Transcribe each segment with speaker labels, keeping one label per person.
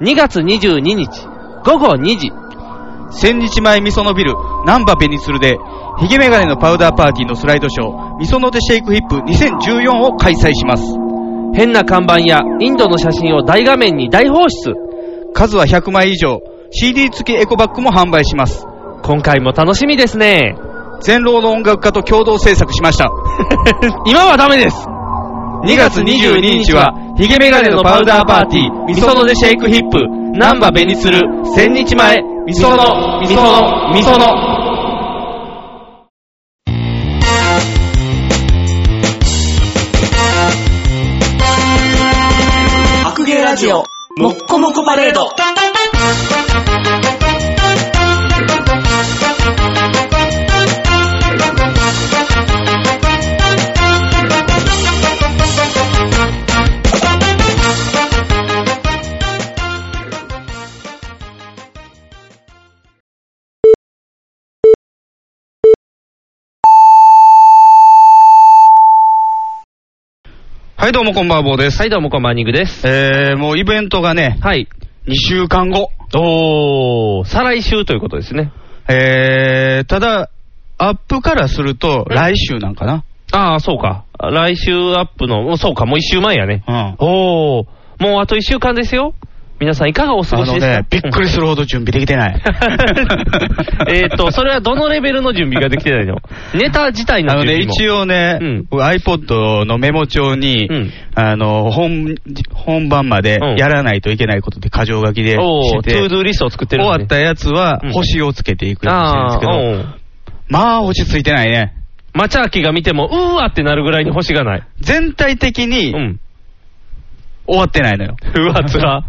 Speaker 1: 2月22日、午後2時、
Speaker 2: 千日前味噌のビル、南波ベニスルで、ヒゲメガネのパウダーパーティーのスライドショー、味噌のでシェイクヒップ2014を開催します。
Speaker 1: 変な看板やインドの写真を大画面に大放出。
Speaker 2: 数は100枚以上、CD 付きエコバッグも販売します。
Speaker 1: 今回も楽しみですね。
Speaker 2: 全労の音楽家と共同制作し ました。
Speaker 1: 今はダメです。
Speaker 2: 2月22日は、ヒゲメガネのパウダーパーティー、味噌のでシェイクヒップ、南波ベニスル、千日前、味噌の、味噌の、味噌の、
Speaker 3: 白芸ラジオ、もっこもこパレード。
Speaker 2: はい、どうもこんばんは、坊です。
Speaker 1: はい、どうもこんばんはニングです。
Speaker 2: えー、もうイベントがね、
Speaker 1: はい。
Speaker 2: 2週間後。
Speaker 1: おー、再来週ということですね。
Speaker 2: えー、ただ、アップからすると、
Speaker 1: うん
Speaker 2: 来週なんかな。
Speaker 1: あー、そうか。来週アップの、うんそうか、もう1週前やね。
Speaker 2: うん。
Speaker 1: おー、もうあと1週間ですよ。皆さんいかがお過ご
Speaker 2: あ
Speaker 1: し
Speaker 2: の
Speaker 1: ですか。
Speaker 2: ね、びっくりするほど準備できてない
Speaker 1: えっと、それはどのレベルの準備ができてないのネタ自体の
Speaker 2: あの
Speaker 1: 準
Speaker 2: ね、
Speaker 1: 備も。
Speaker 2: 一応ね、
Speaker 1: うん
Speaker 2: iPod のメモ帳に、
Speaker 1: うん
Speaker 2: あの本、本番まで
Speaker 1: うん
Speaker 2: やらないといけないことで箇条書きで
Speaker 1: お
Speaker 2: し
Speaker 1: ー、ト
Speaker 2: て
Speaker 1: ゥー
Speaker 2: て、
Speaker 1: ドゥーリストを作って
Speaker 2: 終
Speaker 1: るん
Speaker 2: わ
Speaker 1: で
Speaker 2: ったやつは
Speaker 1: うん
Speaker 2: 星をつけていくようにしてる
Speaker 1: あ
Speaker 2: んですけど、
Speaker 1: ー、うん。
Speaker 2: まあ星ついてないね。
Speaker 1: マチャーキが見ても、うーわってなるぐらいに星がない。
Speaker 2: 全体
Speaker 1: う
Speaker 2: 的に
Speaker 1: ん。
Speaker 2: 終わってないのよ。
Speaker 1: うわ、つら。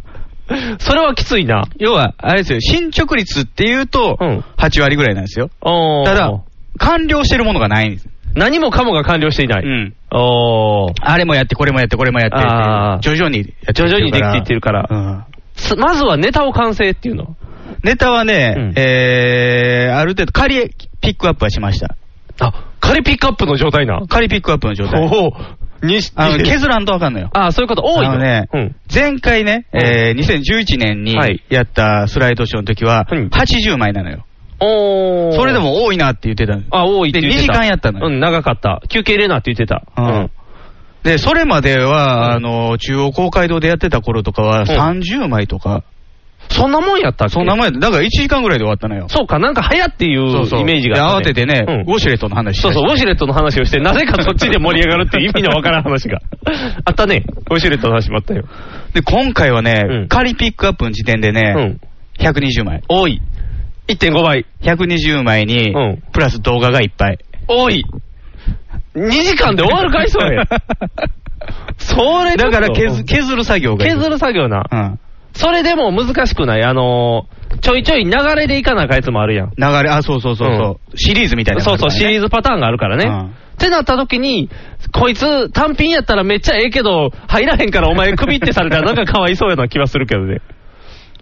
Speaker 1: それはきついな。
Speaker 2: 要は、あれですよ、進捗率っていうと
Speaker 1: うん、
Speaker 2: 8割ぐらいなんですよ。
Speaker 1: おー
Speaker 2: ただ、完了してるものがないんです。
Speaker 1: 何もかもが完了していない。
Speaker 2: うん
Speaker 1: おー
Speaker 2: あれもやって、これもやって、これもやって
Speaker 1: あー
Speaker 2: って、徐々にやって
Speaker 1: 徐々にできていってるから
Speaker 2: うん
Speaker 1: すまずはネタを完成っていうの。
Speaker 2: ネタはね、
Speaker 1: うん
Speaker 2: えー、ある程度、仮ピックアップはしました。
Speaker 1: あ、仮ピックアップの状態な。
Speaker 2: 仮ピックアップの状態。
Speaker 1: おーに
Speaker 2: あの
Speaker 1: に
Speaker 2: 削らんとわかんのよ。
Speaker 1: あそういうこと多い
Speaker 2: あ
Speaker 1: の
Speaker 2: のね、
Speaker 1: うん。
Speaker 2: 前回ね、えー、2011年に
Speaker 1: はい
Speaker 2: やったスライドショーの時は、
Speaker 1: うん
Speaker 2: 80枚なのよ。
Speaker 1: おー
Speaker 2: それで、も多いなって言ってたの
Speaker 1: あ、多いって言ってた。
Speaker 2: で2時間やったのよ
Speaker 1: うん、長かった。休憩入れなって言ってた。
Speaker 2: うんで、それまでは、あの、中央公会堂でやってた頃とかは、
Speaker 1: ん
Speaker 2: 30枚とか、
Speaker 1: そんなもんやったっけ
Speaker 2: そんな前だから1時間ぐらいで終わったのよ。
Speaker 1: そうか、なんか早っていう
Speaker 2: そうそう
Speaker 1: イメージがあった
Speaker 2: で慌ててね、
Speaker 1: うん
Speaker 2: ウォシュレットの話し
Speaker 1: そ
Speaker 2: た
Speaker 1: う
Speaker 2: し
Speaker 1: そう、ウォシュレットの話をして、なぜかそっちで盛り上がるっていう意味のわからん 話が。あったね。ウォシュレットの話もあったよ。
Speaker 2: で、今回はね、
Speaker 1: うん
Speaker 2: 仮ピックアップの時点で
Speaker 1: う
Speaker 2: ね、
Speaker 1: ん。
Speaker 2: 120枚。
Speaker 1: 多い。1.5倍。
Speaker 2: 120枚に、
Speaker 1: うん
Speaker 2: プラス動画がいっぱい。
Speaker 1: 多い。2時間で終わるかいそ れ。それちょ
Speaker 2: だ
Speaker 1: っと
Speaker 2: から削 削る作業がいる。
Speaker 1: 削る作業な。
Speaker 2: うん。
Speaker 1: それでも難しくない。あのー、ちょいちょい流れでいかなあかんやつもあるやん。
Speaker 2: 流れ、あ、そうそうそうそう、シリーズみたいな、
Speaker 1: そうそう、シリー
Speaker 2: ズ。
Speaker 1: ズパターンがあるからね。
Speaker 2: うん
Speaker 1: ってなった時に、こいつ単品やったらめっちゃええけど、入らへんからお前クビってされたらなんかかわいそうやな気はするけどね。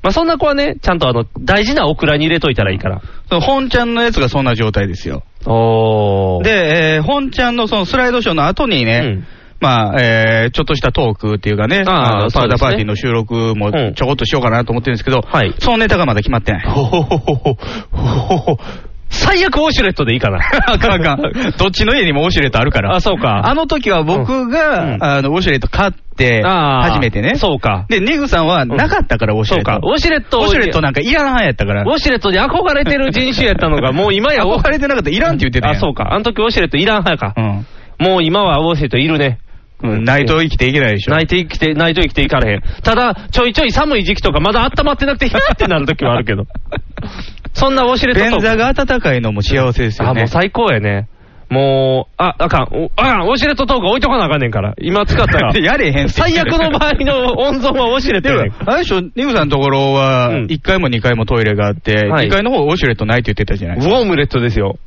Speaker 1: まあそんな子はね、ちゃんとあの、大事なオクラに入れといたらいいから。
Speaker 2: その本ちゃんのやつがそんな状態ですよ。
Speaker 1: おー。、
Speaker 2: で、えー本ちゃんのそのスライドショーの後にね、
Speaker 1: うん
Speaker 2: まあ、えーちょっとしたトークっていうかね、
Speaker 1: あー
Speaker 2: の
Speaker 1: そ
Speaker 2: パ
Speaker 1: う
Speaker 2: ウ
Speaker 1: で
Speaker 2: ダ
Speaker 1: すね
Speaker 2: ーパーティーの収録も
Speaker 1: うん
Speaker 2: ちょこっとしようかなと思ってるんですけど、
Speaker 1: はい
Speaker 2: そのネタがまだ決まってない。
Speaker 1: ほほほほほ、ほほほ。最悪ウォシュレットでいいか な。
Speaker 2: あかんあかん。どっちの家にもウォシュレットあるから。
Speaker 1: あそうか
Speaker 2: あの時は僕
Speaker 1: うん
Speaker 2: が、
Speaker 1: うん
Speaker 2: あの、ウォシュレット買って、
Speaker 1: あー
Speaker 2: 初めてね。
Speaker 1: そうか
Speaker 2: で、ネグさんはなかったから、ウォシ
Speaker 1: そ
Speaker 2: ュ
Speaker 1: う
Speaker 2: レッ
Speaker 1: か。
Speaker 2: ト。
Speaker 1: ウォシュレット
Speaker 2: ウ
Speaker 1: を
Speaker 2: ォシュレットなんかいらんはんやったから。
Speaker 1: ウォシュレットに憧れてる人種やったのが、もう今や
Speaker 2: 憧れてなかったらいらんって言ってたやん
Speaker 1: あ、そうか。あの時ウォシュレットいらん派か。
Speaker 2: うん
Speaker 1: もう今はウォシュレットいるね。
Speaker 2: うん。ないと生きていけないでしょ。
Speaker 1: 泣いて生きて、泣いと生きていかれへん。ただ、ちょいちょい寒い時期とか、まだ温まってなくて、ひゃーってなる時もある けど。そんなウォシュレット
Speaker 2: 便
Speaker 1: トーク
Speaker 2: 座が温かいのも幸せですよ
Speaker 1: あ、
Speaker 2: ね。。
Speaker 1: もう最高やね。もう、あ、あかん。おあかん、ウォシュレットトーク置いとかなあかんねんから。今使ったら
Speaker 2: やれへん
Speaker 1: 最悪の場合の温存はウォシュレット
Speaker 2: で
Speaker 1: や
Speaker 2: も
Speaker 1: ねん。、
Speaker 2: あれでしょ、ネグさんのところは
Speaker 1: うん、
Speaker 2: 1階も2階もトイレがあって、
Speaker 1: はい
Speaker 2: 2階の方ウォシュレットないって言ってたじゃない
Speaker 1: ウ
Speaker 2: です
Speaker 1: ォームレットですよ。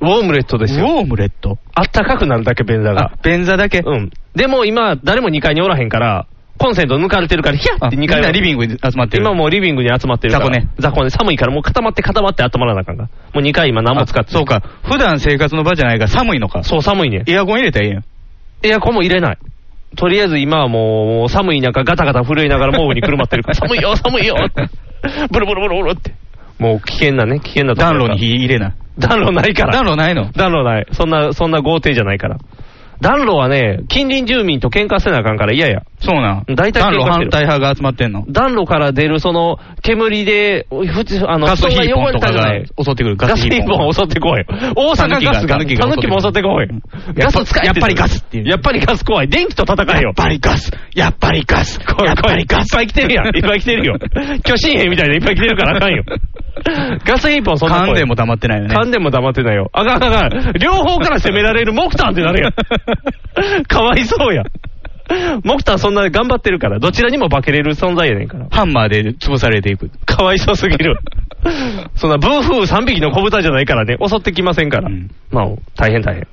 Speaker 1: ウォームレットです
Speaker 2: か。
Speaker 1: よ。
Speaker 2: ウォームレット
Speaker 1: あったかくなるだけ、便座が
Speaker 2: あ。、便座だけ。
Speaker 1: うん。でも今、誰も2階におらへんから、コンセント抜かれてるから、ヒャ
Speaker 2: あ
Speaker 1: って
Speaker 2: み
Speaker 1: 2
Speaker 2: んな
Speaker 1: 階
Speaker 2: リビン
Speaker 1: グ
Speaker 2: グに集まってる。
Speaker 1: 今もうリビングに集まってるから。
Speaker 2: 雑魚ね
Speaker 1: 雑魚ね。寒いからもう固まって固まって温まらなあかんから。もう2階今何も使って
Speaker 2: あそう。か。普段生活の場じゃないから寒いのか。
Speaker 1: そう寒いね。
Speaker 2: エアコン入れたらええやん。
Speaker 1: エアコンも入れない。とりあえず今はもうもう寒い中ガタガタ震えながら 毛布にくるまってるから、寒いよ、寒い よって。ブルブルブルブルって。もう危険なね、危険なとこ
Speaker 2: 暖
Speaker 1: ろ
Speaker 2: 炉に火入れな。
Speaker 1: 暖炉ないから。
Speaker 2: 暖炉ないの
Speaker 1: 暖炉ない。そんな、そんな豪邸じゃないから。暖炉はね、近隣住民と喧嘩せなあかんから嫌や。
Speaker 2: そうなん。
Speaker 1: 大体
Speaker 2: 暖
Speaker 1: 喧嘩
Speaker 2: 炉
Speaker 1: して
Speaker 2: 反
Speaker 1: る
Speaker 2: 対派が集まってんの。
Speaker 1: 暖炉から出るその煙で、ふつ、あの、
Speaker 2: ガス
Speaker 1: 布団
Speaker 2: ヒ
Speaker 1: が
Speaker 2: ーポ
Speaker 1: 汚
Speaker 2: ン
Speaker 1: れ
Speaker 2: とか
Speaker 1: たじゃ
Speaker 2: が
Speaker 1: な
Speaker 2: 襲
Speaker 1: い。
Speaker 2: ってくる。
Speaker 1: ガス
Speaker 2: ヒ
Speaker 1: リ
Speaker 2: ー
Speaker 1: ン
Speaker 2: ポン
Speaker 1: ボン襲ってこい。大阪ガスが、
Speaker 2: タヌキが
Speaker 1: タヌキも襲ってこい
Speaker 2: うん。
Speaker 1: ガス使え
Speaker 2: やっぱりガスっていう
Speaker 1: やっぱりガス怖い。電気と戦えよ。
Speaker 2: やっぱりガスやっぱりガス
Speaker 1: こい
Speaker 2: やっぱりガス
Speaker 1: こいいっぱい来てるやん。いっぱい来てる よ。巨神兵みたいでいっぱい来てるからあかんよ。 ガスリンボンそんな
Speaker 2: 噛
Speaker 1: 怖
Speaker 2: ん
Speaker 1: い
Speaker 2: でも。溜まってないよね。
Speaker 1: 噛んでも黙ってないよ。あかんあかんあかん。両方から攻められるモクタンってなる やん。かわいそうや。モクタンそんな頑張ってるから、どちらにも化けれる存在やねんから。
Speaker 2: ハンマーで潰されていく。
Speaker 1: かわいそうすぎる。そんなブーフー3匹の子豚じゃないからね、襲ってきませんから。
Speaker 2: うん
Speaker 1: まあ、大変大変。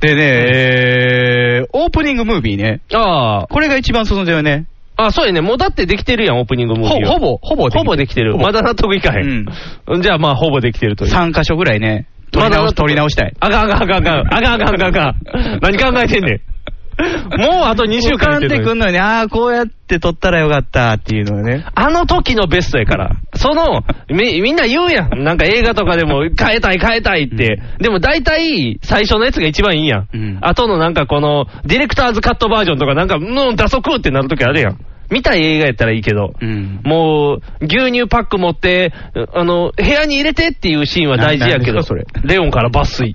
Speaker 2: でね、えー、オープニングムービーね。
Speaker 1: あ
Speaker 2: これが一番進んだよね。
Speaker 1: あ、あ、そうやね。もうだってできてるやん、オープニングムー
Speaker 2: ほ
Speaker 1: ビーは
Speaker 2: ほぼ、ほぼ
Speaker 1: ほぼできてる。
Speaker 2: ほぼ
Speaker 1: まだ納得いかへん。じゃあまあ、ほぼできてるという。
Speaker 2: 3箇所ぐらいね、取
Speaker 1: ま
Speaker 2: り
Speaker 1: だ
Speaker 2: 直し、取り直したい。
Speaker 1: あかんあかんあかんあかん。あかんあかんあかんあかん。何考えてんねん。もうあと2週間や
Speaker 2: 浮か
Speaker 1: け
Speaker 2: ん
Speaker 1: ど
Speaker 2: でくんのに、ああ、こうやって取ったらよかったっていうのがね。
Speaker 1: あの時のベストやから。その、み、みんな言うやん。なんか映画とかでも変えたい変えたいって。でも大体最初のやつが一番いいやん。
Speaker 2: うん
Speaker 1: 後のなんかこの、ディレクターズカットバージョンとかなんか、うん、打足ってなる時あるやん。見たい映画やったらいいけど。
Speaker 2: うん
Speaker 1: もう、牛乳パック持って、あの、部屋に入れてっていうシーンは大事やけ
Speaker 2: ななんで
Speaker 1: ど、
Speaker 2: すかそれ
Speaker 1: レオンから抜粋。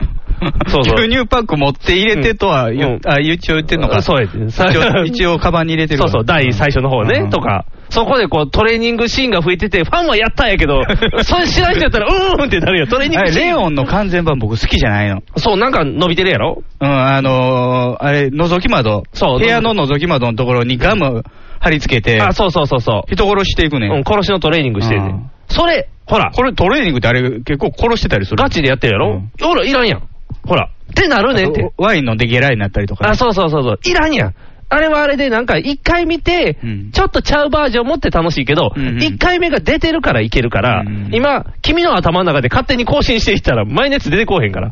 Speaker 1: そうそう
Speaker 2: 牛乳パック持って入れてとは
Speaker 1: う
Speaker 2: 言う、
Speaker 1: ん
Speaker 2: あ、一応言ってんのか。
Speaker 1: そうや
Speaker 2: 一応、一応カバンに入れてる
Speaker 1: そ
Speaker 2: か
Speaker 1: う
Speaker 2: ら
Speaker 1: そう、第最初の方
Speaker 2: う
Speaker 1: ね
Speaker 2: ん、
Speaker 1: とか。そこでこう、トレーニングシーンが増えてて、ファンはやったんやけ ど、それ知らん人やったら、うーんってなるよ、トレーニン
Speaker 2: あ
Speaker 1: グ
Speaker 2: れ
Speaker 1: シーン。
Speaker 2: レオンの完全版僕好きじゃないの。
Speaker 1: そう、なんか伸びてるやろ
Speaker 2: うん、あのー、あれ、覗き窓。
Speaker 1: そう
Speaker 2: 部屋の覗き窓のところにガム貼り付けて、
Speaker 1: あ、そうそうそうそう。
Speaker 2: 人殺していくね。
Speaker 1: うん、殺しのトレーニングしてる
Speaker 2: う
Speaker 1: ね
Speaker 2: ん。
Speaker 1: それ、ほら、
Speaker 2: これトレーニングってあれ結構殺してたりする。
Speaker 1: ガチでやってるやろほら、いらんやん。ほら、ってなるねんって。
Speaker 2: ワイン飲んでゲラになったりとか。
Speaker 1: あ、そうそうそうそう。いらんやん。あれはあれで、なんか、一回見て
Speaker 2: うん、
Speaker 1: ちょっとちゃうバージョン持って楽しいけど、
Speaker 2: うんうん
Speaker 1: 一回目が出てるからいけるから
Speaker 2: うん、
Speaker 1: 今、君の頭の中で勝手に更新していったら、前のやつ出てこうへんから。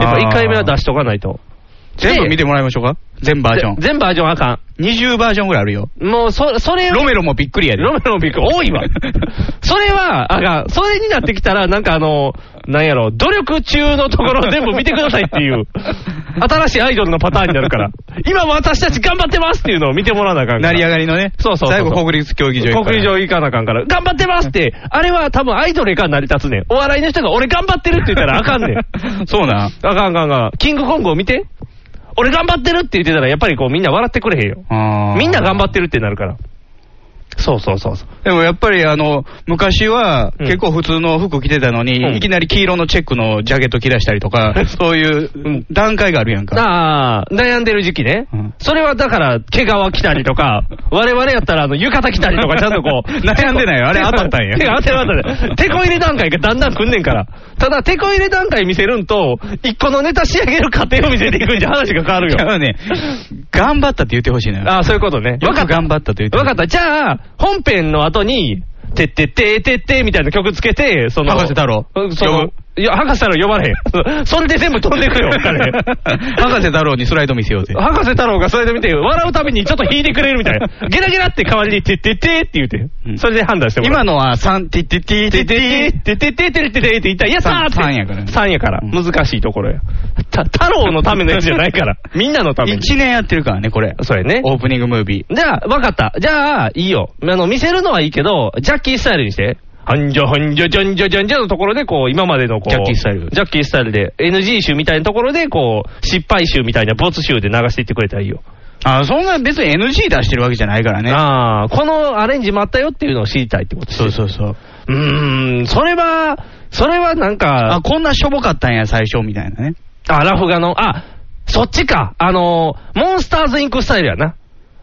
Speaker 1: やっぱ一回目は出しとかないと。
Speaker 2: 全部見てもらいましょうか。全バージョン
Speaker 1: ぜ。全バージョンあか
Speaker 2: 20バージョンぐらいあるよ。
Speaker 1: ん。もう、そ、それを
Speaker 2: ロメロもびっくりやで。
Speaker 1: ロメロのビッグ多い わ。それは、あが、それになってきたら、なんかあの、なんやろ、努力中のところを全部見てくださいって いう、新しいアイドルのパターンになるから、今も私たち頑張ってますっていうのを見てもらわなあかんから。
Speaker 2: 成り上がりのね。
Speaker 1: そうそうそう
Speaker 2: 最後国立競技場行くから
Speaker 1: 国上行かなあかんから、頑張ってますって、あれは多分アイドルが成り立つねん。お笑いの人が俺頑張ってるって言ったらあかん ねん。
Speaker 2: そうなん。
Speaker 1: あかんあかんあかん。キングコングを見て。俺頑張ってるって言ってたら、やっぱりこうみんな笑ってくれへんよ。
Speaker 2: あー
Speaker 1: みんな頑張ってるってなるから。そうそうそうそう。
Speaker 2: でもやっぱりあの、昔は
Speaker 1: うん
Speaker 2: 結構普通の服着てたのに、
Speaker 1: うん
Speaker 2: いきなり黄色のチェックのジャケット着出したりとか、そういう段階があるやんか。
Speaker 1: ああ、悩んでる時期ね。
Speaker 2: うん
Speaker 1: それはだから、毛皮着たりと か、我々やったらあの浴衣着たりとか、ちゃんとこう。
Speaker 2: 悩んでないよあ れ当たったんや
Speaker 1: 手が当たったんや。手こ入れ段階がだんだん来んねんから。ただ、手こ入れ段階見せるんと、一個のネタ仕上げる過程を見せていくんじゃ話が変わる
Speaker 2: だか
Speaker 1: よ。
Speaker 2: らね、頑張ったって言ってほしいのよ。
Speaker 1: ああ、そういうことね。
Speaker 2: よ
Speaker 1: わか
Speaker 2: く
Speaker 1: った。
Speaker 2: 頑張ったと言って。
Speaker 1: わかった。じゃあ、本編の後に、てってってーてってーみたいな曲つけて、その。
Speaker 2: 博士太郎
Speaker 1: うんそ
Speaker 2: 呼
Speaker 1: の
Speaker 2: ぶ
Speaker 1: いや、博士太郎呼ばれへん。それで全部飛んでくよ、 彼。
Speaker 2: 博士太郎にスライド見せようぜ。
Speaker 1: 博士太郎がそれで見て、笑うたびにちょっと引いてくれるみたいな。ゲラゲラって代わりに、てってってって言う
Speaker 2: う
Speaker 1: て。
Speaker 2: ん
Speaker 1: それで判断してもら
Speaker 2: 今
Speaker 1: う。
Speaker 2: のは3、ティティティテ
Speaker 1: て
Speaker 2: ィ
Speaker 1: って
Speaker 2: ティ
Speaker 1: って、てってってってってって言ったら、やったーって。
Speaker 2: 三三やからね
Speaker 1: 3やから。
Speaker 2: う
Speaker 1: 難しいところや。た太郎のためのやつじゃないから。みんなのために。
Speaker 2: 1年やってるからね、これ。
Speaker 1: それね。
Speaker 2: オープニングムービー。
Speaker 1: じゃあ、わかった。じゃあ、いいよ。あの、見せるのはいいけど、ジャッキースタイルにして。はんじゃはんじゃじゃんじゃじゃんじゃのところで、こう、今までのこう、
Speaker 2: ジャッキースタイル
Speaker 1: ジャッキースタイルで、NG 集みたいなところで、こう、失敗集みたいな、没集で流していってくれたらいいよ。
Speaker 2: あ、そんな別に NG 出してるわけじゃないからね。
Speaker 1: ああ、このアレンジもあったよっていうのを知りたいってこと
Speaker 2: そうそうそう。
Speaker 1: うーん、それは、それはなん
Speaker 2: あ、
Speaker 1: か、
Speaker 2: こんなしょぼかったんや、最初、みたいなね。
Speaker 1: あラフガの、あ、そっちか。あの、モンスターズインクスタイルやな。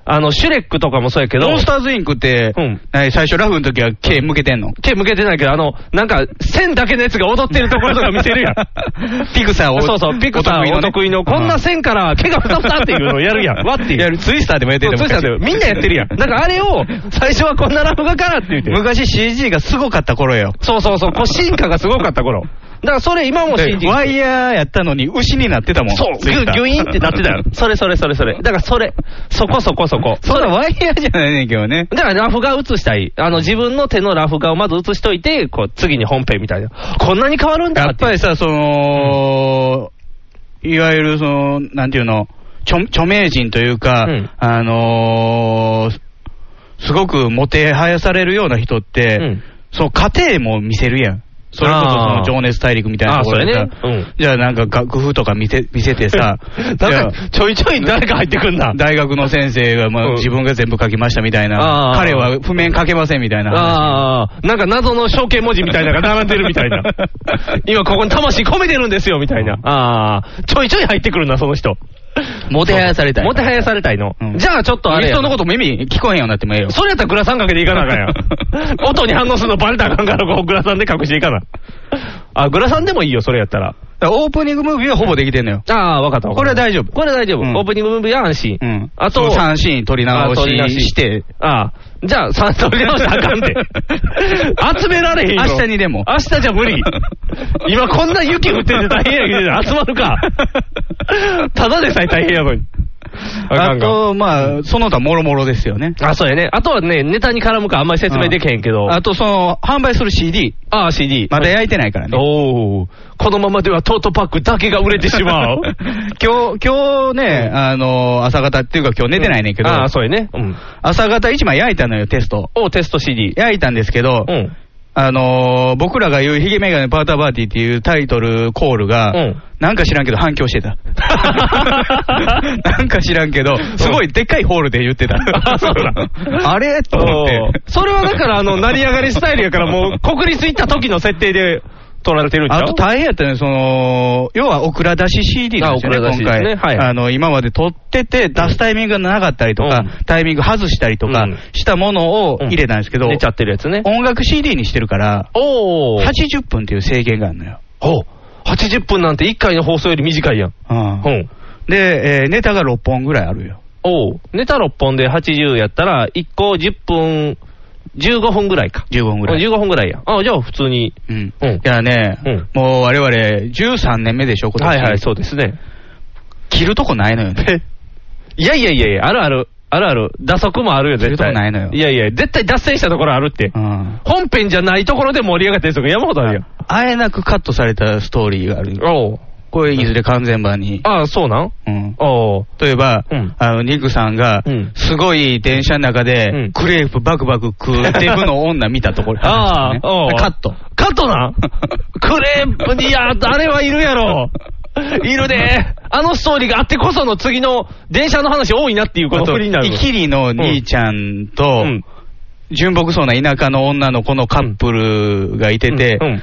Speaker 1: あの、シュレックとかもそうやけど、
Speaker 2: モンスターズインクって、
Speaker 1: うん
Speaker 2: 何最初ラフの時は毛向けてんの
Speaker 1: 手向けてないけど、あの、なんか、線だけのやつが踊ってるところとか見せるやん。
Speaker 2: ピクサーを。
Speaker 1: そうそう、ピクターお得意の、こんな線から毛がふたふたっていうのをや るやん。わっていう。
Speaker 2: やる、ツイスターでもやって
Speaker 1: そう
Speaker 2: る
Speaker 1: そうしたんだよみんなやってる やん。なんかあれを、最初はこんなラフ画からって言って。
Speaker 2: 昔 CG がすごかった頃よ。
Speaker 1: そうそうそう、こう進化がすごかった頃。からそれ今も信じて
Speaker 2: ワイヤーやったのに牛になってたもん。
Speaker 1: そう、ギ
Speaker 2: ツイ
Speaker 1: ュ
Speaker 2: ッター
Speaker 1: ギュインってなって たよ。それそれそれそれ。だからそれ、そこそこそこ。
Speaker 2: そんなワイヤーじゃないねんけどね。
Speaker 1: だからラフ画映したい。あの、自分の手のラフ画をまず映しといて、こう、次に本編みたいな。こんなに変わるんだ
Speaker 2: や
Speaker 1: っ
Speaker 2: って
Speaker 1: い
Speaker 2: ぱ
Speaker 1: う。
Speaker 2: りさ、その、いわゆるその、なんていうの、著著名人というか、
Speaker 1: うん
Speaker 2: あのーすごくもてはやされるような人って、
Speaker 1: うん
Speaker 2: そう、家庭も見せるやん。それこそそ
Speaker 1: あ
Speaker 2: の
Speaker 1: ー
Speaker 2: 情熱大陸みたいなところでさ、
Speaker 1: あーそうやねうん、
Speaker 2: じゃあなんか楽譜とか見せ見せてさ
Speaker 1: なんか、ちょいちょい誰か入ってくんな。
Speaker 2: 大学の先生が、まあ
Speaker 1: うん
Speaker 2: 自分が全部書きましたみたい
Speaker 1: あ
Speaker 2: な
Speaker 1: ー、
Speaker 2: 彼は譜面書けませんみたいな話
Speaker 1: ああ、なんか謎の象形文字みたいなのが並んでるみたい な。今ここに魂込めてるんですよ、みたいな。ああ、ちょいちょい入ってくるな、その人。
Speaker 2: もてはやされたい
Speaker 1: もてはやされたいの。
Speaker 2: うん
Speaker 1: じゃあちょっとあれや
Speaker 2: 人の
Speaker 1: な。
Speaker 2: ことも耳聞こえへんようになってもええよ。
Speaker 1: それやったらグラサンかけていかなあかんやん。 音に反応するのバレたらあかんから、こうグラサンで隠していかな。あ、グラサンでもいいよ、それやったら。
Speaker 2: だからオープニングムービーはほぼできてんのよ。
Speaker 1: ああ、わかった。
Speaker 2: これは大丈夫
Speaker 1: これは大丈夫。
Speaker 2: うん
Speaker 1: オープニングムービーは安心。
Speaker 2: うん。
Speaker 1: あと、
Speaker 2: 3シーン撮り直
Speaker 1: あ撮り直し
Speaker 2: しして、
Speaker 1: ああ、じゃあ、さ取り直したらあかん て。集められへんよ。
Speaker 2: 明日にでも
Speaker 1: 明日じゃ無理。今こんな雪降ってて大変やけど、集まるか。ただでさえ大変やのに。か
Speaker 2: あ
Speaker 1: んか
Speaker 2: と、まあ、その他もろもろですよね。
Speaker 1: あ、そうやね。あとはね、ネタに絡むかあんまり説明できへんけど。
Speaker 2: あと、その、販売する CD、
Speaker 1: ああ、CD。
Speaker 2: まだ焼いてないからね。
Speaker 1: おお。このままではトートパックだけが売れてしまう。
Speaker 2: 今日、今日ね、あの、朝方っていうか 今日寝てないねんけど、
Speaker 1: ああ、そうやね。うん。
Speaker 2: 朝方一枚焼いたのよ、テスト。
Speaker 1: おテスト CD。
Speaker 2: 焼いたんですけど
Speaker 1: う、ん。
Speaker 2: あのー、僕らが言うヒゲメガネパーターバーティーっていうタイトルコールが、
Speaker 1: うん
Speaker 2: なんか知らんけど反響し てた。なんか知らんけど、すごいでっかいホールで言ってた。
Speaker 1: あそうなん
Speaker 2: あれと思って。
Speaker 1: それはだから、あの、成り上がりスタイルやから、 もう、国立行った時の設定で撮られてるんちゃ
Speaker 2: あ
Speaker 1: う
Speaker 2: と大変やったね、その、要はオクラ出し CD なんですよね、
Speaker 1: あオクラ出し
Speaker 2: 今
Speaker 1: です
Speaker 2: 回、
Speaker 1: ねはい
Speaker 2: あの、今まで撮ってて、出すタイミングがなかったりとか、
Speaker 1: うん
Speaker 2: タイミング外したりとか
Speaker 1: うん
Speaker 2: したものを入れたんですけど、
Speaker 1: 出ちゃってるやつね。
Speaker 2: 音楽 CD にしてるから、
Speaker 1: おお。
Speaker 2: 80分っていう制限があるのよ。
Speaker 1: お80分なんて1回の放送より短いやん。
Speaker 2: うん
Speaker 1: うん。
Speaker 2: で、えーネタが6本ぐらいあるよ。
Speaker 1: おうネタ6本で80やったら、1個10分、15分ぐらいか。
Speaker 2: 15分ぐらい。
Speaker 1: うん15分ぐらいや。あじゃあ普通に。
Speaker 2: うん。
Speaker 1: うん
Speaker 2: いやね、
Speaker 1: うん
Speaker 2: もう我々13年目でしょ、今
Speaker 1: は
Speaker 2: 年。
Speaker 1: いはい、そうですね。
Speaker 2: 切るとこないの よね。
Speaker 1: いやいやいやいや、あるある、あるある。打足もあるよ、絶
Speaker 2: 切る
Speaker 1: 対。
Speaker 2: とこないのよ
Speaker 1: いやいや、絶対脱線したところあるって
Speaker 2: う。ん。
Speaker 1: 本編じゃないところで盛り上がったやつとか山ほどあるやん。
Speaker 2: あえなくカットされたストーリーがある。
Speaker 1: おう
Speaker 2: これいずれ完全版に。
Speaker 1: ああ、そうなん
Speaker 2: うん。
Speaker 1: おう
Speaker 2: 例えば、
Speaker 1: うん
Speaker 2: あの、ニクさんが
Speaker 1: うん、
Speaker 2: すごい電車の中で、
Speaker 1: うん
Speaker 2: クレープバクバク食うデブの女見たところ。
Speaker 1: ああ、おう
Speaker 2: カット。。
Speaker 1: カットなん クレープ、いや、あれはいるや ろ。いるで。あのストーリーがあってこその次の電車の話多いなっていうこ
Speaker 2: あ
Speaker 1: の
Speaker 2: と、
Speaker 1: 振りになる。
Speaker 2: イキリの兄ちゃんと、
Speaker 1: うん
Speaker 2: 純朴そうな田舎の女の子のカップルがいてて、
Speaker 1: うん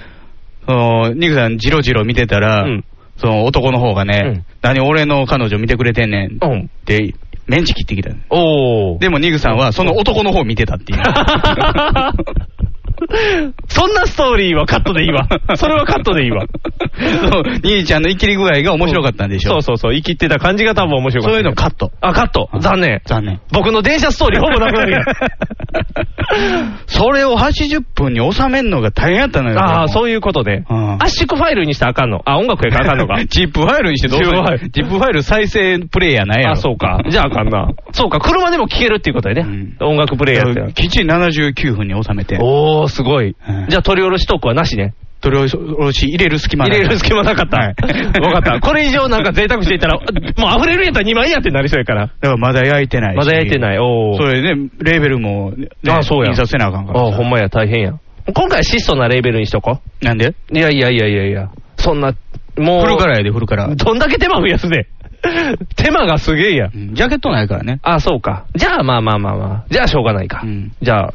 Speaker 2: その、ニクさん、ジロジロ見てたら、
Speaker 1: うん
Speaker 2: その男の方がね、
Speaker 1: うん
Speaker 2: 何俺の彼女見てくれてんねんっ
Speaker 1: うん。
Speaker 2: て、メンチ切ってきたの。
Speaker 1: おお。
Speaker 2: でも、ニグさんはその男の方見てたっていう。
Speaker 1: そんなストーリーはカットでいい わ。 それはカットでいいわ。
Speaker 2: そう兄ちゃんのイキり具合が面白かったんでし
Speaker 1: そ
Speaker 2: ょ。
Speaker 1: うそうそう。生きてた感じが多分面白かった。
Speaker 2: そういうのカット。
Speaker 1: あ、カット。残念。
Speaker 2: 残念。
Speaker 1: 僕の電車ストーリーほぼなくなる やん。
Speaker 2: それを80分に収めるのが大変やったのよ。
Speaker 1: ああ、そう
Speaker 2: いう。
Speaker 1: いうことで。
Speaker 2: うん
Speaker 1: 圧縮ファイルにしたらあかんの。あ、音楽やからあかん のか。
Speaker 2: ジップファイルにしてどうす
Speaker 1: ジップファイ
Speaker 2: る
Speaker 1: ル
Speaker 2: ジップファイル再生プレイヤーないやろ。
Speaker 1: あ、そうか。じゃああかんな。そうか、車でも聴けるっていうことやね。
Speaker 2: うん
Speaker 1: 音楽プレイヤーってのは。
Speaker 2: きっちり79分に収めて、
Speaker 1: おー、すごい
Speaker 2: うん。
Speaker 1: じゃあ取り下ろしトークはなしね。
Speaker 2: 取り下ろし入れる隙間
Speaker 1: 入
Speaker 2: な
Speaker 1: れ
Speaker 2: い
Speaker 1: る隙間なかった。
Speaker 2: はい
Speaker 1: わかった。これ以上なんか贅沢していたら、もう溢れるんやったら2万円やってなりそうやから。
Speaker 2: だからまだ焼いてないし。
Speaker 1: まだ焼いてない。おー。
Speaker 2: それね、レーベルもね、
Speaker 1: あそうや
Speaker 2: 印刷せなあかんから。
Speaker 1: あほんまや、大変や。今回は質素なレーベルにしとこ
Speaker 2: なんで
Speaker 1: う。いやいやいやいやいや。そんな、もう。
Speaker 2: フルからやで、フルから。
Speaker 1: どんだけ手間増やす ね。手間がすげえや。
Speaker 2: うんジャケットないからね。
Speaker 1: あ、そうか。じゃあ、まあまあまあまあ。じゃあ、しょうがないか。
Speaker 2: うん
Speaker 1: じゃあ、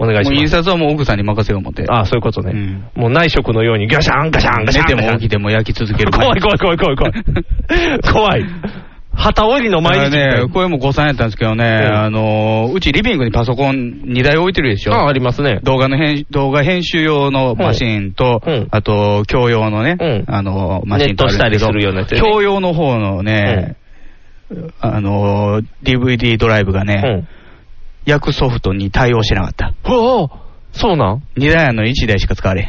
Speaker 1: お願いし
Speaker 2: もう
Speaker 1: ます
Speaker 2: 印。刷はもう奥さんに任せよう思って。
Speaker 1: ああ、そういうことね。もう内職のように、ガシャン、ガシャン、ガシャ
Speaker 2: 寝
Speaker 1: ン。
Speaker 2: ても起きても焼き続ける。
Speaker 1: 怖い、怖い、怖い、怖い、怖い。 怖い。旗折りの毎
Speaker 2: 前
Speaker 1: 日。
Speaker 2: ね、これも誤算やったんですけどね、あのー、うちリビングにパソコン2台置いてるでし
Speaker 1: ああ、
Speaker 2: ょ。
Speaker 1: ありますね。
Speaker 2: 動画の編、動画編集用のマシンと
Speaker 1: うんうん、
Speaker 2: あと、教養のね、
Speaker 1: うん
Speaker 2: あのー、マシンとあ
Speaker 1: ネットした
Speaker 2: んで
Speaker 1: り
Speaker 2: す
Speaker 1: す
Speaker 2: けど
Speaker 1: るようなやつね
Speaker 2: 教養の方のね、あのー、DVD ドライブが
Speaker 1: う
Speaker 2: ね、
Speaker 1: ん。
Speaker 2: 焼くソフトに対応してなかった。
Speaker 1: おおそうなん
Speaker 2: 2台あんの1台しか使われ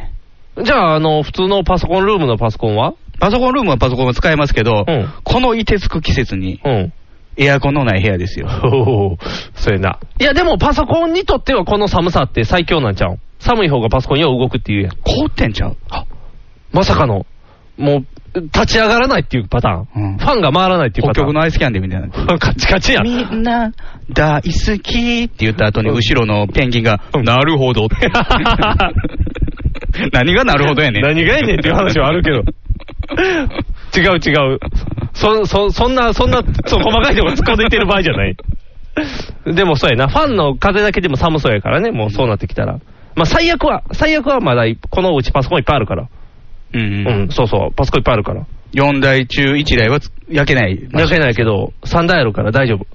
Speaker 2: へん。
Speaker 1: じゃあ、あの、普通のパソコンルームのパソコンは
Speaker 2: パソコンルームはパソコンも使えますけど、
Speaker 1: うん
Speaker 2: この凍てつく季節に
Speaker 1: うん。
Speaker 2: エアコンのない部屋ですよ。
Speaker 1: おお、 そうやな。いや、でもパソコンにとってはこの寒さって最強なんちゃうん寒い方がパソコンよう動くっていうやん。
Speaker 2: 凍ってんちゃう
Speaker 1: まさかの、もう、立ち上がらないっていうパターン。
Speaker 2: うん
Speaker 1: ファンが回らないっていうパタ
Speaker 2: 北
Speaker 1: ーン。
Speaker 2: 極のアイスキャンデーみたいな。
Speaker 1: カチカチやん。
Speaker 2: みんな大好きって言った後に
Speaker 1: うん
Speaker 2: 後ろのペンギンが、
Speaker 1: うん
Speaker 2: な るほどって。何がなるほどやねん。
Speaker 1: 何がやねんっていう話はある けど。違う違う。そ、そ、そんな、そんな、そう細かいところ突っ込んでいってる場合じゃない。でもそうやな。ファンの風だけでも寒そうやからね、もうそうなってきたら。まあ最悪は、最悪はまだ、このうちパソコンいっぱいあるから。
Speaker 2: うん
Speaker 1: う
Speaker 2: うん
Speaker 1: ん、そうそう、パソコンいっぱいあるから。
Speaker 2: 4台中1台はつ焼けない。
Speaker 1: 焼けないけど、3台あるから大丈夫。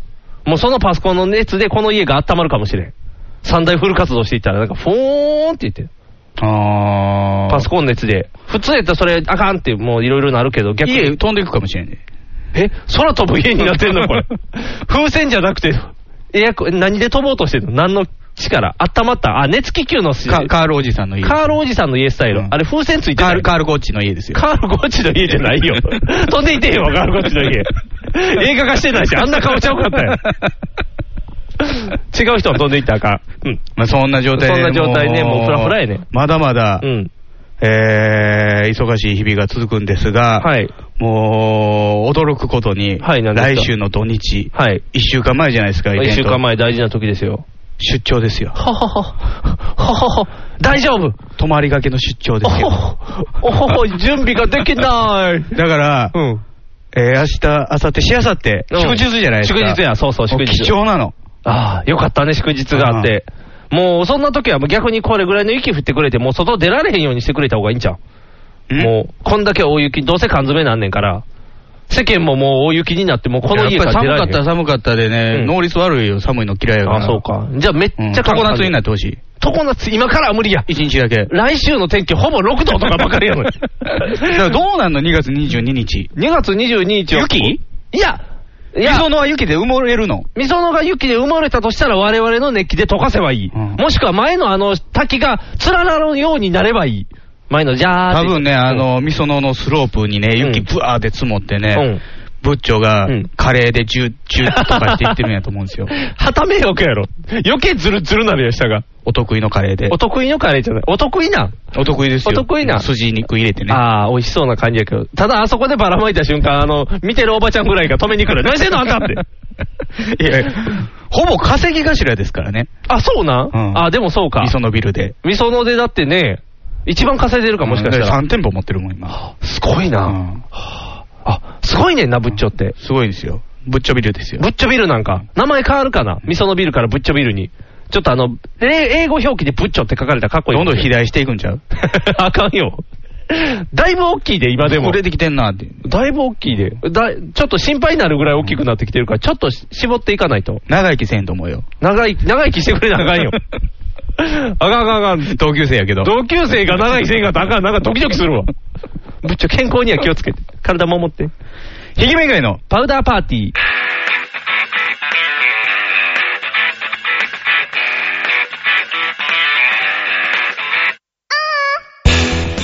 Speaker 1: もうそのパソコンの熱でこの家が温まるかもしれん。3台フル活動していったら、なんか、フォーンって言って。
Speaker 2: あー
Speaker 1: パソコン熱で。普通やったらそれあかんって、もういろいろなるけど、逆
Speaker 2: 家
Speaker 1: に。
Speaker 2: 飛んでいくかもしれんね。
Speaker 1: え、空飛ぶ家になってんのこ れ。風船じゃなくて、エアコン、何で飛ぼうとしてんの何の力温まったあ、熱気球のし
Speaker 2: カカールおじさんの家。
Speaker 1: カールおじさんの家スタイル。
Speaker 2: うん
Speaker 1: あれ風船ついて
Speaker 2: カ
Speaker 1: な
Speaker 2: ー
Speaker 1: い
Speaker 2: ル、カールゴッチの家ですよ。
Speaker 1: カールゴッチの家じゃないよ。飛んでいてへんわ、カールゴッチの家。映画化してないし、あんな顔ちゃうかったよ。違う人は飛んでいったらあかん。うん。
Speaker 2: まあそんな状態で。
Speaker 1: そんな状態でもうフラフラやね
Speaker 2: まだまだ、
Speaker 1: うん。
Speaker 2: えー、忙しい日々が続くんですが、
Speaker 1: はい。
Speaker 2: もう、驚くことに、
Speaker 1: はい何ですか
Speaker 2: 来週の土日、
Speaker 1: はい。
Speaker 2: 1週間前じゃないですか、イベン
Speaker 1: 一
Speaker 2: ト
Speaker 1: 週間前大事な時ですよ。
Speaker 2: 出張ですよ。
Speaker 1: ほほほ。ほほほ。大丈夫。
Speaker 2: 泊まりがけの出張です
Speaker 1: おほ
Speaker 2: よ。
Speaker 1: ほ。おほほ、準備ができない。
Speaker 2: だから、
Speaker 1: うん。
Speaker 2: えー、明日、明後日、しあさって、
Speaker 1: うん
Speaker 2: 祝日じゃないですか。
Speaker 1: 祝日やそうそう祝日
Speaker 2: も貴重なの。
Speaker 1: ああ、よかったね、祝日があって。もう、そんな時はもう逆にこれぐらいの雪降ってくれて、もう外出られへんようにしてくれた方がいいんちゃうもう、こんだけ大雪、どうせ缶詰なんねんから、世間ももう大雪になって、もうこの家
Speaker 2: やっ
Speaker 1: か
Speaker 2: ぱ
Speaker 1: ら出
Speaker 2: り寒
Speaker 1: ら
Speaker 2: か
Speaker 1: れへ
Speaker 2: っ
Speaker 1: ん
Speaker 2: たら寒かったでね、
Speaker 1: うん
Speaker 2: 能率悪いよ、寒いの嫌いやから。
Speaker 1: あ、そうか。じゃあめっち
Speaker 2: うん。
Speaker 1: ゃ。
Speaker 2: 常夏になっててほしい。
Speaker 1: 常夏、今からは無理や。
Speaker 2: 一日だけ。
Speaker 1: 来週の天気ほぼ6度とかばかりやの に。
Speaker 2: だからどうなんの ?2 月22日。
Speaker 1: 2月22日は
Speaker 2: 雪
Speaker 1: いや、いや、
Speaker 2: 磯野は雪で埋もれるの。
Speaker 1: みそのが雪で埋もれたとしたら我々の熱気で溶かせばいい。
Speaker 2: うん
Speaker 1: もしくは前のあの滝が連なるようになればいい。前のじゃーって
Speaker 2: 多分ね、あ、の、みそののスロープにね、
Speaker 1: うん
Speaker 2: 雪ぶわーって積もって
Speaker 1: う
Speaker 2: ね
Speaker 1: ん、
Speaker 2: ブッチョが
Speaker 1: うん
Speaker 2: カレーでジュッジュッとかしていってるんやと思うん ですよ。
Speaker 1: はためよくやろ。余計ズルズルなるよ、下が。
Speaker 2: お得意のカレーで
Speaker 1: お。得意のカレーじゃない。お得意なん。
Speaker 2: お得意ですよ。
Speaker 1: お得意な
Speaker 2: 筋肉入れてね。
Speaker 1: ああ、美味しそうな感じやけど。ただ、あそこでばらまいた瞬間、あの、見てるおばちゃんぐらいが止めに来る。何してんのあんたって。
Speaker 2: いやいやほぼ稼ぎ頭ですからね。
Speaker 1: あ、そうなん、
Speaker 2: うん
Speaker 1: あ、でもそうか。
Speaker 2: みそのビルで。
Speaker 1: みそのでだってね、一番稼いでるかもしかしたら。
Speaker 2: 3店舗持ってるもん、今。
Speaker 1: すごいうな。
Speaker 2: ん
Speaker 1: あ、すごいねんな、部長って。
Speaker 2: すごいですよ。ブッチョビルですよ
Speaker 1: ブ。ッチョビルなんか、名前変わるかな、みそのビルからブッチョビルに。ちょっとあの、え英語表記でブッチョって書かれたらかっこいい。
Speaker 2: どんどん肥
Speaker 1: い。
Speaker 2: 大していくんちゃう
Speaker 1: あかんよ。だいぶ大きいで、今でも
Speaker 2: 膨。れてきてんなって。
Speaker 1: だいぶ大きいで。だいちょっと心配になるぐらい大きくなってきてるから、ちょっとし絞っていかないと。
Speaker 2: 長生きせんと思うよ。
Speaker 1: 長い、長生きしてくれなあ かんよ。あかんあかんあかん。
Speaker 2: 同級生やけど。
Speaker 1: 同級生が長生きせんかったらあかん。なんかドキドキする わ。ブッチョ健康には気をつけて。体守って。
Speaker 2: ひげめがいの。
Speaker 1: パウダーパーティー。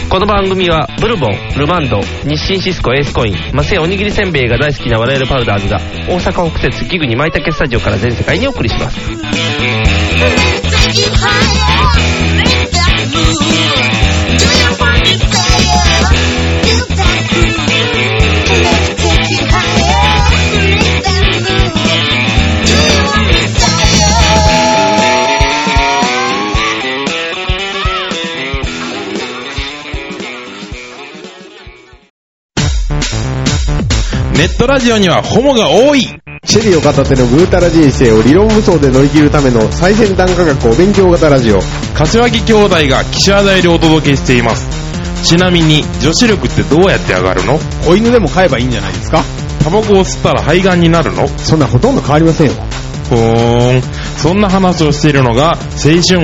Speaker 1: この番組はブルボン、ルマンド、日清シスコエースコイン、マセイおにぎりせんべいが大好きな我々パウダーズが大阪北節ギグに舞茸スタジオから全世界にお送りします。
Speaker 4: ネットラジオにはホモが多い
Speaker 5: シェリーを片手のぐうたら人生を理論武装で乗り切るための最先端科学お勉強型ラジオ。
Speaker 4: 柏木兄弟が岸和田よりお届けしていますちなみに女子力ってどうやって上がるの
Speaker 5: 子犬でも飼えばいいんじゃないですか
Speaker 4: タバコを吸ったら肺がんになるの
Speaker 5: そんなんほとんど変わりませんよ。
Speaker 4: ふーんそんな話をしているのが青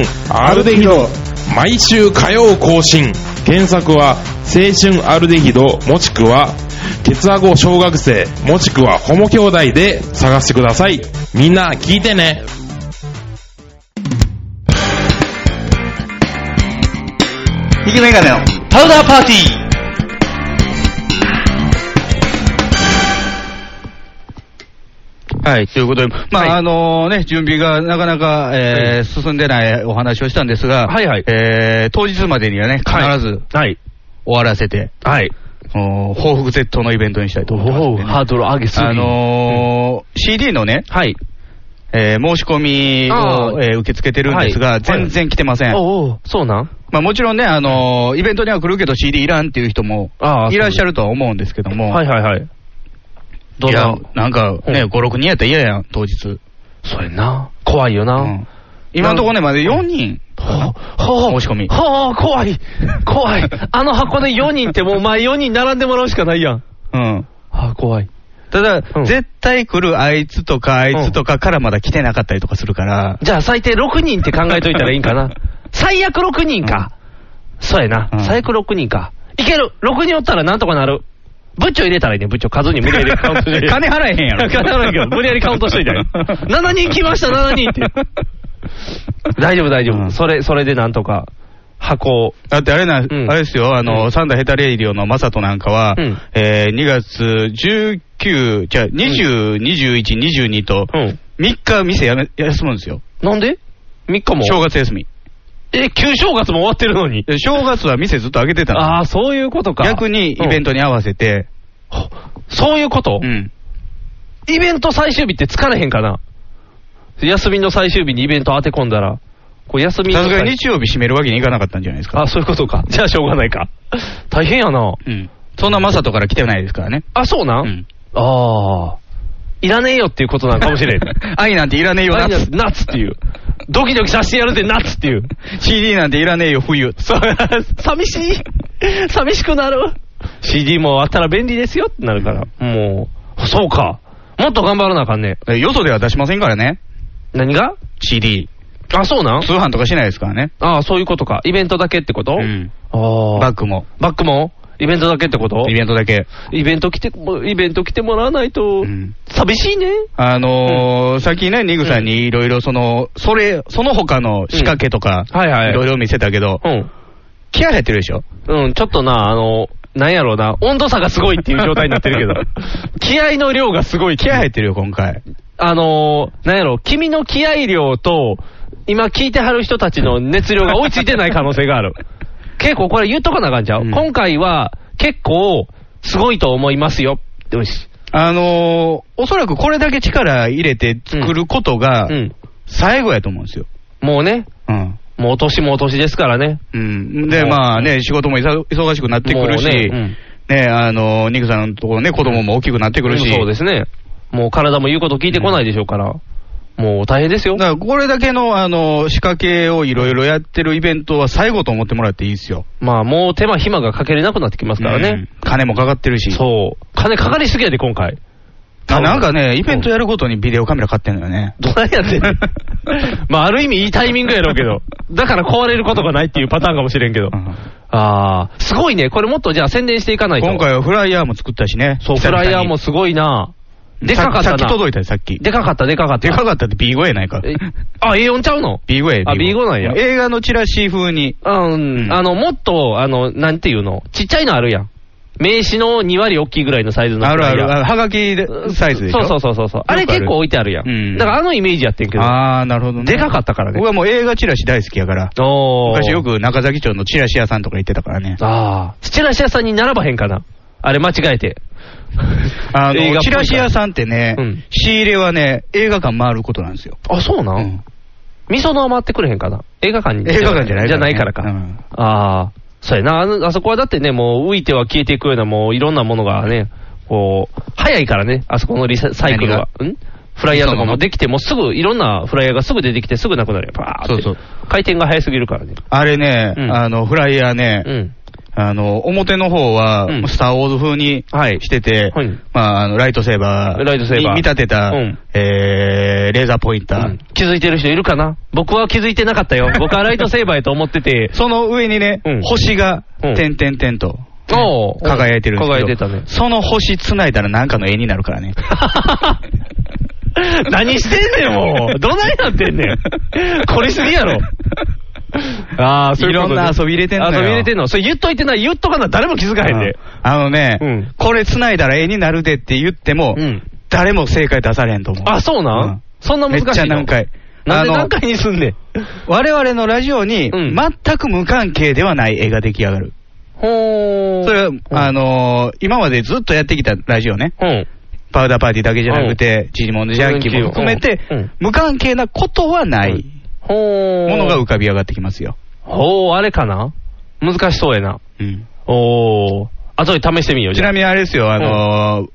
Speaker 4: 春アルデヒド毎週火曜更新検索は青春アルデヒドもしくはケツアゴ小学生もしくはホモ兄弟で探してくださいみんな聞いてね
Speaker 2: ひげめがいの。
Speaker 6: パウダーパーティー
Speaker 2: はい、ということで、まあ、あのね、準備がなかなか、えー進んでないお話をしたんですが、
Speaker 1: はいはい
Speaker 2: えー当日までにはね、必ず
Speaker 1: はい。
Speaker 2: 終わらせて、
Speaker 1: はい。
Speaker 2: この報復絶倒のイベントにしたいと
Speaker 1: お
Speaker 2: 思いますんでね、
Speaker 1: ハードル上げすぎ。
Speaker 2: あのー CD のね、
Speaker 1: はい。
Speaker 2: えー申し込み
Speaker 1: あ
Speaker 2: を、
Speaker 1: ー
Speaker 2: えー受け付けてるんですが、
Speaker 1: はい
Speaker 2: 全然来てません。
Speaker 1: おうおうそうなん
Speaker 2: まあ、もちろんね、あのーイベントには来るけど CD いらんっていう人も
Speaker 1: ああ
Speaker 2: いらっしゃるとは思うんですけども、
Speaker 1: はいはいはい。どう
Speaker 2: い
Speaker 1: な
Speaker 2: や
Speaker 1: ん、
Speaker 2: なんかね、5、6人やったら嫌やん、当日。
Speaker 1: それな。怖いよな。
Speaker 2: うん今のところね、まだ4人。
Speaker 1: ほう、ほう、
Speaker 2: 申し込み
Speaker 1: ほう、怖い。怖い。あの箱で4人ってもう前4人並んでもらうしかないやん。
Speaker 2: うん。
Speaker 1: あ、怖い。
Speaker 2: ただ、
Speaker 1: うん
Speaker 2: 絶対来るあいつとかあいつとかからまだ来てなかったりとかするから、
Speaker 1: じゃあ最低6人って考えといたらいいんか な。最悪6人か。そうやな
Speaker 2: う。ん
Speaker 1: 最悪6人か。いける !6 人おったらなんとかなる。部長入れたらいいね、部長。数に無理やりカウントして。
Speaker 2: 金払えへんや ろ。
Speaker 1: 金払うけど、無理やりカウントしといた らいい。7人来ました、7人って。大丈夫、大丈
Speaker 2: う
Speaker 1: 夫。
Speaker 2: ん
Speaker 1: それ、それでなんとか、箱を。
Speaker 2: だってあれな、
Speaker 1: ん
Speaker 2: あれですよ、あの、サンダーヘタレイディオのマサトなんかは、
Speaker 1: うん
Speaker 2: えー2月19、じゃあ20、21、22と、
Speaker 1: うん。
Speaker 2: 3日店やめ、休むんですよ。
Speaker 1: なんで ?3 日も。
Speaker 2: 正月休み。
Speaker 1: え、旧正月も終わってるのに。
Speaker 2: で正月は店ずっと開けてたの。
Speaker 1: ああ、そういうことか。
Speaker 2: 逆にイベン
Speaker 1: ト。
Speaker 2: トに合わせて、
Speaker 1: ほそういうこと、
Speaker 2: うん。
Speaker 1: イベント最終日って疲れへんかな休みの最終日にイベント当て込んだら。こう休みの
Speaker 2: さ
Speaker 1: 最
Speaker 2: すがに日曜日閉めるわけにいかなかったんじゃないですか。
Speaker 1: あ、そういうことか。 じゃあしょうがないか。大変やな。
Speaker 2: うん。そんなマサトから来てないですからね。
Speaker 1: あ、そうなん、
Speaker 2: うん。
Speaker 1: ああ。いらねえよっていうことなのかもし れん。
Speaker 2: 愛なんていらねえよ
Speaker 1: あ
Speaker 2: ない
Speaker 1: やナッツっていう。ドキドキさせてやるぜ、ナッツっていう。
Speaker 2: CD なんていらねえよ冬。
Speaker 1: そう、寂しい。寂しくなる。CD もあったら便利ですよってなるから。もう、そうか。もっと頑張らなあかんね。
Speaker 2: えよそでは出しませんからね。
Speaker 1: 何が
Speaker 2: CD。
Speaker 1: あ、そうなん
Speaker 2: 通販とかしないですからね。
Speaker 1: ああ、そういうことか。イベントだけってこと、
Speaker 2: うん。
Speaker 1: ああ。
Speaker 2: バッグも。
Speaker 1: バックもイベントだけってこと
Speaker 2: イベントだけ。
Speaker 1: イベント来て、イベント来てもらわないと、
Speaker 2: うん
Speaker 1: 寂しいね。
Speaker 2: あのーさっきね、ニグさんにいろいろその、それ、その他の仕掛けとか、
Speaker 1: はいはい
Speaker 2: ろいろ見せたけど
Speaker 1: う、ん。
Speaker 2: 気合入ってるでしょ
Speaker 1: うん、ちょっとな、あの、なんやろうな、温度差がすごいっていう状態になってる けど、気合の量がすごい。
Speaker 2: 気合入ってるよ、今回。
Speaker 1: あのー、なんやろ、君の気合量と、今聞いてはる人たちの熱量が追いついてない可能性 がある。結構これ言っとかなあかんちゃう、
Speaker 2: うん
Speaker 1: 今回は結構すごいと思いますよ。よし。
Speaker 2: あのーおそらくこれだけ力入れて作ることが
Speaker 1: う、ん。
Speaker 2: 最後やと思うんですよ。
Speaker 1: もうね、
Speaker 2: うん。
Speaker 1: もう年もお年ですからね。
Speaker 2: うん。で、まあね、仕事も忙忙しくなってくるし、
Speaker 1: もう
Speaker 2: ね
Speaker 1: ね
Speaker 2: あのーニグさんのところね、子供も大きくなって
Speaker 1: う
Speaker 2: く
Speaker 1: ん
Speaker 2: るし、
Speaker 1: そうですね。もう体も言うこと聞いてこないでしょうから。もう大変ですよ
Speaker 2: だ。からこれだけの、あのー仕掛けをいろいろやってるイベントは最後と思ってもらっていいですよ。
Speaker 1: まあもう手間暇がかけれなくなってきますからね。
Speaker 2: うん金もかかってるし。
Speaker 1: そう。金かかりすぎやで、今回。
Speaker 2: あなんかね、イベントやるごとにビデオカメラ買ってんのよね。
Speaker 1: どないやってん のまあ、ある意味いいタイミングやろうけど。だから壊れることがないっていうパターンかもしれんけど
Speaker 2: う。ん
Speaker 1: ああ、すごいね。これもっとじゃあ宣伝していかないと。
Speaker 2: 今回はフライヤーも作ったしね。
Speaker 1: そう、フ
Speaker 2: 久々
Speaker 1: ラ
Speaker 2: に
Speaker 1: イヤーもすごいな。でかかったな
Speaker 2: さっきさっき届いたよ、さっき。
Speaker 1: でかかった、でかかった。
Speaker 2: でかかったって B5 やないか。
Speaker 1: えあ、A4 ちゃうの
Speaker 2: B5 や、
Speaker 1: あ B5 なんや
Speaker 2: 映画のチラシ風に。
Speaker 1: うん、
Speaker 2: うん
Speaker 1: あの、もっと、あの、なんていうのちっちゃいのあるやん。名刺の2割大きいぐらいのサイズの
Speaker 2: あ
Speaker 1: フ
Speaker 2: る
Speaker 1: ラ
Speaker 2: あ
Speaker 1: イヤー。
Speaker 2: る、あはがきでサイズでしょ。
Speaker 1: そうそうそうそう。あれ
Speaker 2: よくある
Speaker 1: 結構置いてあるやん。
Speaker 2: うん
Speaker 1: だからあのイメージやってんけど。
Speaker 2: あー、なるほどね。
Speaker 1: でかかったからね
Speaker 2: 僕はもう映画チラシ大好きやから。
Speaker 1: おー
Speaker 2: 昔よ。く中崎町のチラシ屋さんとか行ってたからね。
Speaker 1: ああ。チラシ屋さんに並ばへんかな。あれ間違えて。映画っぽ
Speaker 2: あの、
Speaker 1: い
Speaker 2: チ
Speaker 1: から
Speaker 2: ラシ屋さんってね
Speaker 1: うん、
Speaker 2: 仕入れはね、映画館回ることなんですよ。
Speaker 1: あ、そうな。
Speaker 2: うん
Speaker 1: 味噌の回ってくれへんかな。映画館に。
Speaker 2: 映画館じゃないからね
Speaker 1: じゃないからか。
Speaker 2: うん
Speaker 1: ああ。そうやな。あのあそこはだってね、もう浮いては消えていくような、もういろんなものがね、こう、早いからね、あそこのリササイクルは。んフライヤーとかもできて、もうすぐ、いろんなフライヤーがすぐ出てきて、すぐなくなるよ。バーって。
Speaker 2: そうそう
Speaker 1: 回転が早すぎるからね。
Speaker 2: あれね、
Speaker 1: うん
Speaker 2: あの、フライヤーね、
Speaker 1: うん。
Speaker 2: あの、表の方は
Speaker 1: うん、
Speaker 2: スター・ウォーズ風に
Speaker 1: はい
Speaker 2: してて、
Speaker 1: はい
Speaker 2: まあ、あのライトセーバー
Speaker 1: ライトセーバー
Speaker 2: に見立てた、
Speaker 1: うん
Speaker 2: えー、レーザーポインター、
Speaker 1: うん気づいてる人いるかな僕は気づいてなかったよ。僕はライトセーバーやと思って て。
Speaker 2: その上にね、
Speaker 1: うん
Speaker 2: 星が、
Speaker 1: うん
Speaker 2: 点々点と
Speaker 1: おー
Speaker 2: 輝いてるんですけ
Speaker 1: 輝い
Speaker 2: ど、
Speaker 1: てたね。
Speaker 2: その星つないだらなんかの絵になるか らね。
Speaker 1: 何してんねん、もう。どないなってんねん。凝りすぎやろ。ああ、そういうこと
Speaker 2: いろんな遊び入れてんのよ
Speaker 1: 遊び入れてんの。それ言っといてない。言っとかな誰も気づかへんで。
Speaker 2: あのね、
Speaker 1: うん
Speaker 2: これ繋いだら絵になるでって言っても、
Speaker 1: うん
Speaker 2: 誰も正解出されへんと思う。
Speaker 1: あ、そうなん、
Speaker 2: うん
Speaker 1: そんな難しいの
Speaker 2: めっちゃ難解。
Speaker 1: なんで
Speaker 2: あの
Speaker 1: 何回にすんねん。
Speaker 2: 我々のラジオに、
Speaker 1: うん
Speaker 2: 全く無関係ではない絵が出来上がる。
Speaker 1: ほー。
Speaker 2: それは
Speaker 1: うん、
Speaker 2: あのー今までずっとやってきたラジオね。
Speaker 1: うん。
Speaker 2: パウダーパーティーだけじゃなくて、ジジモンのジャンキーも含めて
Speaker 1: うんうん、
Speaker 2: 無関係なことはない
Speaker 1: ほー。
Speaker 2: ものが浮かび上がってきますよ。
Speaker 1: ほー、あれかな難しそうやな。
Speaker 2: うん
Speaker 1: おー。あとで試してみよう、
Speaker 2: ちな
Speaker 1: み
Speaker 2: みにあれですよ、あのー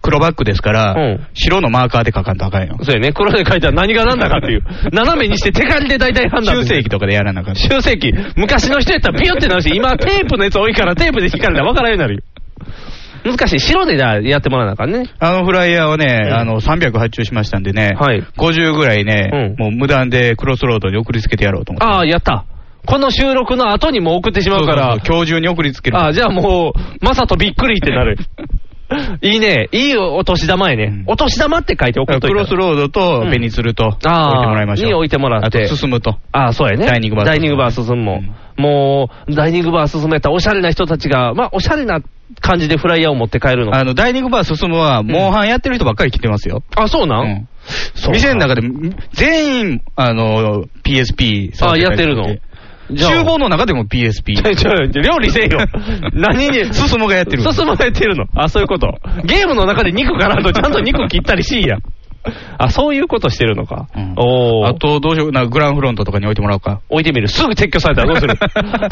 Speaker 2: 黒バックですから、
Speaker 1: うん
Speaker 2: 白のマーカーで書かんとあかんよ。
Speaker 1: そうやね。黒で書いたら何が何だか っていう。斜めにして手書きで大体判断。
Speaker 2: 中世紀とかでやらなかった。
Speaker 1: 修正機。昔の人やったらピヨって直して、今テープのやつ多いからテープで引かれたら分からんようになるよ。難しい。白でなやってもらわなあかんね。
Speaker 2: あのフライヤーをね、
Speaker 1: ん
Speaker 2: あの300発注しましたんでね、
Speaker 1: はい
Speaker 2: 50ぐらいね、
Speaker 1: うん
Speaker 2: もう無断でクロスロードに送りつけてやろうと思って。
Speaker 1: ああ、やった。この収録の後にもう送ってしまうから
Speaker 2: そうそう。そう今日中に送りつける。
Speaker 1: ああ、じゃあもう、まさとびっくりってな る。いいね。いいお年玉やね。
Speaker 2: うん
Speaker 1: お年玉って書いて送っといた
Speaker 2: クロ
Speaker 1: ら
Speaker 2: スロードとベニツルと置いて
Speaker 1: あー
Speaker 2: もらいましょう。
Speaker 1: に置いてもらって
Speaker 2: あと進むと。
Speaker 1: ああ、そうやね。
Speaker 2: ダイニングバー
Speaker 1: ダイニングバー進むもん。もう、ダイニングバー進めたおしゃれな人たちが、まあ、おしゃれな感じでフライヤーを持って帰るの。
Speaker 2: あの、ダイニングバー進むは、モンハンやってる人ばっかり来てますよ。
Speaker 1: あ、そうなん、
Speaker 2: うん
Speaker 1: そう
Speaker 2: 店の中で、全員、あの、PSP
Speaker 1: あ
Speaker 2: 触
Speaker 1: あ、
Speaker 2: って
Speaker 1: や
Speaker 2: た
Speaker 1: って
Speaker 2: りと
Speaker 1: る
Speaker 2: か
Speaker 1: の
Speaker 2: して。厨房の中でも PSP。
Speaker 1: ちょいちょい料理せえよ。何に、
Speaker 2: 進むがやってる。
Speaker 1: 進まれてるの。あ、そういうこと。ゲームの中で肉からんとちゃんと肉切ったりしいやん。あ、そういうことしてるのか。
Speaker 2: うん
Speaker 1: おお。
Speaker 2: あと、どうしよう、なんかグランフロントとかに置いてもらおうか。
Speaker 1: 置いてみる。すぐ撤去されたらどう する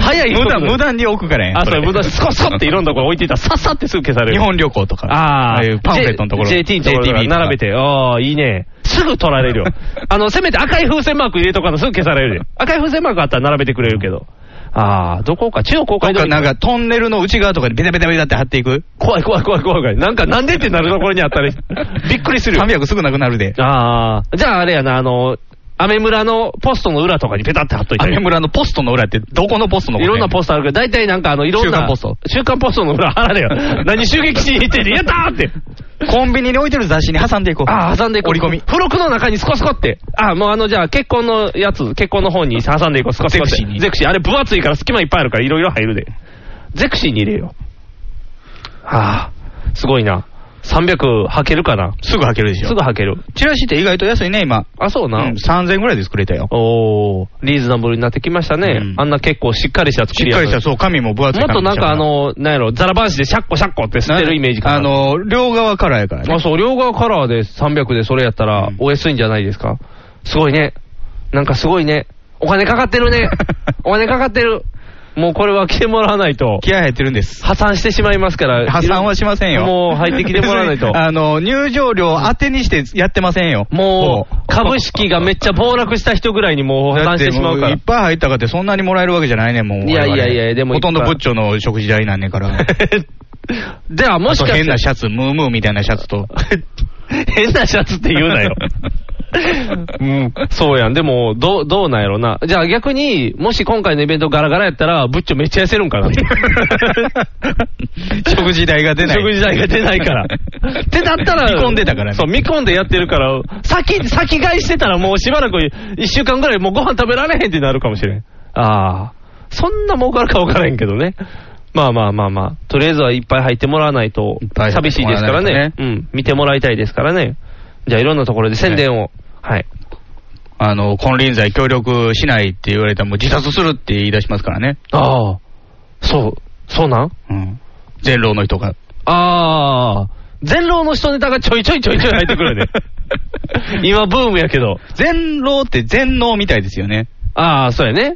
Speaker 1: 早い
Speaker 2: 無
Speaker 1: だ
Speaker 2: 断、無。断に置くからや
Speaker 1: あ、そう、無駄、スコスコっていろんなところ置いていたら、さっさってすぐ消される。
Speaker 2: 日本旅行とか。
Speaker 1: ああ、
Speaker 2: いうパンフレットのところ。
Speaker 1: J- JT のところから並べて。ああ、いいね。すぐ取られる よ。あの、せめて赤い風船マーク入れとかのすぐ消されるで。赤い風船マークあったら並べてくれるけど。ああ、どこか、中央公
Speaker 2: と
Speaker 1: 開通
Speaker 2: か、
Speaker 1: り
Speaker 2: なんか、トンネルの内側とかにベタベタベタって貼っていく。
Speaker 1: 怖い怖い怖い怖い怖い。なんか、なんでってなるところにあったら、びっくりするよ。
Speaker 2: 300すぐなくなるで。
Speaker 1: ああ、じゃああれやな、あの、アメ村のポストの裏とかにペタって貼っといて。
Speaker 2: 雨村のポストの裏って、どこのポストの
Speaker 1: いろんなポ
Speaker 2: ス
Speaker 1: ストあるけど、大体なんかあの、いろんな。
Speaker 2: 週刊ポスト
Speaker 1: 週刊ポストの裏貼られよ。何襲撃しに行ってんねんやったーって。
Speaker 2: ト。コンビニに置いてる雑誌に挟んでいこう。
Speaker 1: ああ、挟んでいこう。
Speaker 2: 折り込み。
Speaker 1: 付録の中にスコスコって。ああ、もうあの、じゃあ、結婚のやつ、結婚の方に挟んでいこう、スコスコって。
Speaker 2: ゼクシーに
Speaker 1: ゼクシー。あれ、分厚いから隙間いっぱいあるから、いろいろ入るで。ゼクシーに入れよう。ああ、すごいな。300履けるかな。
Speaker 2: すぐ履けるでしょ。
Speaker 1: すぐ履ける。
Speaker 2: チラシって意外と安いね、今。
Speaker 1: あ、そう
Speaker 2: う
Speaker 1: な。
Speaker 2: ん、3000円ぐらいで作れたよ。
Speaker 1: おおリーズナブルになってきましたね。
Speaker 2: うん
Speaker 1: あんな結構しっかりした
Speaker 2: し
Speaker 1: 作り
Speaker 2: っ
Speaker 1: や
Speaker 2: か
Speaker 1: の
Speaker 2: り
Speaker 1: に
Speaker 2: した、そう、紙も分厚い
Speaker 1: もっとなんかあ
Speaker 2: 紙にし
Speaker 1: の、なんやろ、ザラバンシでシャッコシャッコって
Speaker 2: た
Speaker 1: 吸
Speaker 2: ら
Speaker 1: ってるイメージかな。
Speaker 2: あの、両側からやからね
Speaker 1: あ、。そう、両側カラーで300でそれやったら
Speaker 2: うん
Speaker 1: お安いんじゃないですか。すごいね。なんかすごいね。お金かかってる ね。お金かかってる。もうこれは来てもらわないと。
Speaker 2: 気合入ってるんです。
Speaker 1: 破産してしまいますから。
Speaker 2: 破産はしませんよ。
Speaker 1: もう入ってきてもらわないと
Speaker 2: 。あの、入場料当てにしてやってませんよ。
Speaker 1: もう、株式がめっちゃ暴落した人ぐらいにもう破
Speaker 2: だ
Speaker 1: 産
Speaker 2: っ
Speaker 1: しててしま
Speaker 2: も
Speaker 1: う
Speaker 2: う
Speaker 1: か
Speaker 2: いっ
Speaker 1: ら。
Speaker 2: ぱい入ったかってそんなにもらえるわけじゃないねん、もう。
Speaker 1: いやいやいやでもいっぱ
Speaker 2: ほと
Speaker 1: い
Speaker 2: んどブッチョの食事代なんねん から。
Speaker 1: ではも
Speaker 2: あ
Speaker 1: し
Speaker 2: と
Speaker 1: かして。
Speaker 2: 変なシャツ、ムームーみたいなシャツ と。
Speaker 1: 変なシャツって言うなよ。うん、そうやん。でも、どう、どうなんやろな。じゃあ逆に、もし今回のイベントガラガラやったら、ブッチョめっちゃ痩せるんかな。
Speaker 2: 食事代が出ない。
Speaker 1: 食事代が出ないから。 ってなったら、
Speaker 2: 見込んでたからね
Speaker 1: そう、見込んでやってるから、先、先買いしてたらもうしばらく、一週間ぐらいもうご飯食べられへんってなるかもしれん。ああ。そんな儲かるか分からへんけどね。まあまあまあまあ、とりあえずはいっぱい入ってもらわないと
Speaker 2: いっぱい入
Speaker 1: 寂
Speaker 2: って
Speaker 1: しい
Speaker 2: も
Speaker 1: です
Speaker 2: ら
Speaker 1: か
Speaker 2: わ
Speaker 1: ら
Speaker 2: ないとね
Speaker 1: ね。うん、見てもらいたいですからね。じゃあいろんなところで宣伝を。はい。
Speaker 2: あの、金輪際協力しないって言われたらもう自殺するって言い出しますからね。
Speaker 1: ああ、そう、そうなん
Speaker 2: うん。全労の人が。
Speaker 1: ああ、全老の人ネタがちょいちょいちょいちょい入ってく るよね。今ブームやけど。
Speaker 2: 全労って全農みたいですよね。
Speaker 1: ああ、そうやね。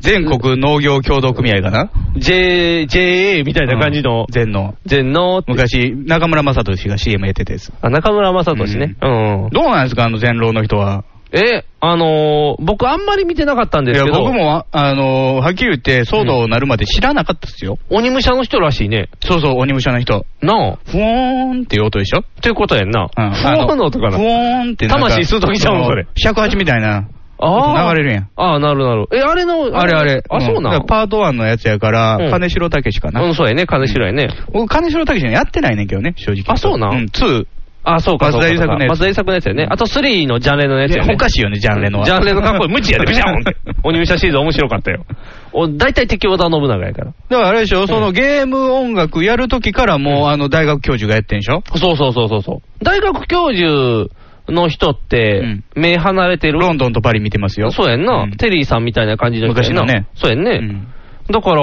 Speaker 2: 全国農業協同組合かな。
Speaker 1: J、JA みたいな感じの、
Speaker 2: 全農。
Speaker 1: 全能って。
Speaker 2: 昔、中村雅俊が CM やってたやつ。
Speaker 1: あ、中村雅俊ね。うん。
Speaker 2: どうなんですか、あの全労の人は。
Speaker 1: え、あのー、僕あんまり見てなかったんで
Speaker 2: い
Speaker 1: す
Speaker 2: や、
Speaker 1: けど。
Speaker 2: 僕。もわ、あのー、はっきり言って、騒動になるまで知らなかったですよ。
Speaker 1: 鬼武者の人らしいね。
Speaker 2: そうそう、鬼武者の人。
Speaker 1: なあ。
Speaker 2: ふおーんっていう音でしょ
Speaker 1: っていうことやんな。
Speaker 2: うん
Speaker 1: 不毛の音かな。
Speaker 2: ふおーんってなんか。
Speaker 1: 魂吸う時ちゃうのそれ
Speaker 2: 尺八みたいな。
Speaker 1: ああ。
Speaker 2: 流れるやん。
Speaker 1: ああ、なるなる。え、あれの、
Speaker 2: あれあれ。
Speaker 1: あ、そうな
Speaker 2: だ
Speaker 1: ん。
Speaker 2: からパート1のやつやか
Speaker 1: うん
Speaker 2: ら、金城武か
Speaker 1: う、。
Speaker 2: なん
Speaker 1: そうやね。金城やね。
Speaker 2: 僕、金城武やってないねんけどね、正直。
Speaker 1: あそうなん
Speaker 2: うん、2。
Speaker 1: あ、そうか、そうか
Speaker 2: 松田
Speaker 1: そう
Speaker 2: 優作
Speaker 1: か。
Speaker 2: のやつ
Speaker 1: 松田優作のやつやね。あと3のジャンレのやつや
Speaker 2: いや
Speaker 1: ね
Speaker 2: お。かしいよね、ジャンレのは。
Speaker 1: ジャンレのかっこいい。無知やで、ビシャーン って。鬼武者シリーズ面白かったよ。お大体敵織田信長やから。
Speaker 2: だからあれでしょ、そのゲーム音楽やるときからもう、あの、大学教授がやってんでしょ
Speaker 1: そうそうそうそうそう。大学教授の人って、目離れてる。
Speaker 2: ロンドンとパリ見てますよ。
Speaker 1: そうやんな、
Speaker 2: ん
Speaker 1: テリーさんみたいな感じの人やんな
Speaker 2: 昔のね
Speaker 1: そうやん
Speaker 2: う
Speaker 1: ね。
Speaker 2: ん
Speaker 1: だから、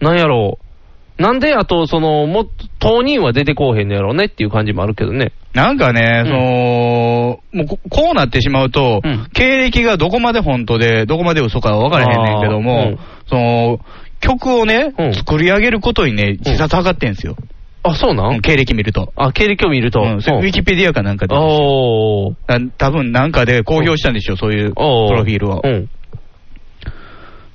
Speaker 1: なんやろう。なんで、あと、その、もっと、当人は出てこうへんのやろうねっていう感じもあるけどね。
Speaker 2: なんかね、
Speaker 1: うん
Speaker 2: その、もうここうなってしまうと、
Speaker 1: うん
Speaker 2: 経歴がどこまで本当で、どこまで嘘か分からへんねんけども、
Speaker 1: あーうん
Speaker 2: その、曲をね、
Speaker 1: うん
Speaker 2: 作り上げることにね、自殺図ってんすよ。
Speaker 1: あ、そうなん、
Speaker 2: うん経歴見ると。
Speaker 1: あ、経歴を見ると。
Speaker 2: うんそれ
Speaker 1: う
Speaker 2: ウ
Speaker 1: ん
Speaker 2: ィキペディアかなんかで。
Speaker 1: おー。
Speaker 2: な多分なんかで公表したんでしょ、そういうプ
Speaker 1: おー
Speaker 2: ロフィールを
Speaker 1: う。ん。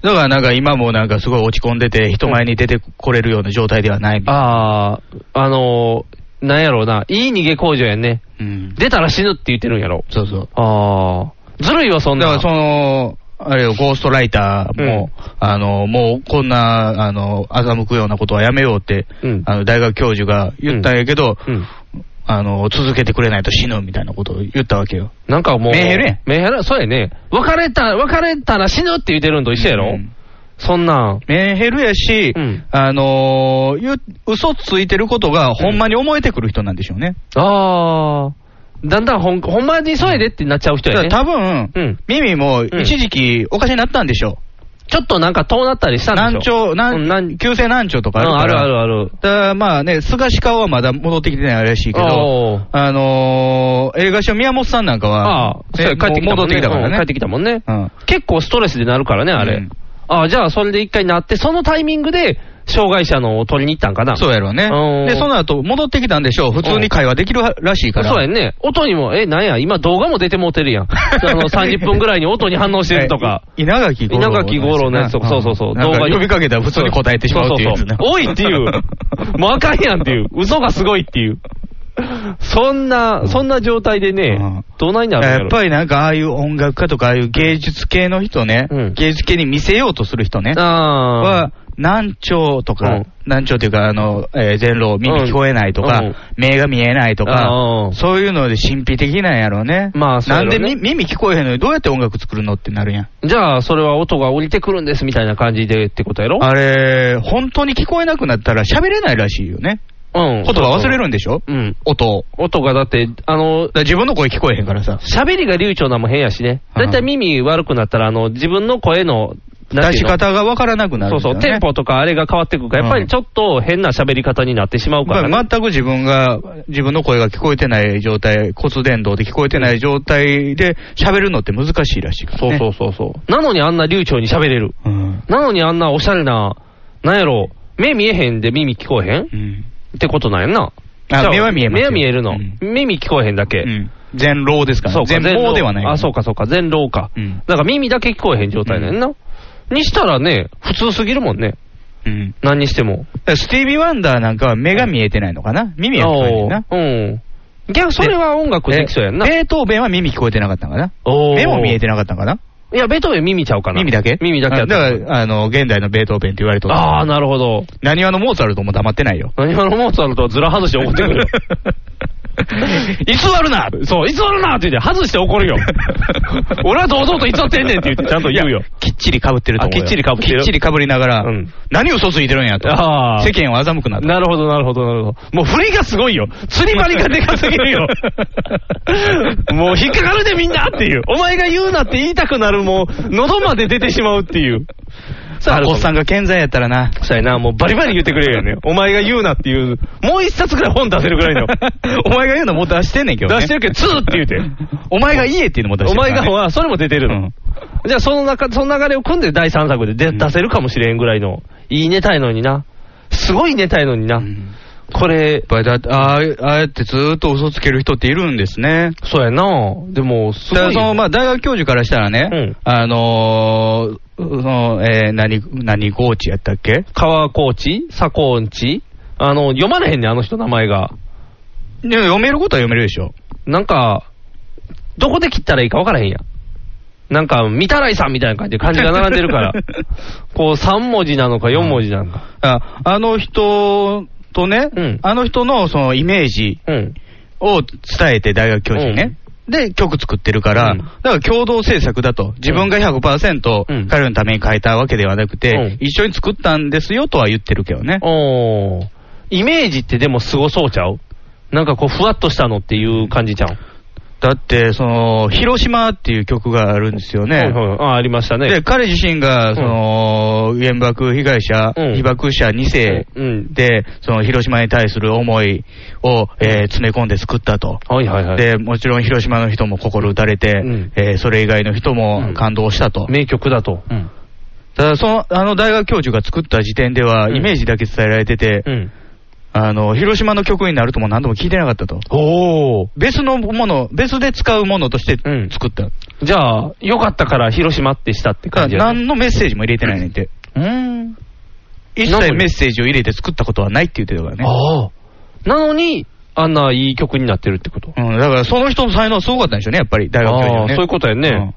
Speaker 2: だからなんか今もなんかすごい落ち込んでて、人前に出てこれるような状態ではないみたい
Speaker 1: あー、あのー、なんやろうな。いい逃げ工場やんね。
Speaker 2: な。うん
Speaker 1: 出たら死ぬって言ってるんやろ。
Speaker 2: そうそう。
Speaker 1: あー。ずるいわ、そん
Speaker 2: だ
Speaker 1: な
Speaker 2: か
Speaker 1: ん。
Speaker 2: らその、あれよ、ゴーストライターも、あの、もうこんな、あの、欺くようなことはやめようって、
Speaker 1: うん
Speaker 2: あの、大学教授が言ったんやけど、
Speaker 1: うん。
Speaker 2: あの、続けてくれないと死ぬみたいなことを言ったわけよ。
Speaker 1: なんかもう。
Speaker 2: メンヘラやん
Speaker 1: メンヘラ、そうやね。別れた、別れたら死ぬって言ってるんと一緒やろ。
Speaker 2: うん
Speaker 1: そんなん。
Speaker 2: メンヘルやし、
Speaker 1: うん
Speaker 2: あのー、ゆ嘘ついてることがほんまに思えてくる人なんでしょうね。
Speaker 1: あー。だんだんほん、ほんまに急いでってなっちゃう人
Speaker 2: だ
Speaker 1: やね
Speaker 2: から。多分、
Speaker 1: うん
Speaker 2: 耳も一時期おかしになったんでしょ
Speaker 1: ちょっとなんか遠なったりし
Speaker 2: う。
Speaker 1: たん
Speaker 2: 難
Speaker 1: でしょ
Speaker 2: 聴、な
Speaker 1: うん
Speaker 2: ん
Speaker 1: 難
Speaker 2: 急性難聴とかある
Speaker 1: うん
Speaker 2: か
Speaker 1: あ
Speaker 2: ら。
Speaker 1: るあるある。
Speaker 2: だからまあね、菅氏顔はまだ戻ってきてないらしいけ
Speaker 1: おー
Speaker 2: ど、あのー、映画賞宮本さんなんかは、
Speaker 1: ああ、そうや
Speaker 2: ね
Speaker 1: 帰ってきた
Speaker 2: も
Speaker 1: も
Speaker 2: うん戻って
Speaker 1: ね。
Speaker 2: きたから
Speaker 1: う
Speaker 2: ね。
Speaker 1: ん帰ってきたもんね
Speaker 2: うん。
Speaker 1: 結構ストレスでなるからね、あ
Speaker 2: う
Speaker 1: れ
Speaker 2: ん。
Speaker 1: ああ、じゃあそれで一回なって、そのタイミングで障害者のを取りに行ったんかな。
Speaker 2: そうやろう
Speaker 1: うん
Speaker 2: ね。で、その後戻ってきたんでしょう。普通に会話できるらしいから。
Speaker 1: そうやんね。音にも、え、なんや、今動画も出てもうて るやん。あの、30分ぐらいに音に反応してるとか。
Speaker 2: え。稲垣吾郎のやつ。
Speaker 1: 稲垣吾郎のやつとかそうそうそう
Speaker 2: 動
Speaker 1: 動画
Speaker 2: 画
Speaker 1: に
Speaker 2: 呼びかけたら普通に答えてしまうっていうやつね。
Speaker 1: そそそ多いっていう。もうあかんやんっていう。嘘がすごいっていう。そんな、そんな状態でね
Speaker 2: うん、
Speaker 1: どないなるん
Speaker 2: や
Speaker 1: や
Speaker 2: っ
Speaker 1: ろ。
Speaker 2: ぱりなんかああいう音楽家とかああいう芸術系の人ね、
Speaker 1: うん
Speaker 2: 芸術系に見せようとする人ね、
Speaker 1: ああ。
Speaker 2: は、難聴とか、
Speaker 1: うん
Speaker 2: 難聴というか、あの、えー前路、耳聞こえないとか、
Speaker 1: うんうん
Speaker 2: 目が見えないと
Speaker 1: あ
Speaker 2: か
Speaker 1: ー、
Speaker 2: そういうので神秘的なんやろうね。
Speaker 1: まあそうや
Speaker 2: な
Speaker 1: ろ
Speaker 2: ん
Speaker 1: ね
Speaker 2: でみ耳聞こえへんのにどうやって音楽作るのってなるやん。
Speaker 1: じゃあ、それは音が降りてくるんですみたいな感じでってことやろ
Speaker 2: あれ、本当に聞こえなくなったら喋れないらしいよね。
Speaker 1: うん。
Speaker 2: 言葉忘れるんでしょ
Speaker 1: うん。
Speaker 2: 音を。
Speaker 1: 音がだって、あの
Speaker 2: だ、から自分の声聞こえへんからさ。
Speaker 1: 喋りが流暢なんも変やしね。だいたい耳悪くなったら、あの、自分の声の、なん
Speaker 2: 出
Speaker 1: てい
Speaker 2: し
Speaker 1: うの
Speaker 2: 方がわからなくなる
Speaker 1: そ
Speaker 2: ん
Speaker 1: う
Speaker 2: だ
Speaker 1: そう、
Speaker 2: よ
Speaker 1: テン
Speaker 2: ね、
Speaker 1: ポとかあれが変わってくるから、やっぱりちょっと変な喋り方になってしまうからね。
Speaker 2: まあ全く自分が、自分の声が聞こえてない状態、骨伝導で聞こえてない状態で喋るのって難しいらしいから、
Speaker 1: そう
Speaker 2: ね。
Speaker 1: そうそうそう。なのにあんな流暢に喋れる。
Speaker 2: う。うん。
Speaker 1: なのにあんなおしゃれな、なんやろ、目見えへんで耳聞こえへん
Speaker 2: うん。
Speaker 1: ってことなんやんな。
Speaker 2: あ
Speaker 1: じゃ
Speaker 2: 目は見えます
Speaker 1: 目
Speaker 2: よ
Speaker 1: は見えるの
Speaker 2: うん。
Speaker 1: 耳聞こえへんだけ。
Speaker 2: うん全老ですから、
Speaker 1: そう
Speaker 2: ね、
Speaker 1: か、
Speaker 2: 全盲ではな
Speaker 1: 全盲
Speaker 2: いから
Speaker 1: あ、そうか、そうか、全老か。
Speaker 2: うん
Speaker 1: だから耳だけ聞こえへん状態なんやな。にしたらね、普通すぎるもんね。
Speaker 2: うん。
Speaker 1: 何にしても。
Speaker 2: だからスティービー・ワンダーなんかは目が見えてないのかな耳は聞こえてるな。
Speaker 1: おーうん。逆、それは音楽できそうやんな。
Speaker 2: ベートーベンは耳聞こえてなかったのかな
Speaker 1: おー
Speaker 2: 目も見えてなかったのかない
Speaker 1: や、ベートーベン耳ちゃうかな。
Speaker 2: 耳だけ
Speaker 1: 耳だけや
Speaker 2: あ
Speaker 1: った
Speaker 2: だから、あの、現代のベートーベンって言われてる。
Speaker 1: あー、なるほど。
Speaker 2: 何話のモーツァルトも黙ってないよ。
Speaker 1: 何者モーツァルトはずら外して怒って くる。偽るなそう、偽るなって言って、外して怒る よ。俺は堂々と偽ってんねんって言って、ちゃんと言うよ。
Speaker 2: きっちり被ってると思うよ。
Speaker 1: あきっちり被ってる
Speaker 2: きっちり被りながら、
Speaker 1: うん
Speaker 2: 何嘘ついてるんやと。
Speaker 1: あー
Speaker 2: 世間は欺くなと。
Speaker 1: なるほど、なるほど、なるほど。もう振りがすごいよ。釣り針がでかすぎるよ。もう引っかかるでみんなっていう。お前が言うなって言いたくなる、もう、喉まで出てしまうっていう。さ
Speaker 2: おっさ
Speaker 1: ん。
Speaker 2: んが健在やったらな。
Speaker 1: そうやな、もうバリバリ言ってくれるよね。お前が言うなっていう。もう一冊くらい本出せるぐらいの。
Speaker 2: お前が言うのもう出してんねんけど、ね。
Speaker 1: 出してるけど、ツーって言うて。
Speaker 2: お前が言えっていうのも出
Speaker 1: お
Speaker 2: してるから
Speaker 1: 前
Speaker 2: ね、
Speaker 1: が、はそれも出てるの。じゃあ、その中、その流れを組んで第3作で出出せるかもしれんぐらいの、いいネタやのにな。すごいネタやのにな。これ、
Speaker 2: やっぱりだああああやってずーっと嘘つける人っているんですね。
Speaker 1: そうやなでも、す
Speaker 2: た
Speaker 1: ご
Speaker 2: だ
Speaker 1: い
Speaker 2: そ
Speaker 1: よ。
Speaker 2: のまあ、大学教授からしたらね、
Speaker 1: うん
Speaker 2: あのー、そのえー、何、何コーチやったっけ
Speaker 1: 川コーチ佐コーチあの、読まれへんねん、あの人名前が。
Speaker 2: でも読めることは読めるでしょ。
Speaker 1: なんか、どこで切ったらいいか分からへんやん。なんか、みたらいさんみたいな感じで漢字が並んでる から、こう3文字なのか4文字なのか。
Speaker 2: ああの人とね、
Speaker 1: うん
Speaker 2: あの人のそのイメージ
Speaker 1: うん。
Speaker 2: を伝えて、大学教授にね。で、曲作ってるか
Speaker 1: う
Speaker 2: ら、
Speaker 1: ん
Speaker 2: だから共同制作だと、自分が
Speaker 1: うん
Speaker 2: 100%彼らのために書いたわけではなくて、
Speaker 1: うん
Speaker 2: 一緒に作ったんですよとは言ってるけどね。
Speaker 1: おーイメージってでもすごそうちゃうなんかこう、ふわっとしたのっていう感じちゃう
Speaker 2: だって、その、広島っていう曲があるんですよね。
Speaker 1: はいはいあ、ありましたね。
Speaker 2: で、彼自身が、その、原爆被害者、
Speaker 1: うん
Speaker 2: 被爆者2世
Speaker 1: うん。
Speaker 2: で、その広島に対する思いを、えー詰め込んで作ったと。
Speaker 1: はいはいはい。
Speaker 2: で、もちろん広島の人も心打たれて、
Speaker 1: ん
Speaker 2: えーそれ以外の人
Speaker 1: うん
Speaker 2: も感動したと。
Speaker 1: 名曲だと。うん。
Speaker 2: ただ、その、あの大学教授が作った時点では、
Speaker 1: うん
Speaker 2: イメージだけ伝えられてて、あの、広島の曲になるとも何度も聞いてなかったと。
Speaker 1: おお。
Speaker 2: 別のもの、別で使うものとして
Speaker 1: うん
Speaker 2: 作った。
Speaker 1: じゃあ、よかったから広島ってしたって
Speaker 2: だから
Speaker 1: 感じやね
Speaker 2: 何のメッセージも入れてないねんて。
Speaker 1: うん。
Speaker 2: 一切メッセージを入れて作ったことはないって言ってたからね。
Speaker 1: ああ。なのに、あんないい曲になってるってこと。
Speaker 2: うん、だからその人の才能はすごかったんでしょうね、やっぱり、大学教授
Speaker 1: あ
Speaker 2: は
Speaker 1: あ、
Speaker 2: ね。
Speaker 1: そういうことやね。
Speaker 2: うん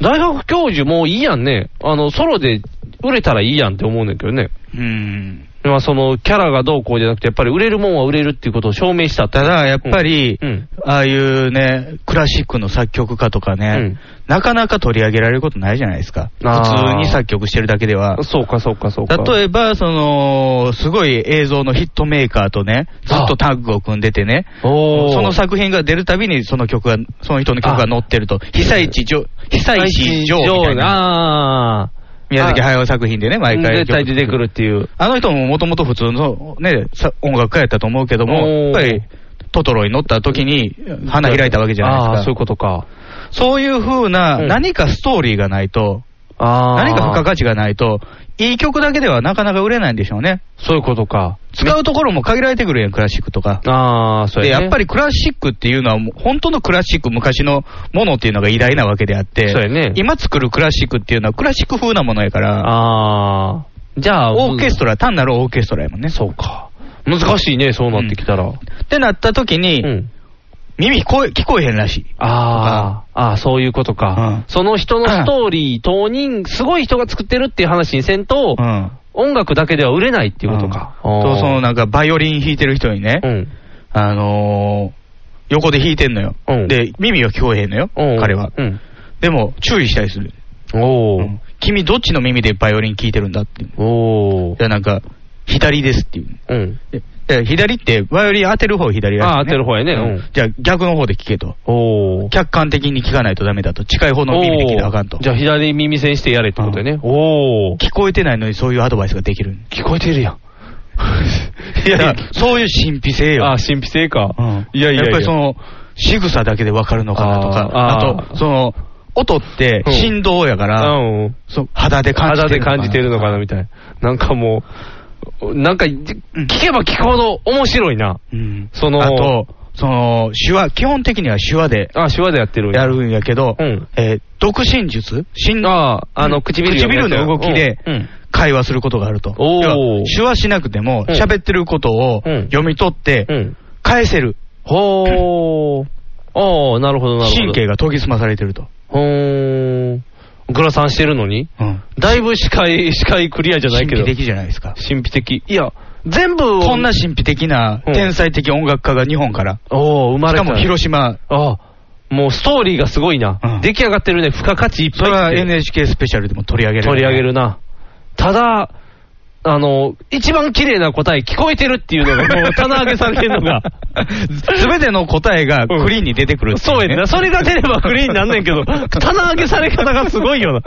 Speaker 1: 大学教授もいいやんね。あの、ソロで売れたらいいやんって思うねんだけどね。
Speaker 2: うん。
Speaker 1: まあ、その、キャラがどうこうじゃなくて、やっぱり売れるもんは売れるっていうことを証明したって
Speaker 2: ただ、やっぱり、
Speaker 1: うん。
Speaker 2: ああいうね、クラシックの作曲家とかね、
Speaker 1: うん
Speaker 2: なかなか取り上げられることないじゃないですか。
Speaker 1: あー
Speaker 2: 普通に作曲してるだけでは。
Speaker 1: そうか、そうか、そうか。
Speaker 2: 例えば、その、すごい映像のヒットメーカーとね、ずっとタッグを組んでてね、
Speaker 1: おー
Speaker 2: その作品が出るたびにその曲が、その人の曲が載ってると、被災地上、被災地上みたいな、
Speaker 1: ああ。
Speaker 2: 宮崎駿作品でね、毎回。
Speaker 1: 絶対出てくるっていう。
Speaker 2: あの人ももともと普通の、ね、さ音楽家やったと思うけど
Speaker 1: おー
Speaker 2: も、やっぱりトトロに乗った時に花開いたわけじゃない
Speaker 1: ああ
Speaker 2: で
Speaker 1: ー、
Speaker 2: す
Speaker 1: そうい
Speaker 2: か
Speaker 1: う。ことか。
Speaker 2: そういうふうな、
Speaker 1: うん
Speaker 2: 何かストーリーがないと、
Speaker 1: ああ。
Speaker 2: 何か付加価値がないと、いい曲だけではなかなか売れないんでしょうね。
Speaker 1: そういうことか。
Speaker 2: 使うところも限られてくるやん、クラシックとか。
Speaker 1: ああ、そう
Speaker 2: で、
Speaker 1: やね。
Speaker 2: やっぱりクラシックっていうのは、もう本当のクラシック、昔のものっていうのが偉大なわけであって、
Speaker 1: そうやね
Speaker 2: 今作るクラシックっていうのはクラシック風なものやから、
Speaker 1: ああ。じゃあ、
Speaker 2: オーケス
Speaker 1: ト
Speaker 2: トラ、単なるオーケストラやもんね。
Speaker 1: そうか。難しいね、そうなってきたら。う
Speaker 2: ってなった時に、
Speaker 1: ん。
Speaker 2: 耳聞こえ、聞こえへんらしい。
Speaker 1: ああ、ああ、そういうこと
Speaker 2: う
Speaker 1: か
Speaker 2: ん。
Speaker 1: その人のストーリー、当人、すごい人が作ってるっていう話にせんと
Speaker 2: う、ん。
Speaker 1: 音楽だけでは売れないっていうことか。
Speaker 2: うん
Speaker 1: あ
Speaker 2: そう
Speaker 1: ー
Speaker 2: そのなんか、バイオリン弾いてる人にね、
Speaker 1: うん。
Speaker 2: あのー、横で弾いてんのよ。
Speaker 1: うん
Speaker 2: で、耳は聞こえへんのよ、
Speaker 1: うん
Speaker 2: 彼は。
Speaker 1: うん。
Speaker 2: でも、注意したりする。
Speaker 1: お
Speaker 2: うん君、どっちの耳でバイオリン聞いてるんだって。
Speaker 1: お。おお
Speaker 2: で、。なんか、左ですっていう。
Speaker 1: うん。
Speaker 2: でで左って、バイオリン当てる方左らしい
Speaker 1: あー当てる方やねうん
Speaker 2: じゃあ、逆の方で聞けと。
Speaker 1: おお。
Speaker 2: 客観的に聞かないとダメだと。近い方の耳で聞いたらあかんと。
Speaker 1: じゃあ左耳栓してやれってことよね。おお。
Speaker 2: 聞こえてないのにそういうアドバイスができる。
Speaker 1: 聞こえてるやん。
Speaker 2: いや、そういう神秘性よ。
Speaker 1: あ、神秘性か。
Speaker 2: い
Speaker 1: い
Speaker 2: や
Speaker 1: や
Speaker 2: い
Speaker 1: い
Speaker 2: や
Speaker 1: やいや。
Speaker 2: っぱりその、仕草だけでわかるのかなとか、
Speaker 1: あー
Speaker 2: あ
Speaker 1: あー
Speaker 2: と、その、音って
Speaker 1: うん
Speaker 2: 振動やから、
Speaker 1: うん。
Speaker 2: その肌で感じ
Speaker 1: 肌
Speaker 2: てる
Speaker 1: で
Speaker 2: のかな。
Speaker 1: 感じてるのかなみたいな。なんかもう、なんか、聞けば聞くほど面白いな。
Speaker 2: うん。
Speaker 1: その
Speaker 2: あと、その、手話、基本的には手話で
Speaker 1: あ、手話でやってるん
Speaker 2: やるんやけど、
Speaker 1: うん
Speaker 2: えー独身術振動
Speaker 1: ああ、あの、唇読むやつ
Speaker 2: 唇の動きで
Speaker 1: うんうん
Speaker 2: 会話することがあると。
Speaker 1: おー
Speaker 2: 要は手話しなくても、
Speaker 1: うん
Speaker 2: 喋ってることを
Speaker 1: うん
Speaker 2: 読み取って
Speaker 1: う、ん。
Speaker 2: 返せる。
Speaker 1: ほー。ああ、なるほど、なるほど。
Speaker 2: 神経。が研ぎ澄まされてると。
Speaker 1: ほーん。グラサンしてるのに
Speaker 2: うん。
Speaker 1: だいぶ視界、視界クリアじゃない
Speaker 2: 神
Speaker 1: け
Speaker 2: 秘
Speaker 1: ど。
Speaker 2: 的じゃないですか。
Speaker 1: 神秘的。いや、全部を
Speaker 2: こんな神秘的な、
Speaker 1: うん
Speaker 2: 天才的音楽家が日本から。
Speaker 1: おお、生ま
Speaker 2: し
Speaker 1: れ
Speaker 2: か
Speaker 1: た。
Speaker 2: も広島、
Speaker 1: ああ、もうストーリーがすごいな。
Speaker 2: うん
Speaker 1: 出来上がってるね。付加価値いっ
Speaker 2: そ
Speaker 1: ぱい
Speaker 2: れは
Speaker 1: つけて
Speaker 2: NHK スペシャルでも取り上げる。
Speaker 1: 取り上げ。るな。ただ、あの、一番綺麗な答え聞こえてるっていうの が、もう棚上げされてるのが。
Speaker 2: すべての答えがクリーンに出てくるってい
Speaker 1: そうや
Speaker 2: ね
Speaker 1: ねんな。それが出ればクリーンになんねんけ ど、棚上げされ方がすごいよな。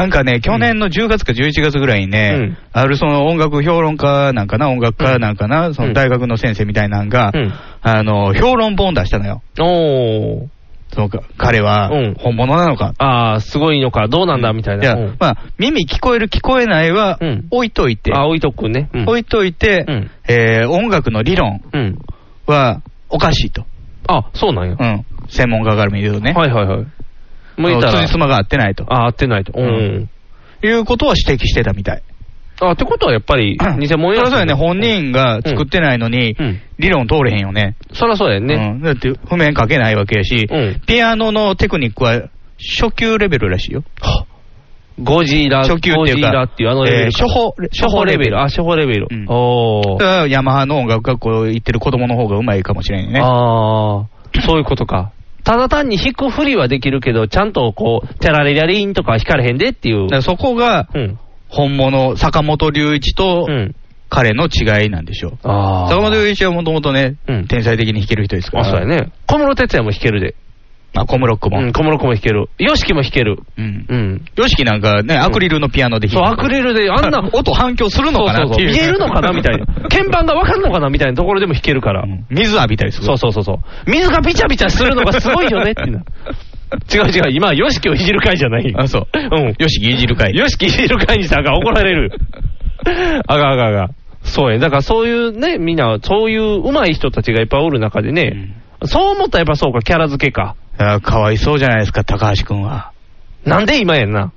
Speaker 2: なんかね、去年の10月か11月ぐらいにね、あるその音楽評論家なんかな、音楽家なんかな、その大学の先生みたいなんが、
Speaker 1: うん
Speaker 2: あの、評論本出したのよ。
Speaker 1: おー。
Speaker 2: そのか彼は
Speaker 1: うん
Speaker 2: 本物なのか。
Speaker 1: ああ、すごいのか、どうなんだみたい
Speaker 2: い
Speaker 1: な。
Speaker 2: や、
Speaker 1: うん
Speaker 2: まあ、耳聞こえる聞こえないは
Speaker 1: うん
Speaker 2: 置いといて、
Speaker 1: あ、置いとくね。うん
Speaker 2: 置いといて、
Speaker 1: うん
Speaker 2: えー音楽の理論
Speaker 1: うん。
Speaker 2: はおかしいと。
Speaker 1: あ、そうなんや
Speaker 2: う。ん。専門家から見るとね。
Speaker 1: はいはいはい。向いた
Speaker 2: あの
Speaker 1: ら
Speaker 2: 辻。褄が合ってないと。
Speaker 1: あ、合ってないと。う。
Speaker 2: うんいうことは指摘してたみたい。
Speaker 1: あ、ってことはやっぱり、偽物や
Speaker 2: そりゃそうやね、本人が作ってないのに
Speaker 1: うん、
Speaker 2: 理論通れへんよね。
Speaker 1: そりゃそうやね。
Speaker 2: うんだって譜面書けないわけやし
Speaker 1: うん、
Speaker 2: ピアノのテクニックは初級レベルらしいよ。
Speaker 1: ゴジラ、
Speaker 2: 初級っていうか
Speaker 1: ゴジラっていう、あのレベル、
Speaker 2: えー
Speaker 1: 初歩、初歩レベル、あ、初歩レベル。
Speaker 2: うん
Speaker 1: お
Speaker 2: だ
Speaker 1: ー。
Speaker 2: からヤマハの音楽学校行ってる子供の方がうまいかもしれんよね。
Speaker 1: あー、そういうことか。ただ単に弾くふりはできるけど、ちゃんとこう、テラレラリンとかは弾かれへんでっていう
Speaker 2: だか。らそこが
Speaker 1: うん。
Speaker 2: 本物、坂本龍一と
Speaker 1: うん。
Speaker 2: 彼の違いなんでしょう。
Speaker 1: あー。
Speaker 2: 坂本龍一はもともとね、
Speaker 1: うん
Speaker 2: 天才的に弾ける人ですから。
Speaker 1: あ、そうやね。小室哲也も弾けるで。
Speaker 2: あ、コムロックも。
Speaker 1: うん、小室君も弾ける。ヨシキも弾ける。
Speaker 2: うん
Speaker 1: う。ん。
Speaker 2: ヨシキなんかね、アクリルのピアノで
Speaker 1: そう、
Speaker 2: 弾
Speaker 1: ア
Speaker 2: いて
Speaker 1: ク
Speaker 2: る。
Speaker 1: リルであん な
Speaker 2: 音反響するのかなってい
Speaker 1: そうそうそう
Speaker 2: う。
Speaker 1: 見えるのかなみたい な。鍵盤がわかるのかなみたいなところでも弾けるから。
Speaker 2: うん水浴びたりする。
Speaker 1: そうそうそうそう。水がビチャビチャするのがすごいよねってな。違う違う、今、ヨシキをいじる会じゃない。
Speaker 2: あ、そう。
Speaker 1: うん。
Speaker 2: ヨシキいじる会。
Speaker 1: ヨシキいじる会にしたらあかん怒られる。あがあがあが。そうや。だからそういうね、みんな、そういう上手い人たちがいっぱいおる中でね、そう思ったらやっぱそうか、キャラ付けか。
Speaker 2: あかわいそうじゃないですか、高橋くんは。
Speaker 1: なんで今やんな。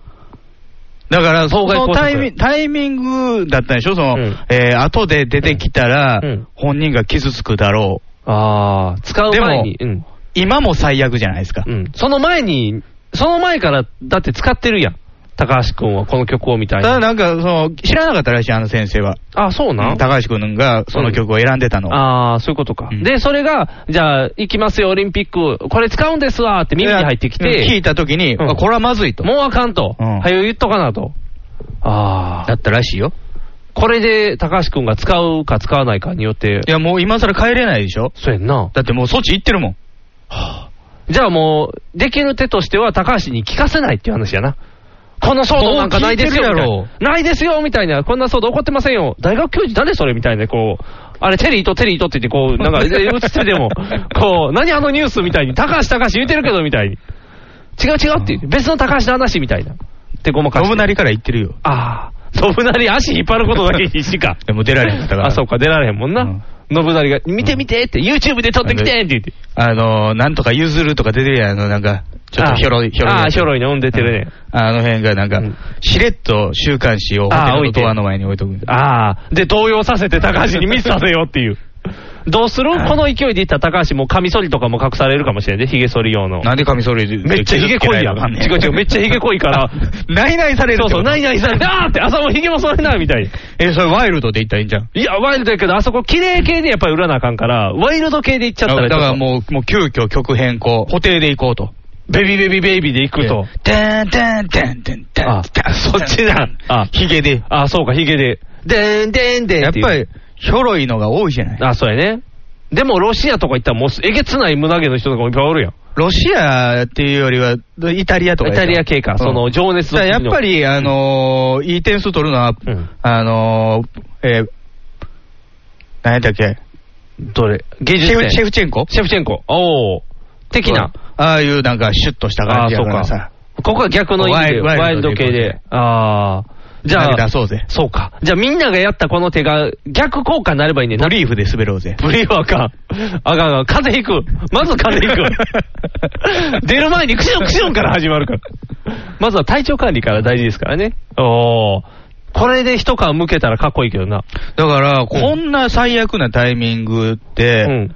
Speaker 2: だから、そ
Speaker 1: 妨害工
Speaker 2: の
Speaker 1: 作
Speaker 2: タイミンタイミングだったんでしょそ
Speaker 1: う
Speaker 2: の、
Speaker 1: ん
Speaker 2: えー後で出てきたら、
Speaker 1: うんうん
Speaker 2: 本人が傷つくだろう。
Speaker 1: ああ、使う前に。うん。
Speaker 2: 今も最悪じゃないですか。
Speaker 1: うん。その前に、その前から、だって使ってるやん。高橋君はこの曲をみたい
Speaker 2: ただ
Speaker 1: な。
Speaker 2: なんか、その、知らなかったらしい、あの先生は。
Speaker 1: あ、そうな。ん
Speaker 2: 高橋くんがその曲を選んでたの。
Speaker 1: ああ、そういうことか。
Speaker 2: うん
Speaker 1: で、それが、じゃあ、行きますよ、オリンピック、これ使うんですわーって耳に入ってき
Speaker 2: うん聞
Speaker 1: て、
Speaker 2: いた時に、
Speaker 1: うん
Speaker 2: あこれはまずいと。
Speaker 1: もうあかんと、
Speaker 2: うん
Speaker 1: はよ言っとかなと。あ
Speaker 2: だ
Speaker 1: あ
Speaker 2: っ、たらしいよ。
Speaker 1: これで高橋君が使うか使わないかによって
Speaker 2: い、や、もう今更帰れないでしょ
Speaker 1: そうやんな。
Speaker 2: だってもうそっち行ってるもん。
Speaker 1: じゃあもう、できる手としては高橋に聞かせないっていう話やな。この騒動なんかないですよみたい
Speaker 2: そう聞いてる
Speaker 1: な
Speaker 2: やろ。
Speaker 1: ないですよみたいな。こんな騒動起こってませんよ。大学教授誰それみたいな、こう。あれ、テリーとテリーとって言って、こう、なんか、で映ってて も、こう、何あのニュースみたいに、高橋高橋言ってるけどみたいに。違う違うって言って、別の高橋の話みたいな。ってごまかして。
Speaker 2: 信成から行ってるよ。
Speaker 1: ああ。信成足引っ張ることだけ必死か。
Speaker 2: でも出られへんかったから。
Speaker 1: あ、そう か、出られへんもんな。
Speaker 2: うん
Speaker 1: 信成が、見て見てって、YouTube で撮ってきてって言って。
Speaker 2: あのー、なんとか譲るとか出てるやん、あの、なんか、ちょっとひょろい、ひょろい。
Speaker 1: ああ、ひょろいの、うん、出てるね。
Speaker 2: あの辺がなんか、
Speaker 1: うん
Speaker 2: しれっと週刊誌をホテ
Speaker 1: あー
Speaker 2: ル
Speaker 1: 置い
Speaker 2: の
Speaker 1: て
Speaker 2: ドアの前に置いとくんだ
Speaker 1: ああ、で、動揺させて高橋にミスさせようっていう。 どうするこの勢いでいったら高橋もうカミソリとかも隠されるかもしれんね、ヒゲ剃り用の。
Speaker 2: なんでカミソリで
Speaker 1: めっちゃヒゲ濃いやん。違う違う、めっちゃヒゲ濃いから。
Speaker 2: ないないされる
Speaker 1: そうそう、 ない
Speaker 2: い。
Speaker 1: ないされて、あーって、朝もヒゲも剃れないみたいに。
Speaker 2: え、それワイルドで言ったらいいんじゃん。
Speaker 1: いや、ワイルドやけど、あそこ綺麗系でやっぱり売らなあかんから、ワイルド系で行っちゃ
Speaker 2: だ
Speaker 1: った、
Speaker 2: かららだから
Speaker 1: う、
Speaker 2: もう、もう急遽曲変更、固定で行こうと。
Speaker 1: ベビーベビーベイビーで行くと。
Speaker 2: てんてんてんてんてん
Speaker 1: あ、そっちだ。あ、
Speaker 2: ヒゲで。
Speaker 1: あ、そうか、ヒゲで。でんでんでん
Speaker 2: や
Speaker 1: っ
Speaker 2: って
Speaker 1: いう
Speaker 2: ぱり、ひょろいのが多いじゃない。
Speaker 1: あ、そうやね。でも、ロシアとか行ったらもう、えげつない胸毛の人とかもいっぱいおるやん。
Speaker 2: ロシアっていうよりは、イタリアとか
Speaker 1: イ
Speaker 2: でしょ。
Speaker 1: タリア系か、
Speaker 2: うん
Speaker 1: その情熱
Speaker 2: だ
Speaker 1: の
Speaker 2: から
Speaker 1: 国
Speaker 2: や
Speaker 1: の
Speaker 2: っぱ、り、あのーいい点数取るのは、
Speaker 1: うん
Speaker 2: あのー、えー、何やったっけ
Speaker 1: どれ芸
Speaker 2: シ
Speaker 1: 術
Speaker 2: ェフ
Speaker 1: 点
Speaker 2: シェフチェンコ
Speaker 1: シェフチェンコ。おー。的な。
Speaker 2: ああいうなんかシュッとした
Speaker 1: あ
Speaker 2: 感
Speaker 1: あ、
Speaker 2: じ
Speaker 1: そ
Speaker 2: や
Speaker 1: う
Speaker 2: から
Speaker 1: か
Speaker 2: さ。。
Speaker 1: ここは逆の意味で、
Speaker 2: ワ
Speaker 1: ワ
Speaker 2: イ
Speaker 1: イ
Speaker 2: ワイ
Speaker 1: ル
Speaker 2: ル
Speaker 1: ド
Speaker 2: ド
Speaker 1: 系で。ああ。じゃ
Speaker 2: 投げ
Speaker 1: あ
Speaker 2: 出、そうぜ。
Speaker 1: そうか。じゃあみんながやったこの手が逆効果になればいいねんな
Speaker 2: ブ。リーフで滑ろうぜ。
Speaker 1: ブリーフあかん。あかんあかん。風邪ひく。まず風邪ひく。 出る前にクションクションから始まるから。まずは体調管理から大事ですからね。おー。これで一皮むけたらかっこいいけどな。
Speaker 2: だから、こんな最悪なタイミングって、
Speaker 1: うん。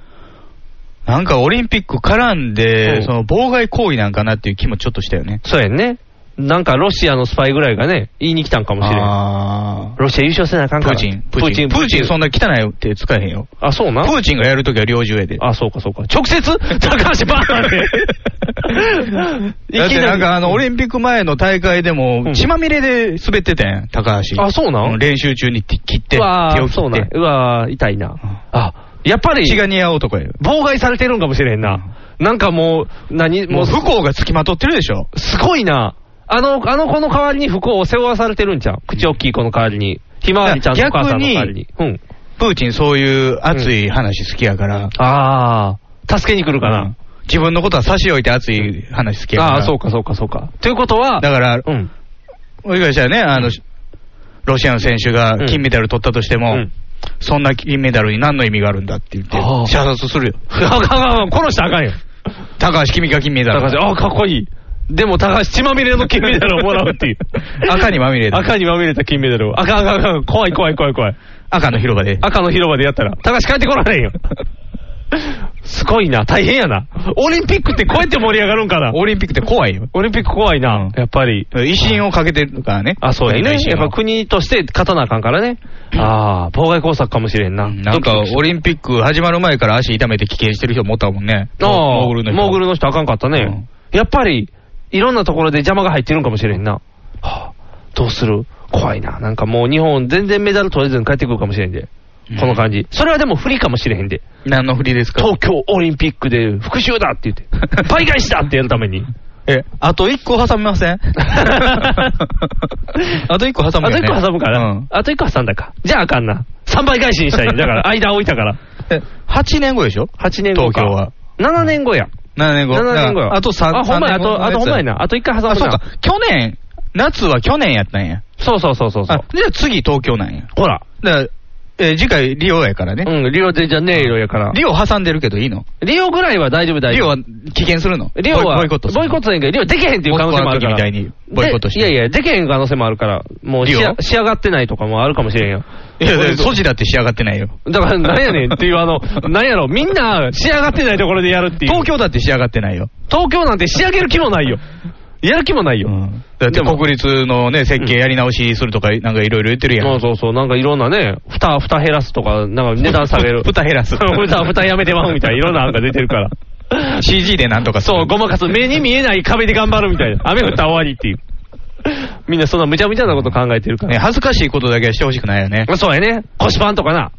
Speaker 2: なんかオリンピック絡ん
Speaker 1: う
Speaker 2: で、
Speaker 1: ん
Speaker 2: その妨害行為なんかなっていう気もちょっとしたよね。
Speaker 1: そうやんね。なんかロシアのスパイぐらいがね、言いに来たんかもしれん。
Speaker 2: あ
Speaker 1: ロシア優勝せなあか
Speaker 2: あ。
Speaker 1: ん
Speaker 2: プ
Speaker 1: か
Speaker 2: ー
Speaker 1: ら。
Speaker 2: チン、プーチン、プーチンそんな汚い手使えへんよ。
Speaker 1: あ、そう
Speaker 2: プ
Speaker 1: な。
Speaker 2: ーチンがやるときは猟銃やで。
Speaker 1: あ、そうかそうか。直接 高橋バーンって。
Speaker 2: だってなんかあの、オリンピック前の大会で
Speaker 1: う
Speaker 2: も、
Speaker 1: ん
Speaker 2: 血まみれで滑ってたやん、高橋。
Speaker 1: あ、そうな
Speaker 2: うんん練習中に手切って、
Speaker 1: う
Speaker 2: 手
Speaker 1: わー
Speaker 2: を
Speaker 1: そう
Speaker 2: 切っ
Speaker 1: なん
Speaker 2: て。
Speaker 1: うわー痛いな。あ、やっぱり。
Speaker 2: 血が似合う男やよ。
Speaker 1: 妨害されてるんかもしれんな。なんかもう、何、も
Speaker 2: もう
Speaker 1: うす
Speaker 2: 不幸がつきまとってるでしょ。
Speaker 1: すごいな。あの、あの子の代わりに不幸を背負わされてるんちゃう口大きい子の代わりに。ひまわりちゃんのお母さんの代わりに。うん。
Speaker 2: プーチンそういう熱い話好きやから。
Speaker 1: ああ、助けに来るか
Speaker 2: う
Speaker 1: な。
Speaker 2: ん自分のことは差し置いて熱い話好きやから。
Speaker 1: ああ、そうかそうかそうか。ということは、
Speaker 2: だから、
Speaker 1: うん。
Speaker 2: もしかしたらね、あの、ロシアの選手が
Speaker 1: うん
Speaker 2: 金メダル取ったとしても、
Speaker 1: うん
Speaker 2: そんな金メダルに何の意味があるんだって言って
Speaker 1: ああ、
Speaker 2: 射殺するよ。
Speaker 1: あかんあかん殺したらあかんよ。
Speaker 2: 高橋君が金メダ
Speaker 1: 高
Speaker 2: ル。。
Speaker 1: 橋、ああ、かっこいい。でも高橋、血まみれの金メダルをもらうっていう
Speaker 2: 赤にまみれた
Speaker 1: 赤にまみれた金メダルを。赤、赤、赤、怖い怖い怖い怖い。
Speaker 2: 赤の広場で。
Speaker 1: 赤の広場でやったら、高橋帰ってこられんよ。すごいな、大変やな。オリンピックってこうやって盛り上がるんかな。
Speaker 2: オリンピックって怖いよ。
Speaker 1: オリンピック怖いな、
Speaker 2: うん
Speaker 1: やっぱり。
Speaker 2: 威信をかけてるからね。
Speaker 1: あ、そうやね。
Speaker 2: 国の威信
Speaker 1: や
Speaker 2: を
Speaker 1: っぱ国として勝たなあかんからね。ああ、妨害工作かもしれんな。
Speaker 2: なんか、オリンピック始まる前から足痛めて危険してる人もおったもんね。
Speaker 1: ああ、
Speaker 2: モーグルの人。
Speaker 1: モーグルの人あかんかったね。やっぱり、いろんなところで邪魔が入ってるんかもしれんな。はあ、どうする怖いな。なんかもう日本全然メダル取れずに帰ってくるかもしれんで。この感じ。それはでも不利かもしれへんで。
Speaker 2: 何の振りですか
Speaker 1: 東京オリンピックで復讐だって言 って、倍返しだってやるために。
Speaker 2: え、あと一個挟みませんあと一個挟む
Speaker 1: あ
Speaker 2: よ
Speaker 1: と
Speaker 2: ね
Speaker 1: 1個挟むか
Speaker 2: う
Speaker 1: ら
Speaker 2: ん。
Speaker 1: あと1個挟んだか。じゃああかん な。3倍返しにしたい。だから間置いたから。
Speaker 2: え8年後でしょ
Speaker 1: 8年後か。
Speaker 2: 東京は。
Speaker 1: 7年後や。
Speaker 2: 7年後。
Speaker 1: 7年後や。
Speaker 2: あと3、
Speaker 1: あ、ほんまや。あ
Speaker 2: 三年後
Speaker 1: と、
Speaker 2: のや
Speaker 1: あ
Speaker 2: つ
Speaker 1: とほんまやな。あと1回挟
Speaker 2: あ、
Speaker 1: む
Speaker 2: そう
Speaker 1: な
Speaker 2: か。。去年、夏は去年やったんや。
Speaker 1: そうそうそうそうそ
Speaker 2: あ
Speaker 1: う。、
Speaker 2: じゃあ次東京なんや。
Speaker 1: ほら。
Speaker 2: だから、えー次回リオやからね。
Speaker 1: うん、リオデジャネイロやから。
Speaker 2: リオ挟んでるけどいいの
Speaker 1: リオぐらいは大丈夫、大
Speaker 2: リ
Speaker 1: 丈
Speaker 2: オ
Speaker 1: 夫。
Speaker 2: は棄権するの
Speaker 1: リオは、
Speaker 2: ボイコットする
Speaker 1: ボイコットせんけど、リオできへんっていう可能性もあるから。
Speaker 2: モスクワの時みたいにボイコットして
Speaker 1: でいやいや、できへん可能性もあるから、もう
Speaker 2: リオ
Speaker 1: 仕上仕上がってないとかもあるかもしれんよ。
Speaker 2: いやいや、ソジだって仕上がってないよ。
Speaker 1: だから、なんやねんっていう、あの、 なんやろ、みんな仕上がってないところでやるっていう。
Speaker 2: 東京だって仕上がってないよ。
Speaker 1: 東京なんて仕上げる気もないよ。やる気もないよ。
Speaker 2: だって
Speaker 1: でも
Speaker 2: 国立のね、設計やり直しするとか、なんかいろいろ言ってるや。
Speaker 1: そうんそうそう、なんかいろんなね、蓋、蓋減らすとか、なんか値段下げ る。
Speaker 2: 蓋減らす。
Speaker 1: 蓋、蓋やめてまうみたいな、いろんな案が出てる から。
Speaker 2: CG でなんとかする
Speaker 1: そう、ごまかす。目に見えない壁で頑張るみたいな。雨降ったら終わりっていう。みんなそんな無茶無茶なこと考えてるか
Speaker 2: ね、
Speaker 1: ら。
Speaker 2: 恥ずかしいことだけはしてほしくないよね。
Speaker 1: そうやね。腰パンとかな。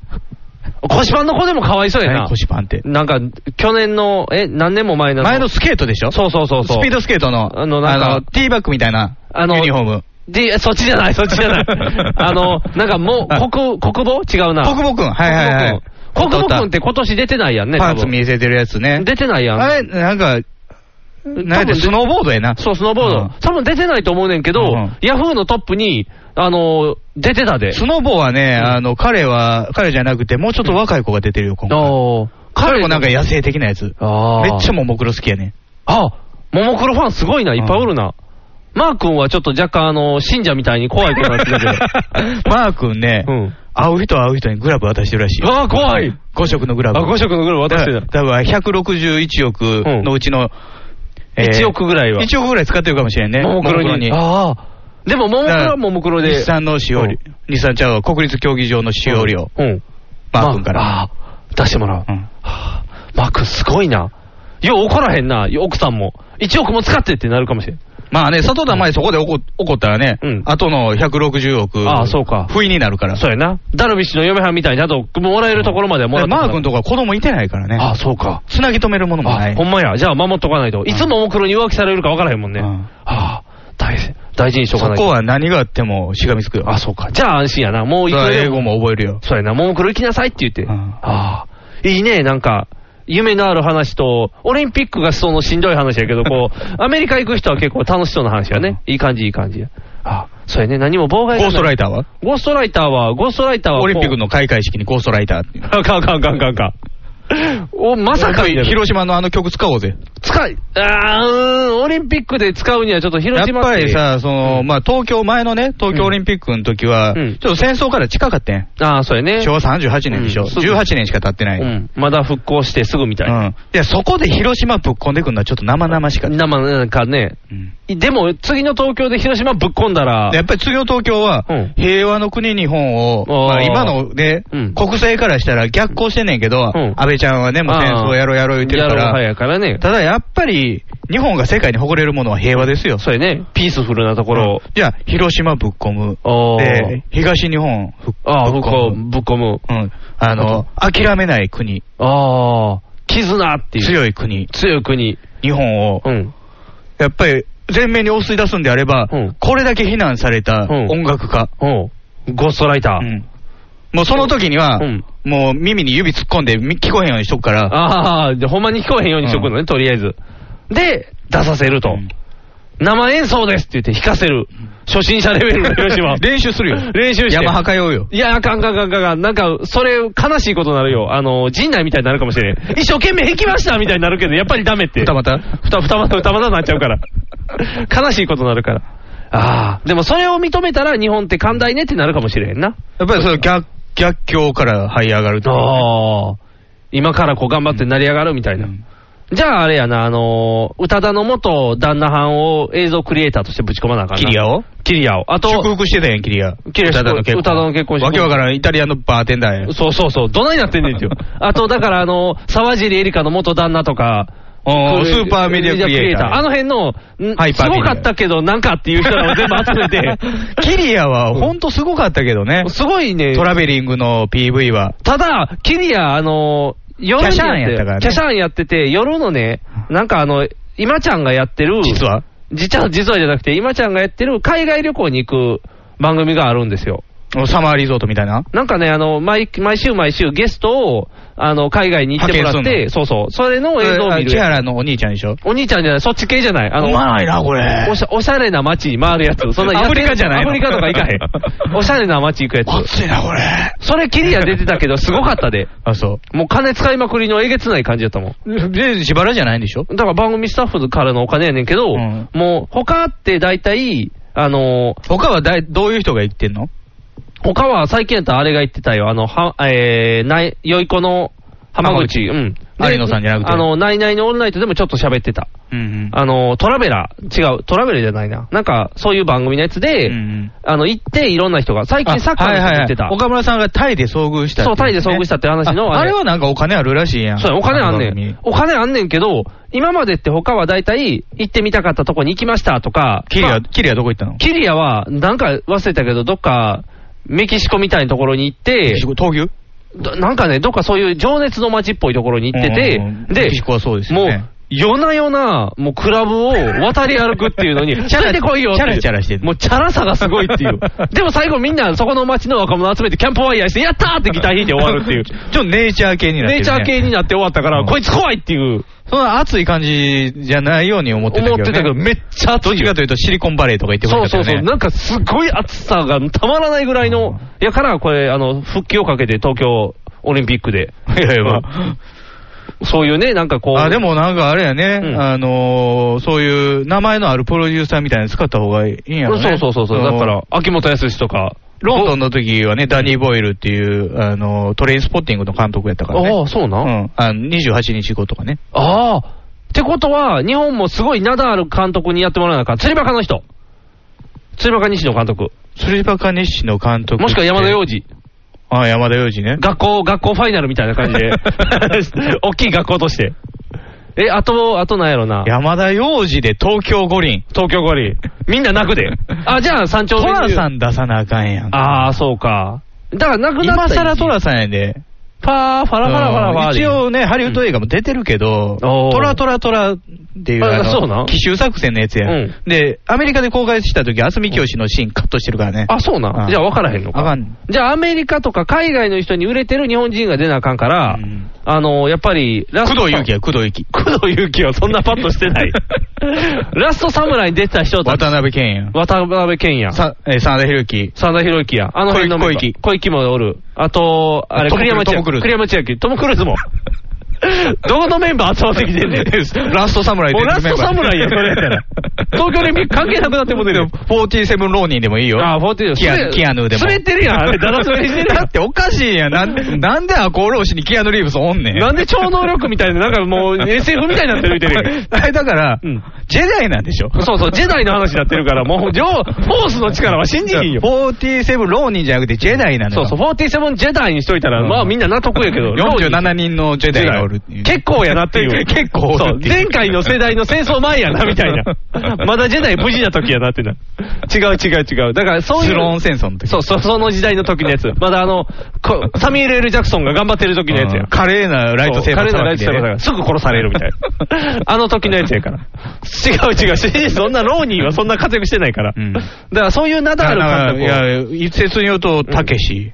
Speaker 1: 腰パンの子でもかわいそうやな
Speaker 2: 何。腰パンって。
Speaker 1: なんか、去年の、え、何年も前なの。
Speaker 2: 前のスケートでしょ
Speaker 1: そうそうそうそう。
Speaker 2: スピードスケートの、
Speaker 1: あのなんか
Speaker 2: ティーバッグみたいな、
Speaker 1: あの
Speaker 2: ユニフォーム。
Speaker 1: で、そっちじゃない、そっちじゃ ない。あの、なんかも、
Speaker 2: はいう
Speaker 1: 国、国防違うな。
Speaker 2: 国母くん。はいはいはい。
Speaker 1: 国
Speaker 2: お
Speaker 1: 防
Speaker 2: っ
Speaker 1: く
Speaker 2: た
Speaker 1: ん
Speaker 2: お
Speaker 1: っ
Speaker 2: った
Speaker 1: て今年出てないやんね。
Speaker 2: パンツ
Speaker 1: 多分
Speaker 2: 見せてるやつね。
Speaker 1: 出てないやん。
Speaker 2: あれ、なんか、なんやっ
Speaker 1: 多
Speaker 2: て
Speaker 1: 分
Speaker 2: スノーボードやな。
Speaker 1: そう、スノーボード。
Speaker 2: うん
Speaker 1: 多分出てないと思うねんけど、
Speaker 2: うんうん
Speaker 1: ヤフーのトップに、あのー出てたで。
Speaker 2: スノボはね、あの、彼は、彼じゃなくて、もうちょっと若い子が出てるよ、今回。
Speaker 1: あー
Speaker 2: 彼もなんか野生的なやつ。
Speaker 1: あ
Speaker 2: めっちゃ
Speaker 1: ゃ、
Speaker 2: ももクロ好きや ね。
Speaker 1: あ、ももクロファンすごいな、いっぱいおるな。マー君はちょっと若干、あのー信者みたいに怖い子になって たけ
Speaker 2: マー君ね、
Speaker 1: ど。うん。
Speaker 2: 会う人は会う人にグラブ渡してるらしい。
Speaker 1: あー怖い
Speaker 2: !5 色のグラブ。
Speaker 1: あ、5色のグループ渡
Speaker 2: だ
Speaker 1: し
Speaker 2: か
Speaker 1: て
Speaker 2: ら
Speaker 1: た。
Speaker 2: 多分161億のうちの、えー
Speaker 1: 1億ぐらいは。
Speaker 2: 1億ぐらい使ってるかもしれんね。
Speaker 1: ももクロに。
Speaker 2: もも
Speaker 1: ああ。でも、ももクロはももクロ
Speaker 2: クロに
Speaker 1: で。
Speaker 2: 日産の使用料。日産ちゃうわ国立競技場の使用料。
Speaker 1: うん。
Speaker 2: マー君から。
Speaker 1: あー出してもらう。
Speaker 2: うん
Speaker 1: はあマー君すごいな。よう怒らへんな、奥さんも。1億も使ってってなるかもしれん。
Speaker 2: まあね、里田前そこで怒怒ったらね
Speaker 1: うん、
Speaker 2: 後の160億、
Speaker 1: ああそうか
Speaker 2: 不意になるから。
Speaker 1: そうやな。ダルビッシュの嫁はんみたいに、あと、もらえるところまではもらって
Speaker 2: マー君とか子供いてないからね。
Speaker 1: ああ、そうか。
Speaker 2: つなぎ止めるものもな
Speaker 1: あ
Speaker 2: い。
Speaker 1: ほんまや。じゃあ、守っとかないと。いつももクロに浮気されるか分からへんもんね。
Speaker 2: うん
Speaker 1: ああ、大事、大事にしと
Speaker 2: そ
Speaker 1: かないと。
Speaker 2: こは何があってもしがみつくよ。
Speaker 1: あ、そうか。じゃあ安心やな。もう
Speaker 2: そ
Speaker 1: い
Speaker 2: れ
Speaker 1: く
Speaker 2: は
Speaker 1: らで
Speaker 2: 英
Speaker 1: も
Speaker 2: 語も覚えるよ。
Speaker 1: そうやな、ももクロ行きなさいって言って。
Speaker 2: ん
Speaker 1: ああ、いいね、なんか、夢のある話と、オリンピックがそのしんどい話やけど、こ う、アメリカ行く人は結構楽しそうな話やね。いい感じ、いい感じ。ああ、そうやね、何も妨害がない。
Speaker 2: ゴーストライ
Speaker 1: イ
Speaker 2: ターは
Speaker 1: ター。ゴーストライターは、ゴーストライターはこう、
Speaker 2: オリンピックの開会式にゴーストライターっていう。
Speaker 1: あかんかんかんかんかん。お、まさ か、
Speaker 2: 広島のあの曲使おうぜ。
Speaker 1: 使い、あーうーん、オリンピックで使うにはちょっと
Speaker 2: や
Speaker 1: 広
Speaker 2: っ
Speaker 1: 島
Speaker 2: ぱり
Speaker 1: って、
Speaker 2: さ、その、まあ、東京、前のね、東京オリンピックの時は、
Speaker 1: う
Speaker 2: ち
Speaker 1: ん
Speaker 2: ょっと戦争から近かったん。
Speaker 1: ああ、そうやね。
Speaker 2: 昭和38年でしょ。
Speaker 1: うんそうそう。
Speaker 2: 18年しか経ってないう
Speaker 1: ん、まだ復興してすぐみたいな。
Speaker 2: うんで、そこで広島ぶっ込んでくるのはちょっと生々しかった。
Speaker 1: 生なんかね、
Speaker 2: うん
Speaker 1: でも次の東京で広島ぶっ込んだら、
Speaker 2: やっぱり次の東京は
Speaker 1: うん、
Speaker 2: 平和の国日本を、
Speaker 1: あー
Speaker 2: まあ今のね、
Speaker 1: うん
Speaker 2: 国政からしたら逆行してんねんけど、
Speaker 1: うん
Speaker 2: 安倍ちゃんはね、もう戦争やろうやろう言ってるか
Speaker 1: やろう
Speaker 2: ら、
Speaker 1: やからね。
Speaker 2: ただやっぱり、日本が世界に誇れるものは平和ですよ。
Speaker 1: そうやね。ピースフルなところ
Speaker 2: じゃあ、広島ぶっ込む。
Speaker 1: を。
Speaker 2: で、東日本ぶっ
Speaker 1: ああ、ぶ
Speaker 2: ぶ
Speaker 1: っ
Speaker 2: っ
Speaker 1: こ
Speaker 2: 込
Speaker 1: む。
Speaker 2: む。
Speaker 1: ぶっこむ。
Speaker 2: うん。あの、諦めない国、
Speaker 1: ああ、絆っていう。
Speaker 2: 強い国、
Speaker 1: 強い国。
Speaker 2: 日本を
Speaker 1: う、ん。
Speaker 2: やっぱり前面に押し出すんであれば
Speaker 1: うん、
Speaker 2: これだけ非難された
Speaker 1: うん
Speaker 2: 音楽家。
Speaker 1: おうゴーストライタ
Speaker 2: う
Speaker 1: ー。
Speaker 2: んもうその時には
Speaker 1: うん、
Speaker 2: もう耳に指突っ込んでみ聞こえへんようにしとくから、
Speaker 1: ああ、じゃあほんまに聞こえへんようにしとくのね、とりあえず。で、出させると。
Speaker 2: うん。
Speaker 1: 生演奏ですって言って弾かせる。初心者レベルの広島
Speaker 2: 練習するよ。
Speaker 1: 練習して。
Speaker 2: 山はかようよ。
Speaker 1: いや、あかんかんかんかんかん。なんか、それ、悲しいことになるよ。あの、陣内みたいになるかもしれん。一生懸命弾きましたみたいになるけど、やっぱりダメって。
Speaker 2: 二股
Speaker 1: ふた、ふたまた、ふたまたになっちゃう から。悲しいことになるから。ああ。でもそれを認めたら日本って寛大ねってなるかもしれへんな。
Speaker 2: やっぱりその逆、逆境から這い上がると。
Speaker 1: ああ。今からこう頑張って成り上がるみたいな。
Speaker 2: うん
Speaker 1: じゃああれやな、あのー、宇多田の元旦那藩を映像クリエイターとしてぶち込まなあかんな。
Speaker 2: キリアを
Speaker 1: キリアを。あと、
Speaker 2: 祝福してたやん、キリア。
Speaker 1: キリア
Speaker 2: 歌田の結婚。
Speaker 1: 歌田の結婚式
Speaker 2: わけわからん、イタリアのバーテンダーやん。
Speaker 1: そうそうそう、どないなってんねんっ ていう。あと、だからあの、沢尻エリカの元旦那とか、
Speaker 2: おー
Speaker 1: ク
Speaker 2: スーパーメディアクリエイター。
Speaker 1: あの辺の、ん
Speaker 2: ハイパ
Speaker 1: す
Speaker 2: ーメディア
Speaker 1: ごかったけど、なんかっていう人らを全部集め て、
Speaker 2: キリアはほんとすごかったけどね。
Speaker 1: すごいね、
Speaker 2: トラベリングの PV は。
Speaker 1: ただ、キリア、あの、夜に
Speaker 2: キャシャーンやったからね
Speaker 1: キャシャーンやってて、夜のね、なんかあの、今ちゃんがやってる、
Speaker 2: 実は
Speaker 1: 実は、実はじゃなくて、今ちゃんがやってる海外旅行に行く番組があるんですよ。
Speaker 2: サマーリゾートみたいな。
Speaker 1: なんかね、あの、毎毎週毎週ゲストを、あの、海外に行ってもらっ
Speaker 2: 派遣
Speaker 1: て、そうそう、それの映像を見
Speaker 2: 千
Speaker 1: る。
Speaker 2: 原のお兄ちゃんでしょ。
Speaker 1: お兄ちゃんじゃない、そっち系じゃない。あの、
Speaker 2: うまないな、これ
Speaker 1: おしゃおしゃれな街に回るやつ。そんな
Speaker 2: アフリカじゃ
Speaker 1: ア
Speaker 2: ないの
Speaker 1: フリカとか行かへ ん。おしゃれな街行くやつ。
Speaker 2: 熱いな、これ。
Speaker 1: それキリア出てたけど、すごかったで。
Speaker 2: あ、そ
Speaker 1: もう金使いまくりのえげつない感じだったもん。
Speaker 2: う。で、自腹じゃないんでしょ
Speaker 1: だから番組スタッフからのお金やねんけど、
Speaker 2: うん
Speaker 1: もう他って大体、あのー、
Speaker 2: 他はだいどういう人が行ってんの
Speaker 1: 他は最近やったらあれが言ってたよ、あの、は、えー、ない、よい子の浜口、
Speaker 2: 浜口
Speaker 1: うん。
Speaker 2: 有野さんじゃなくて
Speaker 1: あの、ナイナイのオンライトでもちょっと喋ってた。
Speaker 2: うんうん
Speaker 1: あの、トラベラー、違う、トラベラーじゃないな。なんか、そういう番組のやつで、
Speaker 2: うんうん
Speaker 1: あの、行っていろんな人が、最近サッカーの人行ってた。
Speaker 2: あはいはいはい岡村さんがタイで遭遇したっ
Speaker 1: そ
Speaker 2: てい
Speaker 1: うタイで遭遇したって話の
Speaker 2: あ
Speaker 1: あ
Speaker 2: あ
Speaker 1: れ
Speaker 2: れはなんかお金あるらしいやん。
Speaker 1: そうやお金あんね
Speaker 2: の番組
Speaker 1: ん。お金あんねんけど、今までって他は大体、行ってみたかったとこに行きましたとか、
Speaker 2: キリ
Speaker 1: ま
Speaker 2: ア、
Speaker 1: あ
Speaker 2: キリアどこ行ったの
Speaker 1: キリアは、なんか忘れたけど、どっか、メキシコみたいなところに行って、
Speaker 2: 闘牛
Speaker 1: どなんかね、どっかそういう情熱の街っぽいところに行ってて、
Speaker 2: うんうんうん
Speaker 1: で、
Speaker 2: メキシコはそうですよ
Speaker 1: も
Speaker 2: ね
Speaker 1: う、夜な夜な、もうクラブを渡り歩くっていうのに、
Speaker 2: チャラ
Speaker 1: 連れてこいよっていう
Speaker 2: チャラチャラしてる
Speaker 1: もうチャラさがすごいって いう。でも最後みんな、そこの街の若者集めてキャンプファイヤーして、やったーってギター弾いて終わるって いう。
Speaker 2: ちょっとネイチャー系になって
Speaker 1: ネイ
Speaker 2: る、ね。
Speaker 1: チャー系になって終わったから、
Speaker 2: うん
Speaker 1: こいつ怖いっていう、
Speaker 2: その熱い感じじゃないように思ってたけど、ね。
Speaker 1: 思ってたけどめっちゃ熱いよ
Speaker 2: どっちかというとシリコンバレーとか行ってほ
Speaker 1: そう
Speaker 2: しか
Speaker 1: そうそう、
Speaker 2: ったよね。
Speaker 1: なんかすごい暑さがたまらないぐらいの、やから、これ、あの、復帰をかけて東京オリンピックで、
Speaker 2: いやいや、ま
Speaker 1: そういうね、なんかこう、
Speaker 2: あ。あ、でもなんかあれやね、
Speaker 1: うん
Speaker 2: あのー、そういう名前のあるプロデューサーみたいなの使った方がいいんやろね。
Speaker 1: そうそうそうそう、
Speaker 2: あの
Speaker 1: だから、秋元康とか、
Speaker 2: ロンドンの時はね、ダニー・ボイルっていう、あのー、トレインスポッティングの監督やったからね。
Speaker 1: ああ、そうな。
Speaker 2: うん。あの、28日後とかね。
Speaker 1: ああ。ってことは、日本もすごい名のある監督にやってもらわなあかん。釣りバカの人。釣りバカ西野監督。
Speaker 2: スリバカ日誌の監督。
Speaker 1: もしくは山田洋次。
Speaker 2: ああ、山田洋次ね。
Speaker 1: 学校、学校ファイナルみたいな感 じで。大きい学校として。え、あと、あとなんやろな。
Speaker 2: 山田洋次で東京五輪。
Speaker 1: 東京五輪。みんな泣くで。 あ、じゃあ山頂
Speaker 2: トラさ
Speaker 1: ん。
Speaker 2: ん出さなあかんやん。
Speaker 1: ああ、そうか。だから泣くな
Speaker 2: 今
Speaker 1: った
Speaker 2: 更
Speaker 1: ら
Speaker 2: トラさんやで。
Speaker 1: パー、ファラファラファラファラでいい。
Speaker 2: 一応ね、ハリウッド映画も出てるけど、
Speaker 1: うんおー
Speaker 2: トラトラトラっていう、
Speaker 1: あ
Speaker 2: あ
Speaker 1: そうなん
Speaker 2: の奇襲作戦のやつや、
Speaker 1: うん
Speaker 2: で、アメリカで公開した時、渥美清のシーンカットしてるからね。
Speaker 1: あ、そうな。
Speaker 2: うんん
Speaker 1: じゃあ分からへんのか。
Speaker 2: あかん
Speaker 1: じゃあアメリカとか海外の人に売れてる日本人が出なあかんから、
Speaker 2: うん
Speaker 1: あの、やっぱり、ラ
Speaker 2: 工藤
Speaker 1: 勇
Speaker 2: 勇気や、工藤勇気。
Speaker 1: 工藤勇気はそんなパッとして ない。ラストサムライに出てた人たち
Speaker 2: 渡辺謙
Speaker 1: 渡辺謙や
Speaker 2: や。。さえー、真田広之。
Speaker 1: 三田博之や。あの辺のメンバー
Speaker 2: 小池
Speaker 1: 小池もおる。あと、あれ、
Speaker 2: トム
Speaker 1: 栗山千
Speaker 2: トムクル
Speaker 1: 明。
Speaker 2: ーズ
Speaker 1: 栗山千明。トム・クルーズ も。どこのメンバー集まってきてんねん。
Speaker 2: ラストサムライ
Speaker 1: もうラストサムライや、それやったら。東京オリンピック関係なくなってもうてる。
Speaker 2: 47ローニンでもいいよ。
Speaker 1: ああ、フォーティ
Speaker 2: キアキアヌーでも
Speaker 1: 滑ってるやん。あれ、だら滑りしてるや
Speaker 2: だ
Speaker 1: ん
Speaker 2: っ。ておかしいやん。なんなんでアコーローしにキアヌ・リーブスおんねん。
Speaker 1: なんで超能力みたいな、なんかもう SF みたいになってるみたいな。
Speaker 2: あれだから、
Speaker 1: うん
Speaker 2: ジェダイなんでしょ
Speaker 1: そうそう、ジェダイの話になってるから、もう、ジョー、フォースの力は信じひんよ。
Speaker 2: 47ローニンじゃなくてジェダイなの
Speaker 1: そ
Speaker 2: よ。
Speaker 1: うそう、47ジェダイにしといたら、まあみんな納得やけど、
Speaker 2: 47人のジェダイがおるっていう。
Speaker 1: 結構やなっていう。
Speaker 2: 結構お
Speaker 1: そ
Speaker 2: る
Speaker 1: う
Speaker 2: っ、ていう
Speaker 1: 前回の世代の戦争前やな、みたい な。まだジェダイ無事な時やなってな。違う違う違う。だからそういう。
Speaker 2: スローン戦争の時
Speaker 1: そうそう、その時代の時のやつ。まだあの、こサミュエル・ L ・ジャクソンが頑張ってる時のやつや
Speaker 2: うん。華麗なライトセーバー
Speaker 1: そう彼のライトセーバーだか
Speaker 2: 騒ぎ
Speaker 1: ら、すぐ殺されるみたい な。あの時のやつやから。違う違う、シリーズそんなローニーはそんな活躍してないから。
Speaker 2: うん
Speaker 1: だからそういう名だあ
Speaker 2: だ
Speaker 1: る
Speaker 2: から、
Speaker 1: 監督を。
Speaker 2: いや、一説によると、たけし。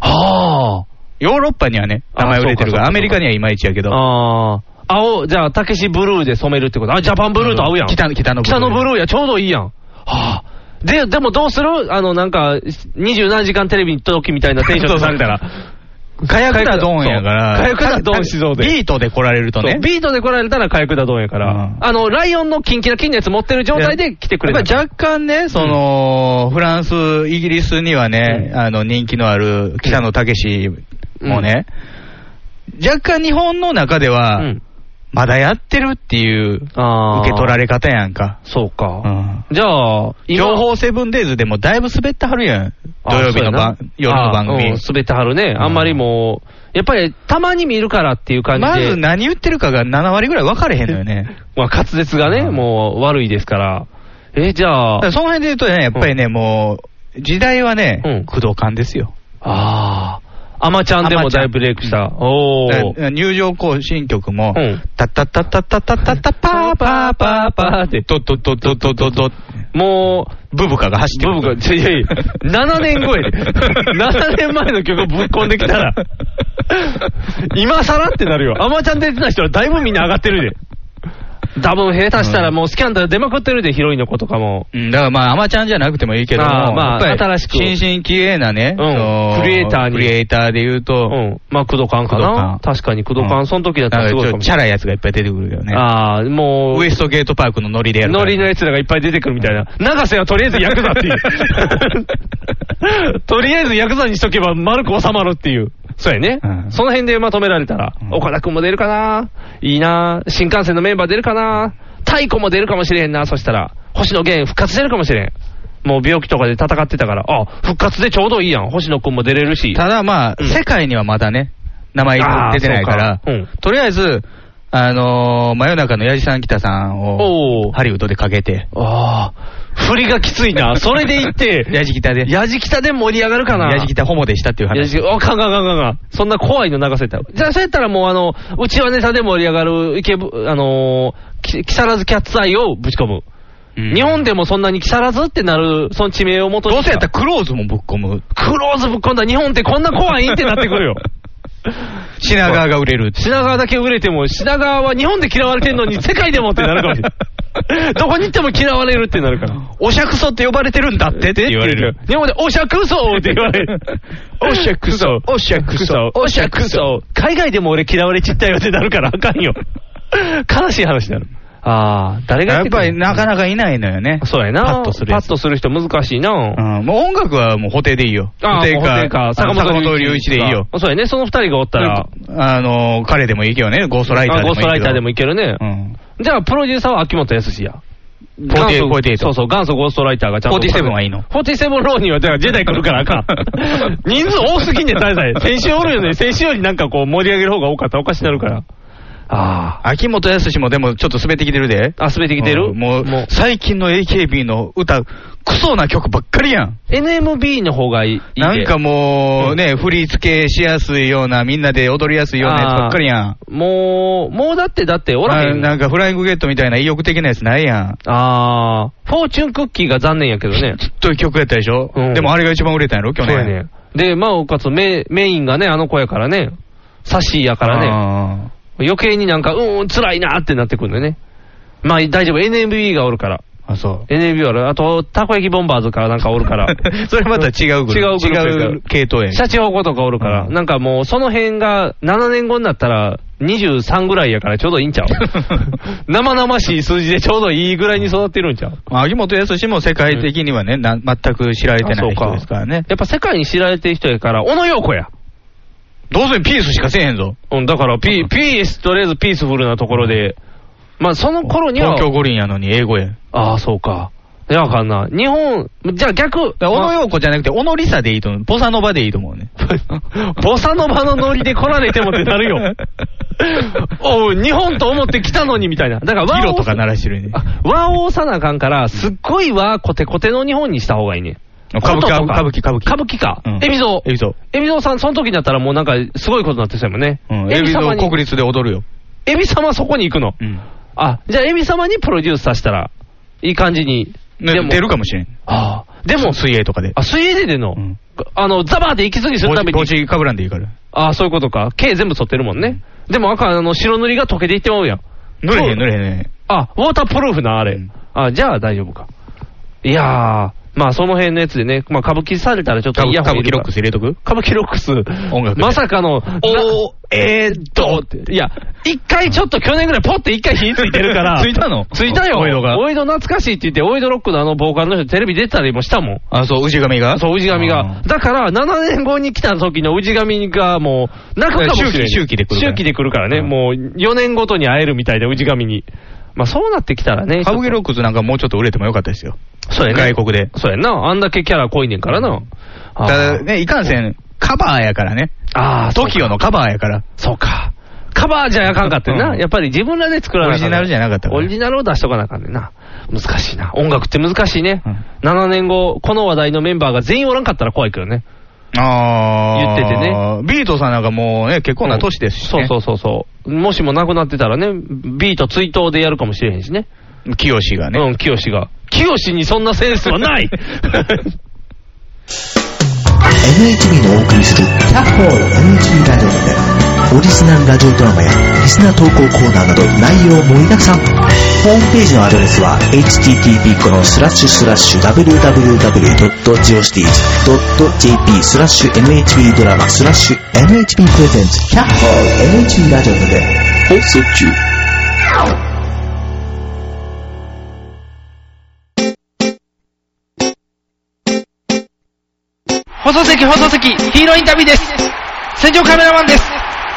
Speaker 1: あ
Speaker 2: ヨーロッパにはね、名前売れてるから、
Speaker 1: あ
Speaker 2: ア
Speaker 1: そうかそうか
Speaker 2: メリカにはいまいちやけど。
Speaker 1: あ。ああ。青、じゃあ、たけしブルーで染めるってこと。あ、ジャパンブルーと合うやん。
Speaker 2: 北の北のブルー
Speaker 1: 北のブルーや、ちょうどいいやん。はあ。で、でもどうするあの、なんか、27時間テレビに届きみたいなテンションでされた ら。
Speaker 2: 火薬だドンやから。
Speaker 1: そう火薬だドン指導で
Speaker 2: ビートで来られると
Speaker 1: そう
Speaker 2: ね。
Speaker 1: ビートで来られたら火薬だどうやから、
Speaker 2: うん
Speaker 1: あの、ライオンのキンキラキンのやつ持ってる状態で来てくれ
Speaker 2: や
Speaker 1: た
Speaker 2: っぱ若干ね、その、フランス、イギリスにはね、あの、人気のある北野武もね、若干日本の中では、
Speaker 1: うん。
Speaker 2: まだやってるっていう受
Speaker 1: あ
Speaker 2: け取ら
Speaker 1: れ。
Speaker 2: れ方やんか。
Speaker 1: そうか。
Speaker 2: うん
Speaker 1: じゃあ、今
Speaker 2: 情報セブンデイズでもだいぶ滑ってはるやん。
Speaker 1: あ
Speaker 2: 土曜日の
Speaker 1: そ
Speaker 2: 晩
Speaker 1: うや
Speaker 2: 夜
Speaker 1: な
Speaker 2: の番
Speaker 1: あう
Speaker 2: 組
Speaker 1: ん。滑ってはるね。あんまりもう、やっぱりたまに見るからっていう感じ
Speaker 2: ま
Speaker 1: で。
Speaker 2: ず何言ってるかが7割ぐらい分かれへんのよね。
Speaker 1: まあ、滑舌がね、もう悪いですから。え、じゃ
Speaker 2: だ
Speaker 1: あ
Speaker 2: か、らその辺で言うとね、やっぱりね、もう、時代はね、
Speaker 1: うん
Speaker 2: 駆動感ですよ。
Speaker 1: ああ、アマちゃんでも大ブレイクした。お
Speaker 2: だ
Speaker 1: ー
Speaker 2: か。ら入場行進曲も
Speaker 1: うん、
Speaker 2: タッタッタッタッタッタッタッタッパーパーパーパーって、ドッドッドッドッドッドッドッ
Speaker 1: もう、
Speaker 2: ブブカが走って
Speaker 1: ブブが、
Speaker 2: る。
Speaker 1: いやいや、7年後やで。7年前 の曲をぶっ込んできたら、今更ってなるよ。アマちゃん出てた人はだいぶみんな上がってるで。多分下手したらもうスキャンダル出まくってるで、ヒロインの子とかも。
Speaker 2: うん、だからまあ、アマちゃんじゃなくてもいいけども、
Speaker 1: あーまあ
Speaker 2: やっぱり
Speaker 1: 新しく
Speaker 2: 新進気鋭なね、
Speaker 1: うん
Speaker 2: その
Speaker 1: クリエイターに
Speaker 2: クリエイターで言う
Speaker 1: う
Speaker 2: と、
Speaker 1: ん。まあ、工藤館か
Speaker 2: 工藤
Speaker 1: な
Speaker 2: 館
Speaker 1: 確かに工藤
Speaker 2: う
Speaker 1: 館、
Speaker 2: ん
Speaker 1: その時だった
Speaker 2: な
Speaker 1: ら
Speaker 2: ん
Speaker 1: す
Speaker 2: か
Speaker 1: ごい
Speaker 2: ち
Speaker 1: か
Speaker 2: ょっと
Speaker 1: もし
Speaker 2: チ
Speaker 1: れ
Speaker 2: ャラいやつがいっぱい出てくるよね
Speaker 1: ない。。ああ、もう
Speaker 2: ウ、エストゲートパークのノリでやるか
Speaker 1: ノ
Speaker 2: ら。
Speaker 1: リのやつらがいっぱい出てくるみたいな。長瀬はとりあえずヤクザ っていう。とりあえずヤクザにしとけば丸く収まるっていう。そうやね。
Speaker 2: うん
Speaker 1: その辺でまとめられたら、
Speaker 2: うん
Speaker 1: 岡田くんも出るかないいな新幹線のメンバー出るかな太鼓も出るかもしれへんなそしたら、星野源復活出るかもしれん。もう病気とかで戦ってたから、あ、復活でちょうどいいやん。星野くんも出れるし。
Speaker 2: ただまあ、
Speaker 1: うん
Speaker 2: 世界にはまだね、名前
Speaker 1: あー
Speaker 2: 出てないから、
Speaker 1: そううん
Speaker 2: とりあえず、あのー真夜中の八木さん北さんを、
Speaker 1: おお。
Speaker 2: ハリウッドでかけて、
Speaker 1: ああ。振りがきついな。それでいって、
Speaker 2: 八木北で、
Speaker 1: やじきたで盛り上がるかな
Speaker 2: 八木北ホモでしたっていう
Speaker 1: いや、
Speaker 2: 話。
Speaker 1: 違うあかんかんかんかんかん。そんな怖いの流せたら。じゃあ、そうやったらもう、あの、うちはネタで盛り上がる、池ぶ、あのー、き木更津キャッツアイをぶち込む。
Speaker 2: うん
Speaker 1: 日本でもそんなに木更津ってなる、その地名をもとに。
Speaker 2: どうせやったらクローズもぶっ込む。
Speaker 1: クローズぶっ込んだ日本ってこんな怖いんってなってくるよ。
Speaker 2: 品川が売れるって。
Speaker 1: 品川だけ売れても、品川は日本で嫌われてんのに世界でもってなるかもしれ ない。どこに行っても嫌われるってなるから。
Speaker 2: おしゃくそって呼ばれてるんだってって言われる。
Speaker 1: 日本でおしゃくそって言われる。おしゃくそ、おしゃくそ、おしゃくそ。海外でも俺嫌われちったよってなるからあかんよ。悲しい話になる。ああ、誰が
Speaker 2: やっ
Speaker 1: ってく
Speaker 2: ぱ
Speaker 1: れ
Speaker 2: り
Speaker 1: る
Speaker 2: なかなかいないのよね。
Speaker 1: そうやな。
Speaker 2: パッとする
Speaker 1: パ
Speaker 2: や
Speaker 1: ッ
Speaker 2: つ
Speaker 1: とする人難しいな。
Speaker 2: うん、もう音楽はもう補定でいいよ。
Speaker 1: ああ、もう布袋
Speaker 2: か、坂本龍一でいいよ。。
Speaker 1: そうやね、その二人がおったら。
Speaker 2: あのー、彼でもいいけどね、ゴーストライターで
Speaker 1: あ
Speaker 2: もい
Speaker 1: ゴース
Speaker 2: いけど。
Speaker 1: トライターでもいけるね
Speaker 2: う。ん。
Speaker 1: じゃあ、プロデューサーは秋元康や。
Speaker 2: 48
Speaker 1: 元祖
Speaker 2: 48
Speaker 1: そうそう、元祖ゴーストライターがちゃんと。
Speaker 2: 47はいいの
Speaker 1: 47ローには、だからジェダイ来るからあかん。 人数多すぎんねん、大体。先週おるよね。先週よりなんかこう盛り上げる方が多かったらおかしになるから。あ
Speaker 2: 秋元康もでもちょっと滑ってきてるで。
Speaker 1: あ。あ、滑ってきてる
Speaker 2: うんもう、最近の AKB の歌、クソな曲ばっかりやん。
Speaker 1: NMB の方がいいで。
Speaker 2: なんかも
Speaker 1: う
Speaker 2: うんね、振り付けしやすいような、みんなで踊りやすいようなやつばっかりやん。
Speaker 1: もう、もうだってだっておらへ
Speaker 2: あ
Speaker 1: ん。
Speaker 2: なんかフライングゲットみたいな意欲的なやつないやん。
Speaker 1: ああ。フォーチュンクッキーが残念やけど ね。
Speaker 2: ずっと曲やったでしょ、
Speaker 1: うん
Speaker 2: でもあれが一番売れたんやろ去
Speaker 1: そうや
Speaker 2: 年。
Speaker 1: ね。で、まあ、おかつメメインがね、あの子やからね。サッシーやからね。
Speaker 2: ね。
Speaker 1: 余計になんか、うん、うん、辛いなってなってくるんだよね。まあ大丈夫、NMB がおるから。
Speaker 2: あ、そう。
Speaker 1: NMB がおる。あと、たこ焼きボンバーズからなんかおるから。
Speaker 2: それまた違うグ
Speaker 1: 違う
Speaker 2: ループ。
Speaker 1: グループ
Speaker 2: 違う系統やん
Speaker 1: シャチホコとかおるから、
Speaker 2: うん
Speaker 1: なんかもうその辺が7年後になったら23ぐらいやからちょうどいいん ちゃう生々しい数字でちょうどいいぐらいに育ってるんちゃう
Speaker 2: まあ秋元康も世界的にはね、な全く知られてない
Speaker 1: あそう
Speaker 2: 人
Speaker 1: か
Speaker 2: ですからね。
Speaker 1: やっぱ世界に知られてる人やから、小野洋子や。
Speaker 2: どうせピースしかせえへんぞ。
Speaker 1: うん、だからピ、ピース、とりあえずピースフルなところで、まあその頃には、
Speaker 2: 東京五輪やのに英語や。
Speaker 1: ああ、そうか。いや、わかんな。日本、じゃあ逆。
Speaker 2: だから小野洋子じゃなくて、小野リサでいいと思う。ポサノバでいいと思うね。
Speaker 1: ボサノバのノリで来られてもってなる よ。おう、日本と思って来たのにみたいな。だから和を、
Speaker 2: ギロとか鳴らしてるね。
Speaker 1: あ和を押さなあかんから、すっごい和コテコテの日本にした方がいいね。
Speaker 2: 歌舞
Speaker 1: 琴
Speaker 2: 伎、
Speaker 1: とか
Speaker 2: 歌舞伎、歌舞伎。
Speaker 1: 歌舞伎か。
Speaker 2: うん
Speaker 1: エビゾ
Speaker 2: エビゾ
Speaker 1: エビゾさん、その時になったらもうなんか、すごいことになってたもんね。
Speaker 2: うん、エビゾ
Speaker 1: 様に
Speaker 2: 国立で踊るよ。
Speaker 1: エビ様そこに行くの。
Speaker 2: うん。
Speaker 1: あ、じゃあエビ様にプロデュースさせたら、いい感じに。
Speaker 2: ね
Speaker 1: でも
Speaker 2: 出るかもしれん。
Speaker 1: ああ。でも、
Speaker 2: 水泳とかで。
Speaker 1: あ、水泳で出んの、
Speaker 2: うん
Speaker 1: あの、ザバーで息継ぎするために
Speaker 2: 帽。子かぶらんでいいから。
Speaker 1: ああ、そういうことか。毛全部取ってるもんね。でも赤、あの、白塗りが溶けていってまうやん。
Speaker 2: 濡れへん、濡れへんね。
Speaker 1: あ、ウォータープルーフな、あれ。
Speaker 2: うん
Speaker 1: あ、じゃあ大丈夫か。いやー、まあその辺のやつでね、まあ歌舞伎されたらちょっとイヤホン入れるか
Speaker 2: 入れとく
Speaker 1: 歌舞伎ロックス。
Speaker 2: 音楽で
Speaker 1: まさかの、
Speaker 2: おー
Speaker 1: なえーっとって。いや、一回ちょっと去年ぐらいポッて一回火ついてるから。
Speaker 2: ついたの
Speaker 1: ついたよ。
Speaker 2: おお江戸が
Speaker 1: お江戸懐かしいって言って、お江戸ロックのあのボーカルの人テレビ出てたりもしたもん。
Speaker 2: あ、そう、氏神が
Speaker 1: そう、氏神
Speaker 2: あ
Speaker 1: が。
Speaker 2: ー
Speaker 1: だから、7年後に来た時の氏神がもう、泣くかもしれない。
Speaker 2: 周期周期で来るから
Speaker 1: 周期で来るからね。
Speaker 2: うん
Speaker 1: もう、4年ごとに会えるみたいで、氏神に。まあ、そうなってきたらね。
Speaker 2: 歌舞伎ロックスなんかもうちょっと売れてもよかったですよ。
Speaker 1: そうやね
Speaker 2: 外国で。
Speaker 1: そうやんな。あんだけキャラ濃いねんからな。
Speaker 2: ただね、いかんせん、カバーやからね。
Speaker 1: あーあー、そうか
Speaker 2: TOKIO のカバーやから。
Speaker 1: そうか。カバーじゃあかんかってん
Speaker 2: う
Speaker 1: な。
Speaker 2: ん
Speaker 1: やっぱり自分らで作らなあん
Speaker 2: オリジナルじゃなかったから
Speaker 1: オリジナルを出しとかなあかんねんな。難しいな。音楽って難しいね
Speaker 2: うん。
Speaker 1: 7年後、この話題のメンバーが全員おらんかったら怖いけどね。
Speaker 2: ああ。
Speaker 1: 言っててね。
Speaker 2: ビートさんなんかもうね、結構な年ですし、ね。
Speaker 1: そうそうそうそう。もしも亡くなってたらね、ビート追悼でやるかもしれへんしね。
Speaker 2: う。清志がね。
Speaker 1: うん、清が。清にそんなセンスはない
Speaker 7: NHB のお送りする「キャッホール NHB ラジオ」でオリジナルラジオドラマやリスナー投稿コーナーなど内容盛りだくさんホームページのアドレスは http このスラッシュスラッシュ www.geocities.jp スラッシュ NHB ドラマスラッシュ NHB プレゼンツキャッホール NHB ラジオで放送中
Speaker 2: 放送席、放送席、ヒーローインタビューです。戦場カメラマンです。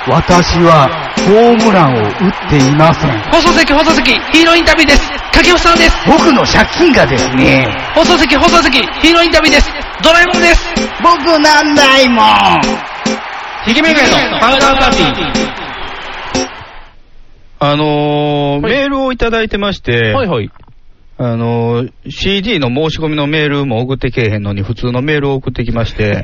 Speaker 8: 私はホームランを打っていません。
Speaker 2: 放送席、放送席、ヒーローインタビューです。掛布さんです。
Speaker 8: 僕の借金がですね、
Speaker 2: 放送席、放送席、ヒーローインタビューです。ドラえもんです。
Speaker 8: 僕なんないもん
Speaker 2: ひげめがえのパウダーパーティー。あのー
Speaker 1: はい
Speaker 2: メールをいただいてまして、
Speaker 1: はい はい。
Speaker 2: あのー CD の申し込みのメールも送ってけえへんのに、普通のメールを送ってきまして、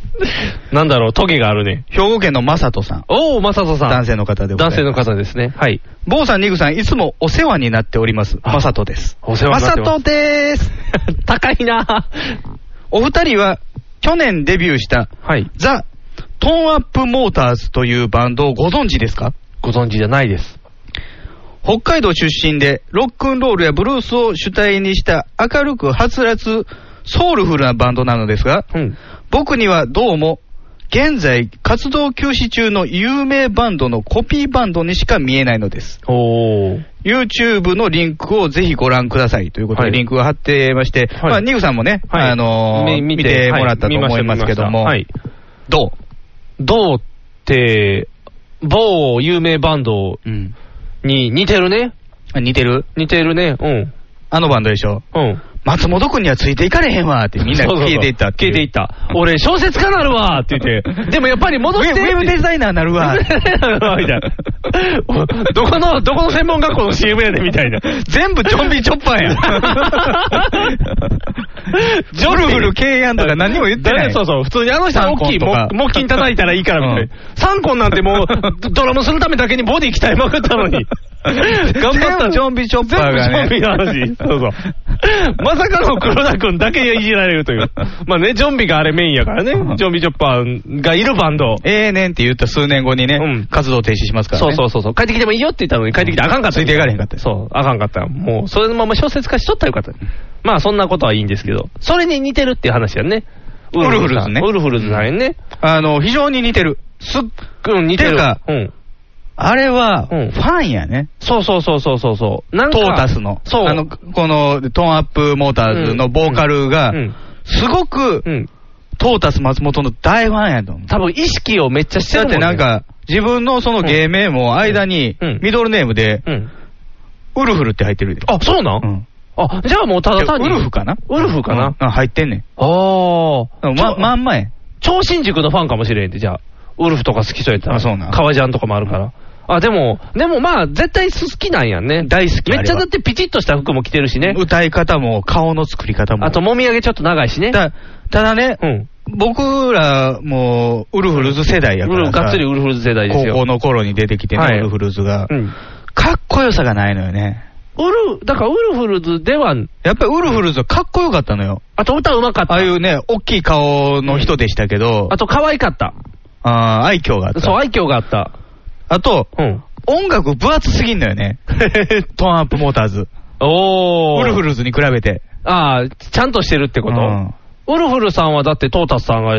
Speaker 1: なんだろう、トゲがあるね。
Speaker 2: 兵庫県のまさとさん、
Speaker 1: おー、まさとさん。
Speaker 2: 男性の方でござ
Speaker 1: 男
Speaker 2: います。
Speaker 1: 性の方ですね。はい。
Speaker 2: 坊さん、ニグさん、いつもお世話になっております。まさとです。
Speaker 1: お世話になってます
Speaker 2: まさとでーす。
Speaker 1: 高いな
Speaker 2: お二人は、去年デビューした、
Speaker 1: はい。
Speaker 2: ザ・トーンアップモーターズというバンドをご存知ですか
Speaker 1: ご存知じゃないです。
Speaker 2: 北海道出身で、ロックンロールやブルースを主体にした明るくはつらつ、ソウルフルなバンドなのですが、
Speaker 1: うん。
Speaker 2: 僕にはどうも、現在活動休止中の有名バンドのコピーバンドにしか見えないのです。
Speaker 1: おー。
Speaker 2: YouTube のリンクをぜひご覧くださいということで、
Speaker 1: はい
Speaker 2: リンクが貼ってまして、
Speaker 1: はい
Speaker 2: まあ、ニグさんもね、
Speaker 1: はい
Speaker 2: あのー
Speaker 1: み
Speaker 2: 見てもらった
Speaker 1: は
Speaker 2: と思いますけども、
Speaker 1: はい。
Speaker 2: どう、
Speaker 1: どうって、某有名バンド
Speaker 2: うん、
Speaker 1: に似てるね。
Speaker 2: あ似てる
Speaker 1: 似てるね。うん。
Speaker 2: あのバンドでしょ
Speaker 1: うん。
Speaker 2: 松本君にはついていかれへんわってみんな
Speaker 1: そうそうそう
Speaker 2: 消えていった
Speaker 1: 消えてい
Speaker 2: っ
Speaker 1: った。俺、小説家なるわって言 って。でもやっぱり戻
Speaker 2: ウ
Speaker 1: って
Speaker 2: ェ
Speaker 1: って
Speaker 2: ブウェブデザイナーなる わ
Speaker 1: みたいな。どこの、どこの専門学校の CM やねんみたいな。
Speaker 2: 全部ちょんびちょっ ぱんやんジョルフル敬遠とか何にも言ってない
Speaker 1: そうそう、普通にあの人は大きい
Speaker 2: 三根とか
Speaker 1: 木木金叩いたらいいからみたいな。三根なんてもう、 ドドラムするためだけにボディ鍛えまくった のに。頑張った
Speaker 2: 全部ジョンビショッパーが
Speaker 1: 全
Speaker 2: ね
Speaker 1: 部ジョンビの話。そうそう。まさかの黒田君だけいじられるという。まあね、ジョンビがあれメインやからね。ジョンビチョッパーがいるバンド。
Speaker 2: ええねんって言った数年後にね、
Speaker 1: うん
Speaker 2: 活動停止しますから
Speaker 1: そ
Speaker 2: ね。
Speaker 1: うそうそうそう。帰ってきてもいいよって言ったのに帰ってきてあかんかった。
Speaker 2: ついていかれへんかったよ
Speaker 1: そう、あかんかった。もう、それのまま小説化しとったらよかった。まあ、そんなことはいいんですけど、それに似てるっていう話やんね。
Speaker 2: ウルフルズね
Speaker 1: ウルフルズなんやね。
Speaker 2: あの、非常に似てる。
Speaker 1: すっごい似て
Speaker 2: てい
Speaker 1: る。
Speaker 2: うか
Speaker 1: ん。
Speaker 2: あれは、フ
Speaker 1: うん
Speaker 2: ァンやね。
Speaker 1: そうそうそうそうそうそう。なんか
Speaker 2: トータスの。
Speaker 1: そう。
Speaker 2: あの、この、トーンアップモーターズのボーカルが
Speaker 1: う、ん。
Speaker 2: すごく
Speaker 1: う、ん。
Speaker 2: トータス松本の大ファンやと思う。
Speaker 1: 多分意識をめっちゃして
Speaker 2: だ
Speaker 1: るも
Speaker 2: っ
Speaker 1: ん、ね。
Speaker 2: てなん、か、自分のその芸名も間に
Speaker 1: うん、
Speaker 2: ミドルネームで、
Speaker 1: うん。
Speaker 2: ウルフルって入ってるで。
Speaker 1: あ、そうなん、
Speaker 2: うん
Speaker 1: あ、じゃあもうただ単に。
Speaker 2: ウルフかな
Speaker 1: ウルフかな。
Speaker 2: うん入ってんねん。
Speaker 1: ああ。
Speaker 2: ま、まんまや。
Speaker 1: 超新塾のファンかもしれんで、じゃあ。ウルフとか好きそうやったら。
Speaker 2: あそうなん
Speaker 1: 革ジャンとかもあるから。あ、でも、でもまあ、絶対好きなんやんね。大好
Speaker 2: き
Speaker 1: めっち
Speaker 2: あれ
Speaker 1: ゃ
Speaker 2: は
Speaker 1: だってピチッとした服も着てるしね。
Speaker 2: 歌い方も、顔の作り方も。
Speaker 1: あと、もみあげちょっと長いしね。
Speaker 2: たただね
Speaker 1: う、ん。
Speaker 2: 僕らもうウルフルズ世代や
Speaker 1: ウ
Speaker 2: か
Speaker 1: ルフ、
Speaker 2: らさ
Speaker 1: がっつりウルフルズ世代ですよ。
Speaker 2: 高校の頃に出てきてね、
Speaker 1: はい
Speaker 2: ウルフルズが、
Speaker 1: うん。
Speaker 2: かっこよさがないのよね。
Speaker 1: ウル、だからウルフルズでは、
Speaker 2: やっぱりウルフルズはかっこよかったのよ。
Speaker 1: あと歌うまかった。
Speaker 2: ああいうね、大きい顔の人でしたけど、
Speaker 1: あと可愛かった。
Speaker 2: あー愛嬌があった。
Speaker 1: そう、愛嬌があった。
Speaker 2: あと、
Speaker 1: うん。
Speaker 2: 音楽分厚すぎんのよね。トーンアップモーターズ。
Speaker 1: おー。
Speaker 2: ウルフルズに比べて。
Speaker 1: ああ、ちゃんとしてるってこと、
Speaker 2: うん
Speaker 1: ウルフルさんはだってトータスさんが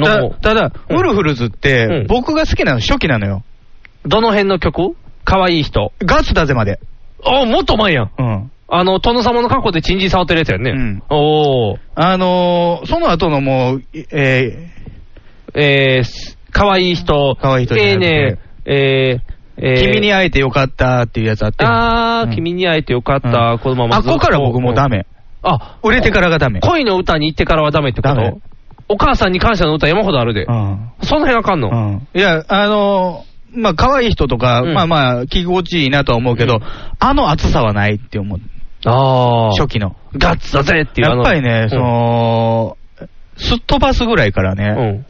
Speaker 2: た
Speaker 1: の、
Speaker 2: ただ、
Speaker 1: うん
Speaker 2: ウルフルズっ
Speaker 1: う
Speaker 2: て
Speaker 1: ん、
Speaker 2: 僕が好きなの初期なのよ。
Speaker 1: どの辺の曲かわいい人。
Speaker 2: ガッツだぜまで。
Speaker 1: ああ、もっと前やん。
Speaker 2: うん。
Speaker 1: あの、殿様の過去でチンジン触ってるやつやんね。
Speaker 2: うん
Speaker 1: おー。
Speaker 2: あのー、その後のもう、いえ
Speaker 1: えー、すかわいい人。
Speaker 2: かわいい人じゃ
Speaker 1: ええ
Speaker 2: なく
Speaker 1: ね
Speaker 2: て
Speaker 1: えー、え
Speaker 2: ー
Speaker 1: ー、
Speaker 2: 君に会えてよかったっていうやつあって。
Speaker 1: あー、
Speaker 2: うん
Speaker 1: 君に会えてよかった。
Speaker 2: うん
Speaker 1: このまま
Speaker 2: あっ
Speaker 1: ずっと
Speaker 2: こから僕もうダ。メ。
Speaker 1: あ、
Speaker 2: 売れてからがダメ。
Speaker 1: 恋の歌に行ってからはダメってこ
Speaker 2: ダメ
Speaker 1: とお母さんに感謝の歌山ほどあるで。
Speaker 2: うん。
Speaker 1: その辺あかんの、
Speaker 2: うんいや、あのー、まあ、可愛い人とか、
Speaker 1: うん
Speaker 2: まあまあ、気持ちいいなとは思うけど、
Speaker 1: うん
Speaker 2: あの暑さはないって思う。
Speaker 1: あー。
Speaker 2: 初期の。
Speaker 1: ガッツだぜっていうあ
Speaker 2: や
Speaker 1: の
Speaker 2: っぱりね、その、すっ飛ばすぐらいから
Speaker 1: うん。う
Speaker 2: ね、
Speaker 1: ん。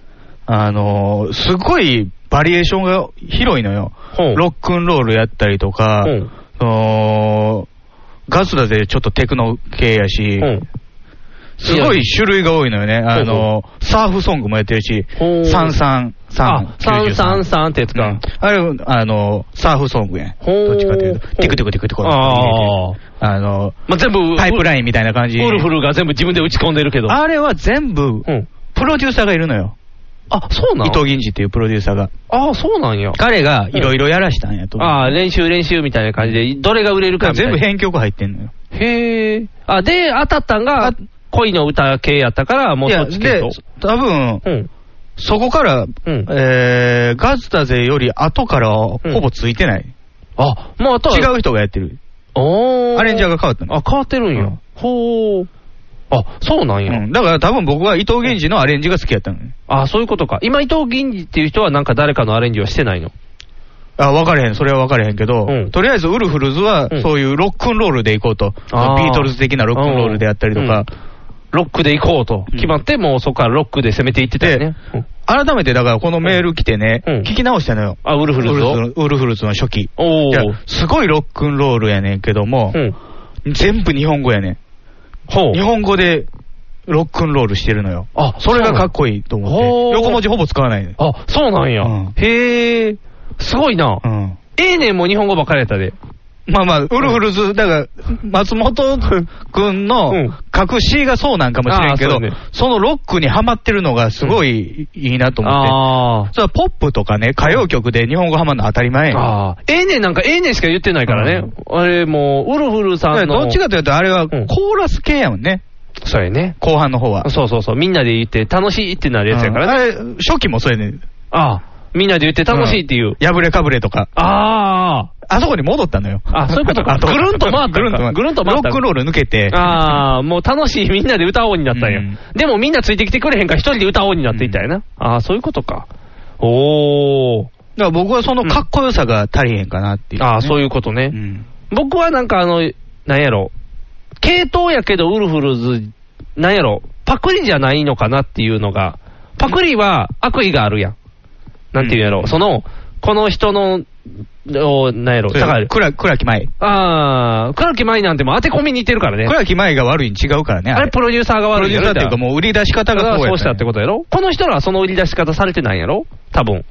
Speaker 2: あのー、すごいバリエーションが広いのよ。
Speaker 1: ほう
Speaker 2: ロックンロールやったりとか、
Speaker 1: うん
Speaker 2: そのガスだぜちょっとテクノ系やし、
Speaker 1: うん。
Speaker 2: すごい種類が多いのよね。あ
Speaker 1: ほ
Speaker 2: のー、サーフソングもやってるし、
Speaker 1: ほう
Speaker 2: 三三
Speaker 1: あ
Speaker 2: 三、
Speaker 1: 三三三ってやつ
Speaker 2: う
Speaker 1: か
Speaker 2: ん。あれ、あの、サーフソングやん。
Speaker 1: ほー
Speaker 2: どっちかという
Speaker 1: ほ
Speaker 2: と
Speaker 1: う、
Speaker 2: テクテクテクテク。
Speaker 1: あー
Speaker 2: あの、
Speaker 1: まあ、全部、
Speaker 2: パイプラインみたいな感じ。
Speaker 1: ウルフルが全部自分で打ち込んでるけど。
Speaker 2: あれは全部、
Speaker 1: うん。
Speaker 2: プロデューサーがいるのよ。
Speaker 1: あ、そうなん
Speaker 2: 伊藤銀次っていうプロデューサーが。
Speaker 1: ああ、そうなんや。
Speaker 2: 彼がいろいろやらしたんやと思う。
Speaker 1: ああ、練習練習みたいな感じで、どれが売れるか
Speaker 2: だから
Speaker 1: みたい
Speaker 2: 全
Speaker 1: な
Speaker 2: 部編曲入ってんのよ。
Speaker 1: へえ。あ、で、当たったんが
Speaker 2: あ、
Speaker 1: 恋の歌系やったから、もう
Speaker 2: い
Speaker 1: そ
Speaker 2: や、
Speaker 1: っち系
Speaker 2: で
Speaker 1: と。、
Speaker 2: 多分、
Speaker 1: うん。
Speaker 2: そこから、
Speaker 1: うん
Speaker 2: えー、ガズだぜより後からはほぼついてない。
Speaker 1: あ、もうあとは。
Speaker 2: 違う人がやってる。
Speaker 1: おー。
Speaker 2: アレンジャーが変わったの。
Speaker 1: あ、変わってるんや。
Speaker 2: うん
Speaker 1: ほー。あ、そうなんや。
Speaker 2: うん。だから多分僕は伊藤銀次のアレンジが好きやったのね。
Speaker 1: あ、そういうことか。今、伊藤銀次っていう人はなんか誰かのアレンジはしてないの。
Speaker 2: あ、分かれへん。それは分かれへんけど、
Speaker 1: うん
Speaker 2: とりあえずウルフルズは
Speaker 1: うん、
Speaker 2: そういうロックンロールで行こうと。
Speaker 1: あー
Speaker 2: ビートルズ的なロックンロールであったりとか。
Speaker 1: ロックで行こうと決まって、もうそこからロックで攻めていってたよね。うん
Speaker 2: 改めてだからこのメール来てね、
Speaker 1: うん
Speaker 2: 聞き直したのよ。
Speaker 1: あ、ウルフルズを。
Speaker 2: ウルフルズの初期。
Speaker 1: お
Speaker 2: いや
Speaker 1: ー。
Speaker 2: すごいロックンロールやねんけども
Speaker 1: う、ん。
Speaker 2: 全部日本語やね
Speaker 1: ほ
Speaker 2: ん。日
Speaker 1: う。
Speaker 2: 本語でロックンロールしてるのよ。
Speaker 1: あ、
Speaker 2: それがかっ
Speaker 1: こ
Speaker 2: こいいと思
Speaker 1: ほ
Speaker 2: っ
Speaker 1: ー
Speaker 2: て。横文字ほぼ使わないね。
Speaker 1: あ、そうなんや。
Speaker 2: うん
Speaker 1: へえ。すごいな。
Speaker 2: うん。
Speaker 1: ええねんも日本語ばっかりやったで。
Speaker 2: まあまあ、ウルフルズ、だから、松本君の
Speaker 1: うん
Speaker 2: 隠しがそうなんかもしれんけ
Speaker 1: あ
Speaker 2: ど
Speaker 1: ーそうね、
Speaker 2: そのロックにハマってるのがすごいいいなと思って。
Speaker 1: あ
Speaker 2: それはポップとかね、歌謡曲で日本語ハマるの当たり前
Speaker 1: あ。
Speaker 2: やん
Speaker 1: ああ。ええねんなんかええねんしか言ってないからね。あれもう、ウルフルさ
Speaker 2: だか
Speaker 1: ん
Speaker 2: ら
Speaker 1: の。
Speaker 2: どっちかというと、あれはコ
Speaker 1: ん
Speaker 2: ーラス系やもんね、
Speaker 1: そうやね。
Speaker 2: 後半の方は。
Speaker 1: そうそうそう。みんなで言って楽しいってなるやつやからね。
Speaker 2: うんあれ初期もそうやねん。
Speaker 1: ああ。みんなで言って楽しいっていう。
Speaker 2: 破れかぶれとか。
Speaker 1: ああ。
Speaker 2: あそこに戻ったのよ。
Speaker 1: あそういうこと か
Speaker 2: あ
Speaker 1: ぐるんと回ったんか
Speaker 2: ぐるんと回った。
Speaker 1: ぐるんと回った
Speaker 2: ロックンロール抜けて。
Speaker 1: ああ、もう楽しいみんなで歌おうになったんや。
Speaker 2: うん
Speaker 1: でもみんなついてきてくれへんから一人で歌おうになっていったんやな。ああ、そういうことか。おお。
Speaker 2: だから僕はそのかっこよさが足りへんかなっていう。
Speaker 1: ああ、そう
Speaker 2: いう。
Speaker 1: いうことね。
Speaker 2: ん。
Speaker 1: 僕はなんかあの、なんやろ、系統やけどウルフルズ、なんやろ、パクリじゃないのかなっていうのが、パクリは悪意があるやん。なんていうんやろ、その、この人の、おなんやろ、
Speaker 2: だ
Speaker 1: だ
Speaker 2: か
Speaker 1: から
Speaker 2: ら、、倉倉木舞。
Speaker 1: あー、倉木舞なんてもう当て込みに似てるからね。
Speaker 2: 倉木舞が悪いに違うからね。
Speaker 1: あれプロデューサーが
Speaker 2: プ
Speaker 1: 悪
Speaker 2: ロ
Speaker 1: いん
Speaker 2: デュ
Speaker 1: やろ
Speaker 2: ーサーっていうかもう売り出し方
Speaker 1: だか
Speaker 2: が
Speaker 1: ら
Speaker 2: こう
Speaker 1: そ
Speaker 2: や。
Speaker 1: うしたってこととやろこの人らはその売り出し方されてないんやろ多分。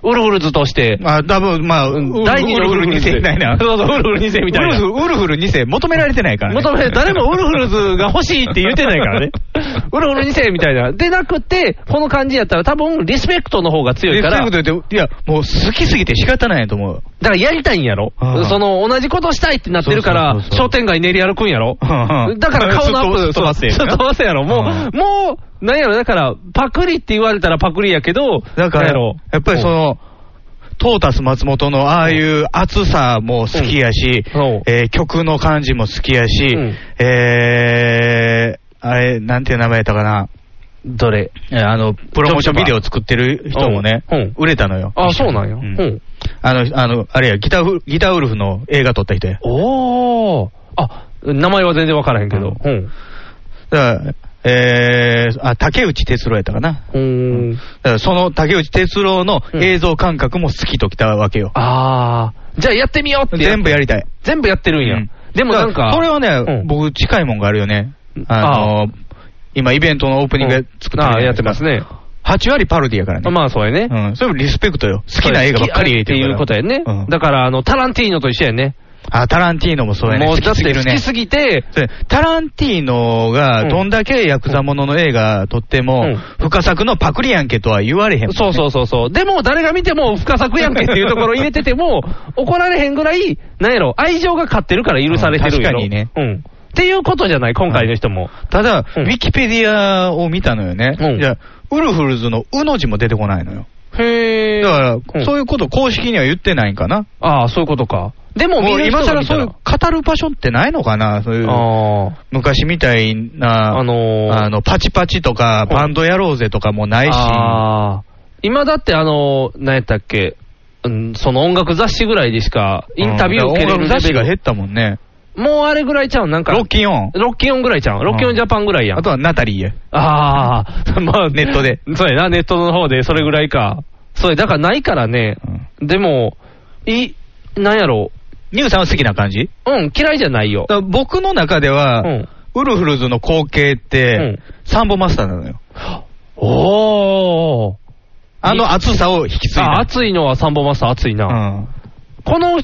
Speaker 1: ウルフルズとして。
Speaker 2: まあ、多分まあ、
Speaker 1: うん
Speaker 2: ウ
Speaker 1: 第二のウルフルズ
Speaker 2: 世みたいな。
Speaker 1: そうそうウルフル二世みたいな
Speaker 2: ウルフウルフル2世求められてないからね。
Speaker 1: 求め誰もウルフルズが欲しいって言ってない からね。ウルフル2世みたいな。でなくて、この感じやったら多分リスペクトの方が強いから、
Speaker 2: えそういうこと言って、いや、もう好きすぎて仕方ないと思う。
Speaker 1: だからやりたいんやろ
Speaker 2: あ。あ
Speaker 1: その、同じことしたいってなってるから
Speaker 2: そうそうそう、そう
Speaker 1: 商店街練り歩くんやろ。
Speaker 2: ああ
Speaker 1: だから顔のアップ、
Speaker 2: すっ飛ばすやん
Speaker 1: そうすっ飛ばすやろ。も
Speaker 2: あ
Speaker 1: う、もう、なんやろ、だから、パクリって言われたらパクリやけど、
Speaker 2: だか
Speaker 1: なんや
Speaker 2: ら、
Speaker 1: ろ
Speaker 2: やっぱりその、トータス松本のああいう熱さも好きやし、
Speaker 1: うんうん
Speaker 2: えー曲の感じも好きやし、
Speaker 1: うん
Speaker 2: えーあれ、なんていう名前やったかな、
Speaker 1: どれ
Speaker 2: えーあの、プロモーションビデオ作ってる人もね、
Speaker 1: うんうん
Speaker 2: 売れたのよ。
Speaker 1: あ、そうなんや。
Speaker 2: う
Speaker 1: うんん。
Speaker 2: あの、あの、あれや、ギターフ、ギターウルフの映画撮った人や。
Speaker 1: おー。あ、名前は全然わからへんけど。うん。
Speaker 2: だから、えーあ、竹内哲郎やったかな。
Speaker 1: うん。
Speaker 2: だからその竹内哲郎の映像感覚も好きときたわけよ。
Speaker 1: あー。じゃあやってみようって。
Speaker 2: 全部やりたい。
Speaker 1: 全部やってるんや。
Speaker 2: うん
Speaker 1: でもなんか、
Speaker 2: それはね、
Speaker 1: うん
Speaker 2: 僕、近いもんがあるよね。あの今、イベントのオープニングや作って
Speaker 1: ああ
Speaker 2: る
Speaker 1: やってます
Speaker 2: ね。
Speaker 1: ね。
Speaker 2: 8割パロディやからね。
Speaker 1: まあ、そうやね。
Speaker 2: うん。それもリスペクトよ。好きな映画ばっかり入れてる
Speaker 1: 好き
Speaker 2: から。
Speaker 1: っていうことやね。
Speaker 2: うん
Speaker 1: だから、あの、タランティーノと一緒やね。
Speaker 2: あ、タランティーノもそうやね。
Speaker 1: もうだ
Speaker 2: 好
Speaker 1: っ
Speaker 2: きす
Speaker 1: て
Speaker 2: ぎ
Speaker 1: 好
Speaker 2: るね
Speaker 1: きすぎて、
Speaker 2: そうタランティーノがどんだけヤクザものの映画撮っても、
Speaker 1: うん
Speaker 2: 深作のパクリやんけとは言われへんもんね
Speaker 1: そうそうそうそう。でも、誰が見ても深作やんけっていうところ入れてて も、怒られへんぐらい、なんやろ、愛情が勝ってるから許されてるんやろ。
Speaker 2: うん確か
Speaker 1: うん。っていうことじゃない、今回の人も。
Speaker 2: ただ、
Speaker 1: うん
Speaker 2: ウィキペディアを見たのよね。
Speaker 1: うん
Speaker 2: じゃあウルフルズのうの字も出てこないのよ。
Speaker 1: へ
Speaker 2: だ
Speaker 1: え。
Speaker 2: か
Speaker 1: う
Speaker 2: ら、
Speaker 1: ん
Speaker 2: そういうこと公式には言ってないんかな。
Speaker 1: ああ、そういうことか。でも、
Speaker 2: も
Speaker 1: 見
Speaker 2: う
Speaker 1: る人
Speaker 2: 今
Speaker 1: が
Speaker 2: 更
Speaker 1: 見た
Speaker 2: そう
Speaker 1: ら
Speaker 2: いう語る場所ってないのかなそういう
Speaker 1: あ
Speaker 2: 昔みたい
Speaker 1: あ。
Speaker 2: な、
Speaker 1: あのー、
Speaker 2: あのパチパチとか
Speaker 1: うん
Speaker 2: バンドやろうぜとかもないし。
Speaker 1: ああ。今だってあの、何やったっけ、うん、その音楽雑誌ぐらいでしか、インタビューを受けれ
Speaker 2: うん
Speaker 1: る雑
Speaker 2: だから音楽雑
Speaker 1: 誌
Speaker 2: 誌が
Speaker 1: が
Speaker 2: 減ったもんね。
Speaker 1: もうあれぐらいちゃうん、なんか。
Speaker 2: ロッキンオン。
Speaker 1: ロッキンオンぐらいちゃうん。ロッキンオンジャパンぐらいやん。
Speaker 2: あとはナタリーや。
Speaker 1: ああ、 まあ
Speaker 2: ネットで。
Speaker 1: そうやな、ネットの方でそれぐらいか。そうや、だからないからね。でも、い、なんやろ
Speaker 2: ニューさんは好きな感じ
Speaker 1: う。うん、嫌いじゃないよ。
Speaker 2: だから僕の中では、
Speaker 1: うん。
Speaker 2: ウルフルズの光景って、
Speaker 1: うん
Speaker 2: サンボマスターなのよ。
Speaker 1: おー。
Speaker 2: あの熱さを引き継いだ。
Speaker 1: あ、熱いのはサンボマスター熱いな。
Speaker 2: うん。
Speaker 1: この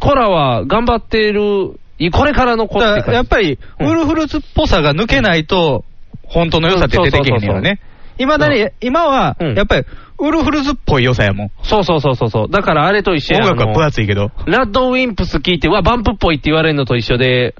Speaker 1: 子らは頑張っている、いこれからの子って
Speaker 2: だ
Speaker 1: 感
Speaker 2: か
Speaker 1: じ
Speaker 2: らやっぱり、
Speaker 1: うん
Speaker 2: ウルフルズっぽさが抜けないと、本当の良さって出てけへんのよね。今だに、今は、
Speaker 1: うん
Speaker 2: やっぱり、ウルフルズっぽい良さやもん。
Speaker 1: そうそうそうそうそう。だからあれと一緒
Speaker 2: 音
Speaker 1: や
Speaker 2: 楽は分
Speaker 1: あの
Speaker 2: 厚いけど。
Speaker 1: ラッドウィンプス聞いて、うわ、バンプっぽいって言われるのと一緒で、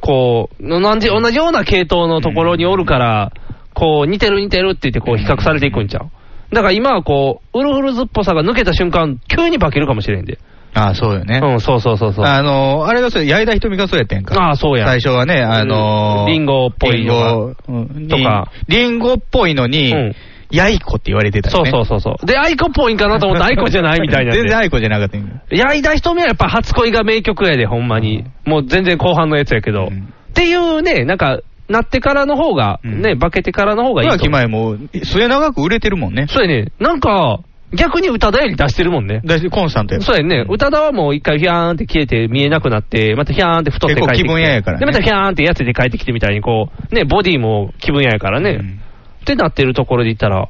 Speaker 1: こう、同じ、同じような系統のところにおるから、こう、似てる似てるって言って、こう、比較されていくんちゃう。だから今はこう、ウルフルズっぽさが抜けた瞬間、急に化けるかもしれんで。
Speaker 2: ああ、そうよね。
Speaker 1: うん、そうそうそうそう。
Speaker 2: あのー、あれがそう、矢井田瞳がそうやってんか。
Speaker 1: ああそうや
Speaker 2: 最初はね、あのー、
Speaker 1: リンゴっぽいの
Speaker 2: リンゴうん
Speaker 1: とか
Speaker 2: リンゴっぽいのに
Speaker 1: うん、
Speaker 2: ヤイコって言われてた
Speaker 1: そ
Speaker 2: よ
Speaker 1: う
Speaker 2: ね。
Speaker 1: そうそうそう。で、アイコっぽいんかなと思ったら、アイコじゃないみたいなんで。
Speaker 2: 全 然ヤイコじゃなかったんや
Speaker 1: 矢井田瞳はやっぱ初恋が名曲やで、ほんまに。もう全然後半のやつやけど。
Speaker 2: うん
Speaker 1: っていうね、なんか、なってからの方が、
Speaker 2: うん
Speaker 1: ね、化けてからの方がいい
Speaker 2: 岩
Speaker 1: と
Speaker 2: 木
Speaker 1: 思う。
Speaker 2: 前も、末永く売れてるもんね。
Speaker 1: そうやね。なんか、逆に宇多田より出してるもんね。
Speaker 2: だしコンスタントや
Speaker 1: そうやね。宇多田はもう一回ヒャーンって消えて見えなくなって、またヒャーンって太って帰ってきて。
Speaker 2: 結構気分屋やからね
Speaker 1: で、またヒャーンって痩せて帰ってきてみたいに、こう、ね、ボディも気分屋やからね。
Speaker 2: うん
Speaker 1: ってなってるところで言ったら、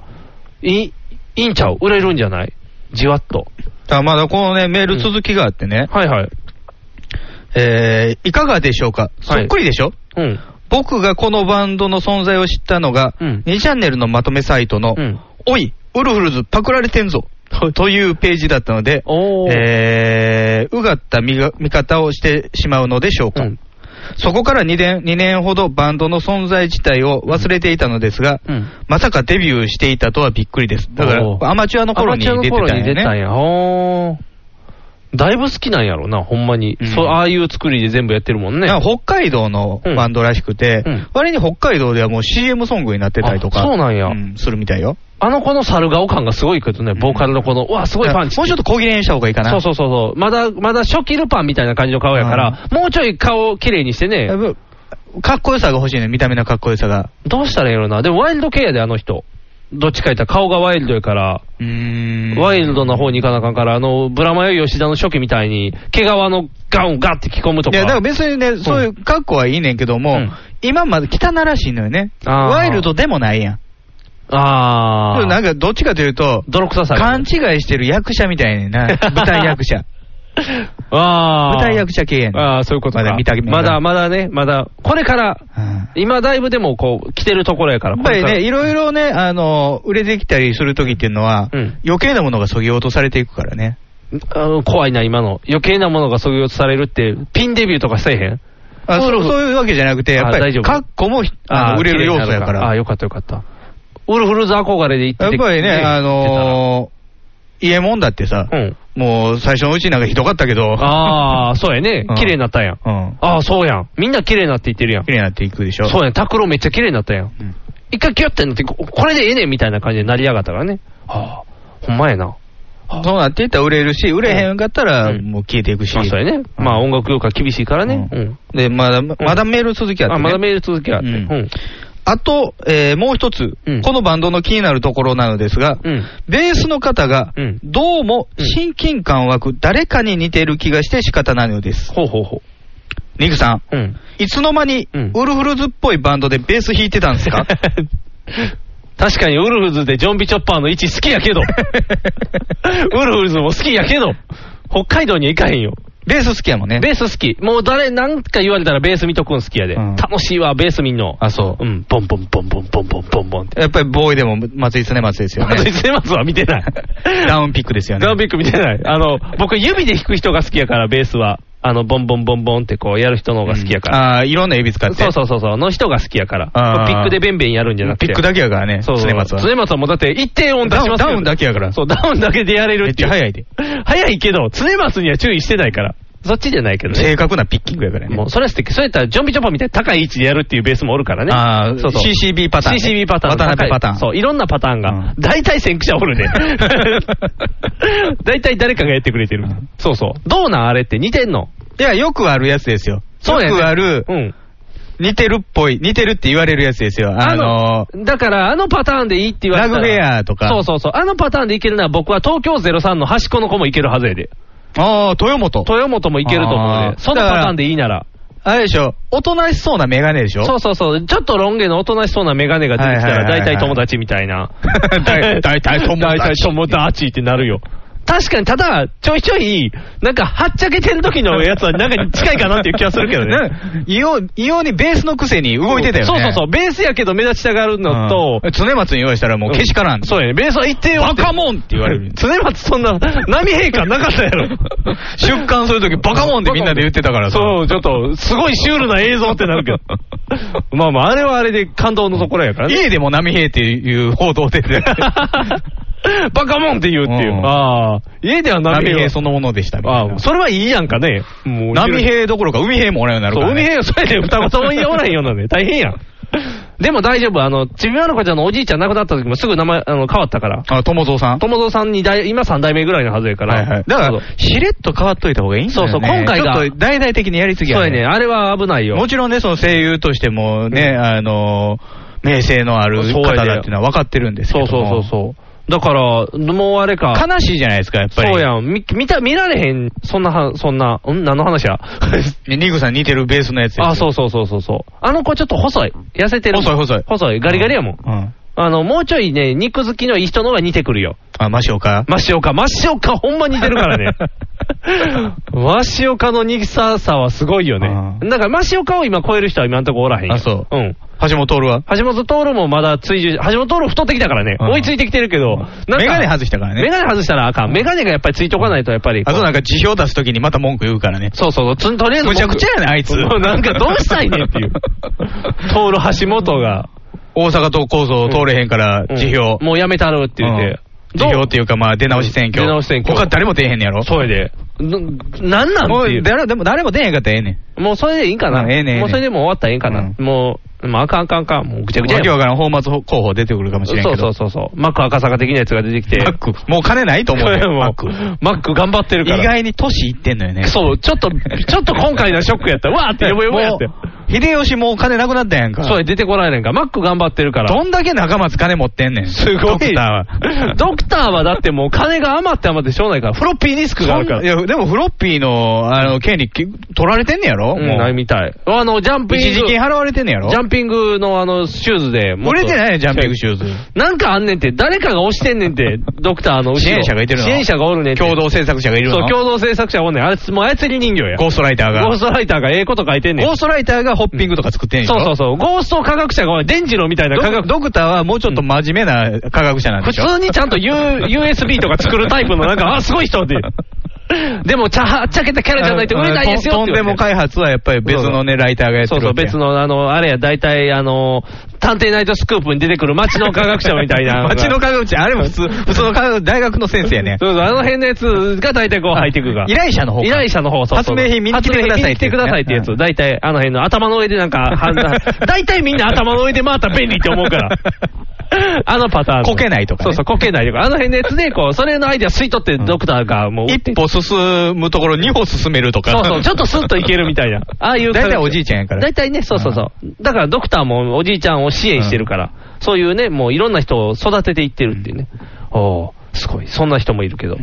Speaker 1: いい、いいんちゃう売れるんじゃないじわっと。
Speaker 2: ただまだこのね、メール続きがあってね、
Speaker 1: はいはい。
Speaker 2: えー、いかがでしょうか、そっくりでしょ
Speaker 1: うん。
Speaker 2: 僕がこのバンドの存在を知ったのが、
Speaker 1: うん
Speaker 2: 2チャンネルのまとめサイトの、
Speaker 1: うん
Speaker 2: おい、ウルフルズパクられてんぞ、というページだったので、
Speaker 1: おー。
Speaker 2: えー、うがった見が見方をしてしまうのでしょうか。
Speaker 1: うん
Speaker 2: そこから2年 ,2 年ほどバンドの存在自体を忘れていたのですが、
Speaker 1: うん
Speaker 2: まさかデビューしていたとはびっくりです。だから
Speaker 1: おー
Speaker 2: アマチュアの頃に出てたん
Speaker 1: アマチュアの頃に
Speaker 2: よ
Speaker 1: 出
Speaker 2: ね
Speaker 1: たん。や。ほーだいぶ好きなんやろな、ほんまに。
Speaker 2: うん
Speaker 1: そう、ああいう作りで全部やってるもんね。
Speaker 2: なんか北海道のバンドらしくて、
Speaker 1: うんうん
Speaker 2: 割に北海道ではもう CM ソングになってたりとか、
Speaker 1: あそうなんや
Speaker 2: するみたいよ。
Speaker 1: あの子の猿顔感がすごいけどね、ボーカルのこの、うわ、すごいパンチ。
Speaker 2: もうちょっと小切れにした方がいいかな。
Speaker 1: そうそうそうそう。まだ、まだ初期ルパンみたいな感じの顔やから、もうちょい顔を綺麗にして
Speaker 2: やっ
Speaker 1: ね、
Speaker 2: ぱかっこよさが欲しいね、見た目のかっこよさが。
Speaker 1: どうしたらいいのな。でもワイルド系やで、あの人。どっちか言ったら顔がワイルドやから、
Speaker 2: うーん
Speaker 1: ワイルドな方に行かなあかんから、あの、ブラマヨ吉田の初期みたいに、毛皮のガンガッて着込むと
Speaker 2: い
Speaker 1: か。
Speaker 2: や、だから別にね、そういう格好はいいねんけども、
Speaker 1: うん
Speaker 2: 今まで汚らしいのよね。
Speaker 1: あー
Speaker 2: ワイルドでもないやん。
Speaker 1: あー。
Speaker 2: なんかどっちかというと、
Speaker 1: 泥臭さが。
Speaker 2: 勘違いしてる役者みたいねん な。舞台役者。
Speaker 1: ああ。
Speaker 2: 舞台役者系やねん。
Speaker 1: ああ、そういうことか。
Speaker 2: まだ見た目が
Speaker 1: まだまだね、まだ、これから、
Speaker 2: うん
Speaker 1: 今だいぶでもこう、来てるところやから。
Speaker 2: やっぱり
Speaker 1: これから
Speaker 2: ね、いろいろね、あの、売れてきたりするときっていうのは、
Speaker 1: うん
Speaker 2: 余計なものが削ぎ落とされていくからね。
Speaker 1: あの怖いな、今の。余計なものが削ぎ落とされるって、ピンデビューとかせえへん
Speaker 2: あ
Speaker 1: ウ
Speaker 2: そ
Speaker 1: ル
Speaker 2: う
Speaker 1: フ
Speaker 2: そういうわけじゃなくて、やっぱ
Speaker 1: あ大丈
Speaker 2: り、
Speaker 1: 夫
Speaker 2: カッコもあの売れる要素やか
Speaker 1: ああ、
Speaker 2: ら。や
Speaker 1: よかったよかった。ウルフルズ憧れで行って
Speaker 2: ってぱりね、あ、のー、家もんだって
Speaker 1: 行っ
Speaker 2: さ、
Speaker 1: てたら
Speaker 2: もう最初のうちなんかひどかったけど、
Speaker 1: うん。ああ、そうやね
Speaker 2: うん。
Speaker 1: 綺麗になったやん。
Speaker 2: うん。
Speaker 1: ああ、そうやん。みんな綺麗になっていってるやん
Speaker 2: 綺。麗になっていくでしょ。
Speaker 1: そうやん。拓郎めっちゃ綺麗になったやん
Speaker 2: うん。
Speaker 1: 一回キュッてなって、ここれでええねんみたいな感じになりやがったからね。ああ、ほんまやな。
Speaker 2: そうなっていったら売れるし、売れへんかったら、
Speaker 1: うん
Speaker 2: もう消えていくし。
Speaker 1: まあ、そうやね。まあ、音楽業界厳しいからね。
Speaker 2: う
Speaker 1: うんん。
Speaker 2: で、まだ、まだメール続きあって、ね
Speaker 1: あ、まだメール続きはあって。
Speaker 2: う
Speaker 1: うんん。
Speaker 2: あと、えーもう一つ、
Speaker 1: うん
Speaker 2: このバンドの気になるところなのですが、
Speaker 1: うん
Speaker 2: ベースの方が
Speaker 1: うん、
Speaker 2: どうも親近感湧く誰かに似ている気がして仕方ないのです。
Speaker 1: ほうほうほ
Speaker 2: ニグさん、
Speaker 1: う。うん。
Speaker 2: いつの間に
Speaker 1: うん
Speaker 2: ウルフルズっぽいバンドでベース弾いてたんで すか
Speaker 1: 確かにウルフズでジョンビチョッパーの位 置好きやけど。ウルフズも好きやけど。北海道には行かへんよ。
Speaker 2: ベース好きやもんね。
Speaker 1: ベース好き。もう誰、なんか言われたらベース見とくん好きやで。
Speaker 2: うん
Speaker 1: 楽しいわ、ベース見んの。
Speaker 2: あ、そう
Speaker 1: う。ん、ボンボンボンボンボンボンボンボン って。
Speaker 2: やっぱりボーイでも松井常松ですよ
Speaker 1: あと、
Speaker 2: ね。
Speaker 1: 一年末は見て ない。
Speaker 2: ダウンピックですよね。
Speaker 1: ダウンビック見てない。あの、僕、指で弾く人が好きやから、ベースは。あの、ボンボンボンボンってこう、やる人の方が好きやから。
Speaker 2: ああー、いろんな指使って。
Speaker 1: そうそうそうそう、の人が好きやから。
Speaker 2: あー
Speaker 1: ピックでベンベンやるんじゃなくて。
Speaker 2: ピックだけやからね、
Speaker 1: そう。
Speaker 2: 常松は。
Speaker 1: 常松はもうだって、一定音出しますけど
Speaker 2: ダウンダウンだけやから
Speaker 1: そう、ダウンだけでやれる
Speaker 2: めって
Speaker 1: い
Speaker 2: ちゃ
Speaker 1: う
Speaker 2: 早いで。
Speaker 1: 早いけど、常松には注意してないから。そっちじゃないけどね。
Speaker 2: 正確なピッキングやからね。
Speaker 1: もう、それは素敵。そうやったら、ジョンビジョンパみたいに高い位置でやるっていうベースもおるからね。
Speaker 2: ああ、
Speaker 1: そうそう
Speaker 2: CCB パターンね。
Speaker 1: CCB パターン。
Speaker 2: 渡辺パターン。
Speaker 1: そう、いろんなパターンが。大体先駆者おるね。 大体誰かがやってくれてる
Speaker 2: ん。
Speaker 1: そうそう。どうなんあれって似てんの
Speaker 2: いや、よくあるやつですよ。
Speaker 1: そうやね
Speaker 2: よくある
Speaker 1: う、ん。
Speaker 2: 似てるっぽい、似てるって言われるやつですよ。あのー、
Speaker 1: だから、あのパターンでいいって言われたら
Speaker 2: ラグフェアとか
Speaker 1: そうそうそう。あのパターンでいけるなら僕は東京03の端っこの子もいけるはずやで。
Speaker 2: ああ、豊本。
Speaker 1: 豊本もいけると思う
Speaker 2: あ
Speaker 1: ね。
Speaker 2: ー
Speaker 1: そのパターンでいいなら。
Speaker 2: あれでしょ、おとなしそうなメガネでしょ
Speaker 1: そうそうそう。ちょっとロン毛のおとなしそうなメガネが出てきた
Speaker 2: は
Speaker 1: ら、
Speaker 2: いはいはいはい。
Speaker 1: 大体友達みたいな
Speaker 2: 大大体友達
Speaker 1: 大体友達ってなるよ。確かに、ただ、ちょいちょい、なんか、はっちゃけてる時のやつは、なんか近いかなっていう気がするけどね。
Speaker 2: ね。異様、異様にベースのくせに 動いてたよね。
Speaker 1: そうそうそう。ベースやけど目立ちたがるのと、
Speaker 2: うん常松に言わしたらもうけしからん。
Speaker 1: そうやね。ベースは一定
Speaker 2: バカもんって言われ
Speaker 1: 。
Speaker 2: る
Speaker 1: 常松そんな、波平感なかったやろ。
Speaker 2: 出刊するときバカもんってみんなで言ってたからさ。
Speaker 1: そう、ちょっと、すごいシュールな映像ってなるけ ど。まあまあ、あれはあれで感動のところやからね。
Speaker 2: 家でも波平っていう報道出てた。
Speaker 1: バカモンって言うっていう。
Speaker 2: うん
Speaker 1: ああ。家では波
Speaker 2: 波
Speaker 1: 平
Speaker 2: 平
Speaker 1: は
Speaker 2: そのものでしたみたい
Speaker 1: あ
Speaker 2: な
Speaker 1: あ、。それはいいやんかね。もう
Speaker 2: 波平どころか海平もおらんようになる
Speaker 1: そ
Speaker 2: か
Speaker 1: う、
Speaker 2: ら、
Speaker 1: 海
Speaker 2: ね。
Speaker 1: 平よ、それで双子ともにおらんようなんで、大変やん。でも大丈夫、あの、ちびまる子ちゃんのおじいちゃん亡くなった時もすぐ名前、あの、変わったから。
Speaker 2: あ、友蔵さん。
Speaker 1: 友蔵さんに代、今3代目ぐらいのはずやから。
Speaker 2: はいはい。だか
Speaker 1: そう
Speaker 2: ら、しれっと変わっといた方がいいんだよね。
Speaker 1: そうそう今回が
Speaker 2: ちょっと大々的にやりすぎ
Speaker 1: そう
Speaker 2: や
Speaker 1: やね、あれは危ないよ。
Speaker 2: もちろんね、その声優としてもね、あの、名声のある
Speaker 1: そう
Speaker 2: 方
Speaker 1: やね
Speaker 2: だっていうのは分かってるんですけ
Speaker 1: そ
Speaker 2: ど
Speaker 1: うそうそう
Speaker 2: う。
Speaker 1: そう。だから、もうあれか。
Speaker 2: 悲しいじゃないですか、やっぱり。
Speaker 1: そうやん。み見た、見られへん。そんなは、そんな、ん何の話や
Speaker 2: ねニグさん似てるベースのやつですよ
Speaker 1: あ、そうそうそうそうそう。あの子ちょっと細い。痩せてる。
Speaker 2: 細い細い
Speaker 1: 細い。ガリガリやもん。
Speaker 2: うん。
Speaker 1: あの、もうちょいね、肉好きのいい人の方が似てくるよ。
Speaker 2: あ、マシオか。
Speaker 1: マシオカ、マシオカほんま似てるから ね。マシオカの似ささはすごいよね。
Speaker 2: う
Speaker 1: だからマシオカを今超える人は今んとこおらへんよ
Speaker 2: あそう
Speaker 1: うん。
Speaker 2: 橋本徹は
Speaker 1: 橋本徹もまだ追従、橋本徹太ってきたからね、
Speaker 2: うん
Speaker 1: 追いついてきてるけど、なんか
Speaker 2: メガネ外したからね
Speaker 1: メガネ外したらあかん。メガネがやっぱりついとかないとやっぱり。
Speaker 2: あとなんか辞表出すときにまた文句言うからね。
Speaker 1: そうそうそう、つとりあえず
Speaker 2: む
Speaker 1: 僕。
Speaker 2: ちゃくちゃやね、あいつ。
Speaker 1: もうなんかどうしたいねんって いう。徹橋本が。
Speaker 2: 大阪都構想通れへんから、
Speaker 1: うん
Speaker 2: 辞表。
Speaker 1: もうやめたるって言って。
Speaker 2: うん辞表っていうか、まあ、出直し選挙。
Speaker 1: 出直し選挙
Speaker 2: 他誰も出えへんねやろ。
Speaker 1: そうやで。な、なんなん
Speaker 2: も
Speaker 1: っていう
Speaker 2: う、。誰でも、誰も出えへんかったらええねん。
Speaker 1: もうそれでいいんかな。
Speaker 2: うんええねんええねん
Speaker 1: もうそれでもう終わったらええんかな。もう、もうあかんあかんあかん。もうぐちゃぐちゃ
Speaker 2: わけ
Speaker 1: や
Speaker 2: わからん、泡沫候補出てくるかもしれん
Speaker 1: そ
Speaker 2: け
Speaker 1: うそ
Speaker 2: ど
Speaker 1: う。そうそう。マック赤坂的なやつが出てきて。
Speaker 2: マック、もう金ないと思う
Speaker 1: これ
Speaker 2: よ。
Speaker 1: もう
Speaker 2: マック。
Speaker 1: マック頑張ってる
Speaker 2: 意
Speaker 1: から。
Speaker 2: 外に年いってんのよね。
Speaker 1: そう、ちょっと、ちょっと今回のショックやった。わーって、よぼよぼやって
Speaker 2: も。う秀吉もう金なくなったやんか。
Speaker 1: そうや、出てこられへんか。マック頑張ってるから。
Speaker 2: どんだけ中松金持ってんねん。
Speaker 1: すごい。
Speaker 2: ドクターは
Speaker 1: ドクターはだってもう金が余って余ってしょうないから。フロッピーディスクがあるか
Speaker 2: い
Speaker 1: ら。
Speaker 2: や、でもフロッピーの、あの、権利き取られてんねやろ
Speaker 1: うん、ないみたい。あの、ジャンピング。
Speaker 2: 一時金払われてんねやろ
Speaker 1: ジャンピングのあの、シューズで。
Speaker 2: 売れてないねジャンピング
Speaker 1: ューズ
Speaker 2: シューズ。
Speaker 1: なんかあんねんて、誰かが押してんねんて、ドクターの後ろ。
Speaker 2: 支援者がいてるの
Speaker 1: 支援者がおるねんて
Speaker 2: 共同制作者がいるの
Speaker 1: そう、共同制作者おんねん。あれ、もう操り人形や。
Speaker 2: ゴーストライターが。
Speaker 1: ゴーストライターがええこと書いてんねん。
Speaker 2: ゴーストライターがホッピングとか作ってんねん
Speaker 1: そうそううそう。ゴースト科学者がおんねん。デンジロみたいな科
Speaker 2: ド
Speaker 1: 学
Speaker 2: ク。ドクターはもうちょっと真面目な科学者なん
Speaker 1: 普
Speaker 2: でしょ
Speaker 1: 通にちゃんと U USB とか作るタイプのなんか、あ、すごい人って。 でも、ちゃ、はっちゃけたキャラじゃないと売れないですよ
Speaker 2: と
Speaker 1: って
Speaker 2: ん
Speaker 1: 言わ
Speaker 2: で
Speaker 1: れて
Speaker 2: も開発はやっぱり別のね、ライターがやって
Speaker 1: そう
Speaker 2: る
Speaker 1: そう、
Speaker 2: わけや
Speaker 1: 別の、あの、あれや、大体、あの、探偵ナイトスクープに出てくる街の科学者みたい な。
Speaker 2: 街の科学者、あれも普通、普通の科学、大学の先生やね。
Speaker 1: そうそう、あの辺のやつが大体こう入ってくるから。
Speaker 2: 依頼者の方か
Speaker 1: 依頼者の方、そうそう
Speaker 2: 発明品見に来てくださ
Speaker 1: 発
Speaker 2: い
Speaker 1: 明品見に来てくださいってやつ。
Speaker 2: うん
Speaker 1: 大体、あの辺の頭の上でなんか、はん 大体みんな頭の上で回ったら便利って思うから。 あのパターン。
Speaker 2: こけないとかね
Speaker 1: そうそう、こけないとか。あの辺のやつで、こう、それのアイデア吸い取ってドクターがもう打って
Speaker 2: 一歩進むところ二歩進めるとか。
Speaker 1: そうそう、ちょっとスッといけるみたいな。 ああいう
Speaker 2: 大体おじいちゃんやから
Speaker 1: 大体ね、そうそうそう。だからドクターもおじいちゃんを支援してるから、そういうね、もういろんな人を育てていってるっていうね。おーすごい。そんな人もいるけど。
Speaker 2: ん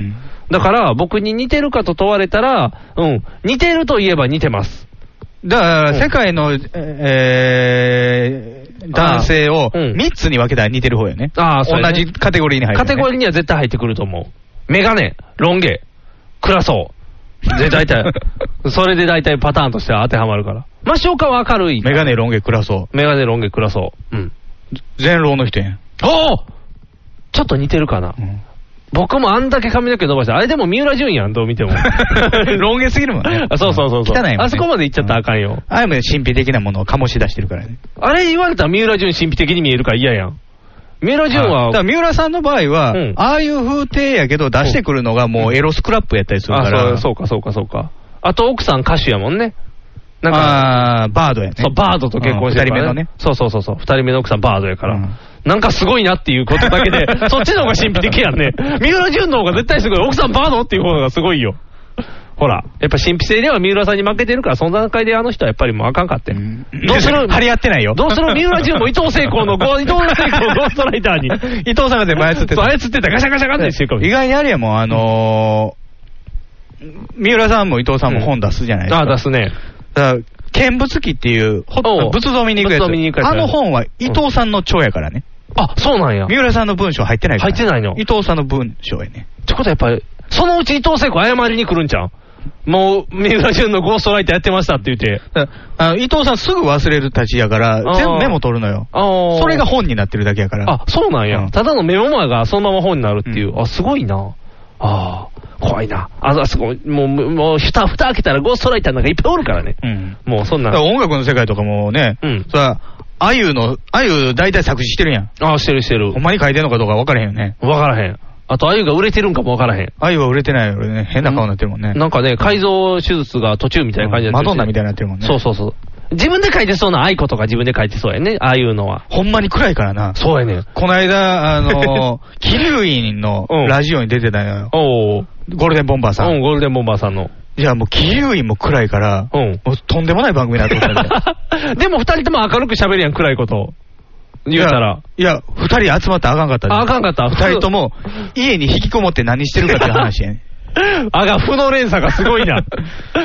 Speaker 1: だから、僕に似てるかと問われたら、うん、似てると言えば似てます。
Speaker 2: だから、
Speaker 1: うん
Speaker 2: 世界の、えー、男性を
Speaker 1: あーうん
Speaker 2: 3つに分けたら似てる方やね。
Speaker 1: あーそうや
Speaker 2: 同
Speaker 1: ね
Speaker 2: じカテゴリーに入る、
Speaker 1: カテゴリ
Speaker 2: リ
Speaker 1: ーには絶対入ってくると思う。メガネ、ロン毛、暗そう、で、大体。それで大体パターンとしては当てはまるから。増岡は明るい。
Speaker 2: メガネロン毛暗そ
Speaker 1: メガネロン毛暗そう。うん。
Speaker 2: う。全老の人やん。
Speaker 1: おおちょっと似てるかな。
Speaker 2: うん
Speaker 1: 僕もあんだけ髪の毛伸ばして、あれでも三浦純やん、どう見ても。
Speaker 2: ロン毛すぎるもんね
Speaker 1: あそうそうそうそう。
Speaker 2: 汚いもんね
Speaker 1: あそこまで行っちゃったらあかんよ。
Speaker 2: あれも神秘的なものを醸し出してるからね。
Speaker 1: あれ言われたら三浦純神秘的に見えるから嫌やん。三浦純は、
Speaker 2: だから三浦さんの場合は、
Speaker 1: うん
Speaker 2: ああいう風景やけど出してくるのがもうエロスクラップやったりするか
Speaker 1: あ
Speaker 2: ら、
Speaker 1: そう、そうかそうかそうか。あと奥さん歌手やもんね。なんか、
Speaker 2: あーバードやね。
Speaker 1: そう、バードと結婚してるから、
Speaker 2: うん二人目のね。
Speaker 1: そうそうそうそう。二人目の奥さんバードやから。
Speaker 2: うん
Speaker 1: なんかすごいなっていうことだけ で、そっちの方が神秘的やんね。三浦純の方が絶対すごい。奥さんバードっていう方がすごいよ。ほら、やっぱ神秘性では三浦さんに負けてるから、その段階であの人はやっぱりもうあかんかって。どうする
Speaker 2: 張り合ってないよ。
Speaker 1: どうする三浦純も伊藤聖 光のゴー、伊藤聖光のゴーストライターに。
Speaker 2: 伊藤さんが全部操って
Speaker 1: そう
Speaker 2: た。
Speaker 1: 操ってた。ガシャガシャガシャってしてるかもし
Speaker 2: 意
Speaker 1: れない。
Speaker 2: 外にあれやもん、あのー、三浦さんも伊藤さんも本出すじゃないですか。
Speaker 1: ああ、出すね。
Speaker 2: だから見物記っていう、ほ
Speaker 1: おう
Speaker 2: 仏像見に行くや
Speaker 1: 仏像見に行く
Speaker 2: つ。
Speaker 1: やつ
Speaker 2: あの本は伊藤さんの著やからね。
Speaker 1: あ、そうなんや。
Speaker 2: 三浦さんの文章入ってないから。
Speaker 1: 入ってないの
Speaker 2: 伊藤さんの文章やね。
Speaker 1: ってことはやっぱり、そのうち伊藤聖子謝りに来るんちゃうもう、三浦淳のゴーストライターやってましたって言って。
Speaker 2: だからあの伊藤さんすぐ忘れるたちやから
Speaker 1: あー、
Speaker 2: 全部メモ取るのよ。
Speaker 1: あ
Speaker 2: それが、本になってるだけやから。
Speaker 1: あ、そうなんや。
Speaker 2: うん
Speaker 1: ただのメモマーがそのまま本になるっていう。
Speaker 2: うん
Speaker 1: あ、すごいな。ああ、怖いな。あ、あそこ、もう、もう、蓋、蓋開けたらゴーストライターなんかいっぱいおるからね。
Speaker 2: うん。
Speaker 1: もう、そん
Speaker 2: だ
Speaker 1: な
Speaker 2: から。音楽の世界とかもね、
Speaker 1: うん
Speaker 2: そら、あゆの、あゆ大体作詞してるやん。
Speaker 1: ああ、してるしてる
Speaker 2: ほん。まに書いてんのかどうか分からへんよね。
Speaker 1: わからへん。あと、あゆが売れてるんかもわからへん。
Speaker 2: あゆは売れてないよね。変な顔になってるもんね。
Speaker 1: なんかね、改造手術が途中みたいな感じにな
Speaker 2: マ
Speaker 1: ってる
Speaker 2: ド
Speaker 1: し
Speaker 2: ンナみたいになってるもんね。
Speaker 1: そうそうそう。自分で書いてそうな愛子とか自分で書いてそうやね。ああいうのは。
Speaker 2: ほんまに暗いからな。
Speaker 1: そうやね。
Speaker 2: この間、あの ー、キリュウインの
Speaker 1: うん
Speaker 2: ラジオに出てたのよ。
Speaker 1: おお。
Speaker 2: ゴールデンボンバーさ。
Speaker 1: うんん、ゴールデンボンバーさんの。
Speaker 2: じゃあもう、キリュウインも暗いから、
Speaker 1: うん。
Speaker 2: もうとんでもない番組だと思った んだよ
Speaker 1: でも二人とも明るく喋るやん、暗いこと。言うたら。
Speaker 2: いや、いや二人集まったらあかんかったで
Speaker 1: ああかんかった。
Speaker 2: 二人とも、家に引きこもって何してるかっていう話やね。
Speaker 1: あが、負の連鎖 がすごい な。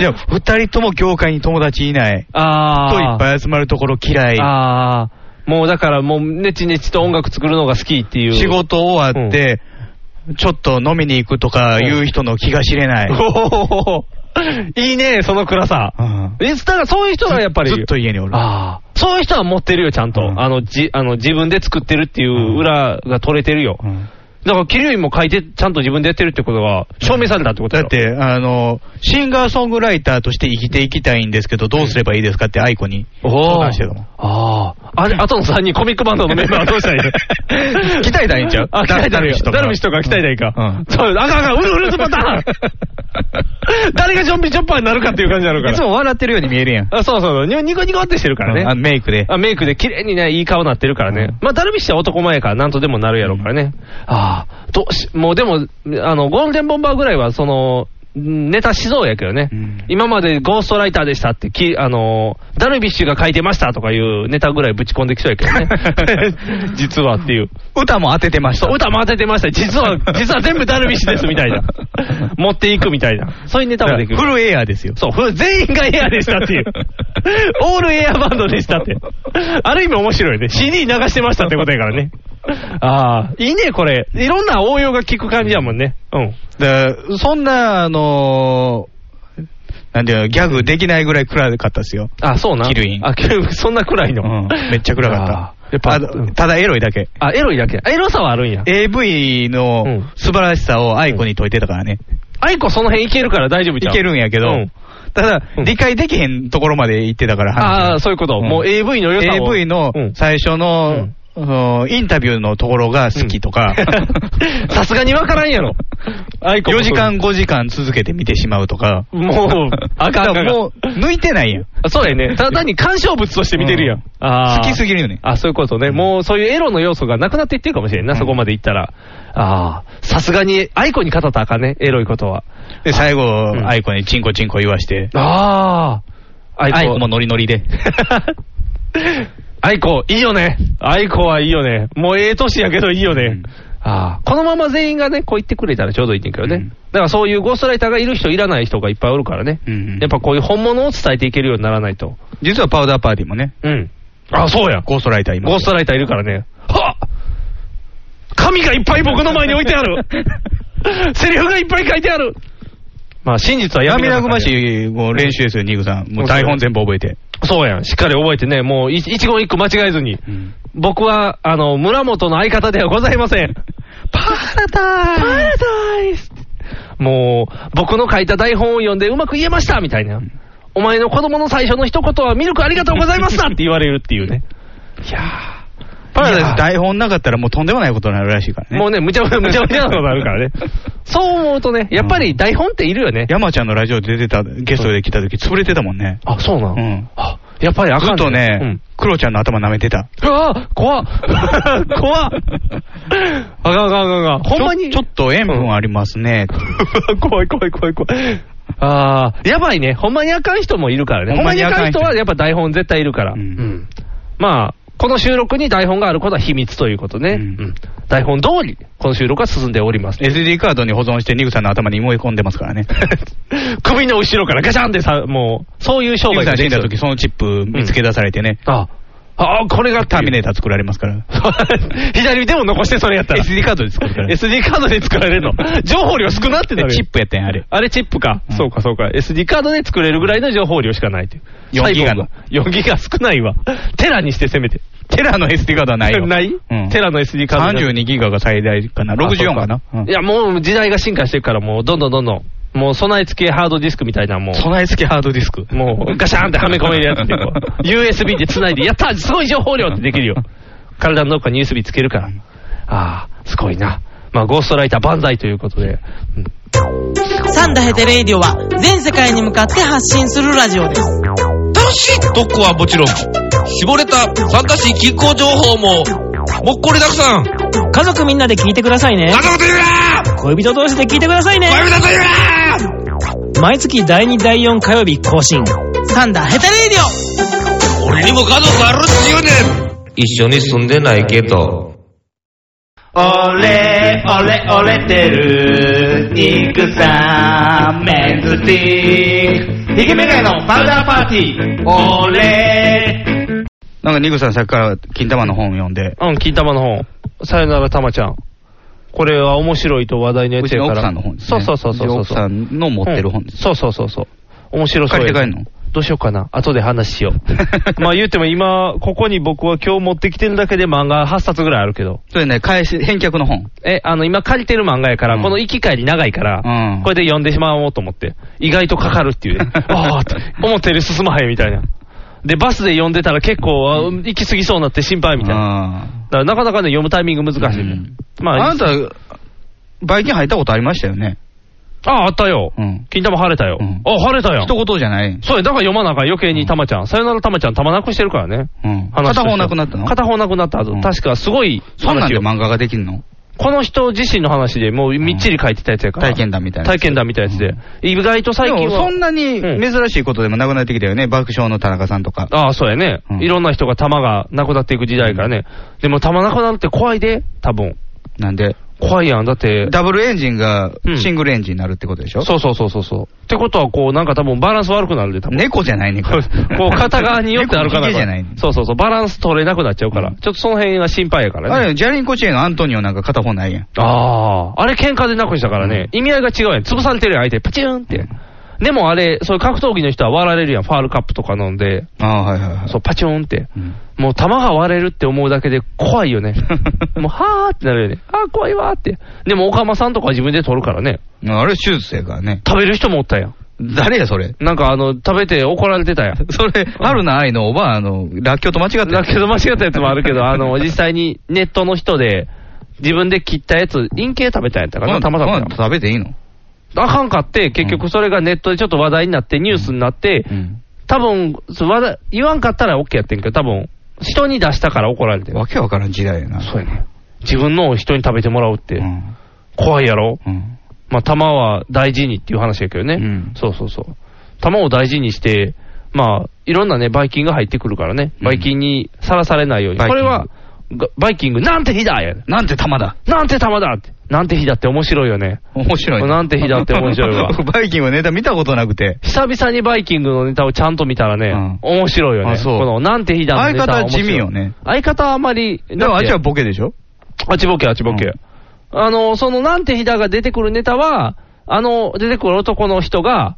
Speaker 2: でも、二人とも業界に友達いない。
Speaker 1: ああ。
Speaker 2: といっぱい集まるところ嫌い。
Speaker 1: ああ。もうだから、もう、ネチネチと音楽作るのが好きっていう。
Speaker 2: 仕。事終わって、ちょっと飲みに行くとかいう人の気が知れない。
Speaker 1: おーいいね、その暗さ。
Speaker 2: うん
Speaker 1: え、だからそういう人はやっぱり。
Speaker 2: ずずっと家におる。
Speaker 1: ああ。そういう人は持ってるよ、ちゃんと。
Speaker 2: うん
Speaker 1: あの、じ、あの、自分で作ってるっていう裏が取れてるよ。
Speaker 2: うん
Speaker 1: だから、キリュウイも書いて、ちゃんと自分でやってるってことが、証明されたってこと
Speaker 2: だ
Speaker 1: や
Speaker 2: っ
Speaker 1: ろ。
Speaker 2: て、あの、シンガーソングライターとして生きていきたいんですけど、どうすればいいですかってアイコに相談してたもん。
Speaker 1: ああ。あれ、あとの3人、コミックバンドのメンバーはどうしたらいい
Speaker 2: 鍛えたらいいんちゃう
Speaker 1: あ、鍛えたらいいよ。ダルビ
Speaker 2: ダル
Speaker 1: ッ
Speaker 2: ビッ
Speaker 1: シ
Speaker 2: シ
Speaker 1: ュと
Speaker 2: ュ
Speaker 1: か
Speaker 2: とか
Speaker 1: 鍛えたらいいか。
Speaker 2: うん
Speaker 1: そう、あかんあかん、ウルウルズパタ ーン誰がジョンビチョッパーになるかっていう感じになるか
Speaker 2: いつ
Speaker 1: ら。
Speaker 2: も笑ってるように見えるやん。
Speaker 1: あそうそうそう、ニコニコってしてるからね。
Speaker 2: あメイクで。
Speaker 1: あメイクで綺麗にね、いい顔なってるからね。
Speaker 2: うん
Speaker 1: まあ、ダルビッシュは男前やから、なんとでもなるやろうからね。ああ、どうし、もうでも、あの、ゴールデンボンバーぐらいは、その、んネタしそうやけどね。
Speaker 2: うん
Speaker 1: 今までゴーストライターでしたってき、あの、ダルビッシュが書いてましたとかいうネタぐらいぶち込んできそうやけど ね。 実はっていう。
Speaker 2: 歌も当ててました
Speaker 1: そう、。歌も当ててました。実 は、実は全部ダルビッシュですみたいな。持っていくみたいな。そういうネタもできる。
Speaker 2: フルエアーですよ。
Speaker 1: そう、ふ全員がエアでしたって いう。オールエアバンドでしたって。ある意味面白いね。CD 流してましたってことやからね。ああ、いいね、これ。いろんな応用が効く感じやもんね。うん。
Speaker 2: だからそんな、あのーなんていうの、ギャグできないぐらい暗かったですよ。
Speaker 1: あ、そうな。
Speaker 2: キルイン
Speaker 1: あ、キルインそんな暗いの。
Speaker 2: うんめっちゃ暗かった
Speaker 1: あ。ーやっぱ
Speaker 2: あのただエロいだけ。
Speaker 1: あ、エロいだけ。エロさはあるんや。
Speaker 2: AV
Speaker 1: う
Speaker 2: の
Speaker 1: ん
Speaker 2: 素晴らしさをアイコに解いてたからね。
Speaker 1: アイコその辺いけるから大丈夫じ
Speaker 2: い
Speaker 1: ゃん。
Speaker 2: けるんやけど、
Speaker 1: うん
Speaker 2: ただ、
Speaker 1: うん
Speaker 2: 理解できへんところまで行ってたから、話
Speaker 1: あ
Speaker 2: が
Speaker 1: あ、そういうこと。
Speaker 2: うん
Speaker 1: もう AV の良さを。
Speaker 2: AV の
Speaker 1: うん
Speaker 2: 最初の、
Speaker 1: うん
Speaker 2: そのインタビューのところが好きと か、
Speaker 1: さすがにわからんやろ。アイコ。
Speaker 2: 4時間、。5時間続けて見てしまうとか、
Speaker 1: もう、あかんあかんあかん
Speaker 2: もう抜いてないやん。
Speaker 1: あそうやね。ただ単に干渉物として見てるやん。
Speaker 2: うん
Speaker 1: あー
Speaker 2: 好きすぎるよね
Speaker 1: あ、そういうことね。もうそういうエロの要素がなくなっていってるかもしれんな、
Speaker 2: うん
Speaker 1: そこまでいったら。ああ、さすがに、アイコに語ったらあかんね、エロいことは。
Speaker 2: で、最後、
Speaker 1: ん
Speaker 2: アイコにチンコチンコ言わして、
Speaker 1: ああ、アイコ。
Speaker 2: アイコもノリノリで。
Speaker 1: アイコ、いいよね。アイコはいいよね。もうええ年やけどいいよね。
Speaker 2: うん
Speaker 1: ああ、このまま全員がね、こう言ってくれたらちょうどいいねんけどね。
Speaker 2: うん
Speaker 1: だからそういうゴーストライターがいる人、いらない人がいっぱいおるからね。
Speaker 2: うん
Speaker 1: やっぱこういう本物を伝えていけるようにならないと。
Speaker 2: 実はパウダーパーティーもね、
Speaker 1: うん。あ、そうや。
Speaker 2: ゴーストライター今。
Speaker 1: ゴーストライターいるからね。はっ 神がいっぱい僕の前に置いてあるセリフがいっぱい書いてあるまあ真実は闇の
Speaker 2: 涙
Speaker 1: 中
Speaker 2: ぐ
Speaker 1: にある
Speaker 2: ましいもう練習ですよ、ニグさん。もう台本全部覚えて。
Speaker 1: そうやん。しっかり覚えてね、もうい一言一句間違えずに。
Speaker 2: うん
Speaker 1: 僕は、あの、村本の相方ではございません。パラダイスパラダイスもう、僕の書いた台本を読んでうまく言えましたみたいな。お前の子供の最初の一言はミルクありがとうございましたって言われるっていうね。いやー。
Speaker 2: パラダイス
Speaker 1: イ
Speaker 2: 台本なかったらもうとんでもないことになるらしいからね。
Speaker 1: もうね、むちゃむちゃ、むちゃむちゃなことある からね。そう思うとね、やっぱり台本っているよね。
Speaker 2: 山ちゃんのラジオ出てた、ゲストで来た時潰れてたもんね。
Speaker 1: あ、そうなの、
Speaker 2: うん
Speaker 1: あやっぱりあ
Speaker 2: ず
Speaker 1: か
Speaker 2: っ
Speaker 1: ん
Speaker 2: と
Speaker 1: う
Speaker 2: ね
Speaker 1: ん、
Speaker 2: クロちゃんの頭舐めてた。
Speaker 1: うわー怖っ 怖っあかんあかんあかんあかん。ほんまに
Speaker 2: ちょちょっと塩分ありますね。
Speaker 1: うん 怖い怖い怖い怖い。ああ、やばいね。ほんまにあかん人もいるからね。ほん
Speaker 2: ほん
Speaker 1: ま
Speaker 2: ま
Speaker 1: に
Speaker 2: に
Speaker 1: あ
Speaker 2: あ
Speaker 1: か
Speaker 2: か
Speaker 1: ん
Speaker 2: ん
Speaker 1: 人
Speaker 2: 人
Speaker 1: はやっぱ台本絶対いるから。
Speaker 2: うん
Speaker 1: うんまあ、この収録に台本があることは秘密ということね。
Speaker 2: うん
Speaker 1: うん台本通り、この収録は進んでおります。
Speaker 2: SD カードに保存してニグさんの頭に思い込んでますからね。
Speaker 1: 首の後ろからガシャンってさ、もう、そういう商
Speaker 2: ニグ
Speaker 1: 売
Speaker 2: さ
Speaker 1: が
Speaker 2: ん死
Speaker 1: で
Speaker 2: ん
Speaker 1: き
Speaker 2: だ
Speaker 1: そう
Speaker 2: 時そのチップ見つけ出されてね、
Speaker 1: ああ、これが
Speaker 2: ターミネー
Speaker 1: タ
Speaker 2: ター作られますから。
Speaker 1: ー。 左手も残してそれやったら。
Speaker 2: SD カードで作るから。
Speaker 1: SD カードで作られるの。情報量少なってなるよ。
Speaker 2: チップやったんや、あれ。
Speaker 1: あれチップか。そうかそうか。SD カードで作れるぐらいの情報量しかないという。
Speaker 2: 4ギガの
Speaker 1: サイボーグ4ギガ少ないわ。テラにしてせめて。
Speaker 2: テラの SD カードはないよ。
Speaker 1: ない、
Speaker 2: うん。
Speaker 1: テラの SD カード。
Speaker 2: 32ギガが最大かな。64かな。うん
Speaker 1: いや、もう時代が進化してるから、もうどんどんどんどん。もう備え付けハードディスクみたいな、もう。
Speaker 2: 備え付けハードディスク。
Speaker 1: もうガシャーンってはめ込めるやつで、こう USB で繋いで、やったーすごい情報量ってできるよ。体のどっかに USB つけるから。ああ、すごいな。まあ、ゴーストライター万歳ということで。うん
Speaker 3: サンダヘテレイディオは全世界に向かって発信するラジオです。
Speaker 9: 楽しい特攻はもちろん、絞れたファンタジー気候情報も、もっこりだくさん。
Speaker 3: 家族みんなで聞いてくださいね
Speaker 9: な。んなこと言うな
Speaker 3: 恋人同士で聞いてくださいね。
Speaker 9: 恋人と言うな
Speaker 3: 毎月第2第4火曜日更新。サンダヘテレイディオ
Speaker 9: 俺にも家族あるっちゅうねん一緒に住んでないけど。
Speaker 6: 俺、俺、俺てる、ニグさん、メンズティー。ヒゲメガネのパウダーパーティー。俺、
Speaker 2: なんかニグさんさっきから金玉の本読んで、
Speaker 1: うん、金玉の本。さよなら、たまちゃん。これは面白いと話題のや
Speaker 2: う
Speaker 1: つ
Speaker 2: ち
Speaker 1: や
Speaker 2: の
Speaker 1: か
Speaker 2: 奥
Speaker 1: ら。
Speaker 2: さんの本です、ね。
Speaker 1: そうそうそうそう
Speaker 2: うち
Speaker 1: そう。
Speaker 2: の奥さんの持ってる本です。
Speaker 1: うんそうそうそうそう。面白そう
Speaker 2: 借
Speaker 1: や
Speaker 2: り
Speaker 1: つ
Speaker 2: て帰んの
Speaker 1: どうしようかな。後で話しよう。 まあ言っても今、ここに僕は今日持ってきてるだけで漫画8冊ぐらいあるけど。
Speaker 2: それね、返し、返却の本。
Speaker 1: え、あの、今借りてる漫画やから、
Speaker 2: うん
Speaker 1: この行き帰り長いから、
Speaker 2: うん
Speaker 1: これで読んでしまおうと思って、意外とかかるって いうね、ああ、思ったより進まへんみたいな。で、バスで読んでたら結構、あ行き過ぎそうになって心配みたいな。
Speaker 2: あ
Speaker 1: だからなかなかね、読むタイミング難しいね、
Speaker 2: うん
Speaker 1: ま
Speaker 2: あ
Speaker 1: あ、
Speaker 2: あなた、バイキン入ったことありましたよね。
Speaker 1: ああ、あったよ。
Speaker 2: うん
Speaker 1: 金玉晴れたよ。
Speaker 2: うん
Speaker 1: あ、晴れたやん。
Speaker 2: 一言じゃない。
Speaker 1: そうや、だから読まなあかん、余計にたまちゃん。さよならたまちゃん、たまなくしてるからね。
Speaker 2: うん。
Speaker 1: 話として
Speaker 2: 片
Speaker 1: は
Speaker 2: 方なくなったの
Speaker 1: 片方なくなったはず。
Speaker 2: うん
Speaker 1: 確か、すごい
Speaker 2: そんなん
Speaker 1: 話
Speaker 2: で
Speaker 1: よ
Speaker 2: 漫画ができるの
Speaker 1: この人自身の話でもうみっちり書いてたやつやから。
Speaker 2: 体験談みたいなやつ
Speaker 1: 体験談みたいなやつで
Speaker 2: うん。
Speaker 1: 意外と最
Speaker 2: で
Speaker 1: 近
Speaker 2: も
Speaker 1: は
Speaker 2: そ。んなに珍しいことでもなくなってきたよね。爆笑の田中さんとか。
Speaker 1: ああ、そうやね
Speaker 2: う。ん
Speaker 1: いろんな人が玉がなくなっていく時代やからね。でも玉なくなるって怖いで、多分。
Speaker 2: なんで、
Speaker 1: 怖いやん。だって。
Speaker 2: ダブルエンジンが
Speaker 1: うん
Speaker 2: シングルエンジンになるってことでしょ
Speaker 1: そうそうそうそうそう。ってことは、こう、なんか多分バランス悪くなるで、多分。
Speaker 2: 猫じゃないね。こ
Speaker 1: こ
Speaker 2: れ
Speaker 1: う こう片側によって歩かな
Speaker 2: 猫の
Speaker 1: い
Speaker 2: ヒゲじゃない。
Speaker 1: そうそうそう、バランス取れなくなっちゃうから、
Speaker 2: うん
Speaker 1: ちょっとその辺が心配やからね。
Speaker 2: あれ、ジャリンコチェーンのアントニオなんか片方ないやん。
Speaker 1: ああ、あれ喧嘩でなくしたからね、意味合いが違うやん。潰されてるやん、相手。パチューンって。でもあれ、そういう格闘技の人は割られるやん、ファールカップとか飲んで。
Speaker 2: ああ、はいはいはい。
Speaker 1: そう、パチューンって。
Speaker 2: うん
Speaker 1: もう弾が割れるって思うだけで怖いよ ね。もう、はーってなるよね。あー怖いわーって。でも、オカマさんとかは自分で取るからね。
Speaker 2: あれ手術やからね。
Speaker 1: 食べる人もおったやん。
Speaker 2: 誰やそれ。
Speaker 1: なんかあの、食べて怒られてたやん。
Speaker 2: それ、春菜愛のおばああの、らっきょうと間違って
Speaker 1: だけど間違ったやつもあるけど、あの、実際にネットの人で、自分で切ったやつ、陰茎食べたんやったかな、たまた
Speaker 2: こん
Speaker 1: ま
Speaker 2: なん。食べていいの
Speaker 1: あかんかって、結局それがネットでちょっと話題になって、ニュースになって、
Speaker 2: うん。
Speaker 1: 多分、そう話題言わんかったら OK やってんけど、多分、人に出したから怒られてる
Speaker 2: わけわからん時代やな。
Speaker 1: そうやね。自分のを人に食べてもらうって、
Speaker 2: うん。
Speaker 1: 怖いやろ
Speaker 2: うん。
Speaker 1: まあ、玉は大事にっていう話やけどね。
Speaker 2: うん
Speaker 1: そうそうそう。玉を大事にして、まあ、いろんなね、バイキンが入ってくるからね。
Speaker 2: うん
Speaker 1: バイキンにさらされないように。
Speaker 2: バイ
Speaker 1: こ
Speaker 2: キン
Speaker 1: れは、がバイキング、なんて日だや
Speaker 2: なんて玉だ。
Speaker 1: なんて玉だって。なんて日だって面白いよね。
Speaker 2: 面白いね。
Speaker 1: なんて日だって面白いわ
Speaker 2: バイキングネタ見たことなくて。
Speaker 1: 久々にバイキングのネタをちゃんと見たらね、
Speaker 2: う
Speaker 1: 面白いよね。
Speaker 2: あそう
Speaker 1: この、なんて日だのネタ
Speaker 2: 相方は地味よね。
Speaker 1: 相方はあまり、
Speaker 2: でもあっちは
Speaker 1: だって
Speaker 2: ボケでしょ
Speaker 1: あっちボケ、あっちボケ。
Speaker 2: うん
Speaker 1: あの、その、なんて日だが出てくるネタは、あの、出てくる男の人が、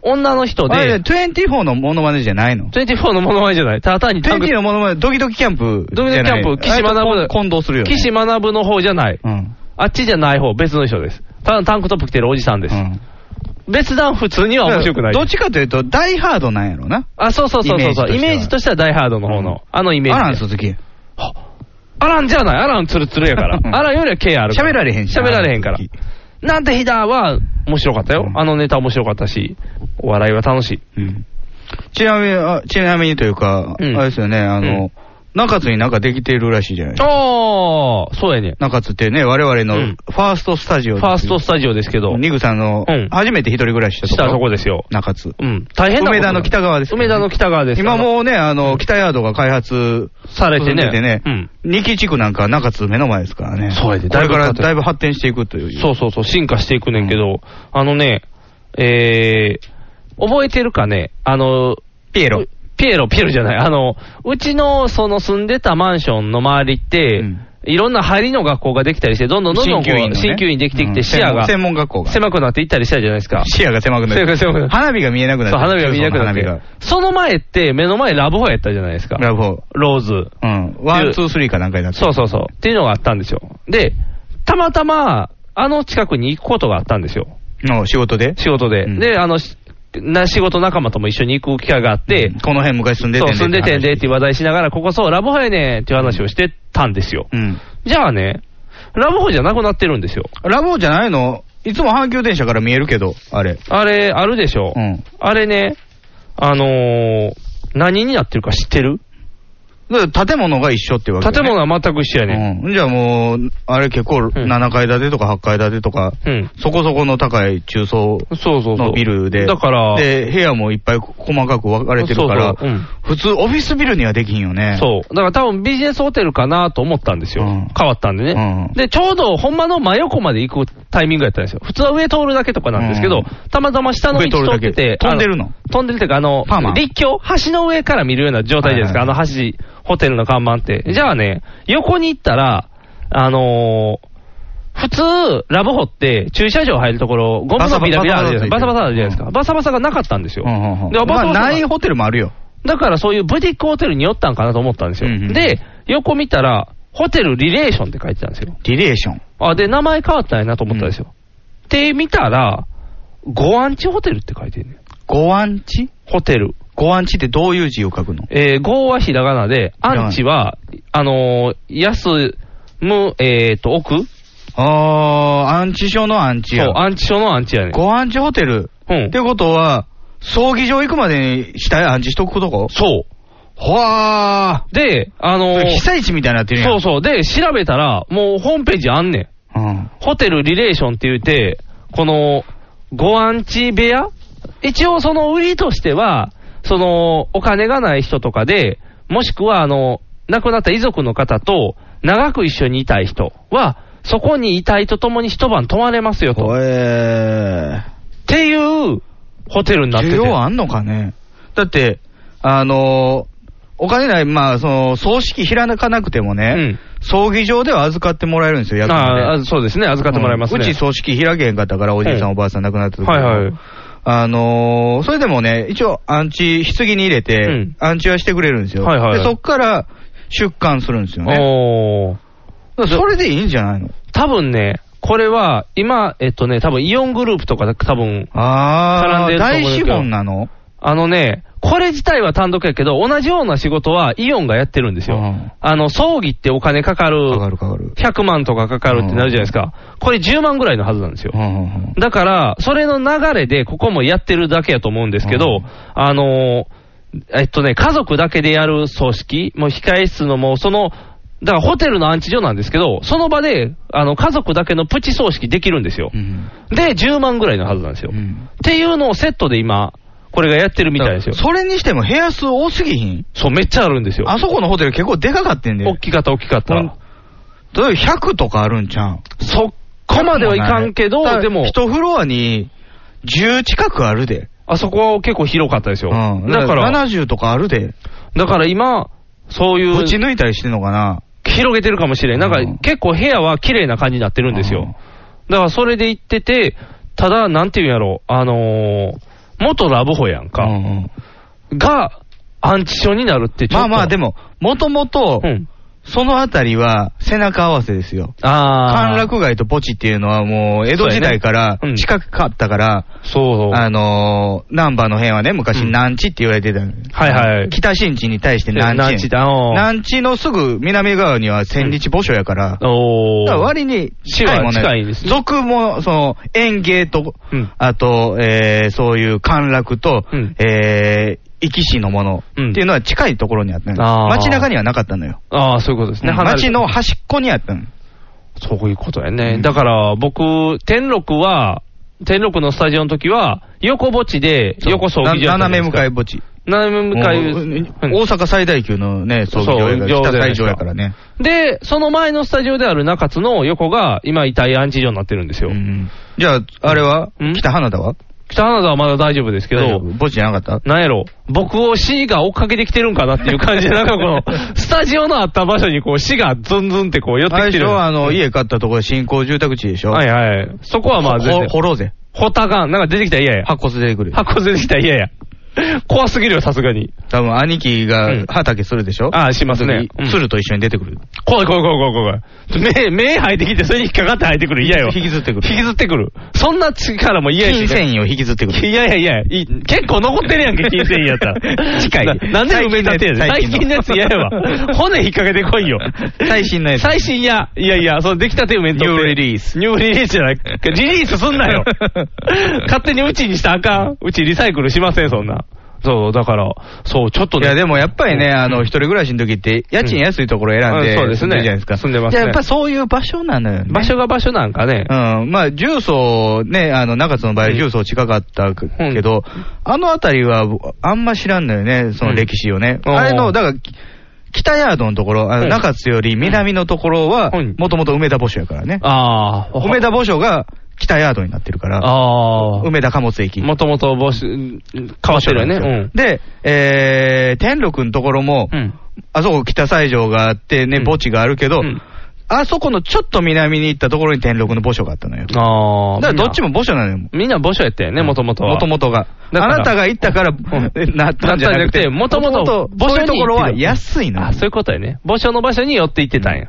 Speaker 1: 女の人
Speaker 2: あ
Speaker 1: で、
Speaker 2: れ、24のモノマネじゃないの
Speaker 1: 24のモノマネじゃない。ただ単にタンク
Speaker 2: 20のモノマネ、ドキドキキャンプじ
Speaker 1: ド
Speaker 2: ゃ
Speaker 1: ミ
Speaker 2: ない。
Speaker 1: ノキャンプ、岸学
Speaker 2: あれ
Speaker 1: ぶ、
Speaker 2: と混同するよね。
Speaker 1: 岸学の方じゃない。
Speaker 2: うん。
Speaker 1: あっちじゃない方、別の人です。ただタンクトップ着てるおじさんです。
Speaker 2: うん
Speaker 1: 別段普通には面白くない
Speaker 2: どっちかというと、ダイハードなんやろな。
Speaker 1: あ、そうそうそうそうそう。
Speaker 2: イ
Speaker 1: イ
Speaker 2: メ
Speaker 1: メー
Speaker 2: ージ
Speaker 1: ジ
Speaker 2: と
Speaker 1: としてはダイハードの方の、
Speaker 2: うん
Speaker 1: あのイメージ。
Speaker 2: アラン鈴木。
Speaker 1: アランじゃない、アランツルツルやから。アランよりは K あるから。
Speaker 2: 喋られへんし
Speaker 1: 喋られへんから。なんて日だは面白かったよ
Speaker 2: う。ん
Speaker 1: あのネタ面白かったし、お笑いは楽しい。
Speaker 2: うんちなみに、あちなみにというか、
Speaker 1: うん
Speaker 2: あれですよね、あ
Speaker 1: う
Speaker 2: の
Speaker 1: ん、
Speaker 2: 中津になんかできてるらしいじゃないですか。
Speaker 1: ああ、そうやね。
Speaker 2: 中津ってね、我々
Speaker 1: う
Speaker 2: の
Speaker 1: ん
Speaker 2: ファーストスタジオ。
Speaker 1: ファーストスタジオですけど、
Speaker 2: ニグさんの
Speaker 1: うん、
Speaker 2: 初めて一人暮らししたと
Speaker 1: した
Speaker 2: こ。
Speaker 1: とこですよ。
Speaker 2: 中津。
Speaker 1: うん。大変なこと
Speaker 2: 梅田の北側ですね
Speaker 1: 梅田の北側です。
Speaker 2: 今もうね、あの、北ヤードが開発
Speaker 1: されてね
Speaker 2: 進んでね
Speaker 1: うん、
Speaker 2: 二木地区なんか中津目の前ですからね。
Speaker 1: そうやで
Speaker 2: こ
Speaker 1: だ
Speaker 2: れ
Speaker 1: いぶ
Speaker 2: から
Speaker 1: 発展
Speaker 2: だいぶ発展していくという。
Speaker 1: そうそうそう、進化していくねんけど、あのね、えー、覚えてるかね、あの、
Speaker 2: ピエロ
Speaker 1: う。ピエロ、ピエロじゃない、あの、うちの、その住んでたマンションの周りって、
Speaker 2: うん
Speaker 1: いろんな入りの学校ができたりして、どんどんどんどんこう
Speaker 2: のね
Speaker 1: 鍼灸院できてき
Speaker 2: う
Speaker 1: て、
Speaker 2: ん
Speaker 1: 視野が
Speaker 2: 専門専門学校が。
Speaker 1: 狭くなっていったりしたじゃないですか。
Speaker 2: 視野が狭くな
Speaker 1: 狭
Speaker 2: る。
Speaker 1: く狭くなる
Speaker 2: 花火が見えなくな
Speaker 1: そう
Speaker 2: る。
Speaker 1: 花火が見えなくなっ
Speaker 2: 花火が
Speaker 1: て。。その前って、目の前ラブホやったじゃないですか。
Speaker 2: ラブホ。
Speaker 1: ローズ。
Speaker 2: うん。ワン、ツー、スリーかなんかになって
Speaker 1: そうそうそう。っていうのがあったんですよ。で、たまたま、あの近くに行くことがあったんですよ。
Speaker 2: の仕事で。
Speaker 1: 仕事で。
Speaker 2: うん
Speaker 1: で、あの、しな仕事仲間とも一緒に行く機会があって、
Speaker 2: この辺昔住んでて
Speaker 1: そ
Speaker 2: ん
Speaker 1: う、住んでてんでってて話題しながら、ここそう、ラブホやねんっていう話をしてたんですよ。
Speaker 2: 話。うん。
Speaker 1: じゃあね、ラブホじゃなくなってるんですよ。
Speaker 2: ラボじゃないのいつも阪急電車から見えるけど、あれ。
Speaker 1: あれ、あるでしょ。
Speaker 2: うん。
Speaker 1: あれね、あのー何になってるか知ってる
Speaker 2: だから建物が一緒ってわけ、ね。
Speaker 1: 建物は全く一緒やねん。
Speaker 2: うん。じゃあもう、あれ結構7階建てとか8階建てとか、
Speaker 1: うん。
Speaker 2: そこそこの高い中層
Speaker 1: そうそうそ
Speaker 2: の
Speaker 1: う。
Speaker 2: ビルで。
Speaker 1: だから、
Speaker 2: で、部屋もいっぱい細かく分かれてるか
Speaker 1: そ
Speaker 2: ら、
Speaker 1: うそううん
Speaker 2: 普通オフィスビルにはできひんよね。う。
Speaker 1: そう。だから多分ビジネスホテルかなと思ったんですよ。
Speaker 2: うん
Speaker 1: 変わったんでね、
Speaker 2: うん
Speaker 1: で、ちょうどほんまの真横まで行くタイミングやったんですよ。普通は上通るだけとかなんですけど、
Speaker 2: うん
Speaker 1: たまたま下の道通ってて。
Speaker 2: 上通るだけ飛んでるの
Speaker 1: あ飛んでるっていうか、あの
Speaker 2: パーマ、
Speaker 1: 立橋橋の上から見るような状態じゃないですか。
Speaker 2: はいは
Speaker 1: あの橋、ホテルの看板って。じゃあね、横に行ったら、あのー普通、ラブホって、駐車場入るところ、ゴムのビラビラあるじゃないですか。バ
Speaker 2: バサ
Speaker 1: サ
Speaker 2: バ
Speaker 1: バ
Speaker 2: サ
Speaker 1: サあるじゃないです
Speaker 2: う
Speaker 1: か。バサバサがなかったんですよ。
Speaker 2: うんうんうん
Speaker 1: でバサバサ
Speaker 2: まあ
Speaker 1: が
Speaker 2: ないホテルもあるよ。
Speaker 1: だからそういうブティックホテルに寄ったんかなと思ったんですよ。
Speaker 2: うんうん
Speaker 1: で、横見たら、ホテルリレーションって書いてたんですよ。
Speaker 2: リレーション。
Speaker 1: あ、で、名前変わったんやなと思ったんですよ。で、見たら、ご安置ホテルって書いてるねん
Speaker 2: ご安置
Speaker 1: ホテル。
Speaker 2: ご安置ってどういう字を書くの
Speaker 1: えー、ごはひらがなで、安置は、あのー、安む、えーと、奥
Speaker 2: あー、安置所の安置
Speaker 1: そ
Speaker 2: や
Speaker 1: う。、安置所の安置やねん。
Speaker 2: ご安置ホテル。
Speaker 1: うん
Speaker 2: ってことは、葬儀場行くまでに死体安置しとくとこ
Speaker 1: そう。
Speaker 2: ほわ
Speaker 1: で、あ
Speaker 2: ー。
Speaker 1: の
Speaker 2: そ
Speaker 1: ー
Speaker 2: れ被災地みたいになってるやん。
Speaker 1: そうそう。で、調べたら、もうホームページあんねん。
Speaker 2: うん。
Speaker 1: ホテルリレーションって言うて、この、ご安置部屋一応その売りとしては、その、お金がない人とかで、もしくはあの、亡くなった遺族の方と、長く一緒にいたい人は、そこに遺体と共に一晩泊まれますよと。っ
Speaker 2: ほえ
Speaker 1: ていう、ホテルに
Speaker 2: ー。
Speaker 1: なって
Speaker 2: 需
Speaker 1: て。
Speaker 2: 要あんのかねだって、あのー、お金ない、まあ、その、葬式開かなくてもね、
Speaker 1: うん
Speaker 2: 葬儀場では預かってもらえるんですよ、役にね
Speaker 1: ああそうですね、預かってもらいますね。
Speaker 2: うんうち葬式開けへんかったから、おじいさん、
Speaker 1: うん
Speaker 2: おばあさん亡くなった時
Speaker 1: はいはい。
Speaker 2: あのーそれでもね、一応、安置、棺に入れて、
Speaker 1: うん
Speaker 2: 安置はしてくれるんですよ。
Speaker 1: はいはい
Speaker 2: で、そっから出棺するんですよね。
Speaker 1: おー。
Speaker 2: だからそれでいいんじゃないの
Speaker 1: 多分ね、これは、今、えっとね、多分イオングループとか多分、絡んでると思う
Speaker 2: あー、
Speaker 1: ん
Speaker 2: 大
Speaker 1: です
Speaker 2: 資
Speaker 1: けど
Speaker 2: 本なの
Speaker 1: あのね、これ自体は単独やけど、同じような仕事はイオンがやってるんですよ。
Speaker 2: うん
Speaker 1: あの、葬儀ってお金かかる、
Speaker 2: かかるかかる。
Speaker 1: 100万とかかかるってなるじゃないですか。これ10万ぐらいのはずなんですよ
Speaker 2: う。んうんうん
Speaker 1: だから、それの流れで、ここもやってるだけやと思うんですけ
Speaker 2: う
Speaker 1: ど
Speaker 2: ん、
Speaker 1: あのー、えっとね、家族だけでやる葬式、もう控室のもうその、だからホテルの安置所なんですけど、その場で、あの、家族だけのプチ葬式できるんですよ
Speaker 2: う。ん
Speaker 1: で、10万ぐらいのはずなんですよ。
Speaker 2: うん
Speaker 1: っていうのをセットで今、これがやってるみたいですよ。
Speaker 2: それにしても部屋数多すぎひん
Speaker 1: そう、めっちゃあるんですよ。
Speaker 2: あそこのホテル結構でかかってんで。
Speaker 1: 大きかった、大きかった。
Speaker 2: うんどういう100とかあるんちゃうん
Speaker 1: そこまではいかんけど
Speaker 2: た、だ
Speaker 1: でも、
Speaker 2: 一フロアに10近くあるで。
Speaker 1: あそこは結構広かったですよ。
Speaker 2: うん。
Speaker 1: だから、
Speaker 2: 70とかあるで。
Speaker 1: だから今、そうい
Speaker 2: ぶ
Speaker 1: う
Speaker 2: ち、抜いたりしてんのかな
Speaker 1: 広げてるかもしれん。なん
Speaker 2: うん
Speaker 1: か、結構部屋は綺麗な感じになってるんです
Speaker 2: うん
Speaker 1: よ。だから、それで行ってて、ただ、なんていうんやろう、あのー、元ラブホやん
Speaker 2: う
Speaker 1: か、
Speaker 2: んうん
Speaker 1: が、アンチ症になるってちょっ
Speaker 2: ま
Speaker 1: と。
Speaker 2: あまあ、で
Speaker 1: も、
Speaker 2: も、もともと
Speaker 1: う、ん。
Speaker 2: そのあたりは背中合わせですよ。
Speaker 1: ああ。
Speaker 2: 歓楽街とポチっていうのはもう江戸時代から
Speaker 1: そうやねうん
Speaker 2: 近かったから、
Speaker 1: そうそう。
Speaker 2: あのー、難波の辺はね、昔
Speaker 1: うん
Speaker 2: 南地って言われてたのよ
Speaker 1: はいはい
Speaker 2: 北新地に対して南地。
Speaker 1: 南地だおー
Speaker 2: 南地のすぐ南側には千日墓所やから、
Speaker 1: おー
Speaker 2: だから割に近いもんね。
Speaker 1: 近いですね
Speaker 2: 俗も、その、園芸と、
Speaker 1: うん
Speaker 2: あと、えーそういう歓楽と、
Speaker 1: うん
Speaker 2: えー生き死のものって
Speaker 1: うん
Speaker 2: いうのは近いところにあったの
Speaker 1: あ
Speaker 2: よ。
Speaker 1: ー
Speaker 2: 街中にはなかったのよ。
Speaker 1: ああ、そういうことですね。離れて
Speaker 2: 街の端っこにあったの。
Speaker 1: そういうことやね。だから僕、天禄は、天禄のスタジオの時は、横墓地で、横葬儀場やったじゃな
Speaker 2: 斜
Speaker 1: いです
Speaker 2: め向
Speaker 1: か
Speaker 2: かい墓地。
Speaker 1: 斜め向かい。
Speaker 2: もう
Speaker 1: うん
Speaker 2: 大阪最大級のね、葬儀場やか
Speaker 1: そう
Speaker 2: ら、北会場やからね。
Speaker 1: で、その前のスタジオである中津の横が、今、遺体安置所になってるんですよ。
Speaker 2: うんじゃあ、あれは
Speaker 1: うん
Speaker 2: 北花田は
Speaker 1: 北花田はまだ大丈夫ですけ
Speaker 2: 大丈
Speaker 1: ど、
Speaker 2: 夫墓地じゃなかっ
Speaker 1: なんやろ、僕を死が追っかけてきてるんかなっていう感じで、なんかこ の、スタジオのあった場所にこう死がズンズンってこう寄ったてき
Speaker 2: 最
Speaker 1: てる。
Speaker 2: 初はあの、家買ったところ新興住宅地でしょ。
Speaker 1: はいいはい。そこはまあ全
Speaker 2: ほ
Speaker 1: 然。
Speaker 2: 掘ろうぜ。
Speaker 1: ホタガン、なんか出てきたら嫌や。
Speaker 2: 白骨出てくる。
Speaker 1: 箱出てきたら嫌や。怖すぎるよ、さすがに。
Speaker 2: 多分兄貴
Speaker 1: うん
Speaker 2: が畑するでしょ、
Speaker 1: ああしますねう
Speaker 2: その時
Speaker 1: ん
Speaker 2: 鶴と一緒に出てくる。
Speaker 1: 怖い怖い怖い怖い怖い怖い。目、目生えてきて、それに引っかかって生えてくる。嫌よ。
Speaker 2: 引きずってくる
Speaker 1: 引きずってくる。そんな力も嫌やし。
Speaker 2: 金繊維を引きずってくる。
Speaker 1: いやいやいや、いい結構残ってるやんけ、金銭やったら。
Speaker 2: 近い
Speaker 1: ななんで埋め立てやで。最
Speaker 2: 最
Speaker 1: 近
Speaker 2: 近
Speaker 1: の
Speaker 2: の
Speaker 1: や
Speaker 2: や
Speaker 1: つ
Speaker 2: つ
Speaker 1: 嫌やわ。 骨引っ掛けてこいよ。
Speaker 2: 最新のやつ
Speaker 1: 最新や。いやいや、その出来たて埋めとって。
Speaker 2: ニューリリース
Speaker 1: ニューリリースじゃない。リリースすんなよ。 勝手にうちにしたらあかん。うちリサイクルしません、そんな。そう、だから、そう、ちょっと
Speaker 2: い
Speaker 1: ね。
Speaker 2: やでもやっぱりね、あの、一人暮らしの時って、家賃安いところ選ん
Speaker 1: う
Speaker 2: で、
Speaker 1: んそうですね
Speaker 2: 住んるじゃないですか。
Speaker 1: 住んでますね
Speaker 2: じゃあやっぱそういう場所なのよね。
Speaker 1: 場所が場所なんかね。
Speaker 2: うん、まあ、重曹ね、あの、中津の場合、重曹近かったけど、あの辺りは、あんま知らんのよね、その歴史をね。
Speaker 1: うん
Speaker 2: あれ
Speaker 1: お
Speaker 2: の、
Speaker 1: ー
Speaker 2: だから、き北ヤードのところ、あ
Speaker 1: う
Speaker 2: の
Speaker 1: ん
Speaker 2: 中津より南のところは
Speaker 1: うん、
Speaker 2: もともと梅田墓所やからね。
Speaker 1: ああ、
Speaker 2: 梅田墓所が北ヤードになってるから、
Speaker 1: ああ。
Speaker 2: 梅田貨物駅。
Speaker 1: もともと帽子、変わってるよね。うん。
Speaker 2: で、えー、天禄のところも、
Speaker 1: うん。
Speaker 2: あそこ北西条があってね、
Speaker 1: うん
Speaker 2: 墓地があるけど、
Speaker 1: うん
Speaker 2: あそこのちょっと南に行ったところに天禄の墓所があったのよ。だ
Speaker 1: ああ。
Speaker 2: からどっちも墓所なのよ。
Speaker 1: みんな墓所やったよね、もともとは。
Speaker 2: もともとが。
Speaker 1: だから
Speaker 2: あなたが行ったから、
Speaker 1: ん
Speaker 2: なったんじゃなくて、
Speaker 1: なったんじゃなくて元々
Speaker 2: 々そういうところは安いのよ。
Speaker 1: あ、そういうことやね。墓所の場所に寄って行ってたんや。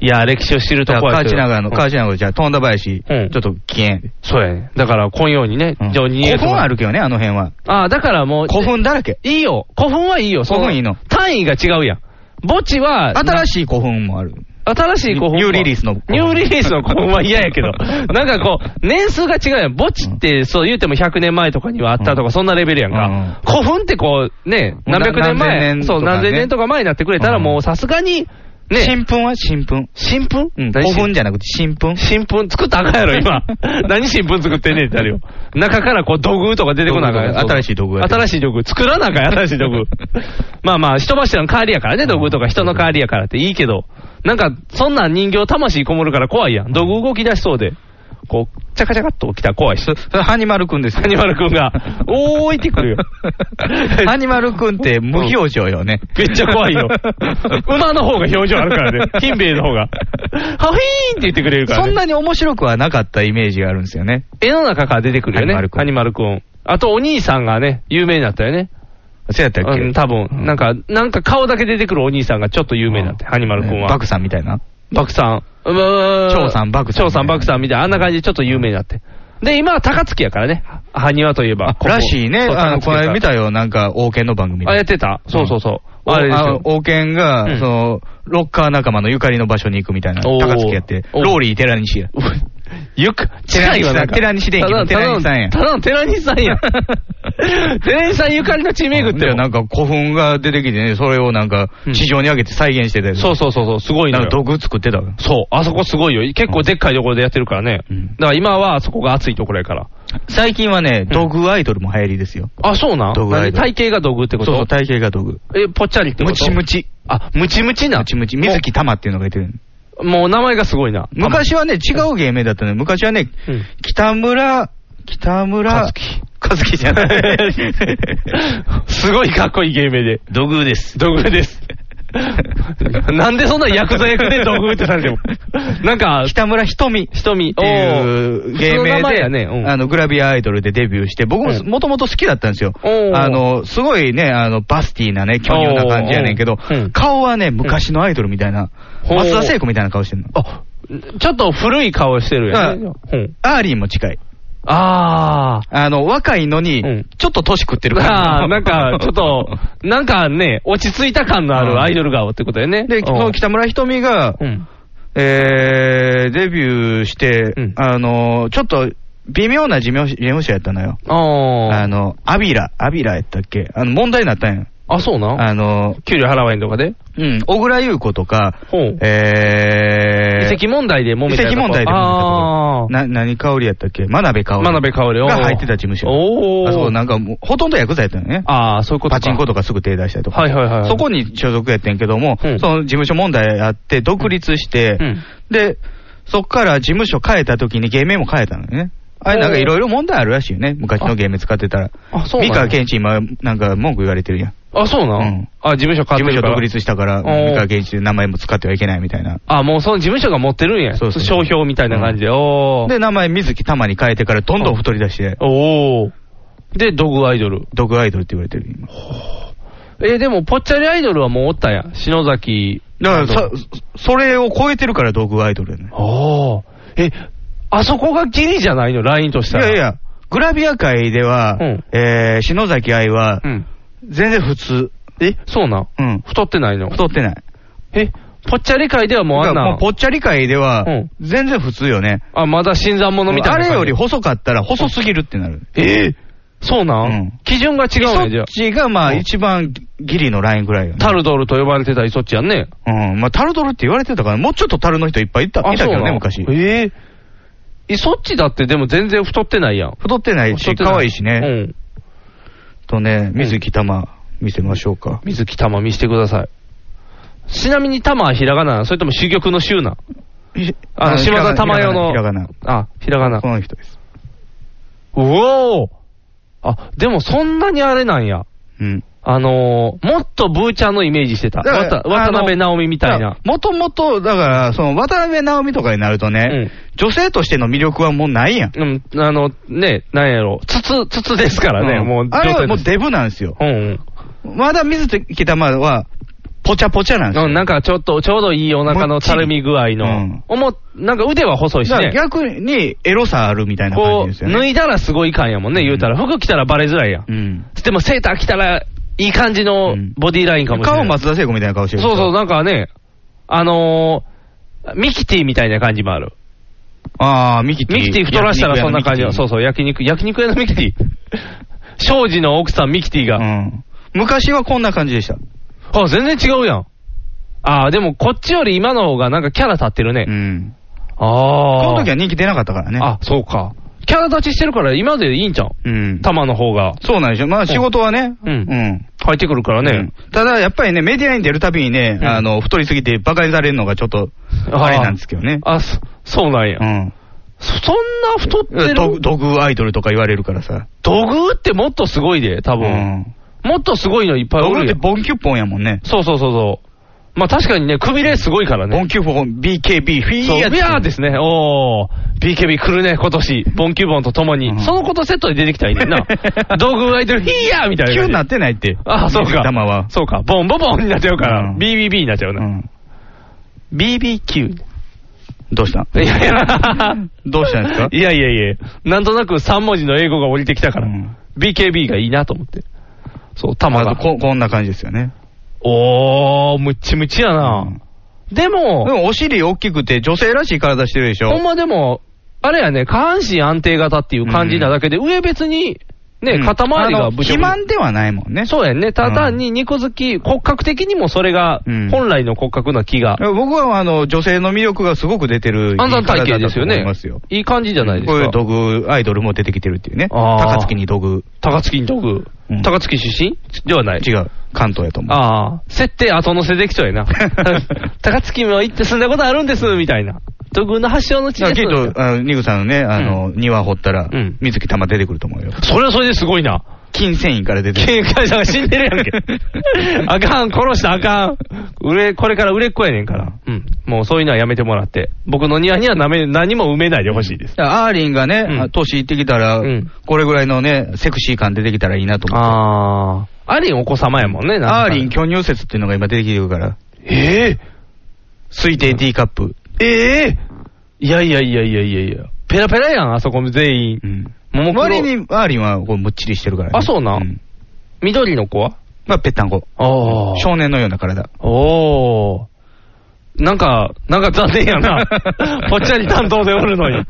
Speaker 1: いや、歴史を知ると
Speaker 2: だ
Speaker 1: こ
Speaker 2: から
Speaker 1: や
Speaker 2: 川
Speaker 1: けど
Speaker 2: 内長野、
Speaker 1: うん
Speaker 2: 川内長野じゃあ、富田林、
Speaker 1: うん
Speaker 2: ちょっと危険。
Speaker 1: そうやね。だから、今ようにね、
Speaker 2: うん
Speaker 1: 上に逃げ
Speaker 2: 古
Speaker 1: ても
Speaker 2: 墳あるけどね、あの辺は。
Speaker 1: ああ、だからもう、
Speaker 2: 古墳だらけ。
Speaker 1: いいよ。古墳はいいよ。そ
Speaker 2: 古墳いいの
Speaker 1: 単位が違うやん。墓地は、
Speaker 2: 新しい古墳もある。
Speaker 1: 新しい古墳も
Speaker 2: ニューリリースの
Speaker 1: ニューリリースの古墳は嫌や けど。なんかこう、年数が違うやん。墓地って、そう言うても100年前とかにはあったとか、
Speaker 2: うん
Speaker 1: そんなレベルやんか。古墳ってこう、ね、
Speaker 2: な
Speaker 1: 何百年前、
Speaker 2: 何千年と
Speaker 1: そ
Speaker 2: かね
Speaker 1: う、何千年とか前になってくれたら、
Speaker 2: うん
Speaker 1: もうさすがに、ね、
Speaker 2: 新墳は新墳。
Speaker 1: 新墳
Speaker 2: うん、古墳
Speaker 1: じ
Speaker 2: じゃなくて新 墳。
Speaker 1: 新聞作ったらあかんやろ、 今。何新聞作ってんねんってなるよ。中からこう土偶とか出てこなあかんやろ
Speaker 2: 土偶新しい土偶やって
Speaker 1: 新しい土偶。作らなあかんや、新しい土 偶。まあまあ、人柱の代わりやからね、土偶とか人の代わりやからっていいけど、なんか、そんなん人形魂こもるから怖いやん。土偶動き出しそうで、こう、チャカチャカっと来たら怖いし。
Speaker 2: そそれ、ハニマルくんですよ。
Speaker 1: アニマル君が、おーいってくるよ
Speaker 2: ハニマルくんって無表情よね。
Speaker 1: めっちゃ怖いよ。 馬の方が表情あるからね。金兵衛の方が。ハフィーンって言ってくれるから、ね。
Speaker 2: そんなに面白くはなかったイメージがあるんですよね。
Speaker 1: 絵の中から出てくるよね。
Speaker 2: アニマルくん
Speaker 1: アニマルくん。あと、お兄さんがね、有名になったよね。
Speaker 2: そうやったっけ
Speaker 1: うん、多分、
Speaker 2: うん
Speaker 1: なんか、なんか顔だけ出てくるお兄さんがちょっと有名になって、アニマルくんは。
Speaker 2: バクさんみたいな。
Speaker 1: バクさん。うー
Speaker 2: 長さんバクさん
Speaker 1: 長さん、バクさんみたいな、あんな感じでちょっと有名になって。で、今は高槻やからね。ハニワといえば。ここ
Speaker 2: らしいね。
Speaker 1: そう
Speaker 2: あの、
Speaker 1: 高槻
Speaker 2: こ
Speaker 1: やから
Speaker 2: の間見たよ、なんか、王権の番組で
Speaker 1: あ、やってたそうそうそう。あれですよ。
Speaker 2: おあ王権が、
Speaker 1: うん
Speaker 2: その、ロッカー仲間のゆかりの場所に行くみたいな。
Speaker 1: おー
Speaker 2: 高槻やって。
Speaker 1: おー
Speaker 2: ローリー寺西や。
Speaker 1: ゆく、
Speaker 2: 寺西さん寺西電機の寺西さんや
Speaker 1: ただの寺西さんや。 寺西さんゆかりの地名具って
Speaker 2: で
Speaker 1: よ
Speaker 2: なんか古墳が出てきてね、それをなんか
Speaker 1: うん、
Speaker 2: 地上に上げて再現してたよ。
Speaker 1: そうそうそうそう、すごいの
Speaker 2: なん
Speaker 1: よ
Speaker 2: か道具作ってたわ
Speaker 1: そう、あそこすごいよ。結構でっかいところでやってるからね。
Speaker 2: うん
Speaker 1: だから今はあそこが熱いところやから。
Speaker 2: 最近はね、
Speaker 1: ん
Speaker 2: 道具アイドルも流行りですよ。
Speaker 1: あ、そうなん
Speaker 2: 道具アイドル
Speaker 1: 何体型が道具って
Speaker 2: そ
Speaker 1: こ
Speaker 2: う
Speaker 1: と
Speaker 2: そう、体型が道具。
Speaker 1: え、ぽっちゃりってこ
Speaker 2: ム
Speaker 1: と
Speaker 2: チム。チ。
Speaker 1: あ、ムチムチな。
Speaker 2: ムチムチ。水木玉っていうのがいてる。
Speaker 1: もう。もう名前がすごいな。
Speaker 2: 昔はね、違う芸名だったのよ。昔はね
Speaker 1: うん、
Speaker 2: 北村、北村、
Speaker 1: 和
Speaker 2: 和樹じゃ ない。
Speaker 1: すごいかっこいい芸名で。
Speaker 2: 土偶です。
Speaker 1: 道具です。なんでそんな薬剤役でドグってされても。なんか、
Speaker 2: 北村瞳っ
Speaker 1: 瞳。
Speaker 2: ていう芸
Speaker 1: 普通の名
Speaker 2: 名
Speaker 1: 前や
Speaker 2: で、
Speaker 1: ねうん
Speaker 2: あのグラビアアイドルでデビューして、僕も
Speaker 1: うん
Speaker 2: もともと好きだったんですよ。
Speaker 1: おう
Speaker 2: あの、すごいね、あの、バスティーなね、巨乳な感じやねんけど
Speaker 1: おううん、
Speaker 2: 顔はね、昔のアイドルみたいな、
Speaker 1: うん
Speaker 2: 松田聖子みたいな顔してるの。
Speaker 1: あ、ちょっと古い顔してるやん、ね。うん
Speaker 2: アーリーも近い。
Speaker 1: あ
Speaker 2: あの、若いの
Speaker 1: う
Speaker 2: に
Speaker 1: ん、
Speaker 2: ちょっと年食って
Speaker 1: ー。
Speaker 2: る感じ
Speaker 1: あーなんか、 ちょっと、なんかね、落ち着いた感のあるアイドル顔ってことだよね。
Speaker 2: で、
Speaker 1: うん
Speaker 2: その北村瞳が、
Speaker 1: うん。
Speaker 2: えー、デビューして、
Speaker 1: うん
Speaker 2: あの、ちょっと、微妙な事務所事務所やったのよ。あ
Speaker 1: あー。
Speaker 2: の、アビラ、アビラやったっけあの、問題になったんや。
Speaker 1: あ、そうな。
Speaker 2: あの、
Speaker 1: 給料払わへんとかで。
Speaker 2: うん、小倉優子とか、
Speaker 1: ほう
Speaker 2: えー、
Speaker 1: 遺跡問題で揉めた
Speaker 2: 遺跡問題で揉めたとこ
Speaker 1: あー。
Speaker 2: な、何香りやったっけ真鍋香り。
Speaker 1: 真鍋かおり
Speaker 2: が入ってた事務所。
Speaker 1: おー。
Speaker 2: あそう、なんかもう、ほとんどヤクザやったのね。
Speaker 1: あー、そういうこと
Speaker 2: パチンコ
Speaker 1: と
Speaker 2: とかすぐ手出したりとか。
Speaker 1: はいはいはい。
Speaker 2: そこに所属やってんけども、
Speaker 1: うん
Speaker 2: その事務所問題あって、独立して、
Speaker 1: うん
Speaker 2: で、そっから事務所変えた時に芸名も変えたのね。あれなんかいろいろ問題あるらしいよね。昔の芸名使ってたら。
Speaker 1: あ、そう
Speaker 2: 三
Speaker 1: なん
Speaker 2: 河
Speaker 1: や
Speaker 2: 健一今、なんか文句言われてるやん。
Speaker 1: あ、そうな。
Speaker 2: うん
Speaker 1: あ、事務所
Speaker 2: 事
Speaker 1: 変わっ
Speaker 2: 務
Speaker 1: てる
Speaker 2: 所
Speaker 1: から
Speaker 2: 独立したから、
Speaker 1: おー
Speaker 2: 三河健一で名前も使ってはいけないみたいな。
Speaker 1: あ、もうその事務所が持ってるんや。
Speaker 2: そうそう
Speaker 1: 商標みたいな感じで。おー。
Speaker 2: で、名前水木玉に変えてからどんどん太り出して、
Speaker 1: おー。で、ドグアイドル。
Speaker 2: 毒アイドルって言われてる、今。
Speaker 1: えーでも、ぽっちゃりアイドルはもうおったんや。篠崎。
Speaker 2: だからさ、それを超えてるから毒アイドルやね。
Speaker 1: おー。え、あそこがギリじゃないのラインとし
Speaker 2: い
Speaker 1: たら。
Speaker 2: やい。や、グラビア界では、
Speaker 1: うん
Speaker 2: えー、篠崎愛は
Speaker 1: う、ん。
Speaker 2: 全然普通。え
Speaker 1: そうなん。
Speaker 2: うん。
Speaker 1: 太ってないの。
Speaker 2: 太ってない。
Speaker 1: え、ぽっちゃり界ではもうあ
Speaker 2: だ
Speaker 1: ん
Speaker 2: からも
Speaker 1: な
Speaker 2: う。ぽっちゃり界では
Speaker 1: うん、
Speaker 2: 全然普通よね。
Speaker 1: あ、まだ新参者みたいな
Speaker 2: あ
Speaker 1: 感じ。
Speaker 2: れより細かったら細すぎるってなる。
Speaker 1: えーそうなん、
Speaker 2: うん
Speaker 1: 基準が違う
Speaker 2: そ
Speaker 1: ね、じゃ
Speaker 2: っ
Speaker 1: あ。
Speaker 2: ちがまあ
Speaker 1: うん
Speaker 2: 一番ギリのラインぐらいよね。
Speaker 1: タルドルと呼ばれてたりそっちやんね。
Speaker 2: うん。まあタルトルって言われてたから、もうちょっとタルの人いっぱいいた、いたけどね、昔。
Speaker 1: ええいそっちだってでも全然太ってないやん。
Speaker 2: 太ってない
Speaker 1: 太っ
Speaker 2: し、
Speaker 1: てな
Speaker 2: 可愛いしね。
Speaker 1: うん。
Speaker 2: とね、水木玉見せましょうか。
Speaker 1: 水木玉見してください。ちなみに玉はひらがななのそれとも珠玉の衆な。あの、島田玉代の。
Speaker 2: ひらがな。ひ
Speaker 1: あ、ひらが
Speaker 2: らがな
Speaker 1: な
Speaker 2: こ。の人です。
Speaker 1: うおおあ、でもそんなにあれなんや。
Speaker 2: うん。
Speaker 1: あのー、もっとブーちゃんのイメージしてた。
Speaker 2: だから
Speaker 1: わた渡辺
Speaker 2: あの
Speaker 1: 直美みたいな。
Speaker 2: もともと、だから、その、渡辺直美とかになるとね、女性としての魅力はもうないやん。
Speaker 1: うん、あの、ね、なんやろ。筒、筒ですからね、
Speaker 2: ん
Speaker 1: もう、
Speaker 2: あれはもう
Speaker 1: 状態
Speaker 2: デブなんですよ。
Speaker 1: ですうん、
Speaker 2: まだ水木玉は、ぽちゃぽちゃなんです
Speaker 1: う
Speaker 2: よ。
Speaker 1: ん、なんかちょっと、ちょうどいいお腹のたるみ具合の、
Speaker 2: うん
Speaker 1: おもなんか腕は細いし
Speaker 2: だから
Speaker 1: ね、
Speaker 2: 逆にエロさあるみたいな
Speaker 1: こ
Speaker 2: 感じです
Speaker 1: う、
Speaker 2: よね。
Speaker 1: 脱いだらすごい感やもんね、言うたら、服着たらバレづらいやん、
Speaker 2: うん。
Speaker 1: でもセーター着たら、いい感じの
Speaker 2: うん
Speaker 1: ボディラインかもしれな
Speaker 2: 顔
Speaker 1: い、
Speaker 2: 松田聖子みたいな顔してる。
Speaker 1: そうそう、。なんかね、あのー、ミキティみたいな感じもある、
Speaker 2: ああ、ミキティ。
Speaker 1: ミキティ太らしたらそんな感じ
Speaker 2: いや
Speaker 1: の、そうそう、焼肉、焼肉屋のミキティ、 庄司の奥さん、ミキティが、
Speaker 2: うん。昔はこんな感じでした。
Speaker 1: あ、全然違うやん。ああ、でもこっちより今の方がなんかキャラ立ってるね。
Speaker 2: うん。
Speaker 1: ああ。
Speaker 2: この時は人気出なかったからね。
Speaker 1: あ、そうか。キャラ立ちしてるから今でいいんじゃん。
Speaker 2: うん。
Speaker 1: 玉の方が
Speaker 2: そうなんでしょ。まあ仕事はね。
Speaker 1: うん
Speaker 2: うん。
Speaker 1: 入ってくるからね。
Speaker 2: ただやっぱりね、メディアに出るたびにね、
Speaker 1: うん
Speaker 2: あの太りすぎてバカにされるのがちょっと、
Speaker 1: あー
Speaker 2: あれなんですけどね。
Speaker 1: あ、そそうなんや。
Speaker 2: うん。
Speaker 1: そそんな太って
Speaker 2: ドグ
Speaker 1: る
Speaker 2: ドグアイドルとか言われるからさ。
Speaker 1: 土偶ってもっとすごいで、多
Speaker 2: う
Speaker 1: 分。。もっとすごいのいっぱい
Speaker 2: ド
Speaker 1: お
Speaker 2: グっ
Speaker 1: る
Speaker 2: て
Speaker 1: やん。
Speaker 2: ボンキュッポンやもんね。
Speaker 1: そうそうそうそう。まあ確かにね、くびれすごいから
Speaker 2: ボ
Speaker 1: ね。
Speaker 2: ンキュッポン、BKB、フィ
Speaker 1: そう
Speaker 2: ー。
Speaker 1: ビャーですすね。おー。BKB 来るね、今年。ボンキューボンと共に。
Speaker 2: うん
Speaker 1: そのことセットで出てきたらいいねん な。道具アイドル、ヒーヤーみたいな感じ。
Speaker 2: キュンなってないって。
Speaker 1: あそうか。
Speaker 2: 玉は。
Speaker 1: そうか。ボンボボンになっちゃうから、
Speaker 2: うん
Speaker 1: BBB になっちゃう
Speaker 2: う
Speaker 1: な。
Speaker 2: ん。
Speaker 1: BBQ。
Speaker 2: どうした
Speaker 1: いやいや、
Speaker 2: どうしたんですか
Speaker 1: いやいやいや、なんとなく3文字の英語が降りてきたから、
Speaker 2: うん
Speaker 1: BKB がいいなと思って。そう、玉
Speaker 2: まず
Speaker 1: が。
Speaker 2: ここんな感じですよね。
Speaker 1: おー、ムッチムチやな。
Speaker 2: うん
Speaker 1: で
Speaker 2: で
Speaker 1: も、
Speaker 2: もお尻大きくて女性らしい体してるでしょ
Speaker 1: ほん。までも、あれやね、下半身安定型っていう感じなだけで、上別に、ね、
Speaker 2: うん
Speaker 1: 肩周り
Speaker 2: あ
Speaker 1: が
Speaker 2: の
Speaker 1: ぶち
Speaker 2: 肥
Speaker 1: まん
Speaker 2: 満ではないもんね。
Speaker 1: そうやんね。ただ単に肉付き、骨格的にもそれが
Speaker 2: う、ん
Speaker 1: 本来の骨格な気が。
Speaker 2: 僕はあの女性の魅力がすごく出てる
Speaker 1: 暗算体系ですよ
Speaker 2: い
Speaker 1: ね
Speaker 2: い体だと思いますよ。。
Speaker 1: いい感じじゃないです
Speaker 2: こうい
Speaker 1: か
Speaker 2: う。土偶、アイドルも出てきてるっていうね。
Speaker 1: あー
Speaker 2: 高槻に土偶。
Speaker 1: 高槻に道具
Speaker 2: うん。
Speaker 1: 高槻出身ではない。
Speaker 2: 違う。関東やと思う。
Speaker 1: ああ、設定後のせできそうや な。高槻も行って住んだことあるんです、みたいな。土偶の発祥の地
Speaker 2: だ
Speaker 1: で
Speaker 2: から
Speaker 1: す
Speaker 2: きっ。と、あのニグさんのね、あの、庭掘ったら
Speaker 1: うん、
Speaker 2: 水木玉出てくると思うよ。
Speaker 1: それはそれですごいな。
Speaker 2: 筋繊維から出てる。
Speaker 1: 警官さんが死んでる やんけ。あかん、殺したらあかん。売れ、これから売れっ子やねんから。うん。もうそういうのはやめてもらって。僕のニヤニヤなめ、何も埋めないでほしいです。
Speaker 2: アーリンがね、
Speaker 1: うん
Speaker 2: あ年いってきたら、
Speaker 1: うん
Speaker 2: これぐらいのね、セクシー感出てきたらいいなと思う。
Speaker 1: あー。アリンお子様やもんね、なんか
Speaker 2: アーリン巨乳説っていうのが今出てきてるから。
Speaker 1: え
Speaker 2: 推定 D カップ。
Speaker 1: えええいやいやいやいやいやいや。ペラペラやん、あそこ全員
Speaker 2: う。ん。
Speaker 1: もも
Speaker 2: 割にアーリンはこうむっちりしてるから、ね。
Speaker 1: あそうなん
Speaker 2: ん
Speaker 1: 緑の子は
Speaker 2: まあ、ぺったんこ。
Speaker 1: あ
Speaker 2: 少年のような体。
Speaker 1: おー。なんか、なんか残念や な。ぽっちゃり担当でおるのに。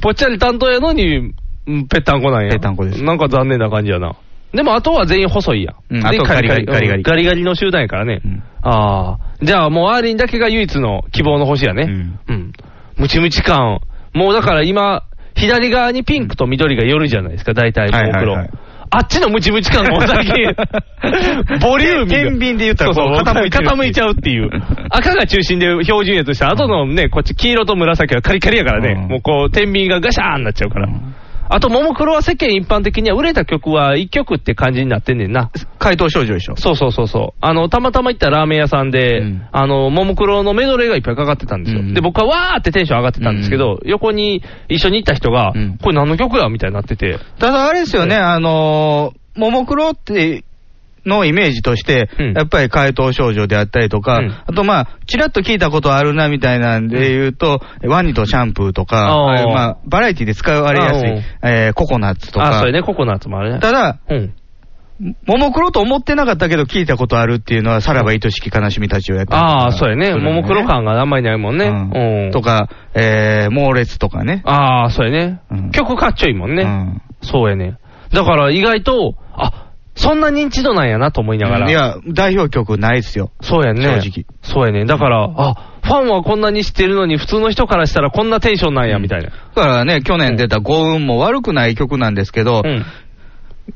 Speaker 1: ぽっちゃり担当やのに、うんぺったんこなんや。
Speaker 2: ぺったんこです
Speaker 1: なんか残念な感じやな。でも、あとは全員細いや。
Speaker 2: うん
Speaker 1: 全員
Speaker 2: あとガリガリ
Speaker 1: ガリガリ。
Speaker 2: ガリガリ
Speaker 1: ガリガリの集団やからね。
Speaker 2: うん
Speaker 1: ああ。じゃあ、もうアーリンだけが唯一の希望の星やね。
Speaker 2: うん
Speaker 1: うん。ムチムチ感。もうだから今、左側にピンクと緑が寄るじゃないですか、大体、もう
Speaker 2: はい
Speaker 1: 黒
Speaker 2: はいはい。
Speaker 1: あっちのムチムチ感がもう最 近、ボリューミーが。
Speaker 2: 天秤で言ったらこう
Speaker 1: そうそう
Speaker 2: 傾いてる
Speaker 1: 傾いちゃうって いう。赤が中心で標準やとしたら、後のね、こっち黄色と紫はカリカリやからね、
Speaker 2: うん
Speaker 1: もうこう、天秤がガシャーンなっちゃうから。あと、ももクロは世間一般的には売れた曲は1曲って感じになってんねんな。
Speaker 2: 怪盗少女でしょ。
Speaker 1: そうそうそうそう。あの、たまたま行ったラーメン屋さんで、
Speaker 2: うん
Speaker 1: あの、ももクロのメドレーがいっぱいかかってたんですよ。
Speaker 2: うん
Speaker 1: で、僕はわーってテンション上がってたんですけど、横に一緒に行った人が、
Speaker 2: うん
Speaker 1: これ何の曲やみたいになってて。
Speaker 2: ただあれですよね、あのー、ももクロって、のイメージとして、
Speaker 1: うん
Speaker 2: やっぱり怪盗少女であったりとか、
Speaker 1: うん
Speaker 2: あとまあ、ちらっと聞いたことあるなみたいなんで言うと、ワニとシャンプーとか、
Speaker 1: あー
Speaker 2: ああいうまあ、バラエティで使われやすい
Speaker 1: あー、
Speaker 2: えーココナッツと
Speaker 1: あ、
Speaker 2: か
Speaker 1: そ、れね、ココナッツもあるね。
Speaker 2: ただ、
Speaker 1: うん。
Speaker 2: ももクロと思ってなかったけど聞いたことあるっていうのは、さらば愛しき悲しみたちをやって
Speaker 1: ああ、そうやね。ももクロ
Speaker 2: か
Speaker 1: 感があんまりないもんね。うん。
Speaker 2: とか、えー、猛烈とかね。
Speaker 1: ああ、そうやね。
Speaker 2: うん
Speaker 1: 曲かっちょいいもんね。
Speaker 2: うん
Speaker 1: そうやね。だから意外と、あ、そんな認知度なんやなと思いながら。
Speaker 2: いや、代表曲ないっすよ。
Speaker 1: そうやね。
Speaker 2: 正直。
Speaker 1: そうやね。だから、あ、ファンはこんなに知ってるのに、普通の人からしたらこんなテンションなんや、みたいな。
Speaker 2: だからね、去年出た幸運も悪くない曲なんですけど、
Speaker 1: うん。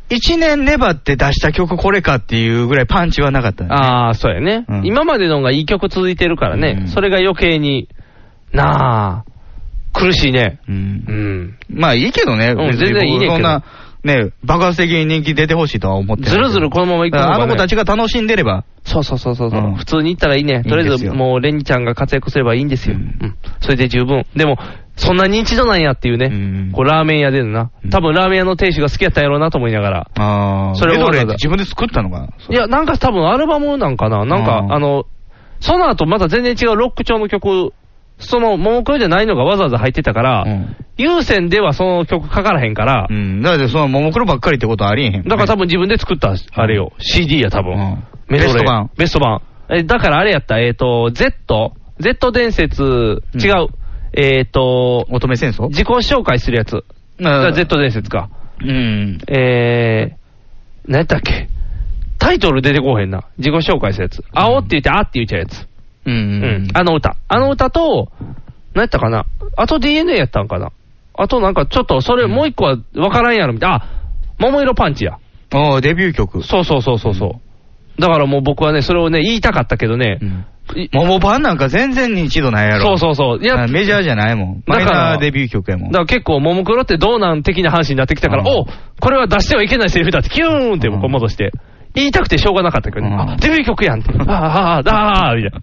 Speaker 2: 一年粘って出した曲これかっていうぐらいパンチはなかったね。
Speaker 1: ああ、そうやね、
Speaker 2: うん
Speaker 1: 今までのがいい曲続いてるからね。
Speaker 2: うん
Speaker 1: それが余計に、なあ、苦しいね。
Speaker 2: う、
Speaker 1: うんん。
Speaker 2: まあいいけどね、
Speaker 1: うん
Speaker 2: 別に
Speaker 1: 全然いいねんけど
Speaker 2: そんな、ね、爆発的に人気出てほしいとは思ってない
Speaker 1: ずるずるこのまま行くのがね
Speaker 2: あの子たちが楽しんでれば、
Speaker 1: そうそうそうそう。う
Speaker 2: うん
Speaker 1: 普通に行ったらいいね。
Speaker 2: いいんです
Speaker 1: と
Speaker 2: よ
Speaker 1: りあえず、もう、レニちゃんが活躍すればいいんですよ。う
Speaker 2: うんん。
Speaker 1: それで十分。でも、そんな認知度なんやっていうね。
Speaker 2: うん
Speaker 1: こう、ラーメン屋でのな
Speaker 2: う。ん
Speaker 1: 多分、ラーメン屋の店主が好きやったんやろうなと思いながら。
Speaker 2: あー
Speaker 1: それを
Speaker 2: メドレー
Speaker 1: わ
Speaker 2: っ
Speaker 1: ざわざ
Speaker 2: て自分で作ったのか
Speaker 1: いや、なんか多分アルバムなんかな、なん
Speaker 2: う
Speaker 1: か、
Speaker 2: ん
Speaker 1: あの、その後また全然違うロック調の曲、その、ももクロじゃないのがわざわざ入ってたから、
Speaker 2: うん
Speaker 1: 有線ではその曲かからへんから、
Speaker 2: うん。だってその、ももクロばっかりってことはありえへんもんね、
Speaker 1: だから多分自分で作った、あれよ、CD や多分、
Speaker 2: うん
Speaker 1: メドレー
Speaker 2: ベスト版
Speaker 1: ベスト版。え、だからあれやった、えっ、と、Z、Z 伝説、違う、えっ、と、
Speaker 2: 乙女戦争
Speaker 1: 自己紹介するやつ。
Speaker 2: あー
Speaker 1: Z 伝説か。
Speaker 2: うん。
Speaker 1: えー、何やったっけタイトル出てこうへんな。自己紹介するやつ。青って言って、あって言っちゃうやつ。
Speaker 2: うん。う
Speaker 1: うん
Speaker 2: ん。
Speaker 1: あの歌。あの歌と、何やったかな。あと DNA やったんかな。あとなんかちょっと、それもう一個は分からんやろみたいな。あ、桃色パンチや。
Speaker 2: あーデビュー曲。
Speaker 1: そうそうそうそうそう。だからもう僕はね、それをね、言いたかったけどね
Speaker 2: う。ん。
Speaker 1: い
Speaker 2: モモパンなんか全然認知度ないやろ。
Speaker 1: そうそうそう。いや
Speaker 2: あ、メジャーじゃないも
Speaker 1: だ
Speaker 2: ん。マ
Speaker 1: から
Speaker 2: イナーデビュー曲やもん。
Speaker 1: だから結構、ももクロってどうなん的な話になってきたから、
Speaker 2: うん
Speaker 1: おこれは出してはいけないセリフだって、キューンって僕は戻して、言いたくてしょうがなかったけどね、
Speaker 2: うん
Speaker 1: あデビュー曲やんって、ああ、ああ、ああ、みたいな。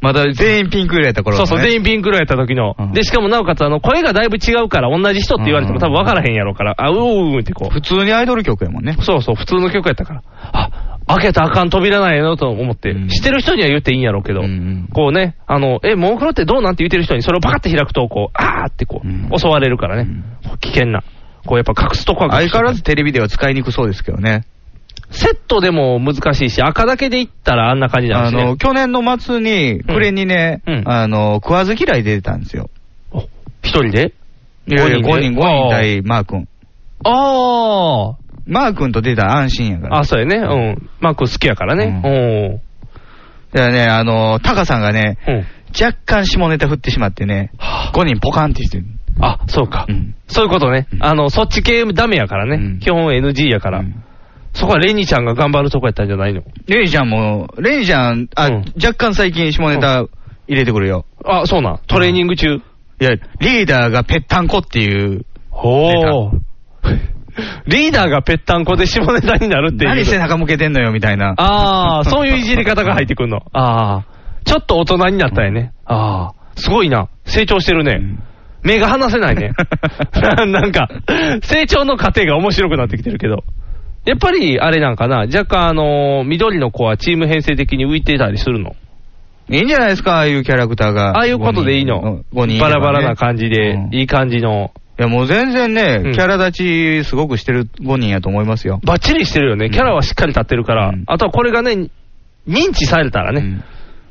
Speaker 2: まだ全員ピンク色やった頃
Speaker 1: そう
Speaker 2: のね
Speaker 1: そう、全員ピンク色やった時の
Speaker 2: う。ん
Speaker 1: で、しかもなおかつ、あの、声がだいぶ違うから、同じ人って言われても
Speaker 2: うん
Speaker 1: 多分分からへんやろうから、あ、うーんってこ
Speaker 2: 普通にアイドル曲やもんね
Speaker 1: う。。そうそう、普通の曲やったから。あ、開けたらあかん扉なんやなと思って
Speaker 2: う、ん
Speaker 1: 知ってる人には言っていいんやろうけど
Speaker 2: うんうん、
Speaker 1: こうね、あの、え、モンクロってどうなんて言ってる人にそれをパカって開くと、こう、あーってこ
Speaker 2: うん
Speaker 1: う、襲われるからね
Speaker 2: うん。
Speaker 1: こう危険な。こうやっぱ隠すとこは隠すと
Speaker 2: 相変
Speaker 1: こ
Speaker 2: わらずテレビでは使いにくそうですけどね。
Speaker 1: セットでも難しいし、赤だけでいったらあんな感じな
Speaker 2: あ
Speaker 1: んですね
Speaker 2: の、。去年の末に、暮れにね
Speaker 1: うんう、ん
Speaker 2: あの、食わず嫌い出てたんですよ。
Speaker 1: お一人で
Speaker 2: いやいや
Speaker 1: 五
Speaker 2: 5
Speaker 1: 人
Speaker 2: 人、
Speaker 1: で
Speaker 2: 5人対マー君。
Speaker 1: あー。
Speaker 2: マー君と出たら安心やから。
Speaker 1: あ、そうやね。うん。マーク好きやからね。う
Speaker 2: う
Speaker 1: ん。
Speaker 2: だからね、あの、タカさんがね、
Speaker 1: うん。
Speaker 2: 若干下ネタ振ってしまってね、5人ポカンってしてる。
Speaker 1: あ、そうか。
Speaker 2: うん
Speaker 1: そういうことね。
Speaker 2: うん
Speaker 1: あの、そっち系ダメやからね。
Speaker 2: うん
Speaker 1: 基本 NG やから。
Speaker 2: うん
Speaker 1: そこはレニちゃんが頑張るとこやったんじゃないの
Speaker 2: レイちゃんも、レイちゃん、あ
Speaker 1: うん、
Speaker 2: 若干最近下ネタ入れてくるよ。
Speaker 1: あ、そうなん。トレーニング中。
Speaker 2: いや、リーダーがぺったんこっていう。
Speaker 1: ほー。リーダーがぺったんこで下ネタになるっていう。
Speaker 2: 何背中向けてんのよみたいな。
Speaker 1: ああ、そういういじり方が入ってくるの。 ああ。ちょっと大人になったよね。ああ。すごいな。成長してるね。目が離せない ね。なんか、成長の過程が面白くなってきてるけど。やっぱり、あれなんかな、若干あのー緑の子はチーム編成的に浮いてたりするの。
Speaker 2: いいんじゃないですか、ああいうキャラクターが。
Speaker 1: ああいうことでいいの。
Speaker 2: 5人いればね。
Speaker 1: バラバラな感じで、
Speaker 2: うんい
Speaker 1: いい感じの。
Speaker 2: や、もう全然
Speaker 1: う
Speaker 2: ね
Speaker 1: ん、
Speaker 2: キャラ立ちすごくしてる5人やと思いますよ。
Speaker 1: バッチリしてるよね。キャラはしっかり立ってるから。
Speaker 2: うん
Speaker 1: あとはこれがね、認知されたらね。
Speaker 2: うん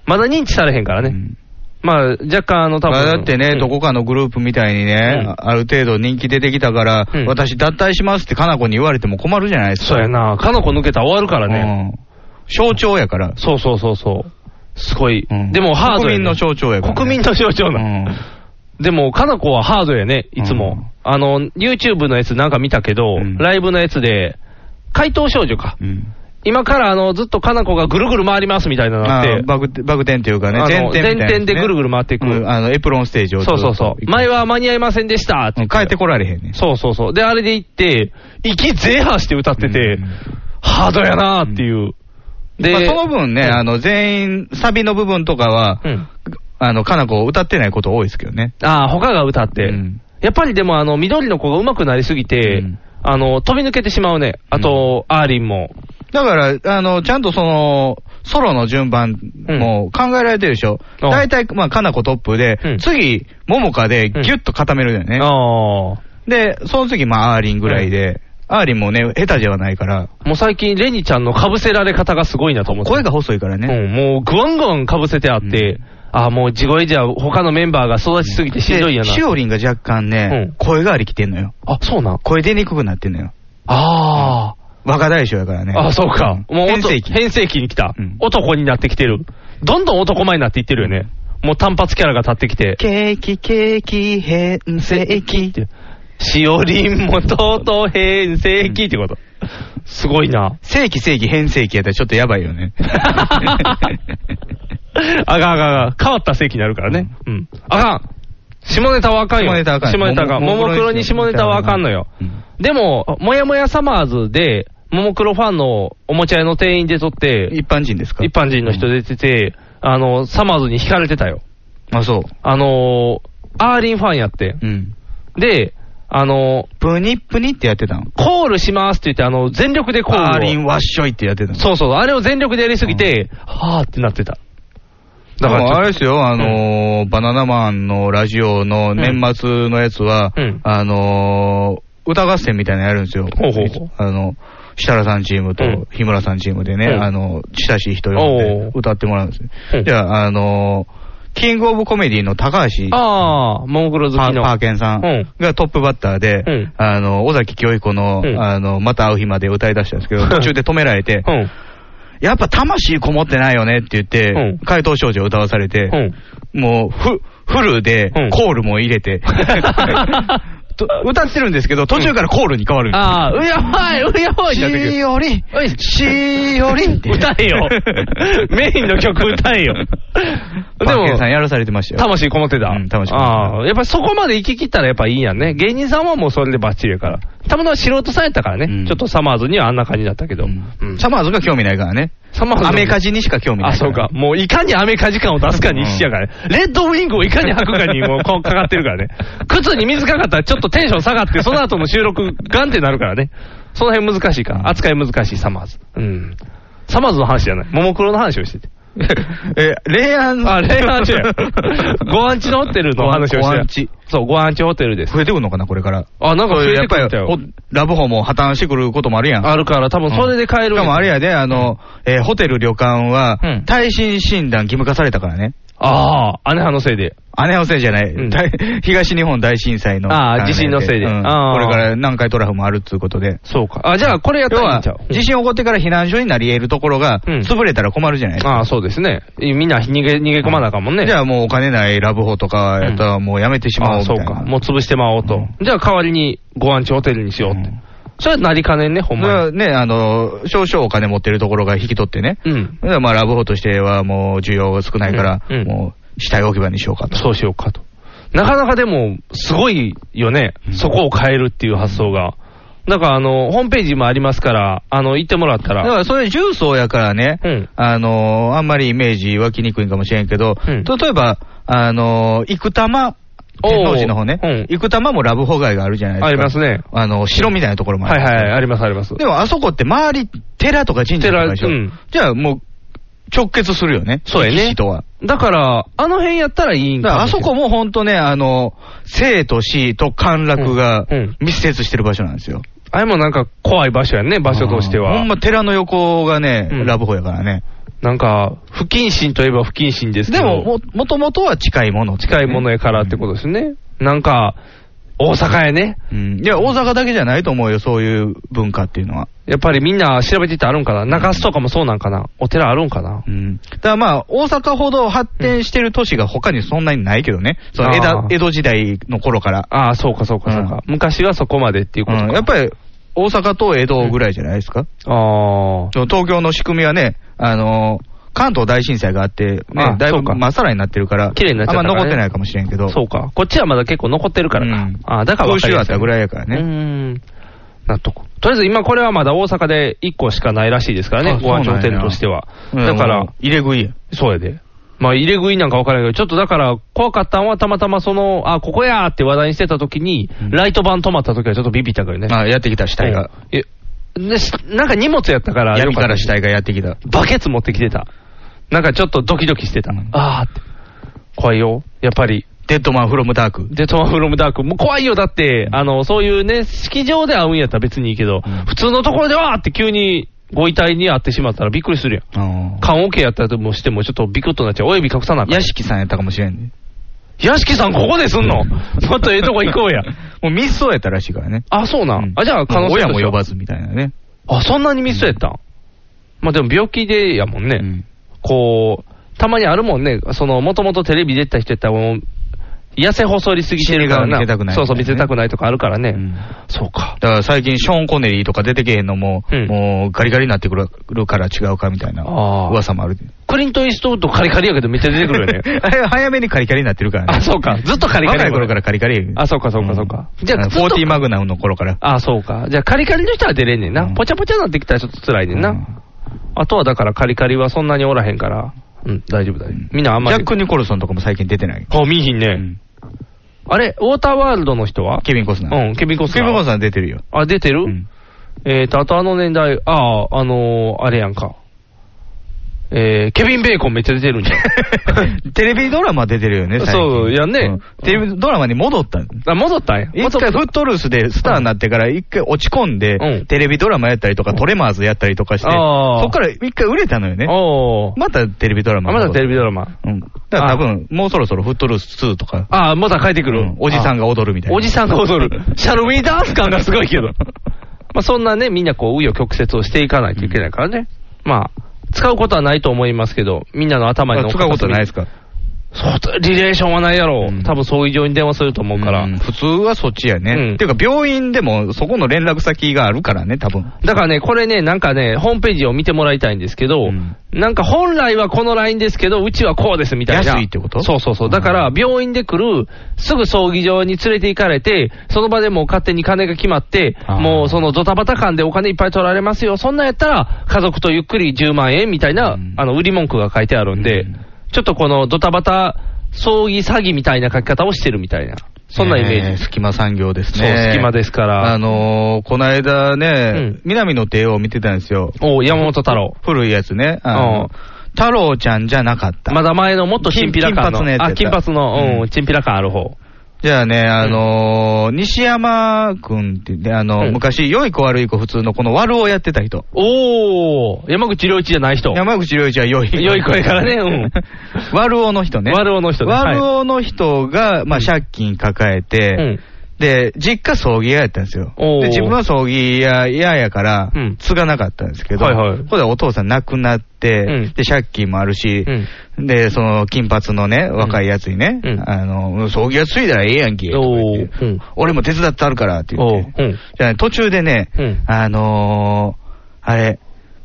Speaker 1: まだ認知されへんからね。
Speaker 2: うん
Speaker 1: まあ、若干あの、多分
Speaker 2: まあだってね、
Speaker 1: うん
Speaker 2: どこかのグループみたいにね、
Speaker 1: うん
Speaker 2: ある程度人気出てきたから、
Speaker 1: うん
Speaker 2: 私脱退しますってかな子に言われても困るじゃないですか。
Speaker 1: そうやな、かの子抜けたら終わるからね。
Speaker 2: うん象徴やから。
Speaker 1: そうそうそうそう。すごい。
Speaker 2: うん
Speaker 1: でもハードやね
Speaker 2: 国民の象徴やからね
Speaker 1: 国民の象徴
Speaker 2: う
Speaker 1: な。
Speaker 2: ん
Speaker 1: でも、かの子はハードやね、いつも。
Speaker 2: うん
Speaker 1: あの、YouTube のやつなんか見たけど、
Speaker 2: うん
Speaker 1: ライブのやつで、怪盗少女か。
Speaker 2: うん
Speaker 1: 今からあの、ずっとかな子がぐるぐる回りますみたいなのあ
Speaker 2: あ
Speaker 1: って
Speaker 2: ー。バグテバグ転というかね、
Speaker 1: あの
Speaker 2: 前転みたいなやつね、
Speaker 1: 前転でぐるぐる回っていく
Speaker 2: うんあの、エプロンステージをずっ
Speaker 1: そ
Speaker 2: と。
Speaker 1: うそうそう。前は間に合いませんでしたって言
Speaker 2: うん
Speaker 1: ってた
Speaker 2: 帰ってこられへんねん。
Speaker 1: そうそうそう。で、あれで行って、息ゼーハーして歌ってて、
Speaker 2: うん
Speaker 1: ハードやなーっていう。で、
Speaker 2: まあ、その分ね、あの、全員、サビの部分とかは、
Speaker 1: うん。
Speaker 2: あの、かな子歌ってないこと多いですけどね。
Speaker 1: ああ、他が歌って。
Speaker 2: うん
Speaker 1: やっぱりでも、あの、緑の子が上手くなりすぎて、
Speaker 2: うん
Speaker 1: あの、飛び抜けてしまうね。あと、アーリンも。
Speaker 2: だから、あの、ちゃんとその、ソロの順番も考えられてるでしょ。
Speaker 1: うん
Speaker 2: 大体、まあ、かなこトップで、
Speaker 1: うん
Speaker 2: 次、ももかでギュッと固めるよね。
Speaker 1: ああ。も
Speaker 2: で、その次、まあ、アーリンぐらいで、アーリンもね、下手じゃないから、
Speaker 1: う最近、レニちゃんの被せられ方がすごいなと思って。
Speaker 2: 声が細いからね。
Speaker 1: うん、もう、ぐわんぐわん被せてあって、
Speaker 2: うん
Speaker 1: ああ、もう、地声じゃ他のメンバーが育ちすぎてしんどいんやな
Speaker 2: で。しおりんが若干ね、
Speaker 1: うん
Speaker 2: 声がありきてんのよ。
Speaker 1: あ、そうなん
Speaker 2: 声出にくくなってんのよ。
Speaker 1: ああ。
Speaker 2: 若大将やからね。
Speaker 1: あ、そうか。
Speaker 2: ん
Speaker 1: もう
Speaker 2: 変
Speaker 1: 音
Speaker 2: 声期。
Speaker 1: 変声期に来た、
Speaker 2: うん
Speaker 1: 男になってきてる。どんどん男前になっていってるよね。もう単発キャラが立ってきて。
Speaker 2: ケーキ、ケーキ、変声期。。
Speaker 1: しおりんもとうとう変声期ってこと。すごいな
Speaker 2: 正規正規変声期やったらちょっとやばい よね。
Speaker 1: あがあがあが、変わった世紀になるからね。うん。あかん。下ネタはあかんよ。
Speaker 2: 下ネタはあかん
Speaker 1: 下ネタが。
Speaker 2: も
Speaker 1: も
Speaker 2: も
Speaker 1: もクロに下ネタはあかんのよ。
Speaker 2: うん
Speaker 1: でも、もやもやサマーズで、ももクロファンのおもちゃ屋の店員で撮って、
Speaker 2: 一般人ですか
Speaker 1: 一般人の人出てて、あの、サマーズに惹かれてたよ。
Speaker 2: あ、そう。
Speaker 1: あのー、アーリンファンやって。
Speaker 2: うん。
Speaker 1: で、あの
Speaker 2: プニップニってやってたの。
Speaker 1: ー、コールしますって言って、あの、全力でコールを。
Speaker 2: アーリンわっしょいってやってたの。
Speaker 1: そうそう、あれを全力でやりすぎて、はーってなってた。だから
Speaker 2: で
Speaker 1: ちょっ
Speaker 2: も
Speaker 1: と
Speaker 2: あれですよ、あのーバナナマンのラジオの年末のやつは、
Speaker 1: うん
Speaker 2: あのー歌合戦みたいなのやるんですよ。
Speaker 1: ほうほうほう
Speaker 2: あの、設楽さんチームと
Speaker 1: うん
Speaker 2: 日村さんチームでね、
Speaker 1: うん
Speaker 2: あの、親しい人呼ん
Speaker 1: おう
Speaker 2: で歌ってもらうんですよ
Speaker 1: うん。
Speaker 2: じゃあ、あのーキングオブコメディの高橋
Speaker 1: あー、モンクロ好
Speaker 2: パ
Speaker 1: きの。
Speaker 2: パーケンさ
Speaker 1: うんん
Speaker 2: がトップバッターで、
Speaker 1: うん
Speaker 2: あの、尾崎清彦の、
Speaker 1: うん
Speaker 2: あの、また会う日まで歌い出したんですけど、途中で止められて、
Speaker 1: うん。
Speaker 2: やっぱ魂こもってないよねって言って、
Speaker 1: うん
Speaker 2: 怪盗少女を歌わされて、
Speaker 1: うん。
Speaker 2: もうフ、フルで
Speaker 1: うん
Speaker 2: コールも入れて、と歌ってるんですけど、途中からコールに変わるんですよ。
Speaker 1: あー、うやばい、うやばいってなってくる
Speaker 2: しおりん、
Speaker 1: おい
Speaker 2: しおりんって。
Speaker 1: 歌え よメインの曲歌えよ
Speaker 2: パーケンさんやらされてましたよ。
Speaker 1: 魂こもってた。
Speaker 2: うん魂こもってた
Speaker 1: ああ、やっぱりそこまで行き切ったらやっぱいいやんね。芸人さんはもうそれでバッチリやから。たまたま素人さんやったからね、
Speaker 2: うん
Speaker 1: ちょっとサマーズにはあんな感じだったけど。うん
Speaker 2: サマーズが興味ないからね。
Speaker 1: サマーズの
Speaker 2: アメカジにしか興味ないら。
Speaker 1: あ、そうか。もういかにアメカジ感を出すかに一緒やからね。レッドウィングをいかに履くかにもうこうかかってるからね。 靴に水かかったらちょっとテンション下がって、その後の収録ガンってなるからね。その辺難しいから。扱い難しいサマーズ。うん。サマーズの話じゃない。ももクロの話をして て。
Speaker 2: え、レイアン
Speaker 1: あ、レイアンチや。 ご安置のホテルの話をしてた。
Speaker 2: ご安置
Speaker 1: そう、ご安置ホテルです。
Speaker 2: 増えてくるのかな、これから。
Speaker 1: あ、なんか増えてくる
Speaker 2: やっ
Speaker 1: んだ
Speaker 2: ぱり
Speaker 1: よ
Speaker 2: ほ。ラブホも破綻してくることもあるやん。
Speaker 1: あるから、多分それで買える。
Speaker 2: しかもあれやで、あの、えーホテル、旅館は
Speaker 1: うん、
Speaker 2: 耐震診断義務化されたからね。
Speaker 1: ああ、姉派のせいで。
Speaker 2: 姉のせいじゃない、
Speaker 1: うん
Speaker 2: 大東日本大震災の関連。
Speaker 1: あー地震のせいで
Speaker 2: うん
Speaker 1: あー
Speaker 2: これから南海トラフもあるっつうことで。
Speaker 1: そうか。あ、じゃあこれやった
Speaker 2: 要
Speaker 1: らいい
Speaker 2: は
Speaker 1: んちゃう、
Speaker 2: 地震起こってから避難所になり得るところが、
Speaker 1: うん
Speaker 2: 潰れたら困るじゃないですか。
Speaker 1: ああ、そうですね。みんな逃げ、逃げ込まなあかんもんね。
Speaker 2: じゃあもうお金ないラブホとかやったらもうやめてしまお
Speaker 1: あ
Speaker 2: う
Speaker 1: あ、
Speaker 2: みた
Speaker 1: そ
Speaker 2: いうな。
Speaker 1: か。もう潰してまおうと。じゃあ代わりにご安置ホテルにしようって。
Speaker 2: うん
Speaker 1: それはなりかねんね、ほん
Speaker 2: それ
Speaker 1: ま
Speaker 2: は
Speaker 1: に。
Speaker 2: ね、あの、少々お金持ってるところが引き取ってね。
Speaker 1: うん。
Speaker 2: だからまあラブホとしてはもう需要が少ないから、
Speaker 1: うんうん
Speaker 2: もう死体置き場にしようかと。
Speaker 1: そうしようかと。なかなかでも、すごいよね。そこを変えるっていう発想が。なんかあの、ホームページもありますから、あの、行ってもらった
Speaker 2: だ
Speaker 1: ら。
Speaker 2: からそれ重曹やからね、
Speaker 1: うん
Speaker 2: あのーあんまりイメージ湧きにくいんかもしれんけど、
Speaker 1: うん
Speaker 2: 例えば、あのー生玉、
Speaker 1: おー
Speaker 2: 天王寺の方ね、
Speaker 1: うん
Speaker 2: 生玉もラブホ街があるじゃないですか。
Speaker 1: ありますね。
Speaker 2: あの、城みたいなところもあ
Speaker 1: はい
Speaker 2: る。
Speaker 1: はい、ありますあります。
Speaker 2: でもあそこって周り、寺とか神社とかでしょ。
Speaker 1: 寺うん
Speaker 2: じゃあもう、直結するよね。
Speaker 1: そうやね
Speaker 2: 歴史とは。
Speaker 1: だから、あの辺やったらいいん
Speaker 2: だ
Speaker 1: か
Speaker 2: か
Speaker 1: も
Speaker 2: らあ
Speaker 1: しれ
Speaker 2: そ
Speaker 1: ん
Speaker 2: こも本当ね、あの、生と死と陥落が
Speaker 1: うんうん
Speaker 2: 密接してる場所なんですよ。
Speaker 1: あれもなんか怖い場所やんね、場所として
Speaker 2: うん
Speaker 1: は。
Speaker 2: ほんま寺の横がね、
Speaker 1: うん
Speaker 2: ラブホやからね。
Speaker 1: なんか、不謹慎といえば不謹慎ですけ
Speaker 2: で
Speaker 1: ど。
Speaker 2: も、も、もともとは近いもの、
Speaker 1: 近いものやからってことですね。なんか、大阪やね。
Speaker 2: うん。いや、大阪だけじゃないと思うよ、そういう文化っていうのは。
Speaker 1: やっぱりみんな調べていってあるんかな。中洲とかもそうなんかな。お寺あるんかな
Speaker 2: う。ん。だからまあ、大阪ほど発展してる都市が他にそんなにないけどね。その江
Speaker 1: あ
Speaker 2: 戸
Speaker 1: ー
Speaker 2: 江戸時代の頃から。
Speaker 1: ああ、そうかそうかそうか。昔はそこまでっていう
Speaker 2: う
Speaker 1: ことか。
Speaker 2: ん。やっぱり、大阪と江戸ぐらいじゃないですか。
Speaker 1: あ
Speaker 2: その東京の仕組みはね、あのー関東大震災があって、
Speaker 1: あ
Speaker 2: ね、だい
Speaker 1: そ
Speaker 2: ぶ
Speaker 1: うか
Speaker 2: まっさらになってるから、
Speaker 1: 綺麗になっちゃった
Speaker 2: あ
Speaker 1: か
Speaker 2: ん
Speaker 1: らね
Speaker 2: ま残ってないかもしれんけ
Speaker 1: あ。
Speaker 2: ど、
Speaker 1: そうか。こっちはまだ結構残ってるからか。
Speaker 2: うん
Speaker 1: ああ、だから分かりやすい
Speaker 2: 空襲あったぐらいやからね
Speaker 1: うん。納得。とりあえず今これはまだ大阪で1個しかないらしいですから
Speaker 2: あ
Speaker 1: ね。
Speaker 2: そう
Speaker 1: ご
Speaker 2: なん
Speaker 1: 飯
Speaker 2: や
Speaker 1: 頂点としては。
Speaker 2: うん
Speaker 1: だから、
Speaker 2: 入れ食いや。
Speaker 1: そうやで。まあ入れ食いなんか分からんけど、ちょっとだから怖かったんはたまたまその、あ、ここやーって話題にしてた時に、
Speaker 2: うん
Speaker 1: ライト版止まった時はちょっとビビったけどね。
Speaker 2: あやってきた死体が。
Speaker 1: え、でしなんか荷物やったから、
Speaker 2: 闇から
Speaker 1: よ
Speaker 2: 死
Speaker 1: かっ
Speaker 2: 体がやってき
Speaker 1: た
Speaker 2: た。
Speaker 1: バケツ持ってきてた。なんかちょっとドキドキしてた。
Speaker 2: うん
Speaker 1: あーって。怖いよ。やっぱり。
Speaker 2: デッドマンフロムダーク。
Speaker 1: デトマフロムダーク。もう怖いよ。だって、あの、そういうね、式場で会うんやったら別にいいけど、
Speaker 2: うん
Speaker 1: 普通のところでわーって急にご遺体に会ってしまったらびっくりするやん。
Speaker 2: あー
Speaker 1: 缶オケやったらともしてもちょっとビクッとなっちゃう。親指隠さなあかん
Speaker 2: 屋敷さんやったかもしれんね。
Speaker 1: 屋敷さん、ここですんのもっとええとこ行 こうや。
Speaker 2: もう密相やったらしいからね。
Speaker 1: あ、そうなん。あ、じゃあ、可能性
Speaker 2: 親も呼ば
Speaker 1: ず。
Speaker 2: ずみたいなね。
Speaker 1: あ、そんなにミスやったん、まあでも病気でやもんね。
Speaker 2: うん
Speaker 1: こう、たまにあるもんね。その、もともとテレビ出てた人やったらもう、痩せ細りすぎてるからな。
Speaker 2: 死に顔見せたくない
Speaker 1: そうそう、見せたくないとかあるからね。
Speaker 2: うん
Speaker 1: そうか。
Speaker 2: だから最近、ショーン・コネリーとか出てけへんのも、
Speaker 1: うん
Speaker 2: もうガリガリになってくるから違うかみたいな
Speaker 1: あー
Speaker 2: 噂もある。
Speaker 1: クリント・イーストウッドカリカリやけどめっちゃ出てくるよね。
Speaker 2: あれ 早めにカリカリになってるからね。
Speaker 1: あ、そうか。ずっとカリカリ。
Speaker 2: 若い頃からカリカリ。
Speaker 1: あそうかそうかそうか
Speaker 2: ん
Speaker 1: じゃあ
Speaker 2: あの
Speaker 1: ずっと
Speaker 2: 40マグナムの頃から。
Speaker 1: あ、そうか。じゃあ、カリカリの人は出れんねんな。
Speaker 2: うん
Speaker 1: ぽちゃぽちゃになってきたらちょっと辛いねんな。
Speaker 2: うん
Speaker 1: あとはだから、カリカリはそんなにおらへんから。うん、大丈夫だよ。みんなあんまり。
Speaker 2: ジャック・ニコルソンとかも最近出てない。
Speaker 1: あ、見ひんね。
Speaker 2: うん
Speaker 1: あれ、ウォーターワールドの人は
Speaker 2: ケビン・コスナー。
Speaker 1: うんケビンコスナー
Speaker 2: ケビン・コスナー出てるよ。
Speaker 1: あ、出てる、
Speaker 2: うん
Speaker 1: えーと、あとあの年代、ああ、あのー、あれやんか。えー、ケビン・ベーコンめっちゃ出て るんじゃん。
Speaker 2: テレビドラマ出てるよね、最近
Speaker 1: そうやんね
Speaker 2: うんテレビドラマに戻ったの
Speaker 1: あ、戻ったんや。
Speaker 2: 一回フットルースでスターになってから一回落ち込んで、
Speaker 1: うん
Speaker 2: テレビドラマやったりとか、トレマーズやったりとかして、
Speaker 1: あー
Speaker 2: そっから一回売れたのよね。
Speaker 1: おー。
Speaker 2: またテレビドラマ
Speaker 1: あまだテレビ
Speaker 2: ラ
Speaker 1: ドラマ。
Speaker 2: マ。うん。だから多分、もうそろそろフットルース2とか、
Speaker 1: ああ、まだ帰ってくる、
Speaker 2: うんおじさんが踊るみたいな。
Speaker 1: おじさんが踊 る。シャルウィーダンス感がすごいけど。まあそんなね、みんなこう、紆余曲折をしていかないといけないからね。まあ、使うことはないと思いますけど、みんなの頭に
Speaker 2: あ
Speaker 1: の
Speaker 2: 使うことないです
Speaker 1: か
Speaker 2: か
Speaker 1: そう、リレーションはないやろ。
Speaker 2: うん
Speaker 1: 多分葬儀場に電話すると思うから。
Speaker 2: うん普通はそっちやね。
Speaker 1: うん
Speaker 2: っていうか、病院でもそこの連絡先があるからね、多分。
Speaker 1: だからね、これね、なんかね、ホームページを見てもらいたいんですけど、
Speaker 2: うん
Speaker 1: なんか本来はこのラインですけど、うちはこうですみたいな。
Speaker 2: 安いってこと
Speaker 1: そうそうそう。だから、病院で来る、すぐ葬儀場に連れて行かれて、その場でもう勝手に金が決まって、
Speaker 2: あー
Speaker 1: もうそのドタバタ感でお金いっぱい取られますよ。そんなんやったら、家族とゆっくり10万円みたいな、
Speaker 2: うん
Speaker 1: あの、売り文句が書いてあるんで、
Speaker 2: うん
Speaker 1: ちょっとこのドタバタ葬儀詐欺みたいな書き方をしてるみたいな。そんなイメージ。
Speaker 2: え隙間産業ですね。
Speaker 1: そう隙間ですから
Speaker 2: あのーこの間ね、
Speaker 1: うん
Speaker 2: 南の帝王を見てたんですよ。
Speaker 1: おう山本太郎。
Speaker 2: 古いやつね。あ
Speaker 1: う
Speaker 2: の
Speaker 1: ん、
Speaker 2: 太郎ちゃんじゃなかった。
Speaker 1: まだ前のもっとチンピラ感の。
Speaker 2: 金金髪のやつや
Speaker 1: あ、
Speaker 2: った
Speaker 1: 金髪の、う、
Speaker 2: うん
Speaker 1: チンピラ感ある方。
Speaker 2: じゃあね、あのー西山くんって、ね、あの、
Speaker 1: うん
Speaker 2: 昔、良い子悪い子普通のこの悪をやってた人。
Speaker 1: おー、山口良一じゃない人。
Speaker 2: 山口良一は良い。
Speaker 1: 良い子やからねうん。
Speaker 2: 悪おの人ね。
Speaker 1: 悪男の人ねはい
Speaker 2: 悪おの人が、まあ、借金抱えて、
Speaker 1: うん。
Speaker 2: で、実家葬儀屋やったんですよ。
Speaker 1: おー
Speaker 2: で、自分は葬儀屋ややから
Speaker 1: うん、
Speaker 2: 継がなかったんですけど、
Speaker 1: はいはい
Speaker 2: ここでお父さん亡くなって、
Speaker 1: うん
Speaker 2: で、借金もあるし、
Speaker 1: うん
Speaker 2: で、その金髪のね、若いやつにね、
Speaker 1: うん
Speaker 2: あの、葬儀屋継いだらええやんけ、とか
Speaker 1: おー、
Speaker 2: 言っ
Speaker 1: う
Speaker 2: て
Speaker 1: ん。
Speaker 2: 俺も手伝ってあるからって言
Speaker 1: お
Speaker 2: っ
Speaker 1: ー
Speaker 2: て、、
Speaker 1: うん。
Speaker 2: じゃあね途中でね、
Speaker 1: うん
Speaker 2: あのー、あれ、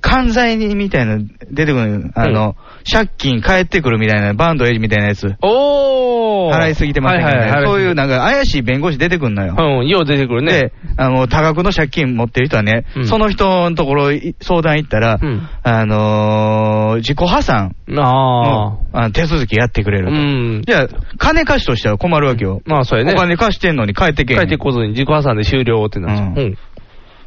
Speaker 2: 犯罪人みたいな、出てくる、あの、借金返ってくるみたいな、バンドエイジみたいなやつ。
Speaker 1: おー。
Speaker 2: 払いすぎてません
Speaker 1: はいはい
Speaker 2: か
Speaker 1: は
Speaker 2: ね。
Speaker 1: い
Speaker 2: そういうなんか怪しい弁護士出てくんのよ。
Speaker 1: うん、よう出てくるね
Speaker 2: で。、あの、多額の借金持ってる人はね、
Speaker 1: うん
Speaker 2: その人のところい相談行ったら、
Speaker 1: うん
Speaker 2: あのー自己破産
Speaker 1: ああ
Speaker 2: の。あの手続きやってくれ
Speaker 1: う
Speaker 2: ると。
Speaker 1: ん。
Speaker 2: じゃあ、金貸しとしては困るわけよ。
Speaker 1: まあ、そうやね。
Speaker 2: お金貸してんのに返ってけえへ
Speaker 1: 帰
Speaker 2: ん
Speaker 1: ってこずに自己破産で終了ってなっちゃう。
Speaker 2: う
Speaker 1: うん。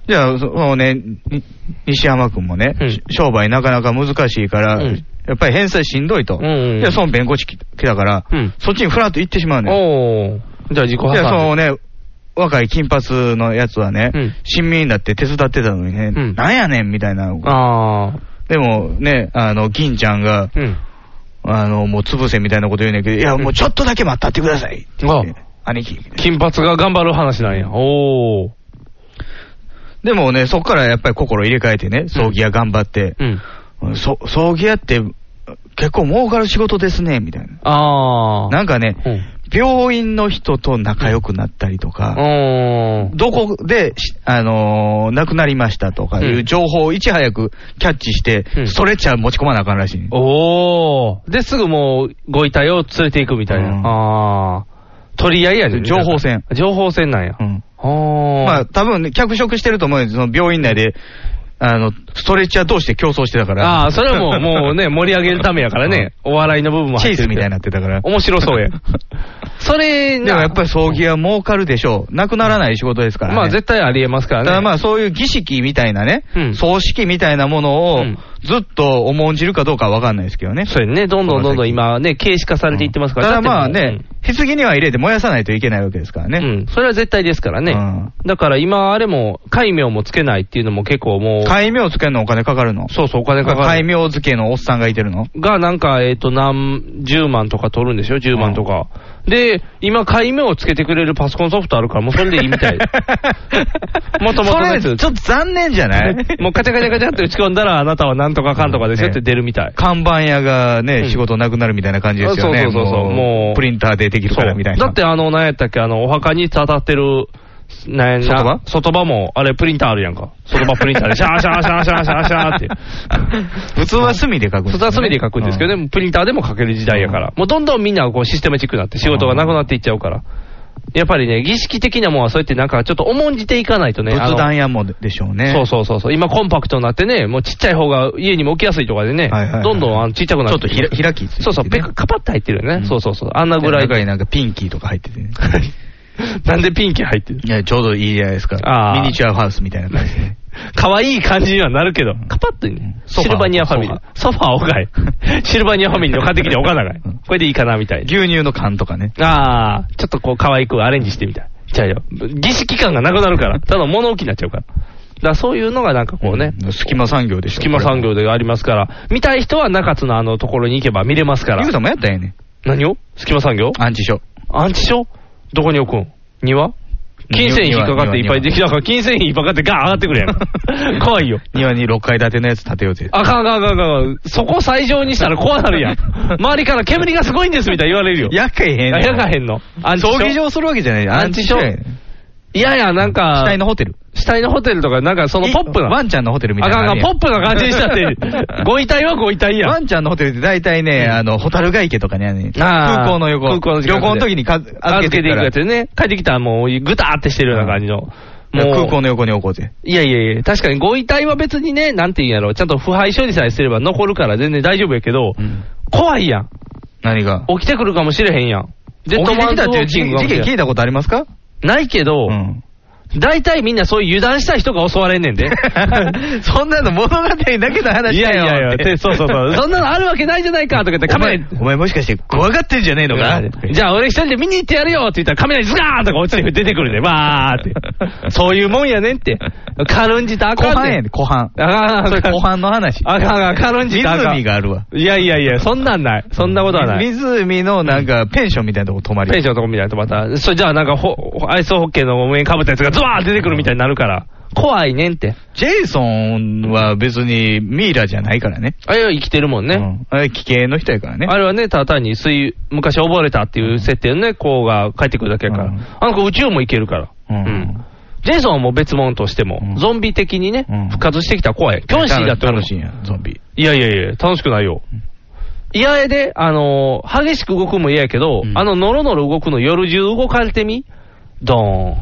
Speaker 2: じゃあ、そのね、に西山君もね、
Speaker 1: うん
Speaker 2: し商売なかなか難しいから、
Speaker 1: うん
Speaker 2: やっぱり返済しんどいと。
Speaker 1: うんうんうん
Speaker 2: じゃあ、その弁護士来たから、
Speaker 1: うん
Speaker 2: そっちにフラッと行ってしまうね。
Speaker 1: おー。じゃあ自己破
Speaker 2: じゃあ、そ
Speaker 1: 産
Speaker 2: のね、若い金髪のやつはね、
Speaker 1: うん
Speaker 2: 親身になって手伝ってたのにね、
Speaker 1: うん
Speaker 2: なんやねんみたいな。
Speaker 1: で。ああ。
Speaker 2: でもね、あの、銀ちゃんが、
Speaker 1: うん。
Speaker 2: あの、もう潰せみたいなこと言うねんけど、いや、もうちょっとだけ待ったってくださいって言って兄貴。
Speaker 1: 金髪が頑張る話なんや。おー。
Speaker 2: でもね、そっからやっぱり心入れ替えてね、葬儀屋頑張って、
Speaker 1: うん。
Speaker 2: そ葬儀屋って結構儲かる仕事ですね、みたいな。
Speaker 1: ああ。
Speaker 2: なんかね、
Speaker 1: うん
Speaker 2: 病院の人と仲良くなったりとか、
Speaker 1: おー。
Speaker 2: どこでし、あのー亡くなりましたとかいう情報をいち早くキャッチして、
Speaker 1: うん
Speaker 2: ストレッチャー持ち込まなあかんらしい。
Speaker 1: おー。で、すぐもう、ご遺体を連れていくみたいな。
Speaker 2: うん
Speaker 1: ああ。取り合いやね。
Speaker 2: 情報戦。
Speaker 1: 情報戦なんや。
Speaker 2: うん
Speaker 1: おー。
Speaker 2: まあ、多分ね、脚色してると思うよ。その病院内で、あの、ストレッチャー同士で競争してたから。
Speaker 1: ああ、それはもう、もう ね、盛り上げるためやからね。お笑いの部分も
Speaker 2: チ
Speaker 1: 入
Speaker 2: ー
Speaker 1: って
Speaker 2: ズ
Speaker 1: る
Speaker 2: みたいになってたから。
Speaker 1: 面白そう や。それ
Speaker 2: でもやっぱり葬儀
Speaker 1: や
Speaker 2: は儲かるでしょう。なくならない仕事ですからね。
Speaker 1: まあ絶対ありえますから
Speaker 2: た
Speaker 1: ね。
Speaker 2: だまあそういう儀式みたいなね、
Speaker 1: うん
Speaker 2: 葬式みたいなもの
Speaker 1: う
Speaker 2: を
Speaker 1: ん
Speaker 2: ずっと重んじるかどうかはわかんないですけどね。
Speaker 1: そうやね。どんどんどんどん今ね、形式化されていってますから。
Speaker 2: ただまあ
Speaker 1: ってもう
Speaker 2: ね、棺には入れて燃やさないといけないわけですから
Speaker 1: うん
Speaker 2: ね。
Speaker 1: うん。それは絶対ですから
Speaker 2: う
Speaker 1: ね
Speaker 2: ん。
Speaker 1: だから今あれも、戒名もつけないっていうのも結構もう、
Speaker 2: 戒名をつけるのお金かかるの。
Speaker 1: そうそう、お金かか
Speaker 2: 戒
Speaker 1: る。
Speaker 2: 名付けのおっさんがいてるの。
Speaker 1: がなんか、えっと、何、10万とか取るんでしょ ?10 万とか。で、今、戒名をつけてくれるパソコンソフトあるから、もうそれでいいみた い。もともと
Speaker 2: そ
Speaker 1: の
Speaker 2: れ
Speaker 1: や
Speaker 2: ち
Speaker 1: つ
Speaker 2: ょっと残念じゃない
Speaker 1: もうカチャカチャカチャって打ち込んだら、あなたはなんとかかんとかですよって出るみたい。
Speaker 2: 看板屋が
Speaker 1: うん
Speaker 2: ね、仕事なくなるみたいな感じですよね。
Speaker 1: そうそうそうそうもう
Speaker 2: プリンターでできるからみたいな。
Speaker 1: だって、あの、何やったっけ、あの、お墓にたたってる、なんやな
Speaker 2: 外場
Speaker 1: 外場も、あれ、プリンターあるやんか。外場プリンターで、シャーシャーシャーシャーシャーシャーって。
Speaker 2: 普通は墨で書くんですよね
Speaker 1: 普通は墨で書くんですけどね、プリンターでも書ける時代やから。もうどんどんみんなこうシステマチックになって仕事がなくなっていっちゃうから。やっぱりね、儀式的なものはそうやってなんかちょっと重んじていかないとね。あの
Speaker 2: 仏壇屋もでしょうね。
Speaker 1: そうそうそうそう。今コンパクトになってね、もうちっちゃい方が家にも置きやすいとかでね、
Speaker 2: はいはいはい
Speaker 1: どんどんあのちっちゃくな
Speaker 2: ちょ
Speaker 1: っ
Speaker 2: ってと
Speaker 1: きて
Speaker 2: ひら開きついて、ね。
Speaker 1: そうそう、ペカカパッて入ってるよね。そうそうそう。あんなぐらい。
Speaker 2: 中になんかピンキーとか入っててね。
Speaker 1: なんでピンキー入ってる
Speaker 2: いや、ちょうどいいじゃないですか
Speaker 1: あー。
Speaker 2: ミニチュアハウスみたいな感じで。
Speaker 1: 可愛い感じにはなるけど、カパッとね、
Speaker 2: ソ
Speaker 1: シ
Speaker 2: ファー
Speaker 1: ルバニアファミリー。ソファーおかい。 シルバニアファミリーの買ってきておかながい
Speaker 2: うん。
Speaker 1: これでいいかな、みたいな。
Speaker 2: 牛乳の缶とかね。
Speaker 1: あー、ちょっとこう可愛くアレンジしてみたい。じゃあよ、儀式感がなくなるから。ただ物置になっちゃうから。だからそういうのがなんかこうね、
Speaker 2: うん隙間産業でしょ。
Speaker 1: 隙間産業でありますから、見たい人は中津のあのところに行けば見れますか
Speaker 2: ユウ
Speaker 1: ら。
Speaker 2: さんもやったんやね。
Speaker 1: 何を隙間産業
Speaker 2: アンチ書。
Speaker 1: アンチ症どこに置くん庭金銭費引っかかっていっぱいできたから、金銭費引っかかってガーン上がってくるや ん。怖いよ。
Speaker 2: 庭に6階建てのやつ建てようぜ。
Speaker 1: あかんあかんあかんあかん。そこ最上にしたら怖なるやん。周りから煙がすごいんですみたいに言われるよ。
Speaker 2: やっかいへん
Speaker 1: あ
Speaker 2: ね
Speaker 1: やかへんの。アンチ
Speaker 2: 葬儀
Speaker 1: 症
Speaker 2: 場するわけじゃない。
Speaker 1: アンチ書
Speaker 2: アやね
Speaker 1: いやいや、なんか、
Speaker 2: 死体のホテル。
Speaker 1: 死体のホテルとか、なんかそのポップな。
Speaker 2: ワンちゃんのホテルみたいな
Speaker 1: あ
Speaker 2: の
Speaker 1: かんあ
Speaker 2: る
Speaker 1: かん、
Speaker 2: やん。
Speaker 1: ポップな感じにしたって。 ご遺体はご遺体や
Speaker 2: ワ
Speaker 1: ん。
Speaker 2: ンちゃんのホテルって大体ね、あの、ホタルガ池とかにあるね。
Speaker 1: あー
Speaker 2: 空港の横。
Speaker 1: 空港の近く
Speaker 2: 旅
Speaker 1: で
Speaker 2: 行の時にか預け
Speaker 1: 預
Speaker 2: て
Speaker 1: け
Speaker 2: い
Speaker 1: て
Speaker 2: く
Speaker 1: い
Speaker 2: か
Speaker 1: く
Speaker 2: ら
Speaker 1: やつでね。帰ってきたらもう、ぐたーってしてるような感じの。もう
Speaker 2: 空港の横に置こうぜ。
Speaker 1: いやいやいや、確かにご遺体は別にね、なんて言うんやろ、ちゃんと腐敗処理さえすれば残るから全然大丈夫やけど、
Speaker 2: うん
Speaker 1: 怖いやん。
Speaker 2: 何が
Speaker 1: 起きてくるかもしれへんやん。
Speaker 2: 起きてきたっていう事
Speaker 1: が
Speaker 2: 事件聞いたことありますか
Speaker 1: ないけど
Speaker 2: う、ん。
Speaker 1: 大体みんなそういう油断した人が襲われんねん で。
Speaker 2: そんなの物語だけの話
Speaker 1: いや
Speaker 2: だ
Speaker 1: い
Speaker 2: よ。
Speaker 1: やいや
Speaker 2: って
Speaker 1: で、そうそう そう。そんなのあるわけないじゃないかとか言ってカ
Speaker 2: お
Speaker 1: メ
Speaker 2: 前
Speaker 1: ラに。
Speaker 2: お前もしかして怖がってんじゃねえのか
Speaker 1: じゃあ俺一人で見に行ってやるよって言ったらカメラにズガーンとか落ちて出てくるで、わー って。そういうもんやねんって。軽んじたらあ
Speaker 2: 後
Speaker 1: かん
Speaker 2: 半
Speaker 1: ね
Speaker 2: や
Speaker 1: ん
Speaker 2: ね、。後半。
Speaker 1: あかんあ
Speaker 2: それ
Speaker 1: かん
Speaker 2: 後半の話。
Speaker 1: あかんあかん、軽んじたらあかん
Speaker 2: 湖があるわ。
Speaker 1: いやいやいや、そんなんない。そんなことはない。
Speaker 2: 湖のなんかペンションみたいなとこ泊まり。
Speaker 1: ペンションのとこみたいなとまた、それじゃあなんかほ、アイスホッケーのお面かぶったやつがズワーって出てくるみたいになるから。怖いねんって。
Speaker 2: ジェイソンは別にミイラじゃないからね。
Speaker 1: あれは生きてるもんね。
Speaker 2: うんあれ、危険の人やからね。
Speaker 1: あれはね、ただ単に水、昔溺れたっていう設定のね、子が帰ってくるだけやから。
Speaker 2: うん
Speaker 1: あの子宇宙も行けるから。
Speaker 2: うん
Speaker 1: ジェイソンはもう別物としても、
Speaker 2: うん
Speaker 1: ゾンビ的にね、
Speaker 2: うん
Speaker 1: 復活してきたら怖い。キョンシーだって
Speaker 2: 楽しいんや、ゾンビ。
Speaker 1: いやいやいや、楽しくないよ。嫌やで、あのー激しく動くも嫌やけど、
Speaker 2: うん
Speaker 1: あの、ノロノロ動くの夜中動かれてみドーン、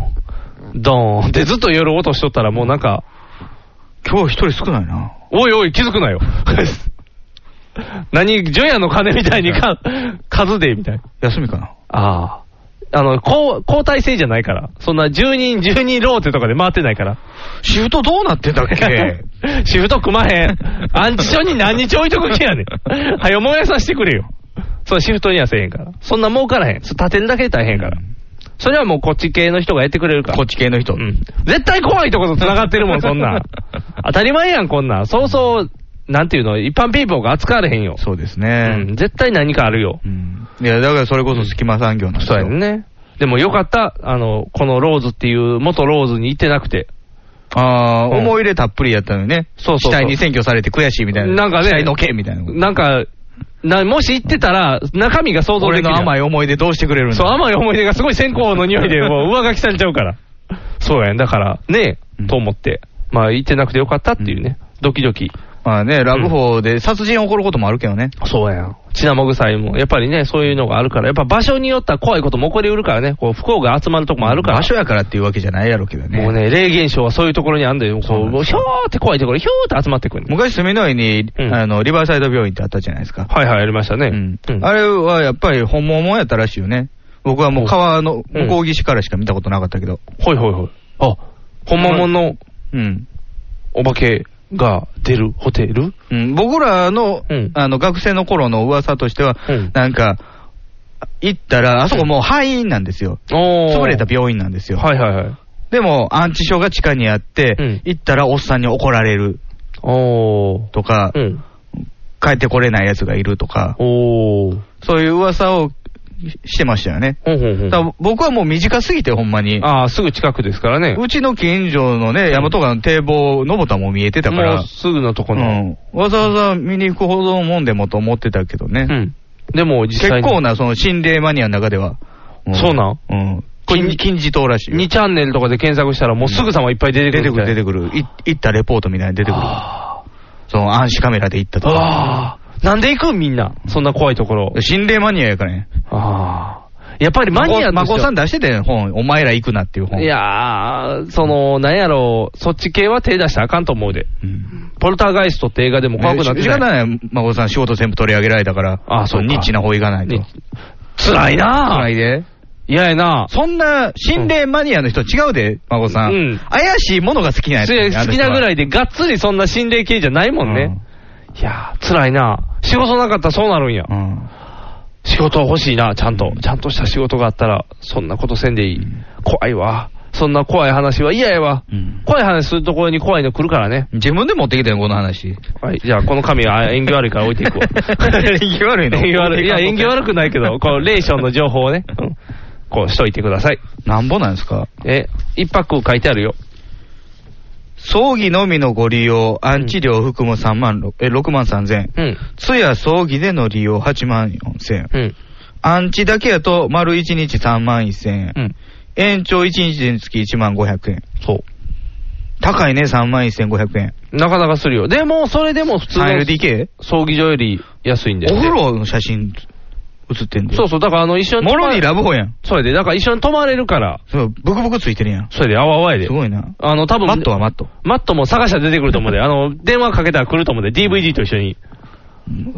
Speaker 1: ドーンってずっと夜音しとったらもうなんか、
Speaker 2: 今日一人少ないな。
Speaker 1: おいおい気づくな よ。何、ジョヤの鐘みたいにか、数で、みたいな。
Speaker 2: 休みかな。
Speaker 1: ああ。あの、交交代制じゃないから。そんな10人、10人ローテとかで回ってないから。
Speaker 2: シフトどうなってんだっけ
Speaker 1: シフト組まへん。アンチ所に何日置いとく気やね ん。はよ、燃やさせてくれよ。そのシフトにはせえへんから。そんな儲からへん。そ立てるだけで大変やから。それはもうこっち系の人がやってくれるから。
Speaker 2: こっち系の人。
Speaker 1: うん。絶対怖いとこと繋がってるもん、そん なん。当たり前やん、こんなん。そうそう、なんていうの、一般ピーポーが扱われへんよ。
Speaker 2: そうです
Speaker 1: う
Speaker 2: ね
Speaker 1: ん。。絶対何かあるよ。
Speaker 2: うんいや、だからそれこそ隙間産業なんです
Speaker 1: そう
Speaker 2: よ
Speaker 1: やんね。でもよかった、あの、このローズっていう、元ローズに行ってなくて。
Speaker 2: ああ、
Speaker 1: うん
Speaker 2: 思い入れたっぷりやったのにね。
Speaker 1: そうそうそう
Speaker 2: 死体に占拠されて悔しいみたいな。
Speaker 1: なんかね
Speaker 2: 死体のけみたいな。
Speaker 1: なんか、なもし行ってたら、中身が想像で
Speaker 2: 俺
Speaker 1: きるやん。
Speaker 2: の甘い思い出どうしてくれるんだ
Speaker 1: そう、甘い思い出がすごい線香の匂い で、もう上書きされちゃうから。そうやん。だから、ね
Speaker 2: うん
Speaker 1: と思って。まあ、行ってなくてよかったっていうね。ドキドキ。
Speaker 2: まあね、ラブホで殺人起こることもあるけどね。
Speaker 1: そうやん。血生臭いも、やっぱりね、そういうのがあるから、やっぱ場所によっては怖いことも起こりうるからね、こう、不幸が集まるとこもあるから。
Speaker 2: 場所やからっていうわけじゃないやろうけどね。
Speaker 1: もうね、霊現象はそういうところにあんだよ。
Speaker 2: そ
Speaker 1: こ
Speaker 2: うな
Speaker 1: う、
Speaker 2: ん
Speaker 1: もう
Speaker 2: です
Speaker 1: ひょ
Speaker 2: よ
Speaker 1: ーって怖いところにひょーって集まってくるの。
Speaker 2: 昔、住の井に、
Speaker 1: うん
Speaker 2: あの、リバーサイド病院ってあったじゃないですか。
Speaker 1: はいはい、やりましたね。
Speaker 2: うん
Speaker 1: うん
Speaker 2: あれはやっぱり本物もんやったらしいよね。僕はもう川の向こう岸からしか見たことなかったけど。
Speaker 1: ほいほいほい。あ、本物の
Speaker 2: うん。
Speaker 1: お化けが出るホテル
Speaker 2: うん、僕らの,、
Speaker 1: うん
Speaker 2: あの学生の頃の噂としては、
Speaker 1: うん
Speaker 2: なんか、行ったら、あそこもう廃院なんですよ。
Speaker 1: お
Speaker 2: 潰れた病院なんですよ。
Speaker 1: はいはいはい。
Speaker 2: でも、安置所が地下にあって、
Speaker 1: うん
Speaker 2: 行ったらおっさんに怒られる
Speaker 1: おー。
Speaker 2: とか、
Speaker 1: うん。
Speaker 2: 帰ってこれない奴がいるとか、
Speaker 1: おー。
Speaker 2: そういう噂をしてましたよね。
Speaker 1: ほんほんほん
Speaker 2: だから僕はもう短すぎて、ほんまに。
Speaker 1: ああ、すぐ近くですからね。
Speaker 2: うちの近所のね、山とかの堤防、登ったも見えてたか
Speaker 1: も
Speaker 2: ら
Speaker 1: う、すぐのとこ
Speaker 2: う
Speaker 1: の。
Speaker 2: ん、わざわざ見に行くほどのもんでもと思ってたけどね。
Speaker 1: うん。でも実
Speaker 2: 結
Speaker 1: 際に。
Speaker 2: 構な、その心霊マニアの中では。
Speaker 1: そうなん
Speaker 2: うん。金金字塔らしいよ。
Speaker 1: 2チャンネルとかで検索したらもうすぐさまいっぱい出て
Speaker 2: 出
Speaker 1: く
Speaker 2: て
Speaker 1: るみた
Speaker 2: く
Speaker 1: い。
Speaker 2: る、出てくる。い行ったレポートみたいなの出てくる。
Speaker 1: あ
Speaker 2: その暗視カメラで行った
Speaker 1: ー
Speaker 2: とか。
Speaker 1: あー。なんで行くみんな。そんな怖いところ。
Speaker 2: 心霊マニアやからね。
Speaker 1: ああ。やっぱりマニアと
Speaker 2: 孫
Speaker 1: して
Speaker 2: さ
Speaker 1: は
Speaker 2: ん。出してたよ、本。お前ら行くなっていう本。
Speaker 1: いやー、その、なんやろう、そっち系は手出したらあかんと思うで。
Speaker 2: うん。
Speaker 1: ポルターガイストって映画でも怖くなって
Speaker 2: 仕
Speaker 1: ない
Speaker 2: 方ない。孫さん仕事全部取り上げられたから。
Speaker 1: あそうか
Speaker 2: ニッチな方行かないと
Speaker 1: ね。辛いなぁ。
Speaker 2: 辛いで。
Speaker 1: 嫌やな
Speaker 2: そんな心霊マニアの人違うで、孫さん。
Speaker 1: うん
Speaker 2: 怪しいものが好きなんや
Speaker 1: それ好きなぐら
Speaker 2: い
Speaker 1: いで、がっつりそんな心霊系じゃないもんね。いやー、辛いな。仕事なかったらそうなるんや。
Speaker 2: うん。
Speaker 1: 仕事欲しいな、ちゃんと。ちゃんとした仕事があったら、そんなことせんでいい。怖いわ。そんな怖い話は嫌やわ。
Speaker 2: うん
Speaker 1: 怖い話するところに怖いの来るからね。
Speaker 2: 自分で持ってきたよ、この話。
Speaker 1: はい、じゃあこの紙はあ縁起悪いから置いていくわ。
Speaker 2: 縁起悪いの
Speaker 1: 縁起悪い。いや、縁起悪くないけ ど、こう、レーションの情報をね、うんこうしといてください。
Speaker 2: なんぼなんですか
Speaker 1: え、一泊書いてあるよ。
Speaker 2: 葬儀のみのご利用、安置料含む3万6、え、6万3千。
Speaker 1: うん。
Speaker 2: 通夜葬儀での利用8万4千。
Speaker 1: うん。
Speaker 2: 安置だけやと丸1日3万1千円。
Speaker 1: うん。
Speaker 2: 延長1日につき1万500円。
Speaker 1: そう。
Speaker 2: 高いね、3万1500円。
Speaker 1: なかなかするよ。でも、それでも普通の
Speaker 2: 3LDK?
Speaker 1: 葬儀場より安いんだ
Speaker 2: お
Speaker 1: よね、
Speaker 2: 風呂の写真写ってんだ
Speaker 1: そ
Speaker 2: よ。
Speaker 1: うそう、だからあの、一緒に
Speaker 2: も
Speaker 1: 泊ま。
Speaker 2: ろにラブホやん。
Speaker 1: そうやで、だから一緒に泊まれるから。
Speaker 2: そう、ブクブクついてるやん。。
Speaker 1: そうやで、あわあわやです
Speaker 2: ごいな。
Speaker 1: あの、多分
Speaker 2: マットはマット。
Speaker 1: マットも探したら出てくると思うで。あの、電話かけたら来ると思うで。DVD と一緒に。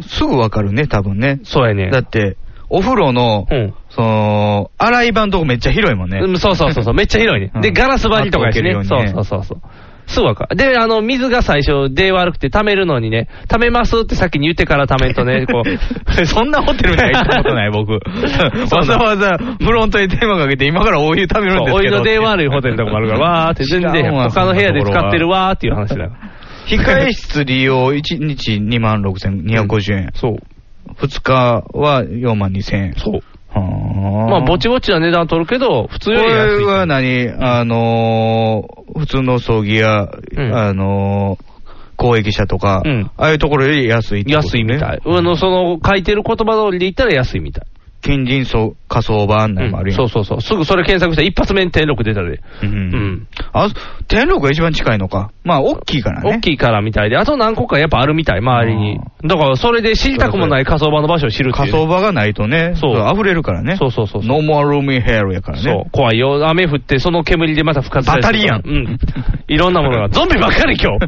Speaker 2: すぐわかるね、多分ね。
Speaker 1: そうやね。
Speaker 2: だって、お風呂の、
Speaker 1: うん。
Speaker 2: その、洗い場のとこめっちゃ広いもんね。
Speaker 1: うんそうそうそうそう、めっちゃ広いね
Speaker 2: う。ん
Speaker 1: で、ガラス張りとかやしね。
Speaker 2: マット
Speaker 1: そ
Speaker 2: 置
Speaker 1: う
Speaker 2: けるようにね
Speaker 1: そうそうそう。すぐわかる。で、あの、水が最初、出悪くて、溜めるのにね、溜めますって先に言ってから溜めるとね、 こう。
Speaker 2: そんなホテルには行ったことない、僕。
Speaker 1: そう
Speaker 2: わざ
Speaker 1: な
Speaker 2: わざフロントに電話かけて、今からお湯食べるんですけど。
Speaker 1: お湯の出悪いホテルとかもあるから、 わーって全
Speaker 2: 知ら
Speaker 1: 然、
Speaker 2: んわ
Speaker 1: 他の部屋で使ってる
Speaker 2: そんなところは
Speaker 1: わーっていう話だから。
Speaker 2: 控え室利用1日2万6250円。
Speaker 1: そう。
Speaker 2: 2日は4万2000円。
Speaker 1: そう。
Speaker 2: はー
Speaker 1: まあ、ぼちぼちな値段取るけど、普通
Speaker 2: こ
Speaker 1: より安
Speaker 2: れ
Speaker 1: い。
Speaker 2: は何あのー、普通の葬儀や、
Speaker 1: ん
Speaker 2: あのー、公益者とか、
Speaker 1: うん
Speaker 2: ああいうところより安いってこと
Speaker 1: 安
Speaker 2: ね
Speaker 1: いみたい。あの、その、書いてる言葉通りで言ったら安いみたい。
Speaker 2: 金人相仮想版なんかあるやん。
Speaker 1: そうそうそう。すぐそれ検索したら一発目に天禄出たで。
Speaker 2: う
Speaker 1: う
Speaker 2: ん。
Speaker 1: ん。
Speaker 2: あ、天禄が一番近いのか。まあ、大きいからね。
Speaker 1: 大きいからみたいで、あと何個かやっぱあるみたい、周りに。だから、それで知りたくもない仮想場の場所を知るっていう
Speaker 2: 仮
Speaker 1: ね。
Speaker 2: 想場がないとね、
Speaker 1: そう
Speaker 2: 溢れるからね。
Speaker 1: そうそうそうそう
Speaker 2: ノーモアルームインヘアルやから
Speaker 1: そ
Speaker 2: ね
Speaker 1: う。。怖いよ。雨降って、その煙でまた復活したりとか
Speaker 2: バタリ
Speaker 1: う
Speaker 2: アン
Speaker 1: ん。 いろんなものが。ゾンビばっかり今日。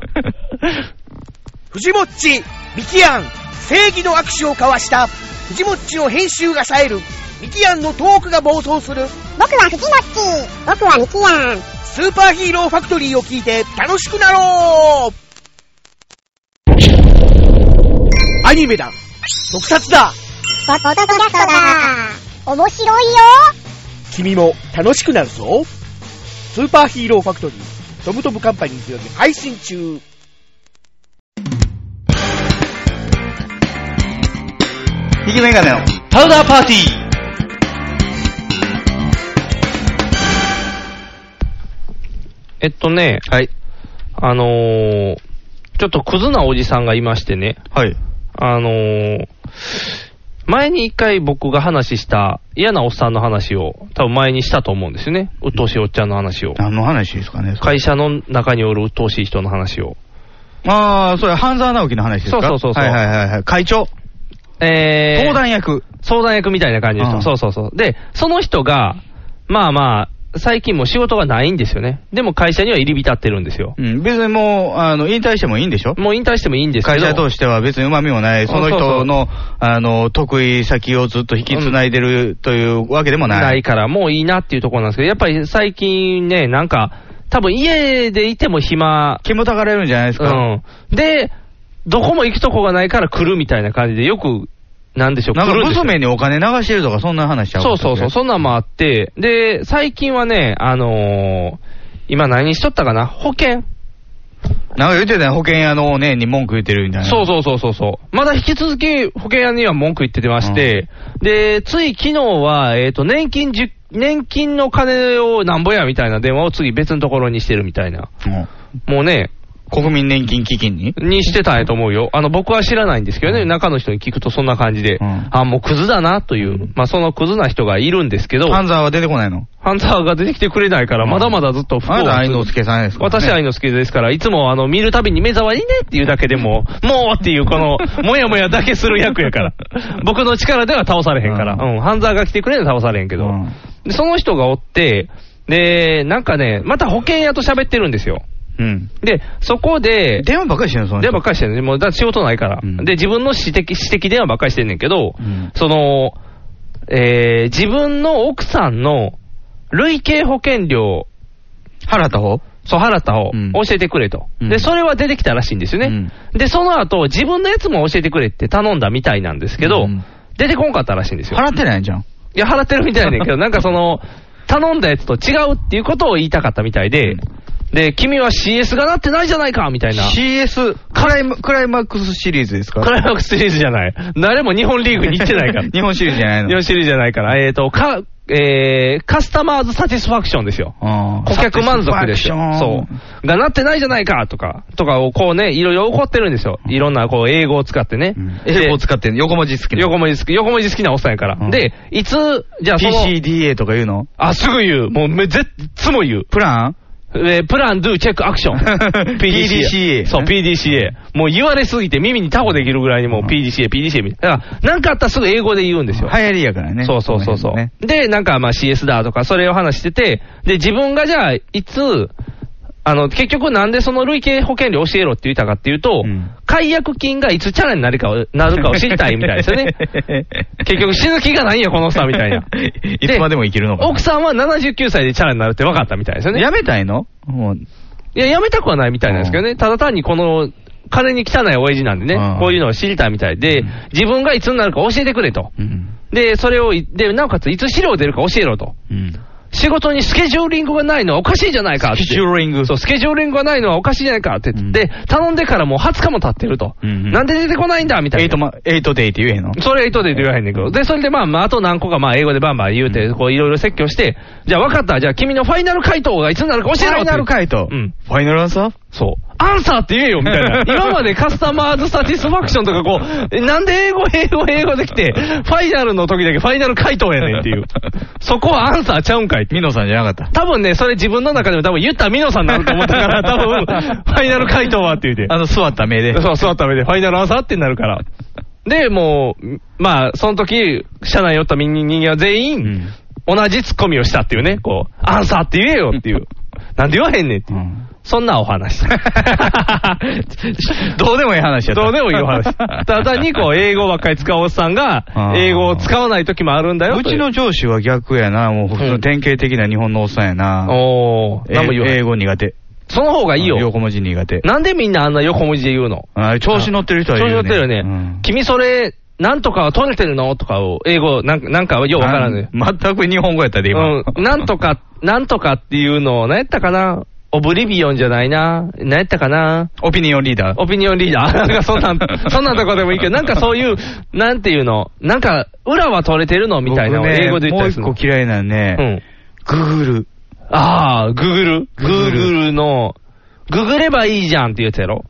Speaker 10: 藤もっち、ミキアン、正義の握手を交わした、藤もっちの編集が冴える、ミキアンのトークが暴走する、
Speaker 11: 僕は藤もっち僕はミキヤン
Speaker 10: スーパーヒーローファクトリーを聞いて楽しくなろうアニメだ特撮だ
Speaker 11: ポポドキャストだ面白いよ
Speaker 10: 君も楽しくなるぞスーパーヒーローファクトリー、トムトムカンパニーズより配信中
Speaker 2: ひげメガネの。
Speaker 6: パウダーパーティ
Speaker 1: えっとね、
Speaker 2: はい。
Speaker 1: あのー、ちょっとクズなおじさんがいましてね、
Speaker 2: はい。
Speaker 1: あのー、前に一回僕が話した嫌なおっさんの話を、多分前にしたと思うんですよね。鬱陶しいおっちゃんの話を。
Speaker 2: 何の話ですかね。
Speaker 1: 会社の中におる鬱陶しい人の話を。
Speaker 2: ああ、それ、半沢直樹の話ですか
Speaker 1: そうそうそうそう
Speaker 2: はいはいはいはい。会長。
Speaker 1: えー、
Speaker 2: 登壇役。
Speaker 1: 相談役みたいな感じの人。
Speaker 2: ああ
Speaker 1: そうそうそう。で、その人が、まあまあ、最近もう仕事がないんですよね。でも会社には入り浸ってるんですよ。
Speaker 2: うん。別にもう、あの、引退してもいいんでしょ
Speaker 1: もう引退してもいいんですけ
Speaker 2: 会
Speaker 1: ど。
Speaker 2: 社としては別に旨味もない、その
Speaker 1: そうそう
Speaker 2: 人の、あの、得意先をずっと引き繋いでるというわけでもない。
Speaker 1: ないから、もういいなっていうところなんですけど、やっぱり最近ね、なんか、多分家でいても暇、
Speaker 2: 煙たがれるんじゃないです
Speaker 1: う
Speaker 2: か。
Speaker 1: ん。で、どこも行くとこがないから来るみたいな感じで、よく、なんでしょう、
Speaker 2: なん
Speaker 1: 来
Speaker 2: か
Speaker 1: るんですよ。
Speaker 2: 娘にお金流してるとか、そんな話ちゃう
Speaker 1: そうそうそう、そんなんもあって、で、最近はね、あのー、今何しとったかな保険
Speaker 2: なんか言ってたよ、保険屋のおねんに文句言ってるみたいな。
Speaker 1: そうそうそうそうそう。まだ引き続き保険屋には文句言っててまして、で、つい昨日は、えっ、と、年金じゅ、年金の金をなんぼやみたいな電話を次別のところにしてるみたいな。
Speaker 2: うん
Speaker 1: もうね、
Speaker 2: 国民年金基金に
Speaker 1: にしてたんやと思うよ。あの、僕は知らないんですけどね、中の人に聞くとそんな感じで、
Speaker 2: うん
Speaker 1: あ、もうクズだなという、まあそのクズな人がいるんですけど、
Speaker 2: ハンザーは出てこないの
Speaker 1: ハンターが出てきてくれないから、
Speaker 2: うん
Speaker 1: まだまだずっと不幸
Speaker 2: あなた
Speaker 1: は
Speaker 2: 愛之助さんですから、ね。
Speaker 1: 私は愛之助ですから、いつもあの見るたびに目障りねっていうだけで も、もうっていう、この、もやもやだけする役やから、僕の力では倒されへんから、
Speaker 2: う
Speaker 1: うん、ハンザーが来てくれんのは倒されへんけど、
Speaker 2: うん
Speaker 1: でその人がおって、で、なんかね、また保険屋と喋ってるんですよ。
Speaker 2: うん。
Speaker 1: で、そこで、
Speaker 2: 電話ばっかりしてるの、その人
Speaker 1: 電話ばっかりしてるね。もう、だって仕事ないから。
Speaker 2: うん
Speaker 1: で、自分の私的、私的電話ばっかりしてんねんけど、
Speaker 2: うん
Speaker 1: その、えー、自分の奥さんの累計保険料、
Speaker 2: 払った方
Speaker 1: そう、払った方、
Speaker 2: うん
Speaker 1: 教えてくれと、
Speaker 2: うん
Speaker 1: で、それは出てきたらしいんですよね。で、その後、自分のやつも教えてくれって頼んだみたいなんですけど、
Speaker 2: うん
Speaker 1: 出てこんかったらしいんですよ。
Speaker 2: 払ってないじゃん。
Speaker 1: いや、払ってるみたいやねん けど、なんかその、頼んだやつと違うっていうことを言いたかったみたいで、
Speaker 2: うん
Speaker 1: で、君は CS がなってないじゃないかみたいな。
Speaker 2: CS クライマ、クライマックスシリーズですか
Speaker 1: クライマックスシリーズじゃない。誰も日本リーグに行ってないから。
Speaker 2: 日本シリーズじ ゃないの
Speaker 1: 日本シリーズじゃないから。えっ、と、か、えー、カスタマーズサティスファクションですよ。
Speaker 2: あー
Speaker 1: 顧客満足ですよ
Speaker 2: サティスファ
Speaker 1: そ
Speaker 2: クション
Speaker 1: う。がなってないじゃないかとか、とかをこうね、いろいろ怒ってるんですよ。いろんなこう英語を使ってね。
Speaker 2: うん英語を使ってんの横文字好きな。
Speaker 1: 横文字好き、横文字好きなおっさんやから。
Speaker 2: うん
Speaker 1: で、いつ、じゃあその、
Speaker 2: PCDA とか言うの
Speaker 1: あ、すぐ言う。もうめ、ぜっつも言う。
Speaker 2: プラン
Speaker 1: えープラン、ドゥ、チェック、アクション。
Speaker 2: PDCA
Speaker 1: そう、PDCA。もう言われすぎて耳にタコできるぐらいにもう PDCA、PDCA みたいな。だから、なんかあったらすぐ英語で言うんです
Speaker 2: 流
Speaker 1: よ。
Speaker 2: 行りやからね。
Speaker 1: そうそうそうそう、
Speaker 2: ね
Speaker 1: で、なんかまあ CS だとか、それを話してて、で、自分がじゃあ、いつ、あの、結局なんでその累計保険料教えろって言ったかっていうと、
Speaker 2: うん。。
Speaker 1: 解約金がいつチャラになるかを、なるかを知りたいみたいですよね結局死ぬ気がないよ、このさ、みたいな
Speaker 2: いつまでも生きるのかな
Speaker 1: 奥さんは79歳でチャラになるって分かったみたいですよね。
Speaker 2: やめたいのもう
Speaker 1: いや、やめたくはないみたいなんですけどね、ただ単にこの、金に汚い親父なんでね、
Speaker 2: うん
Speaker 1: こういうのを知りたいみたいで、自分がいつになるか教えてくれと。
Speaker 2: うん。
Speaker 1: で、それをい、で、なおかつ、いつ資料出るか教えろと。
Speaker 2: うん。
Speaker 1: 仕事にスケジューリングがないのはおかしいじゃないかって。
Speaker 2: スケジューリング
Speaker 1: そう、スケジューリングがないのはおかしいじゃないかって言って、頼んでからもう20日も経ってると。
Speaker 2: うんうん
Speaker 1: なんで出てこないんだみたい
Speaker 2: エ
Speaker 1: な。
Speaker 2: イトマ、エイトデイって言えへんの
Speaker 1: それは意図で言わへんねんけど。で、それでまあ、まあ、あと何個かまあ、英語でバンバン言うて、こう、いろいろ説教して、じゃあ分かった、じゃあ君のファイナル回答がいつになるか教えろ
Speaker 2: ファ
Speaker 1: って
Speaker 2: イナル回答。
Speaker 1: うん。
Speaker 2: ファイナルアンサー
Speaker 1: そう。アンサーって言えよみたい な。今までカスタマーズサティスファクションとかこう、えなんで英語、英語、英語できて、ファイナルの時だけファイナル回答やねんっていう。そこはアンサーちゃうんかい。ミノさんじゃなかった。多分ね、それ自分の中でも多分言ったミノさんになると思った から、多分、ファイナル回答はって言うて。あの、座った目で。そう、座った目で。ファイナルアンサーってなるから。で、もう、まあ、その時、社内におった人間は全員、同じツッコミをしたっていうね、こう、アンサーって言えよ っていう。なんで言わへんねんっていう。そんなお 話。どうでもいい話やどうでもいいお話。 ただ単にこう、英語ばっかり使うおっさんが
Speaker 2: あ、ー
Speaker 1: 英語を使わない時もあるんだよ
Speaker 2: う
Speaker 1: とい。
Speaker 2: ちの上司は逆やな、もう普通の典型的な日本のおっさんやな。
Speaker 1: おー、
Speaker 2: え
Speaker 1: 何も言わへん
Speaker 2: 英語苦手。
Speaker 1: その方がいいよ。
Speaker 2: 横文字苦手。
Speaker 1: なんでみんなあんな横文字で言うの
Speaker 2: あ調子乗ってる人はいるよね
Speaker 1: 調子乗ってるよね。君それ、なんとかは取れてるのとかを、英語、なんか、なんかようわからんね。
Speaker 2: なん全く日本語やったで、今。
Speaker 1: うん、なんとか、なんとかっていうのを、何やったかなオブリビオンじゃないな。何やったかな
Speaker 2: オピニオンリーダー。
Speaker 1: オピニオンリー ダー。なんかそんなん、そんなんとこでもいいけど、なんかそういう、なんていうの、なんか、裏は取れてるのみたいなのを
Speaker 2: 僕ね
Speaker 1: 英語で言ったりするの。
Speaker 2: もう一個嫌いなのね、グーグル。
Speaker 1: ああ、グーグル。グーグルの、ググればいいじゃんって言うやつやろ。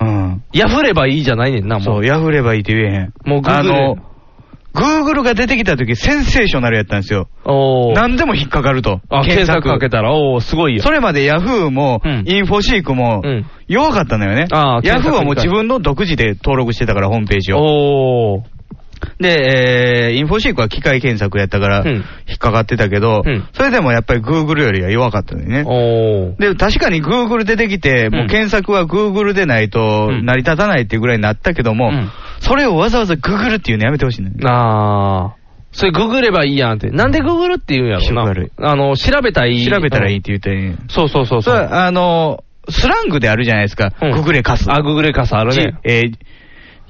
Speaker 2: うん。
Speaker 1: ヤフればいいじゃないねんな、もう。
Speaker 2: そう、ヤフればいいって言えへん。
Speaker 1: もう Google
Speaker 2: あの、グーグルが出てきた時、センセーショナルやったんですよ。
Speaker 1: おー
Speaker 2: 何でも引っかかると。
Speaker 1: あ、検索かけたら、おおすごいよ。
Speaker 2: それまでヤフーも、インフォシークも、弱かったのよね。
Speaker 1: あー
Speaker 2: ヤフーはもう
Speaker 1: 検索
Speaker 2: 自分の独自で登録してたから、ホームページを。
Speaker 1: おー
Speaker 2: で、えー、インフォシークは機械検索やったから、引っかかってたけど、それでもやっぱりグーグルよりは弱かったのよね。
Speaker 1: おー
Speaker 2: で、確かに Google 出てきて、もう検索は Google でないと成り立たないっていうぐらいになったけども、それをわざわざ Google っていうのやめてほしいね。
Speaker 1: ああ。それググればいいやんって。なんでググるって言うんやろな。あの、調べたい。
Speaker 2: 調べたらいいって言ったらいいね
Speaker 1: そうそうそう。
Speaker 2: それはあの、スラングであるじゃないですか。ググレカス。
Speaker 1: あ、ググレカスあるね。
Speaker 2: えー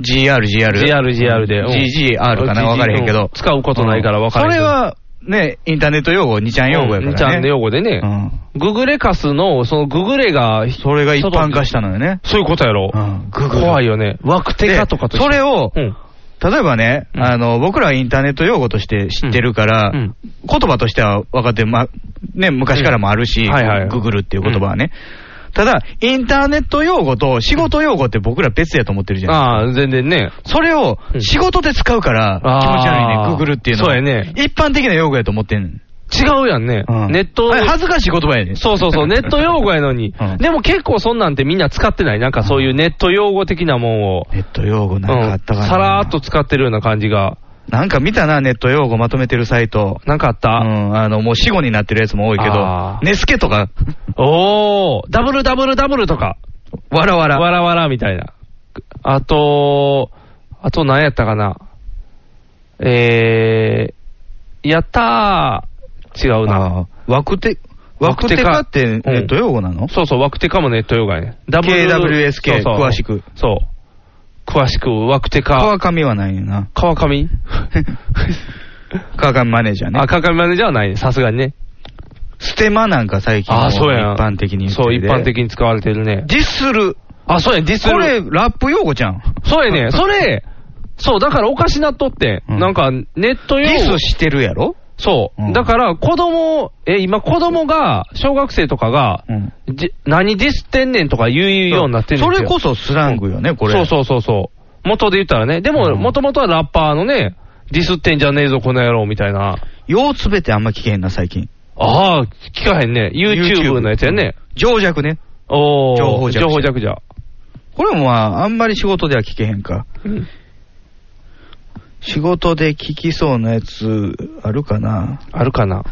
Speaker 2: GR、GR。
Speaker 1: GR、GR で。
Speaker 2: GGR かな分かれへんけど。
Speaker 1: 使うことないから分か
Speaker 2: そ
Speaker 1: れへん
Speaker 2: れは、ね、インターネット用語、2ちゃん用語やからね。
Speaker 1: うんちゃん用語でね。ググレカスの、そのググレが、
Speaker 2: それが一般化したのよね。
Speaker 1: そういうことやろ。怖いよね。枠手かとかと一緒
Speaker 2: それを、
Speaker 1: うん
Speaker 2: 例えばね、あの、僕らはインターネット用語として知ってるから、言葉としては分かってる、ま、ね、昔からもあるし、
Speaker 1: うんはいはい
Speaker 2: ググるっていう言葉はね。ただ、インターネット用語と仕事用語って僕ら別やと思ってるじゃないですか。
Speaker 1: ああ、全然ね。
Speaker 2: それを仕事で使うから、
Speaker 1: あー
Speaker 2: 気持ち悪いね、ググるっていうの
Speaker 1: そ
Speaker 2: は。
Speaker 1: うやね
Speaker 2: 一般的な用語やと思ってんねん
Speaker 1: 違うやんね。ネット。
Speaker 2: あれ恥ずかしい言葉やねん
Speaker 1: そうそうそう、 ネット用語やのに。でも結構そんなんてみんな使ってない。なんかそういうネット用語的なもんを。
Speaker 2: ネット用語なんかあったかな。
Speaker 1: さらーっと使ってるような感じが。
Speaker 2: なんか見たな、ネット用語まとめてるサイト。
Speaker 1: なんかあった
Speaker 2: うん、あの、もう死語になってるやつも多いけど
Speaker 1: あ、
Speaker 2: ネスケとか、
Speaker 1: おー、ダブルダブルダブルとか。
Speaker 2: わらわら。
Speaker 1: わらわらみたいな。あと、あと何やったかな。えー、やったー。違うな。
Speaker 2: 枠手、枠手かってネット用語なの
Speaker 1: そうそう、ワクテカもネット用語やね。
Speaker 2: KWSK
Speaker 1: そうそう
Speaker 2: 詳しく。
Speaker 1: そう。詳しく、ワクテカ。
Speaker 2: 川上はないよ な。
Speaker 1: 川上
Speaker 2: 川上マネージャーね。
Speaker 1: あ、川上マネージャーはないね。さすがにね。
Speaker 2: ステマなんか最近も
Speaker 1: あ、そうやん。
Speaker 2: 一般的に言って
Speaker 1: そう、
Speaker 2: て
Speaker 1: 一般的に使われてるね。
Speaker 2: ディスる。
Speaker 1: あ、そうやん、ディスル
Speaker 2: これ、ラップ用語じゃん。
Speaker 1: そうや ね。それ、そう、だからおかしなっとって、なんか、ネット用
Speaker 2: デ
Speaker 1: 語
Speaker 2: ィスしてるやろ
Speaker 1: そう。だから、子供、え、今、子供が、小学生とかが、じ何ディスってんねんとか言うようになってんねん
Speaker 2: そ
Speaker 1: て
Speaker 2: れこそスラングよね、これ。
Speaker 1: そうそうそうそう。元で言ったらね。でも、もともとはラッパーのね、ディスってんじゃねえぞ、この野郎、みたいな。
Speaker 2: ようつべてあんま聞けへんな、最近。
Speaker 1: ああ、聞かへんね。YouTube のやつやね。
Speaker 2: 情弱ね。
Speaker 1: おー、
Speaker 2: 情報弱者
Speaker 1: 情報弱者。
Speaker 2: これもまあ、あんまり仕事では聞けへんか。仕事で聞きそうなやつ、あるかな
Speaker 1: あるかな。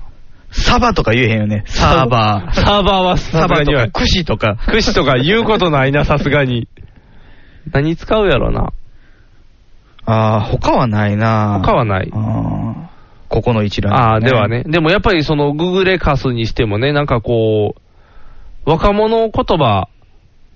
Speaker 2: サバとか言えへんよね。サーバー。
Speaker 1: サーバーはさ
Speaker 2: サ
Speaker 1: す
Speaker 2: バ
Speaker 1: が
Speaker 2: と
Speaker 1: に
Speaker 2: か、
Speaker 1: は。
Speaker 2: クシとか。
Speaker 1: くしとか言うことないな、さすがに。何使うやろな。
Speaker 2: ああ、他はないな。
Speaker 1: 他はない。
Speaker 2: あーここの一覧、
Speaker 1: ああ、ではね。。でもやっぱりその、ググレカスにしてもね、なんかこう、若者言葉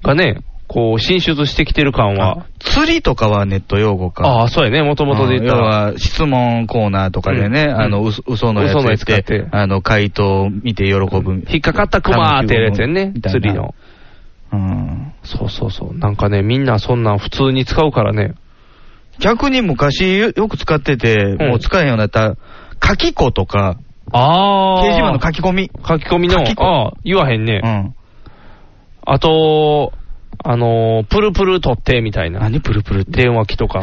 Speaker 1: がね、こう、進出してきてる感は。
Speaker 2: 釣りとかはネット用語か。
Speaker 1: ああ、そうやね、もともとで言った
Speaker 2: 要
Speaker 1: ら。
Speaker 2: は質問コーナーとかでね、
Speaker 1: うん
Speaker 2: あの、うそ嘘のやつ
Speaker 1: 嘘の
Speaker 2: や
Speaker 1: や
Speaker 2: っ
Speaker 1: つ買
Speaker 2: て、
Speaker 1: って
Speaker 2: あの、回答を見て喜ぶ。
Speaker 1: 引っかかったクマーってやつやね
Speaker 2: み、たいな
Speaker 1: 釣りの。
Speaker 2: うん。
Speaker 1: そうそうそう。なんかね、みんなそんなん普通に使うからね。
Speaker 2: 逆に昔よよく使ってて、もう使えへんようになった、書き子とか、
Speaker 1: ああ。
Speaker 2: 掲示板の書き込み。
Speaker 1: 書き込みの、
Speaker 2: 書き込み
Speaker 1: ああ、言わへんね。
Speaker 2: うん。
Speaker 1: あと、あのー、プルプル取ってみたいな。何プルプル って電話機と か。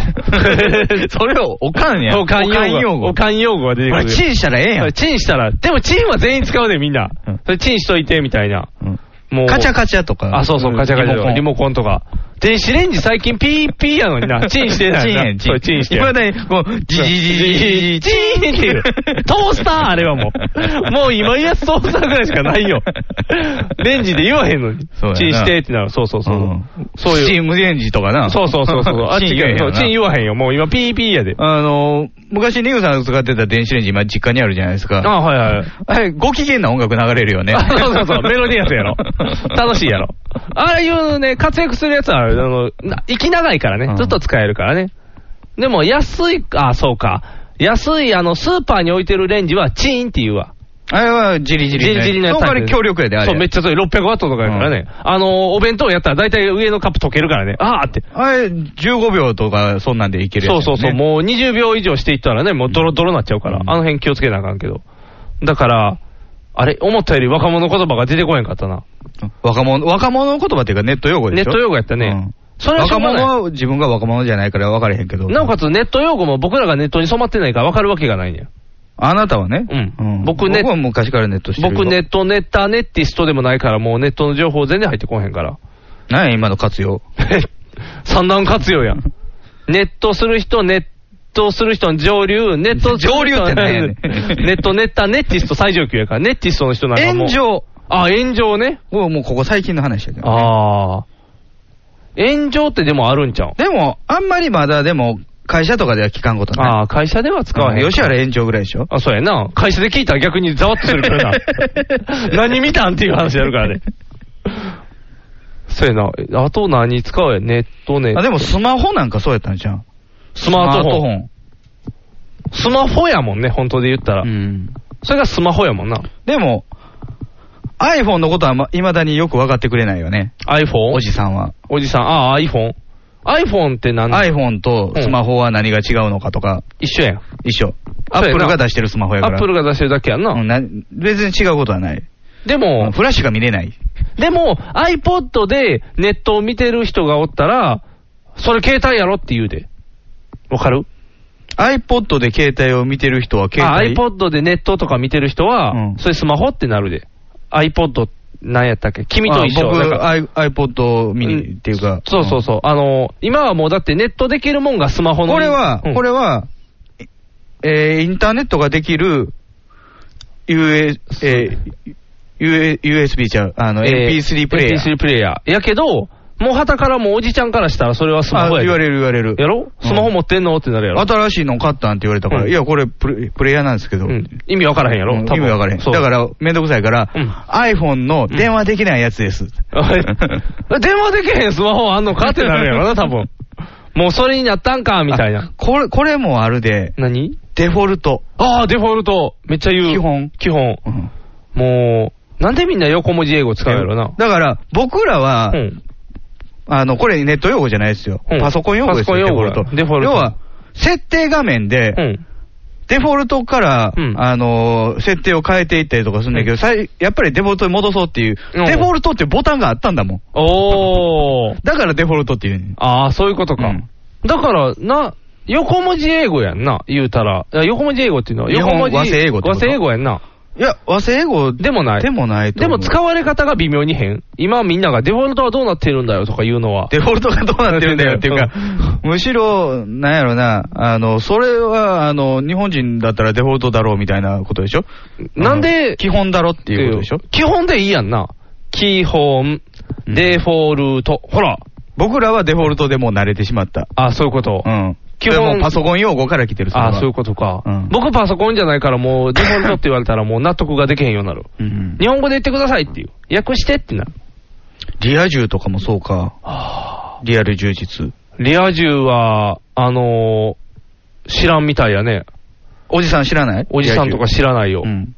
Speaker 1: それを、
Speaker 2: おかんや
Speaker 1: おかん用語。
Speaker 2: お
Speaker 1: おかん用語が出てく
Speaker 2: ほら
Speaker 1: る。
Speaker 2: チンしたらええやん
Speaker 1: ん。チンしたら。でもチンは全員使うで、みんな。それチンしといて、みたいな。もう。
Speaker 2: カチャカチャとか
Speaker 1: あ、そうそう、カチャカチャとか。
Speaker 2: リ
Speaker 1: リモコンとか。電子レンジ最近ピーピーやのにな。チン してないな。
Speaker 2: チンやんチ
Speaker 1: そ
Speaker 2: ン
Speaker 1: うチンして。
Speaker 2: 今だにこうジジジジジジ
Speaker 1: チーンっていう。トースターあれはもう。もう今やつトースターぐらいしかないよ。レンジで言わへんのに。
Speaker 2: そうやな
Speaker 1: チンしてってなる。そうそうそう。そういう。
Speaker 2: スチームレンジとかな。
Speaker 1: そうそうそうそう。 あっ
Speaker 2: チ
Speaker 1: ち
Speaker 2: ン言
Speaker 1: が
Speaker 2: えへん
Speaker 1: そ
Speaker 2: よ
Speaker 1: う
Speaker 2: な
Speaker 1: チン言わへんよ。もう今ピーピーやで。
Speaker 2: あのー、昔、ニグさんが使ってた電子レンジ、今、実家にあるじゃないですか。
Speaker 1: あはいはい。
Speaker 2: あれ、ご機嫌な音楽流れるよね。
Speaker 1: あ そうそうそう。メロディアスや ろ。楽しいやろ。ああいうね、活躍するやつは、あの、な息長いからね。ずっと使えるからね。でも、安い、あ、そうか。安い、あの、スーパーに置いてるレンジは、チーンって言うわ。
Speaker 2: あれは、ジリジリ。
Speaker 1: ジリジリのやつ。
Speaker 2: その代わり強力やで、あれ。
Speaker 1: そう、めっちゃ強い。600ワットとかやからね。あの、お弁当やったら大体上のカップ溶けるからね。あーって。
Speaker 2: あれ、15秒とか、そんなんでいけるやつ
Speaker 1: そ
Speaker 2: や
Speaker 1: う
Speaker 2: ね
Speaker 1: そうそう。もう20秒以上していったらね、もうドロドロなっちゃうから。あの辺気をつけなあかんけど。だから、あれ、思ったより若者言葉が出てこへんかったな。
Speaker 2: 若者、若者言葉っていうかネット用語で
Speaker 1: ネ
Speaker 2: しょ
Speaker 1: ット用語やったね。それはしょ
Speaker 2: 若
Speaker 1: うがない
Speaker 2: 者は自分が若者じゃないから分からへんけど。
Speaker 1: なおかつネット用語も僕らがネットに染まってないから分かるわけがないねん。
Speaker 2: あなたはね。うん
Speaker 1: 僕ね
Speaker 2: 僕は昔からネットしてるよ。
Speaker 1: 僕ネットネッタネッティストでもないからもうネットの情報全然入ってこへんから。
Speaker 2: 何や、今の活用。
Speaker 1: 三段活用やん。ネットする人、ネットする人の上流、ネットする人
Speaker 2: 上流って何やねん
Speaker 1: ネットネッタネッティスト最上級やから、ネッティストの人なんかもう。
Speaker 2: 炎上。
Speaker 1: あ、炎上ね。
Speaker 2: もうもうここ最近の話やけど。
Speaker 1: ああ。炎上ってでもあるんちゃう
Speaker 2: でも、あんまりまだでも、会社とかでは聞かんことない。
Speaker 1: ああ、会社では使わへんか。
Speaker 2: 吉原炎上ぐらいでしょ
Speaker 1: あ、そうやな。会社で聞いたら逆にざわっとするから な。何見たんっていう話やるからね。そうやな。あと何使うやネットね。
Speaker 2: あでもスマホなんかそうやったんじゃん。
Speaker 1: スマートフォン。
Speaker 2: ン。
Speaker 1: スマホやもんね、本当で言ったら。それがスマホやもんな。
Speaker 2: でも、iPhone のことはま未だによく分かってくれないよね。
Speaker 1: iPhone?
Speaker 2: おじさんは。
Speaker 1: おじさん、ああ、iPhone。iPhone って何
Speaker 2: iPhone とスマホは何が違うのかとか、
Speaker 1: 一緒やん。
Speaker 2: 一緒。
Speaker 1: そうやな
Speaker 2: Apple が出してるスマホやから。
Speaker 1: Apple が出してるだけやんな。
Speaker 2: うんな別に違うことはない。
Speaker 1: でも、
Speaker 2: フラッシュが見れない。
Speaker 1: でも iPod でネットを見てる人がおったら、それ携帯やろって言うで。わかる
Speaker 2: iPod で携帯を見てる人は携
Speaker 1: あ
Speaker 2: 帯。
Speaker 1: iPod でネットとか見てる人は、
Speaker 2: うん
Speaker 1: それスマホってなるで。iPod なんやったっけ君と一緒。
Speaker 2: あ
Speaker 1: なんか
Speaker 2: 僕、I- iPod ミニっていうか。
Speaker 1: そうそうそう。あの、今はもうだってネットできるもんがスマホの。
Speaker 2: これは、
Speaker 1: うん
Speaker 2: これは、えーインターネットができる、US、えー US USB ちゃう、あの、
Speaker 1: えー
Speaker 2: MP3 プレイヤー。
Speaker 1: MP3 プレイヤー。やけど、もう旗からもおじちゃんからしたらそれはスマ
Speaker 2: あ
Speaker 1: ホやで。
Speaker 2: 言われる言われる。
Speaker 1: やろスマホ持ってんのってなるやろ。
Speaker 2: 新しいの買ったんって言われたから、
Speaker 1: うん
Speaker 2: いや、これプレプレイヤーなんですけど、
Speaker 1: うん意味わからへんやろ
Speaker 2: うん
Speaker 1: 多
Speaker 2: 意味
Speaker 1: 分
Speaker 2: わからへん。
Speaker 1: そう
Speaker 2: だから、めんどくさいから、
Speaker 1: うん
Speaker 2: iPhone の電話できないやつです。
Speaker 1: 電話できへんスマホあんの かってなるやろな、多分。もうそれになったんか、みたいな。
Speaker 2: これ、これもあるで、
Speaker 1: 何
Speaker 2: デフォルト。
Speaker 1: ああ、デフォルト。めっちゃ言う。
Speaker 2: 基本。
Speaker 1: 基本。
Speaker 2: うん
Speaker 1: もう、なんでみんな横文字英語使うやろな。
Speaker 2: だから、僕らは、
Speaker 1: うん。
Speaker 2: あの、これネット用語じゃないですよ。
Speaker 1: うん
Speaker 2: パソコン用語ですよ、
Speaker 1: パソ
Speaker 2: デフ
Speaker 1: コン
Speaker 2: ォ
Speaker 1: 用
Speaker 2: ル
Speaker 1: 語
Speaker 2: ト
Speaker 1: だ。デフォルト
Speaker 2: 要は、設定画面で、
Speaker 1: うん。
Speaker 2: デフォルトから、
Speaker 1: うん
Speaker 2: あのー設定を変えていったりとかするんだけど、さいやっぱりデフォルトに戻そうっていう、
Speaker 1: うん
Speaker 2: デフォルトっていうボタンがあったんだもん。
Speaker 1: おー。
Speaker 2: だからデフォルトっていうねん。
Speaker 1: ああ、そういうことか。
Speaker 2: うん
Speaker 1: だから、な、横文字英語やんな、言うたら。いや横文字英語っていうのは、
Speaker 2: 日
Speaker 1: 横文
Speaker 2: 本
Speaker 1: 字
Speaker 2: 和製英語ってこ
Speaker 1: 和
Speaker 2: と
Speaker 1: 製英語やんな。
Speaker 2: いや、和製英語で
Speaker 1: でもない。
Speaker 2: もないと
Speaker 1: でも
Speaker 2: 思う。
Speaker 1: 使われ方が微妙に変。今みんながデフォルトはどうなってるんだよとか言うのは。
Speaker 2: デフォルトがどうなってるんだよっていうか、むしろ、なんやろな、あの、それは、あの、日本人だったらデフォルトだろうみたいなことでしょ
Speaker 1: なん
Speaker 2: あ
Speaker 1: で
Speaker 2: の基本だろっていうことでしょ
Speaker 1: 基本でいいやんな。基本、デフォルト。ほら。
Speaker 2: 僕らはデフォルトでもう慣れてしまった。
Speaker 1: あ、そういうこと。
Speaker 2: うん。
Speaker 1: 基
Speaker 2: 基
Speaker 1: 本
Speaker 2: 本パソコン用語から来てる。れは
Speaker 1: あ、そういうことか。
Speaker 2: うん
Speaker 1: 僕パソコンじゃないからもうデフォルトって言われたらもう納得ができへんようになる。
Speaker 2: うん
Speaker 1: 日本語で言ってくださいっていう。訳してってなる。
Speaker 2: リア充とかもそうか。リアル充実。
Speaker 1: リア充は、あのー知らんみたいやね。
Speaker 2: おじさん知らない
Speaker 1: おじさんとか知らないよ。
Speaker 2: リア充うん。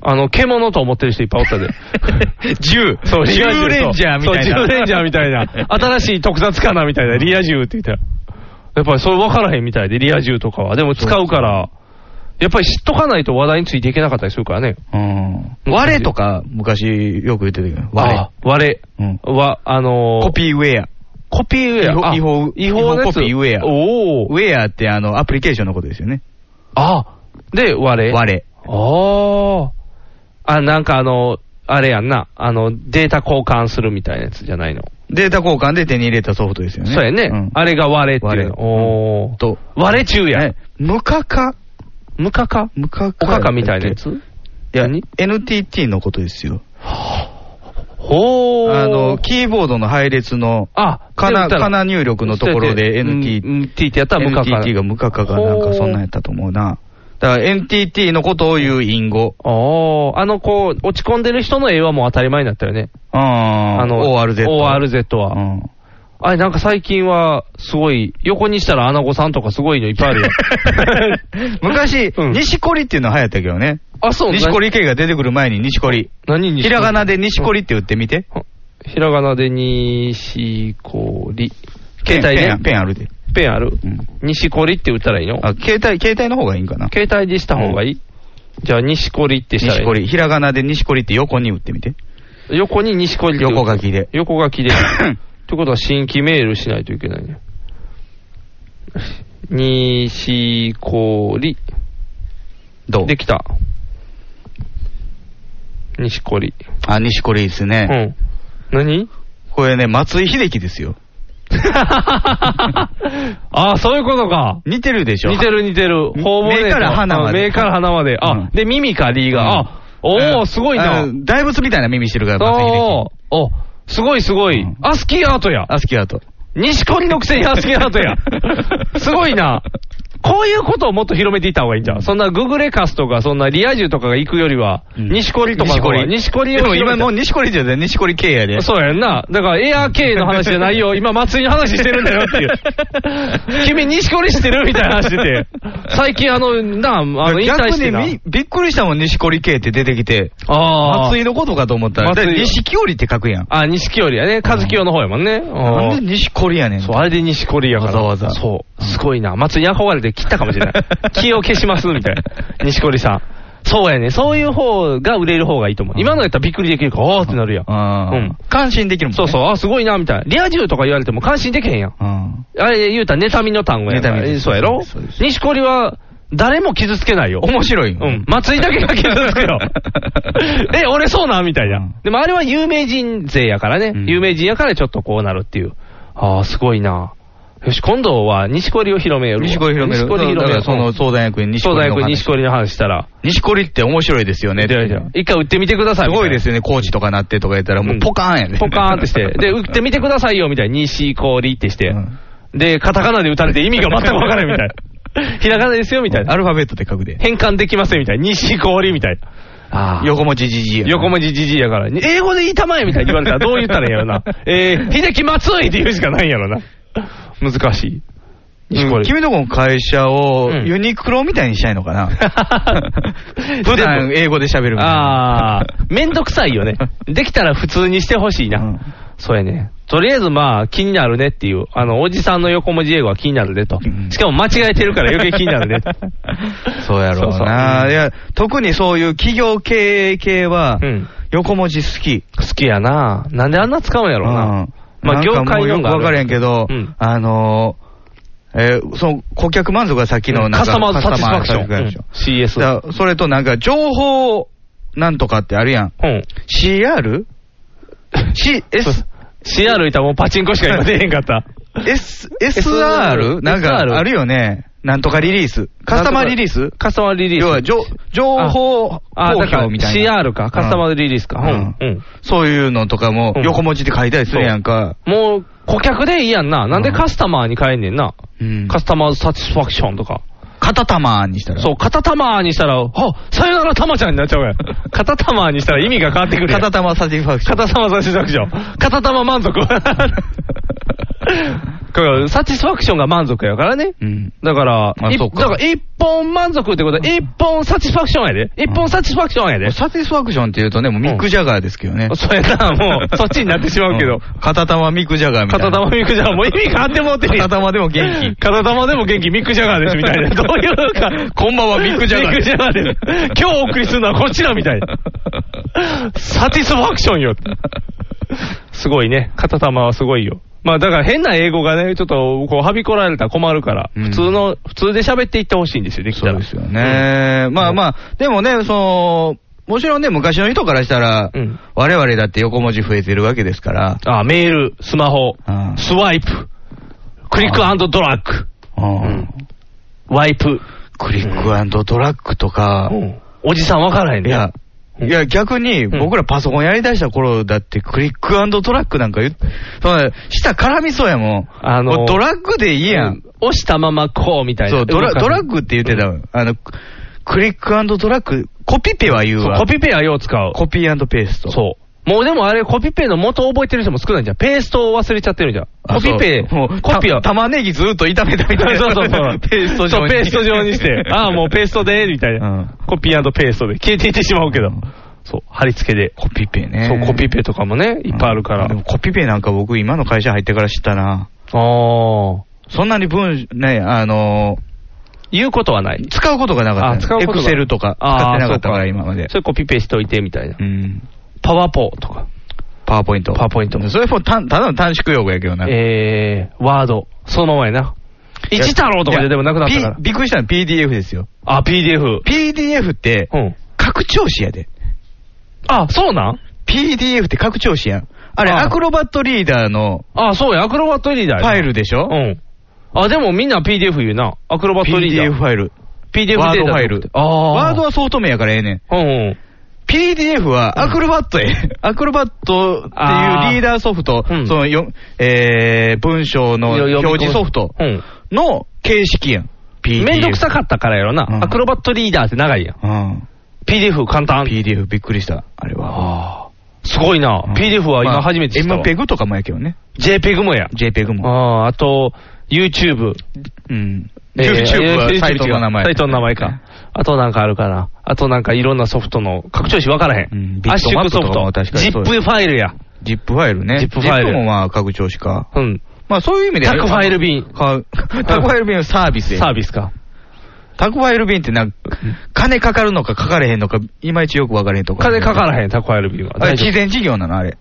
Speaker 1: あの、獣と思ってる人いっぱいおったで。
Speaker 2: 銃。
Speaker 1: そう、リ
Speaker 2: 銃
Speaker 1: ア充と
Speaker 2: レンジャーみたいな。
Speaker 1: そう、銃レンジャーみたい な。新しい特撮かなみたいな、リア充って言ったら。やっぱりそれ分からへんみたいで、リア充とかは。でも使うから、やっぱり知っとかないと話題についていけなかったりするからね。
Speaker 2: うん。割れとか、昔よく言ってたけど、割れ
Speaker 1: あ。割れ。は、あのー、
Speaker 2: コピーウェア。
Speaker 1: コピーウ
Speaker 2: 違
Speaker 1: ェア。
Speaker 2: 法
Speaker 1: あ
Speaker 2: 違法
Speaker 1: 違法のや
Speaker 2: コ
Speaker 1: つ
Speaker 2: ピーウェア。
Speaker 1: お
Speaker 2: ウェアってあの、アプリケーションのことですよね。
Speaker 1: あ、で、割れ。
Speaker 2: 割れ。
Speaker 1: ああ。あ、なんかあの、あれやんな。あの、データ交換するみたいなやつじゃないの。
Speaker 2: データ交換で手に入れたソフトですよね。
Speaker 1: そうやね。
Speaker 2: ん
Speaker 1: あれが割れっていうの。おー。
Speaker 2: と、
Speaker 1: 割れ中や。
Speaker 2: ムカカ。
Speaker 1: ムカカ
Speaker 2: ムカカ。
Speaker 1: おかかみたいなやつ
Speaker 2: いや、NTT のことですよ。
Speaker 1: ほー。
Speaker 2: あの、、キーボードの配列の、
Speaker 1: あ、
Speaker 2: かな、
Speaker 1: でも
Speaker 2: かな入力のところで
Speaker 1: うん
Speaker 2: NTT。
Speaker 1: NTT ってやったらムカカ。
Speaker 2: NTT が無価格かなんかそんなんやったと思うな。だから NTT のことを言う隠語。
Speaker 1: おー。あの、こう、落ち込んでる人の絵はもう当たり前になったよね。
Speaker 2: あ
Speaker 1: あの、
Speaker 2: の、ORZ。
Speaker 1: ORZ は。あれ、なんか最近は、すごい、横にしたら穴子さんとかすごいのいっぱいあ るよ。
Speaker 2: 昔、
Speaker 1: うん
Speaker 2: 西コリっていうの流行ったけどね。
Speaker 1: あ、そう
Speaker 2: 西コリ系が出てくる前に西コリ。
Speaker 1: 何に
Speaker 2: ひらがなで西コリって打ってみて。
Speaker 1: ひらがなでにしこり。携帯
Speaker 2: ペ
Speaker 1: ね
Speaker 2: ンや。ペンあるで。
Speaker 1: ペンあるにしこりって打ったらいいの
Speaker 2: あ、携帯、携帯の方がいいんかな。
Speaker 1: 携帯でした方がいいじゃあ、にしこりってしたらい
Speaker 2: 西
Speaker 1: い
Speaker 2: コリ。ひらがなで西コリって横に打ってみて。
Speaker 1: 横に西小池を
Speaker 2: 横書きで。
Speaker 1: 横書き で。ってことは新規メールしないといけないね。西小り。
Speaker 2: どう
Speaker 1: できた。西小り。
Speaker 2: あ、西コリですね。
Speaker 1: うん。何
Speaker 2: これね、松井秀喜ですよ。
Speaker 1: ああ、そういうことか。
Speaker 2: 似てるでしょ
Speaker 1: 似てる似てる。ほうぼう
Speaker 2: 目から鼻まで
Speaker 1: あ目から鼻まで。あ、で、耳か、リーが。あ、おお、すごいな。
Speaker 2: あ
Speaker 1: お
Speaker 2: の大仏みたいな耳してるから、松井秀喜。
Speaker 1: おお、すごいすごい。アスキーアートや。
Speaker 2: アスキーアート。
Speaker 1: 西コリのくせにアスキーアート や。すごいな。こういうことをもっと広めていった方がいいんじゃん。そんなググレカスとか、そんなリア充とかが行くよりは、西コリとかの方が、西コリを
Speaker 2: でも
Speaker 1: 広め
Speaker 2: 今
Speaker 1: た
Speaker 2: もう西コリじゃない、西コリ系やで。
Speaker 1: そうやんな。だから、エアー系の話じゃ ないよ。今、松井の話してるんだよっていう。君、西コリしてるみたいな話してて。最近、あの、な、あの、引退
Speaker 2: 逆
Speaker 1: して
Speaker 2: に
Speaker 1: な。
Speaker 2: みびっくりしたもん、西コリ系って出てきて。
Speaker 1: ああ。
Speaker 2: 松井のことかと思ったら。
Speaker 1: 松井
Speaker 2: で西木織って書くやん。
Speaker 1: あ、錦織やね。和清の方やもんね。
Speaker 2: な
Speaker 1: うんん
Speaker 2: で西コリやねん。
Speaker 1: そう、あれで錦織やから。
Speaker 2: わざわざ
Speaker 1: そう。すごいな。松井に憧れて切ったかもしれ ない。気を消します、みたいな。錦織さん。そうやね。そういう方が売れる方がいいと思う。今のやったらびっくりできるから、おーってなるやん。
Speaker 2: あー
Speaker 1: うん
Speaker 2: 感心できるもんね。
Speaker 1: そうそう、あ、すごいな、みたいな。リア充とか言われても感心できへんやん。
Speaker 2: うん。
Speaker 1: あれ、言うたら、妬みの単語やんか
Speaker 2: 妬みです
Speaker 1: そうやろ
Speaker 2: そうです
Speaker 1: 西堀は、誰も傷つけないよ。
Speaker 2: 面白いよ
Speaker 1: う。ん。松井だけが傷つく よ。え、俺そうなんみたいな。でもあれは有名人勢やからね。有名人やからちょっとこうなるっていう。ああ、すごいな。よし、今度は西堀を広めよう。
Speaker 2: 西コリ広める。
Speaker 1: 西堀広めよ
Speaker 2: だ
Speaker 1: う
Speaker 2: からその相談役に西
Speaker 1: 東
Speaker 2: コリ
Speaker 1: 大
Speaker 2: の
Speaker 1: 学
Speaker 2: 話。
Speaker 1: 西堀の話したら。
Speaker 2: 西コリって面白いですよねって。
Speaker 1: 一回売ってみてください
Speaker 2: す
Speaker 1: みた
Speaker 2: ご
Speaker 1: い
Speaker 2: い
Speaker 1: な。
Speaker 2: ですよね、コーチとかなってとか言ったら、もうポカーンやね。
Speaker 1: ポカーンって して。で、打ってみてくださいよ、みたいな。西氷ってして。で、カタカナで打たれて意味が全くわからないみたい な。ひらがなですよ、みたいな。
Speaker 2: アルファベットで書くで。
Speaker 1: 変換できません、みたいな。西氷みたいな。あ
Speaker 2: 横文字じじいやな。
Speaker 1: 横文字じじいやから。英語で言いたまえみたいに言われたらどう言ったらいいんやろ な。えー、秀樹松井って言うしかないんやろな。難しい。西
Speaker 2: うん
Speaker 1: 氷。
Speaker 2: 君のこの会社を
Speaker 1: うん
Speaker 2: ユニクロみたいにしたいのかな 普
Speaker 1: で
Speaker 2: 段
Speaker 1: も
Speaker 2: 英語で喋るみたいな。
Speaker 1: あー、めんどくさいよね。できたら普通にしてほしいな。そうやね。とりあえずまあ、気になるねっていう。あの、おじさんの横文字英語は気になるねと。しかも間違えてるから余計気になるね。
Speaker 2: そうやろうな。いや、特にそういう企業経営系は
Speaker 1: うん、
Speaker 2: 横文字好き。
Speaker 1: 好きやな。なんであんな使うんやろうな。
Speaker 2: うん
Speaker 1: まあ、業
Speaker 2: なんかも
Speaker 1: 界
Speaker 2: うよ
Speaker 1: の
Speaker 2: く
Speaker 1: があ
Speaker 2: わかるやんけど
Speaker 1: うん、
Speaker 2: あのー、えーその顧客満足がさっきのなんか
Speaker 1: カスタマーズサティスファクション
Speaker 2: カスタマーズサティスファクション。
Speaker 1: CS。
Speaker 2: だからそれとなんか、情報なんとかってあるやん。
Speaker 1: うん。
Speaker 2: CR? C、S、
Speaker 1: CR いたらもうパチンコしか今出へんかった。
Speaker 2: S、SR? なんか、
Speaker 1: SR
Speaker 2: あるよね。なんとかリリース。 カスタマーリリース
Speaker 1: カスタマーリリース。
Speaker 2: 要は、情情報公
Speaker 1: あ、だから
Speaker 2: 表みたいな。
Speaker 1: CR か、カスタマーリリースか。うん。うん。
Speaker 2: そういうのとかも
Speaker 1: うん、
Speaker 2: 横文字で書いたりするやんか。
Speaker 1: もう、顧客でいいやんな。なんでカスタマーに変えんねんな。
Speaker 2: うん。
Speaker 1: カスタマーズサティスファクションとか。
Speaker 2: カタタマーにしたら。
Speaker 1: そう、カタタマーにしたら、あ、さよならタマちゃんになっち ゃうやん。カタタマーにしたら意味が変わってくるや
Speaker 2: カ
Speaker 1: ん。
Speaker 2: タタマーサティファクショ
Speaker 1: カ
Speaker 2: ン。
Speaker 1: タタマーサティスファクション。カタタマ満足。からサティスファクションが満足やからね。だから、
Speaker 2: あ
Speaker 1: いだ
Speaker 2: そうか
Speaker 1: から一本満足ってことは、一本サティスファクションやで。一本サティスファクションやで。
Speaker 2: サティスファクションって言うとね、もうミック・ジャガーですけどね。
Speaker 1: そうやな、もう、そっちになってしまうけど。
Speaker 2: ん。片玉ミック・ジャガーみたいな。
Speaker 1: 片玉ミックジャガー、もう意味変わってもうてるやん
Speaker 2: 片玉でも元 気。
Speaker 1: 片玉でも元気、ミックジャガーですみたい な。どういうか、
Speaker 2: こんばんはミックジャガー
Speaker 1: ミックジャガーです。今日お送りするのはこちらみたいな。サティスファクションよ。すごいね。片玉はすごいよ。まあだから変な英語がね、ちょっとこう、はびこられたら困るから、普通の、普通で喋っていってほしいんですよ、できたら。そうですよ
Speaker 2: ねえ、まあまあ、でもね、その、もちろんね、昔の人からしたら、我々だって横文字増えてるわけですから。
Speaker 1: あメール、スマホ、スワイプ、クリックドラッグ。
Speaker 2: うん
Speaker 1: ワイプ。
Speaker 2: クリックドラッグとか、
Speaker 1: おじさんわからへんね
Speaker 2: いや、いや逆に僕らパソコンやりだした頃だってクリックトラックなんか言っその舌絡みそうやもん。
Speaker 1: あの
Speaker 2: もうドラッグでいいやん。
Speaker 1: 押したままこうみたいな。
Speaker 2: そう、ドラ
Speaker 1: 動か
Speaker 2: ド
Speaker 1: ない
Speaker 2: ラッグって言ってた、あの、クリックドラッグ、コピペは言うわ。
Speaker 1: そうコピペはよう使う。
Speaker 2: コピーペースト。
Speaker 1: そう。もうでもあれ、コピペの元覚えてる人も少ないじゃん。ペーストを忘れちゃってるじゃん。
Speaker 2: あ
Speaker 1: コピペ
Speaker 2: そうもう、
Speaker 1: コピは。
Speaker 2: た玉ねぎずっと炒めたみたいな。
Speaker 1: そうそう そう。
Speaker 2: ペースト状
Speaker 1: そう
Speaker 2: に。
Speaker 1: ペースト状に して。ああ、もうペーストで、みたいな。コピーペーストで。消えていってしまうけど。そう、貼り付けで。
Speaker 2: コピペね。
Speaker 1: そう、コピペとかもね、いっぱいあるから。
Speaker 2: でもコピペなんか僕今の会社入ってから知ったな。
Speaker 1: ああ。
Speaker 2: そんなに文、ね、あの
Speaker 1: 言うことはない。
Speaker 2: 使うことがなかった。
Speaker 1: あ使うことが
Speaker 2: エクセルとか使ってなかったか
Speaker 1: あ
Speaker 2: ら
Speaker 1: ー
Speaker 2: 今まで。
Speaker 1: それコピペしといて、みたいな。
Speaker 2: うん。
Speaker 1: パワーポとか。
Speaker 2: パワーポイント。パワーポイント。それもたただの短縮用語やけどな。
Speaker 1: えー、ワード。そのままやな。一太郎とかででもなくなったから
Speaker 2: いや。びびっくりしたのは PDF ですよ。
Speaker 1: あ、PDF。
Speaker 2: PDF って、拡張子やで。
Speaker 1: あ、そうなん
Speaker 2: ?PDF って拡張子やん。あれ、
Speaker 1: あー
Speaker 2: アクロバットリーダーの
Speaker 1: あ、そうや、アクロバットリーダー
Speaker 2: ファイルでしょ
Speaker 1: うん。あ、でもみんな PDF 言うな。アクロバットリーダー。
Speaker 2: PDF ファイル。
Speaker 1: PDF データ
Speaker 2: ワードファイル。
Speaker 1: ああ。
Speaker 2: ワードはソフト名やからええねん。
Speaker 1: うんうん。
Speaker 2: PDF はアクロバット へ。アクロバットっていうリーダーソフト、そのよ、えー、文章の
Speaker 1: よ読み込む
Speaker 2: 表示ソフト
Speaker 1: うん
Speaker 2: の形式やん。PDF
Speaker 1: めんどくさかったからやろな。アクロバットリーダーって長いやん。
Speaker 2: うん。
Speaker 1: PDF 簡単。
Speaker 2: PDF びっくりした、あれは。
Speaker 1: すごいな。PDF は今初めて知ったわ。
Speaker 2: MPEG とかもやけどね。
Speaker 1: JPEG もや。
Speaker 2: JPEG も。
Speaker 1: ああ、あと、YouTube。
Speaker 2: うん。
Speaker 1: えー
Speaker 2: YouTube は
Speaker 1: YouTube
Speaker 2: サイトの名前
Speaker 1: サイトの名前か。あとなんかあるかな。あとなんかいろんなソフトの、拡張子分からへん。
Speaker 2: ビッ
Speaker 1: 圧
Speaker 2: ト
Speaker 1: 縮
Speaker 2: マップ
Speaker 1: ソ
Speaker 2: と
Speaker 1: フ
Speaker 2: かも
Speaker 1: ト。
Speaker 2: 確かにそう
Speaker 1: ZIP
Speaker 2: です
Speaker 1: ファイルや。
Speaker 2: ZIP ファイルね。
Speaker 1: ZIP ファイル
Speaker 2: ZIP もまあ拡張子か。
Speaker 1: うん。
Speaker 2: まあそういう意味で。
Speaker 1: タクファイル便。
Speaker 2: か。タクファイル便はサービスや。
Speaker 1: サービスか。
Speaker 2: タクファイル便ってなんか、金かかるのかかかれへんのか、いまいちよく分からへんとか。
Speaker 1: 金かからへん、タコアルビーは。
Speaker 2: あれ、
Speaker 1: 大丈夫
Speaker 2: 自然事業なのあれ。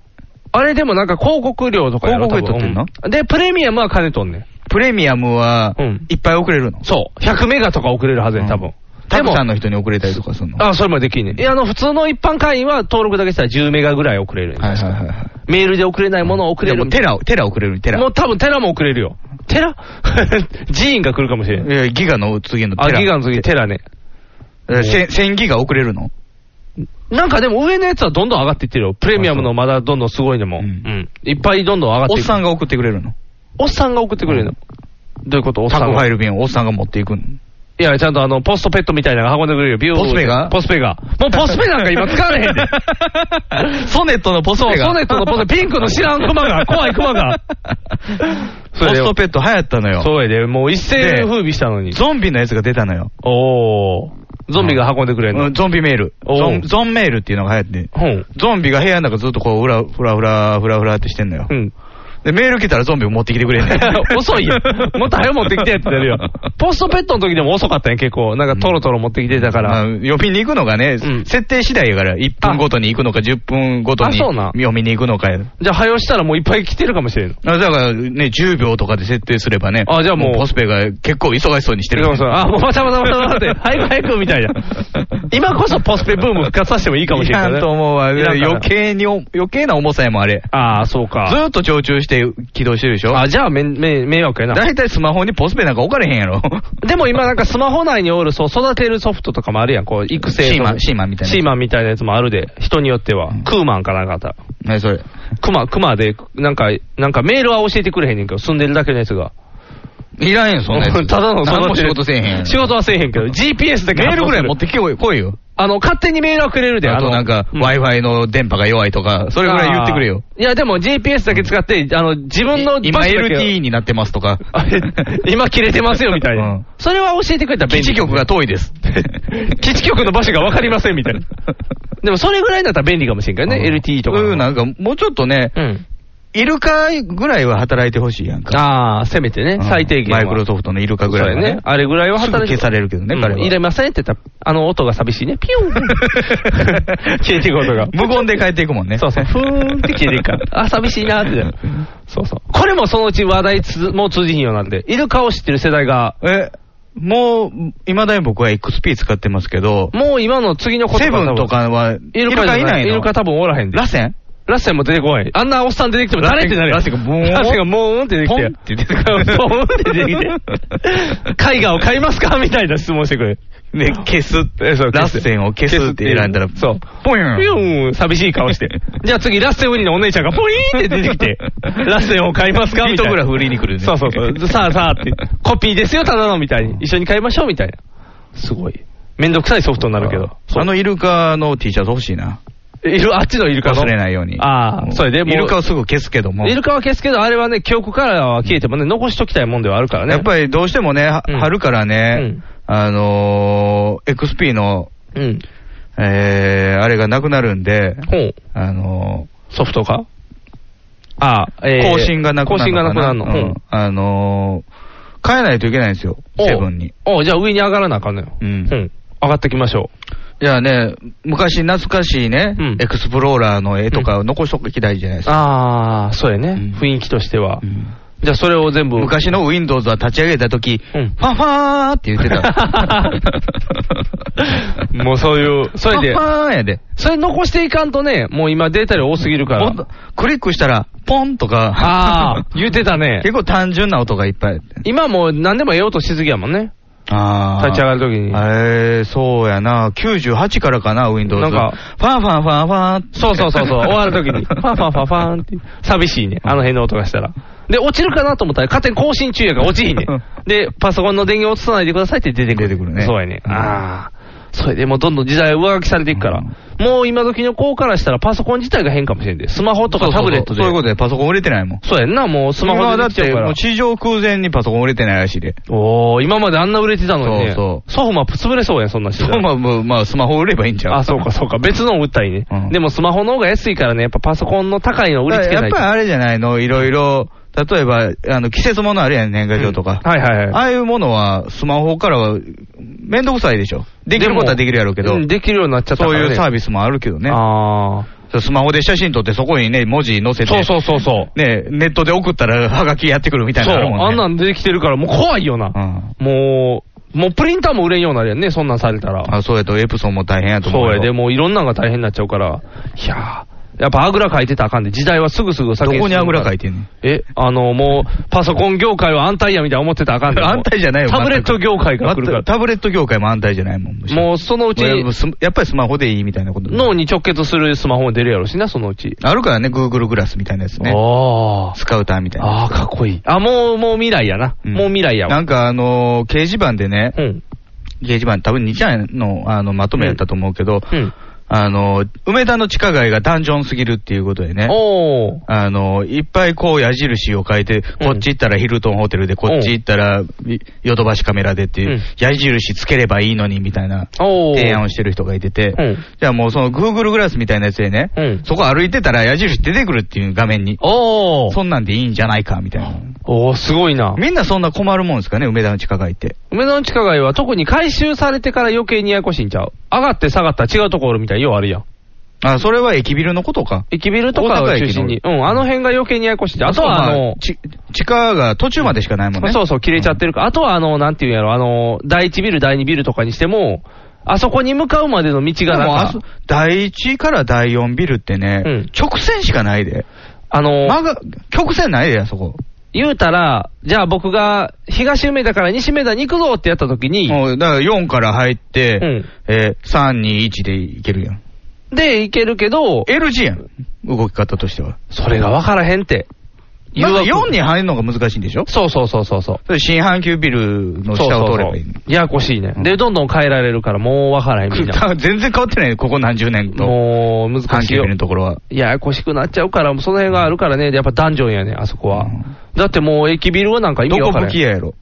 Speaker 1: あれでもなんか広告料とかやろ
Speaker 2: 広告料取ってん
Speaker 1: 多
Speaker 2: の
Speaker 1: 分うんで、プレミアムは金取んねん。
Speaker 2: プレミアムは、いっぱい送れるの。
Speaker 1: そう。100メガとか送れるはずや、多分。
Speaker 2: たくさんの人に送れたりとかするの。
Speaker 1: あ、それもできんねん。いや、あの、普通の一般会員は登録だけしたら10メガぐらい送れるねん
Speaker 2: はいはいはいはい。
Speaker 1: メールで送れないものを送れ
Speaker 2: で
Speaker 1: る
Speaker 2: も
Speaker 1: みた
Speaker 2: テ
Speaker 1: いな。
Speaker 2: ラ、テラ送れる、テラ。
Speaker 1: もう多分テラも送れるよ。テラ 寺院が来るかもしれん。
Speaker 2: いや、ギガの次のテ
Speaker 1: あ、
Speaker 2: ラ。
Speaker 1: ギガの次テラね。
Speaker 2: えせ1000ギガ送れるの
Speaker 1: なんかでも上のやつはどんどん上がっていってるよ。プレミアムのまだどんどんすごいのも。うん。いっぱいどんどん上がってい
Speaker 2: お
Speaker 1: く
Speaker 2: っさんが送ってくれるの
Speaker 1: おっさんが送ってくれるの。どういうことおっ
Speaker 2: タ
Speaker 1: さん
Speaker 2: コフ
Speaker 1: が
Speaker 2: ァイル便をおっさんが持っていくの。
Speaker 1: いや、ちゃんとあの、ポストペットみたいなのが運んでくれるよ。ビュー
Speaker 2: ポスペが
Speaker 1: ポスペが。もうポスペなんか今使われへんで。
Speaker 2: ソネットのポス
Speaker 1: そう、
Speaker 2: ペが。
Speaker 1: ソネットのポス ペ、ピンクの知らんクマ が、怖いクマが。
Speaker 2: ポストペット流行ったのよ。
Speaker 1: そうやで、もう一世風靡したのに。
Speaker 2: ゾンビのやつが出たのよ。
Speaker 1: おー。ゾンビが運んでくれる
Speaker 2: う
Speaker 1: の
Speaker 2: ん。ゾンビメール。
Speaker 1: おう
Speaker 2: ゾンゾンメールっていうのが流行って。
Speaker 1: うん。
Speaker 2: ゾンビが部屋の中ずっとこう、ふらふらふら、ふらふらってしてんのよ。
Speaker 1: うん。
Speaker 2: で、メール来たらゾンビを持ってきてくれんねん
Speaker 1: 遅いよ。もっと早持ってきてやってな るよ。ポストペットの時でも遅かったんや、結構。なんかトロトロ持ってきてたか
Speaker 2: まあ
Speaker 1: ら。
Speaker 2: 読みに行くのがね、設定次第やから、1分ごとに行くのか、10分ごと
Speaker 1: あ
Speaker 2: に
Speaker 1: そうなん
Speaker 2: 読みに行くのかや。
Speaker 1: じゃあ、早押したらもういっぱい来てるかもしれんの。
Speaker 2: あだからね、10秒とかで設定すればね、
Speaker 1: あじゃあもう
Speaker 2: ポスペが結構忙しそうにしてる。
Speaker 1: そうそう。あ、もうまたまたまたまた って、早く早くみたいな。今こそポスペブーム復活させてもいいかもしれない、
Speaker 2: いらんと思うわ。
Speaker 1: いらんから
Speaker 2: 余計に、余計な重さやもんあれ。
Speaker 1: ああ、そうか。
Speaker 2: ずーっと常駐して起動してるでしょ
Speaker 1: あ、じゃあめん、め、迷惑やな。
Speaker 2: だいたいスマホにポスペなんか置かれへんやろ。
Speaker 1: でも今なんかスマホ内におる、そう、育てるソフトとかもあるやん。こう、育成の
Speaker 2: シーマンシーマンみたいな
Speaker 1: シーマンみたいなやつもあるで。人によっては。クーマンかなんかあった。
Speaker 2: ね、それ。
Speaker 1: クマ、クマで、なんか、なんかメールは教えてくれへんねんけど、住んでるだけのやつが。
Speaker 2: いらんよ、そんなや つ。
Speaker 1: ただの
Speaker 2: 何も仕事せえへん。
Speaker 1: 仕事はせえへんけど、GPS だけ
Speaker 2: メールぐらい持って
Speaker 1: きてこい来いよ。あの、勝手にメールはくれるで、
Speaker 2: あと
Speaker 1: の
Speaker 2: なんか、Wi-Fi の電波が弱いとか、それぐらい言ってくれよ。。
Speaker 1: あーいや、でも GPS だけ使って、あの、自分の
Speaker 2: 今
Speaker 1: 場所だけ
Speaker 2: LTE になってますとか。
Speaker 1: 今切れてますよ、みたいな。
Speaker 2: うん
Speaker 1: それは教えてくれたら便利。
Speaker 2: 基地局が遠い です。
Speaker 1: 基地局の場所が分かりません、みたい な。でもそれぐらいだったら便利かもしれんからね、LTE とか。
Speaker 2: うん、なんか、もうちょっとね、イルカぐらいは働いてほしいやんか。
Speaker 1: ああ、せめてね、最低限
Speaker 2: マ
Speaker 1: は。
Speaker 2: イクロソフトのイルカぐら
Speaker 1: そ
Speaker 2: い
Speaker 1: う
Speaker 2: は
Speaker 1: や
Speaker 2: ね
Speaker 1: ね。。あれぐらいは働い
Speaker 2: すぐ消されるけどね
Speaker 1: うん
Speaker 2: 彼はい
Speaker 1: れませんって言ったら、あの音が寂しいね。ピューン 消えていく音が。
Speaker 2: 無言で帰っていくもん ね。
Speaker 1: そうそう、ふーんって消えていく から。あ、寂しいなってなる。そうそう。これもそのうち話題つもう通じひんようなんで、イルカを知ってる世代が、
Speaker 2: え、もう、いまだに僕は XP 使ってますけど、
Speaker 1: もう今の次の言葉
Speaker 2: セブンとかは、
Speaker 1: イ
Speaker 2: イ
Speaker 1: ル
Speaker 2: ルカ
Speaker 1: カ
Speaker 2: いないの
Speaker 1: イルカ多分おらへんで。
Speaker 2: ラセン
Speaker 1: ラッセンも出てこない。あんなおっさん出てきても誰ってなるやん
Speaker 2: ラッセンがボーン
Speaker 1: ラッセンがもーんって出てきて。
Speaker 2: ポンって出てく る
Speaker 1: ボーンって出てきて。 絵画を買いますかみたいな質問してくれ。
Speaker 2: ね、消すって、そうラッセンを消すって選んだら、
Speaker 1: そう。
Speaker 2: ポヨン
Speaker 1: ピューン、寂しい顔 して。じゃあ次、ラッセンウニのお姉ちゃんがポイーンって出てきて、ラッセンを買いますかみたいな。
Speaker 2: ピクトグラフ売りに来るね
Speaker 1: そうそうそう。さあさあって、コピーですよ、ただのみたいに。一緒に買いましょうみたいな。すごい。めんどくさいソフトになるけど。
Speaker 2: あのイルカの T シャツ欲しいな。
Speaker 1: いる、あっちのイルカの。
Speaker 2: 忘れないように。
Speaker 1: ああ、それでもう
Speaker 2: イルカをすぐ消すけども。
Speaker 1: イルカは消すけど、あれはね、記憶からは消えてもね、残しときたいもんではあるからね。
Speaker 2: やっぱりどうしてもね、は
Speaker 1: うん
Speaker 2: 春からね、あのー、XP の、
Speaker 1: うん。
Speaker 2: えー、あれがなくなるんで、
Speaker 1: ほう。
Speaker 2: あの
Speaker 1: ソフトかああ、え
Speaker 2: ー、
Speaker 1: ー
Speaker 2: 更新がなく
Speaker 1: 更
Speaker 2: なるのかな。
Speaker 1: 新がなくなるの。
Speaker 2: うんあのー、変えないといけないんですよ、
Speaker 1: おう
Speaker 2: セブンに。
Speaker 1: おうじゃあ上に上がらなあかんのよ。
Speaker 2: うん
Speaker 1: うん。上がってきましょ
Speaker 2: じゃあね、昔懐かしいね、
Speaker 1: うん
Speaker 2: エクスプローラーの絵とかを残しときたいじゃないです
Speaker 1: う。
Speaker 2: か。
Speaker 1: ああ、そうやね。雰囲気としては。じゃあそれを全部。
Speaker 2: 昔の Windows は立ち上げたとき、
Speaker 1: うん
Speaker 2: ファンファーって言って た。
Speaker 1: もうそういう、それで
Speaker 2: ファ、ンファーやで。
Speaker 1: それ残していかんとね、もう今データ量多すぎるから。
Speaker 2: ポンクリックしたら、ポンとか。
Speaker 1: ああ、言ってたね
Speaker 2: 結。構単純な音がいっぱい。
Speaker 1: 今もう何でもええ音しすぎやもんね。
Speaker 2: あ
Speaker 1: 立ち上がるときに。
Speaker 2: えー、そうやな。98からかな、Windows。
Speaker 1: なんか
Speaker 2: ファンファンファンファン。
Speaker 1: そうそうそう そう、終わるときに、ファンファンファンファンって、寂しいね、あの辺の音がしたら。で、落ちるかなと思ったら、勝手に更新中やから落ちひんね。で、パソコンの電源落とさないでくださいって出てくる。
Speaker 2: 出てくるね
Speaker 1: そうやね。
Speaker 2: うん
Speaker 1: ああ。それでもうどんどん時代は上書きされていくから、
Speaker 2: う
Speaker 1: もう今時の子からしたらパソコン自体が変かもしれんで、スマホとかタブレットで。
Speaker 2: そうそうそういうことで、パソコン売れてないもん。
Speaker 1: そうやんな、もうスマ
Speaker 2: 今
Speaker 1: ホ
Speaker 2: は
Speaker 1: で
Speaker 2: だ
Speaker 1: で
Speaker 2: っ
Speaker 1: きちゃう
Speaker 2: て、
Speaker 1: か
Speaker 2: も
Speaker 1: ら
Speaker 2: う。地上空前にパソコン売れてないらしいで。
Speaker 1: おー、今まであんな売れてたのにね。
Speaker 2: そう
Speaker 1: ソフマ潰れそうやん、そんな人。
Speaker 2: そう、まあ、もうまあ、スマホ売ればいいんちゃう
Speaker 1: あ、そうか、そうか。別のを売ったりね。
Speaker 2: うん
Speaker 1: でもスマホの方が安いからね、やっぱパソコンの高いのを売りつけ
Speaker 2: や
Speaker 1: な
Speaker 2: っ
Speaker 1: い
Speaker 2: ぱ
Speaker 1: と
Speaker 2: り。あれじゃないの、いろいろ、例えば、あの、季節ものあるやん、年賀状とか。
Speaker 1: はいはいはい。
Speaker 2: ああいうものは、スマホからは、めんどくさいでしょ。できることはできるやろうけど、
Speaker 1: うんできるようになっちゃった
Speaker 2: そういうサー
Speaker 1: ビ
Speaker 2: ビスもあるけどね。
Speaker 1: ああ。
Speaker 2: スマホで写真撮って、そこにね、文字載せて、
Speaker 1: そうそうそうそう。
Speaker 2: ね、ネットで送ったら、はがきやってくるみたい
Speaker 1: そう、
Speaker 2: なのあるも
Speaker 1: あん
Speaker 2: んね。
Speaker 1: なん出てきてるから、もう怖いよな。
Speaker 2: うん
Speaker 1: もう、もうプリンターも売れんようになるやんね、そんなんされたら。
Speaker 2: あそうやと、エプソンも大変やと思
Speaker 1: そうう
Speaker 2: よ。
Speaker 1: やで、もういろんなんが大変になっちゃうから。いやー、やっぱあぐらかいてたらあかんで、時代はすぐすぐ先
Speaker 2: ど
Speaker 1: に進
Speaker 2: こ
Speaker 1: む
Speaker 2: に
Speaker 1: から
Speaker 2: あぐらかいてんねん。
Speaker 1: え、あの、もう、パソコン業界は安泰やみたいな思ってたらあかんで。
Speaker 2: 安泰じゃないよ。
Speaker 1: タブレット業界が来るか
Speaker 2: 全くタブレット業界も安泰じゃないもん。むし
Speaker 1: ら。
Speaker 2: ろ
Speaker 1: もうそのうち、
Speaker 2: もうスやっぱりスマホでいいみたいなこと。
Speaker 1: 脳に直結するスマホも出るやろしな、そのうち。
Speaker 2: あるからね、Google グラスみたいなやつね。
Speaker 1: あ
Speaker 2: スカウターみたい
Speaker 1: あ。
Speaker 2: な。
Speaker 1: ああ、かっこいい。あ、もう、もう未来やな。
Speaker 2: うん
Speaker 1: もう未来や
Speaker 2: な
Speaker 1: わ。
Speaker 2: んかあのー掲示板でね、
Speaker 1: うん。
Speaker 2: 掲示板、多分2ちゃんのあのまとめやったと思うけど、
Speaker 1: うん。
Speaker 2: あのー梅田の地下街がダンジョンすぎるっていうことでね、
Speaker 1: おー。
Speaker 2: あのーいっぱいこう矢印を書いて、こっち行ったらヒルトンホテルで、こっち行ったらいヨドバシカメラでっていう、
Speaker 1: うん
Speaker 2: 矢印つければいいのにみたいな
Speaker 1: おー。
Speaker 2: 提案をしてる人がいてて、
Speaker 1: うん
Speaker 2: じゃあもうその Google グラスみたいなやつでね、
Speaker 1: うん
Speaker 2: そこ歩いてたら矢印出てくるっていう画面に、
Speaker 1: おー。
Speaker 2: そんなんでいいんじゃないかみたいな。
Speaker 1: おー、すごいな。
Speaker 2: みんなそんな困るもんですかね、梅田の地下街って。
Speaker 1: 梅田の地下街は特に回収されてから余計にややこしいんちゃう上がって下がったら違うところみたいな、ようあるやん。
Speaker 2: あ、それは駅ビルのことか。
Speaker 1: 駅ビルとかを中心に。うん、あの辺が余計にややこしいんちゃうあとはあ
Speaker 2: そうま
Speaker 1: の、
Speaker 2: ち地下が途中までしかないもんね。
Speaker 1: そうそう、切れちゃってるから。あとはあの、なんていうんやろ、あの、第一ビル、第二ビルとかにしても、あそこに向かうまでの道
Speaker 2: で
Speaker 1: が
Speaker 2: も
Speaker 1: な
Speaker 2: あ
Speaker 1: ん
Speaker 2: そ
Speaker 1: か、
Speaker 2: 第1から第4ビルってね、
Speaker 1: うん
Speaker 2: 直線しかないで。
Speaker 1: あの、
Speaker 2: 曲が、曲線ないで、あそこ。
Speaker 1: 言うたら、じゃあ僕が東梅田から西梅田に行くぞってやった時に、
Speaker 2: もう、だから4から入って、
Speaker 1: うん
Speaker 2: えー3、2、1でいけるやん。
Speaker 1: で行けるけど、
Speaker 2: L 字やん。動き方としては。
Speaker 1: それが分からへんって。
Speaker 2: まず4に入るのが難しいんでしょ
Speaker 1: そうそうそうそうそう。
Speaker 2: それ新阪急ビルの下を通ればいい
Speaker 1: そうそうそうややこしいね。で、どんどん変えられるから、もうわからへんみん な。
Speaker 2: 全然変わってないねここ何十年と。
Speaker 1: もう難
Speaker 2: 阪
Speaker 1: しい
Speaker 2: 急ビ
Speaker 1: よ
Speaker 2: ル。のところは。
Speaker 1: ややこしくなっちゃうから、その辺があるからね、やっぱダンジョンやね、あそこは。だってもう駅ビルはなんか意
Speaker 2: ど
Speaker 1: 味わ
Speaker 2: こ
Speaker 1: から
Speaker 2: 武
Speaker 1: へん。
Speaker 2: 器屋やろ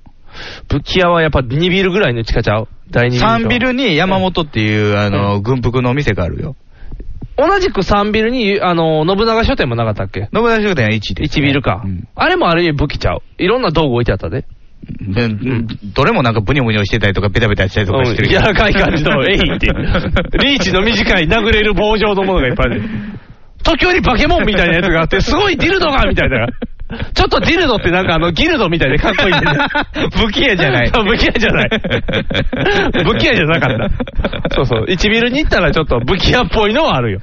Speaker 1: 武器屋はやっぱ2ビルぐらいの地下ちゃう第2ビルと。
Speaker 2: ?3 ビルに山本っていう、あの、軍服のお店があるよ。
Speaker 1: 同じく3ビルに、あの、信長書店もなかったっけ
Speaker 2: 信長商店は1です、
Speaker 1: 1ビルか、
Speaker 2: うん
Speaker 1: あれもある意味武器ちゃう。いろんな道具置いてあったで。
Speaker 2: でどれもなんかブニョブニョしてたりとか、ベタベタしたりとかしてる
Speaker 1: うん柔らかい感じの、えい って。リーチの短い殴れる棒状のものがいっぱいある。時折バケモンみたいなやつがあって、すごいディルドがみたいな。ちょっとディルドってなんかあの、ギルドみたいでかっこいいんだよ ね。
Speaker 2: 武器屋じゃない
Speaker 1: そう武器屋じゃない。 武器屋じゃなかった。そうそう。1ビルに行ったらちょっと武器屋っぽいのはあるよ。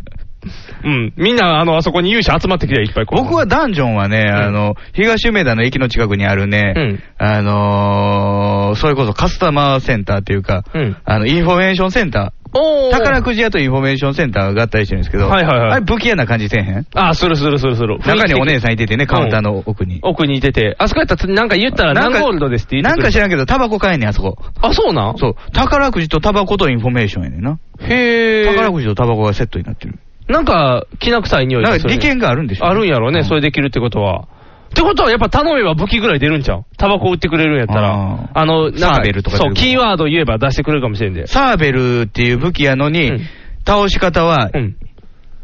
Speaker 1: うん。みんな、あの、あそこに勇者集まってきていっぱいこう
Speaker 2: 僕はダンジョンはね、あの、東梅田の駅の近くにあるね、
Speaker 1: うん
Speaker 2: あのー、それこそカスタマーセンターっていうか、
Speaker 1: うん
Speaker 2: あの、インフォメーションセンタ
Speaker 1: おー
Speaker 2: ー。宝くじ屋とインフォメーションセンターが合体してるんですけど、
Speaker 1: はいはいはい
Speaker 2: あれ武器屋な感じせえへん
Speaker 1: あするするするする。
Speaker 2: 中にお姉さんいててね、カウンター
Speaker 1: う
Speaker 2: の
Speaker 1: ん
Speaker 2: 奥に。
Speaker 1: 奥にいてて、あそこやったらなんか言ったら
Speaker 2: な
Speaker 1: 何
Speaker 2: んか
Speaker 1: ゴールドですって言
Speaker 2: な
Speaker 1: って
Speaker 2: ん
Speaker 1: くる
Speaker 2: か知らんけど、タバコ買えんねん、あそこ。
Speaker 1: あ、そうなん
Speaker 2: そう。宝くじとタバコとインフォメーションやねんな。
Speaker 1: へえ。
Speaker 2: 宝くじとタバコがセットになってる。
Speaker 1: なんか、きな臭い匂い
Speaker 2: な
Speaker 1: が
Speaker 2: ん
Speaker 1: す
Speaker 2: か
Speaker 1: るね
Speaker 2: 利権があるんでしょ
Speaker 1: あるんやろね、それできるってことは。ってことは、やっぱ頼めば武器ぐらい出るんちゃうタバコ売ってくれるんやったら。あの、なん
Speaker 2: サーベルとか出
Speaker 1: そ
Speaker 2: る
Speaker 1: う、
Speaker 2: か
Speaker 1: キーワード言えば出してくれるかもしれんで。
Speaker 2: サーベルっていう武器やのに、
Speaker 1: うん
Speaker 2: 倒し方は、
Speaker 1: うん。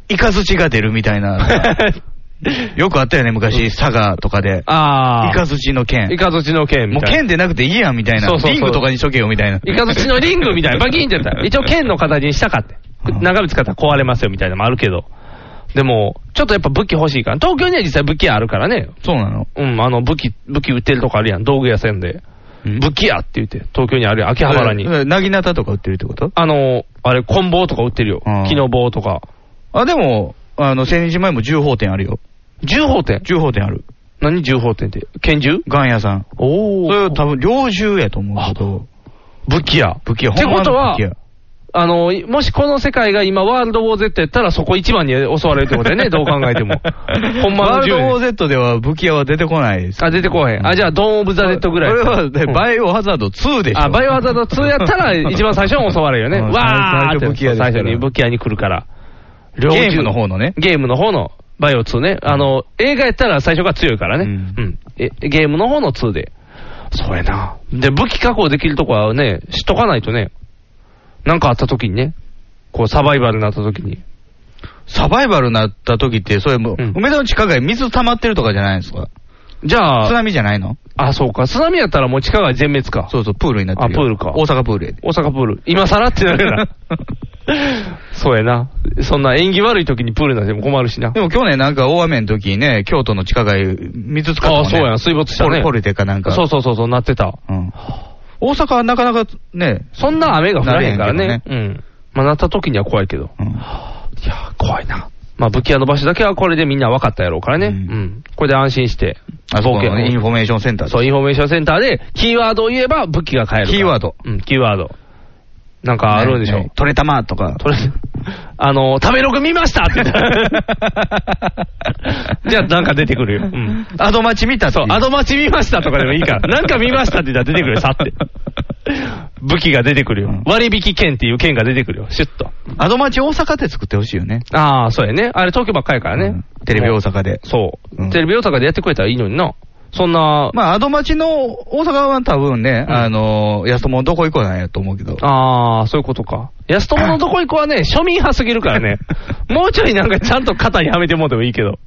Speaker 2: イカズチが出るみた いな。よくあったよね、昔、佐賀とかで。
Speaker 1: あ
Speaker 2: イカ
Speaker 1: ー。
Speaker 2: ズチの剣
Speaker 1: イ。カズチの剣
Speaker 2: も
Speaker 1: み
Speaker 2: う
Speaker 1: たいな。
Speaker 2: 剣でなくていいやんみたいな。
Speaker 1: そうそうそう
Speaker 2: リングとかにしとけよみたいな。
Speaker 1: イカズチのリングみたいな。バキンってやったら。一応剣の形にしたかって。長渕使ったら壊れますよみたいなのもあるけど。でも、ちょっとやっぱ武器欲しいから。東京には実際武器屋あるからね。
Speaker 2: そうなの
Speaker 1: うん、あの、武器、武器売ってるとこあるやん。道具屋さんで。武器屋って言って、東京にあるやん。秋葉原に。
Speaker 2: ええなぎなたとか売ってるってこと
Speaker 1: あの、あれ、棍棒とか売ってるよ
Speaker 2: うん。
Speaker 1: 木の棒とか。
Speaker 2: あ、でも、あの、千日前も銃砲店あるよ。
Speaker 1: 銃砲店
Speaker 2: 銃砲店ある。
Speaker 1: 何銃砲店って拳銃
Speaker 2: ガン屋さん。
Speaker 1: お
Speaker 2: それは多分、猟銃やと思うけど。
Speaker 1: 武器屋。
Speaker 2: 武器屋、
Speaker 1: って
Speaker 2: ほんま
Speaker 1: こと
Speaker 2: の
Speaker 1: は
Speaker 2: 武器屋。
Speaker 1: あの、いもしこの世界が今、ワールドウォー Z やったら、そこ一番に襲われるってことだよね、どう考えて も。 ほんま
Speaker 2: ワ
Speaker 1: の
Speaker 2: ール
Speaker 1: 銃
Speaker 2: ド
Speaker 1: やね。
Speaker 2: ウォー Z では武器屋は出てこないです。
Speaker 1: あ、出てこうへん。あ、じゃあ、ドーン・オブ・ザ・デッドぐらい。
Speaker 2: これはね、
Speaker 1: うん
Speaker 2: バイオハザード2でしょ。
Speaker 1: あ、バイオハザード2やったら、一番最初に襲われるよね。
Speaker 2: うん
Speaker 1: わーって
Speaker 2: 最初武器屋ですから
Speaker 1: 最初に武器屋に来るから。両
Speaker 2: ゲ
Speaker 1: 銃
Speaker 2: ームの方のね。
Speaker 1: ゲームの方のバイオ2ね。あの、映画やったら最初が強いからね。うん。えゲームの方の2で。そうやな。で、武器加工できるとこはね、知っとかないとね。なんかあった時にね。こう、サバイバルになった時に。
Speaker 2: サバイバルになった時って、それもう、
Speaker 1: うん
Speaker 2: 梅田の地下街水溜まってるとかじゃないんですか
Speaker 1: じゃあ、
Speaker 2: 津波じゃないの
Speaker 1: あ、そうか。津波やったらもう地下街全滅か。
Speaker 2: そうそう、プールになってるよ。
Speaker 1: あプールか
Speaker 2: 大阪プールやで。
Speaker 1: 大阪プール。今更ってなるな。 そうやな。そんな縁起悪い時にプールなんても困るしな
Speaker 2: で。も去年なんか大雨の時にね、京都の地下街、水使ったもん
Speaker 1: あ
Speaker 2: ね。
Speaker 1: そうやん水没したね
Speaker 2: ポルポルテかなんか。
Speaker 1: そうそうそう、そうなってた。
Speaker 2: うん大阪はなかなかね、
Speaker 1: そんな雨が降らへんからね。
Speaker 2: なれへんけ
Speaker 1: うん。まあ、なった時には怖いけど。
Speaker 2: うん
Speaker 1: いやー、怖いな。まあ、武器屋の場所だけはこれでみんな分かったやろうからね。う
Speaker 2: うんん。
Speaker 1: これで安心して。
Speaker 2: あそこの
Speaker 1: 冒
Speaker 2: ね、イ
Speaker 1: 険
Speaker 2: ンフォメーションセンター
Speaker 1: そう、インフォメーションセンターで、キーワードを言えば武器が買えるから。
Speaker 2: キーワード
Speaker 1: うん、キーワード。なんかあるんでしょ。
Speaker 2: ねね取れたまとか。
Speaker 1: とりあえず、 あのー、食べログ見ました って言ったらじゃあ、なんか出てくるよ。うん。
Speaker 2: アドマチ見たって
Speaker 1: そ、
Speaker 2: いう
Speaker 1: アドマチ見ましたとかでもいい から、なんか見ましたって言ったら出てくるよ、さって。武器が出てくるよ。割引券っていう券が出てくるよ、シュッと。
Speaker 2: アドマチ大阪で作ってほしいよね。
Speaker 1: ああ、そうやね。あれ東京ばっかりやからね。
Speaker 2: うんテレビ大阪で。
Speaker 1: そう、
Speaker 2: うん
Speaker 1: テレビ大阪でやってくれたらいいのにな。そんな、
Speaker 2: まあ、アドマチの大阪は多分ね、
Speaker 1: うん
Speaker 2: あの、安友どこ行こうなんやと思うけど。
Speaker 1: ああ、そういうことか。安友のどこ行こはね、庶民派すぎるから ね。もうちょいなんかちゃんと肩にはめてもうてもいいけど。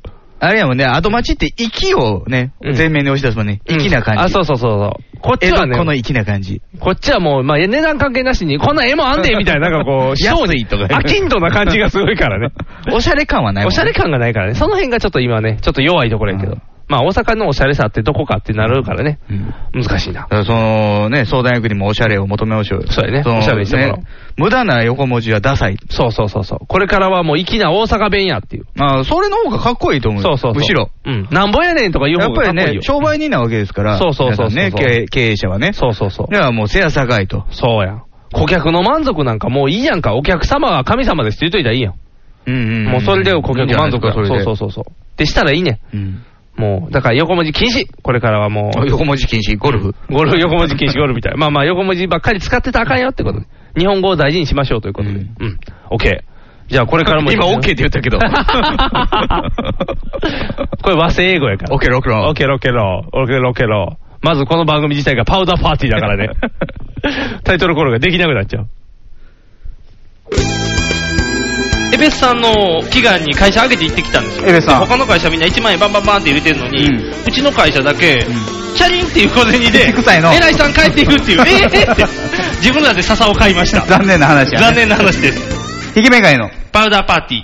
Speaker 2: あれやもんね、アドマチって息をね、
Speaker 1: うん
Speaker 2: 前面に押し出すもんね。粋な感じ。
Speaker 1: あ、そうそうそうそう。こっち
Speaker 2: 江
Speaker 1: は
Speaker 2: 戸っ
Speaker 1: ね、
Speaker 2: 子の粋な感じ。
Speaker 1: こっちはもう、まあ、値段関係なしに、こんな絵もあんねんみたいな、 なんかこう、ショー
Speaker 2: 安
Speaker 1: に
Speaker 2: いとか
Speaker 1: 飽きんどな感じがすごいからね。
Speaker 2: おしゃれ感は ないもん
Speaker 1: おしゃれ感がないからね。その辺がちょっと今ね、ちょっと弱いところやけ
Speaker 2: う
Speaker 1: ど
Speaker 2: ん。
Speaker 1: まあ、大阪のおしゃれさってどこかってなるからね。
Speaker 2: うん
Speaker 1: 難しいな
Speaker 2: だ。からそのね、相談役にもおしゃれを求めましょうよ。
Speaker 1: そうやね
Speaker 2: の
Speaker 1: おしゃれにしてもらおう
Speaker 2: ね無駄な横文字はダサい。
Speaker 1: そうそうそうそう。これからはもう粋な大阪弁やっていう。
Speaker 2: まあ、それの方がかっこいいと思うよ。
Speaker 1: そうそうそう。
Speaker 2: むしろ。。
Speaker 1: うん。なんぼやねんとか言う
Speaker 2: やっ
Speaker 1: 方がか
Speaker 2: ぱ
Speaker 1: っ
Speaker 2: り
Speaker 1: こいい
Speaker 2: ね、
Speaker 1: よ。
Speaker 2: 商売人なわけですから。
Speaker 1: そうそうそうそう
Speaker 2: 皆さんね、経営経営者はね。
Speaker 1: そうそうそう
Speaker 2: で。はもう、せやさかいと。
Speaker 1: そうやん。顧客の満足なんかもういいやんか。お客様は神様ですって言うといたらいいやん。
Speaker 2: うんんん
Speaker 1: もうそれで顧客満足
Speaker 2: いいんじゃないですかそれで。
Speaker 1: そうそうそうそう。でしたらいいねん。
Speaker 2: うん。
Speaker 1: もう、だから横文字禁止これからはもう。
Speaker 2: 横文字禁止、ゴルフ。
Speaker 1: ゴルフ、横文字禁止ゴルフみたいな。まあ まあ、横文字ばっかり使ってたらあかんよってことで。日本語を大事にしましょうということで。うん。OK。じゃあこれからも。
Speaker 2: 今 OK って言ったけど
Speaker 1: これ和製英語やから。
Speaker 2: オケロオケロ
Speaker 1: オケロケロ。オケロケロ。まずこの番組自体がパウダーパーティーだからね。タイトルコールができなくなっちゃう。エベスさんの祈願に会社上げて行ってきたんですよ。
Speaker 12: エベスさん
Speaker 1: で他の会社みんな1万円バンバンバンって入れてるのに、うちの会社だけ、チャリンっていう小銭で、
Speaker 2: 口臭いの
Speaker 1: 偉いさん帰っていくっていう、えーって、自分らで笹を買いま した。
Speaker 2: 残念な話やね
Speaker 1: 残念な話です。
Speaker 2: ひげメガネの。
Speaker 1: パウダーパーティー。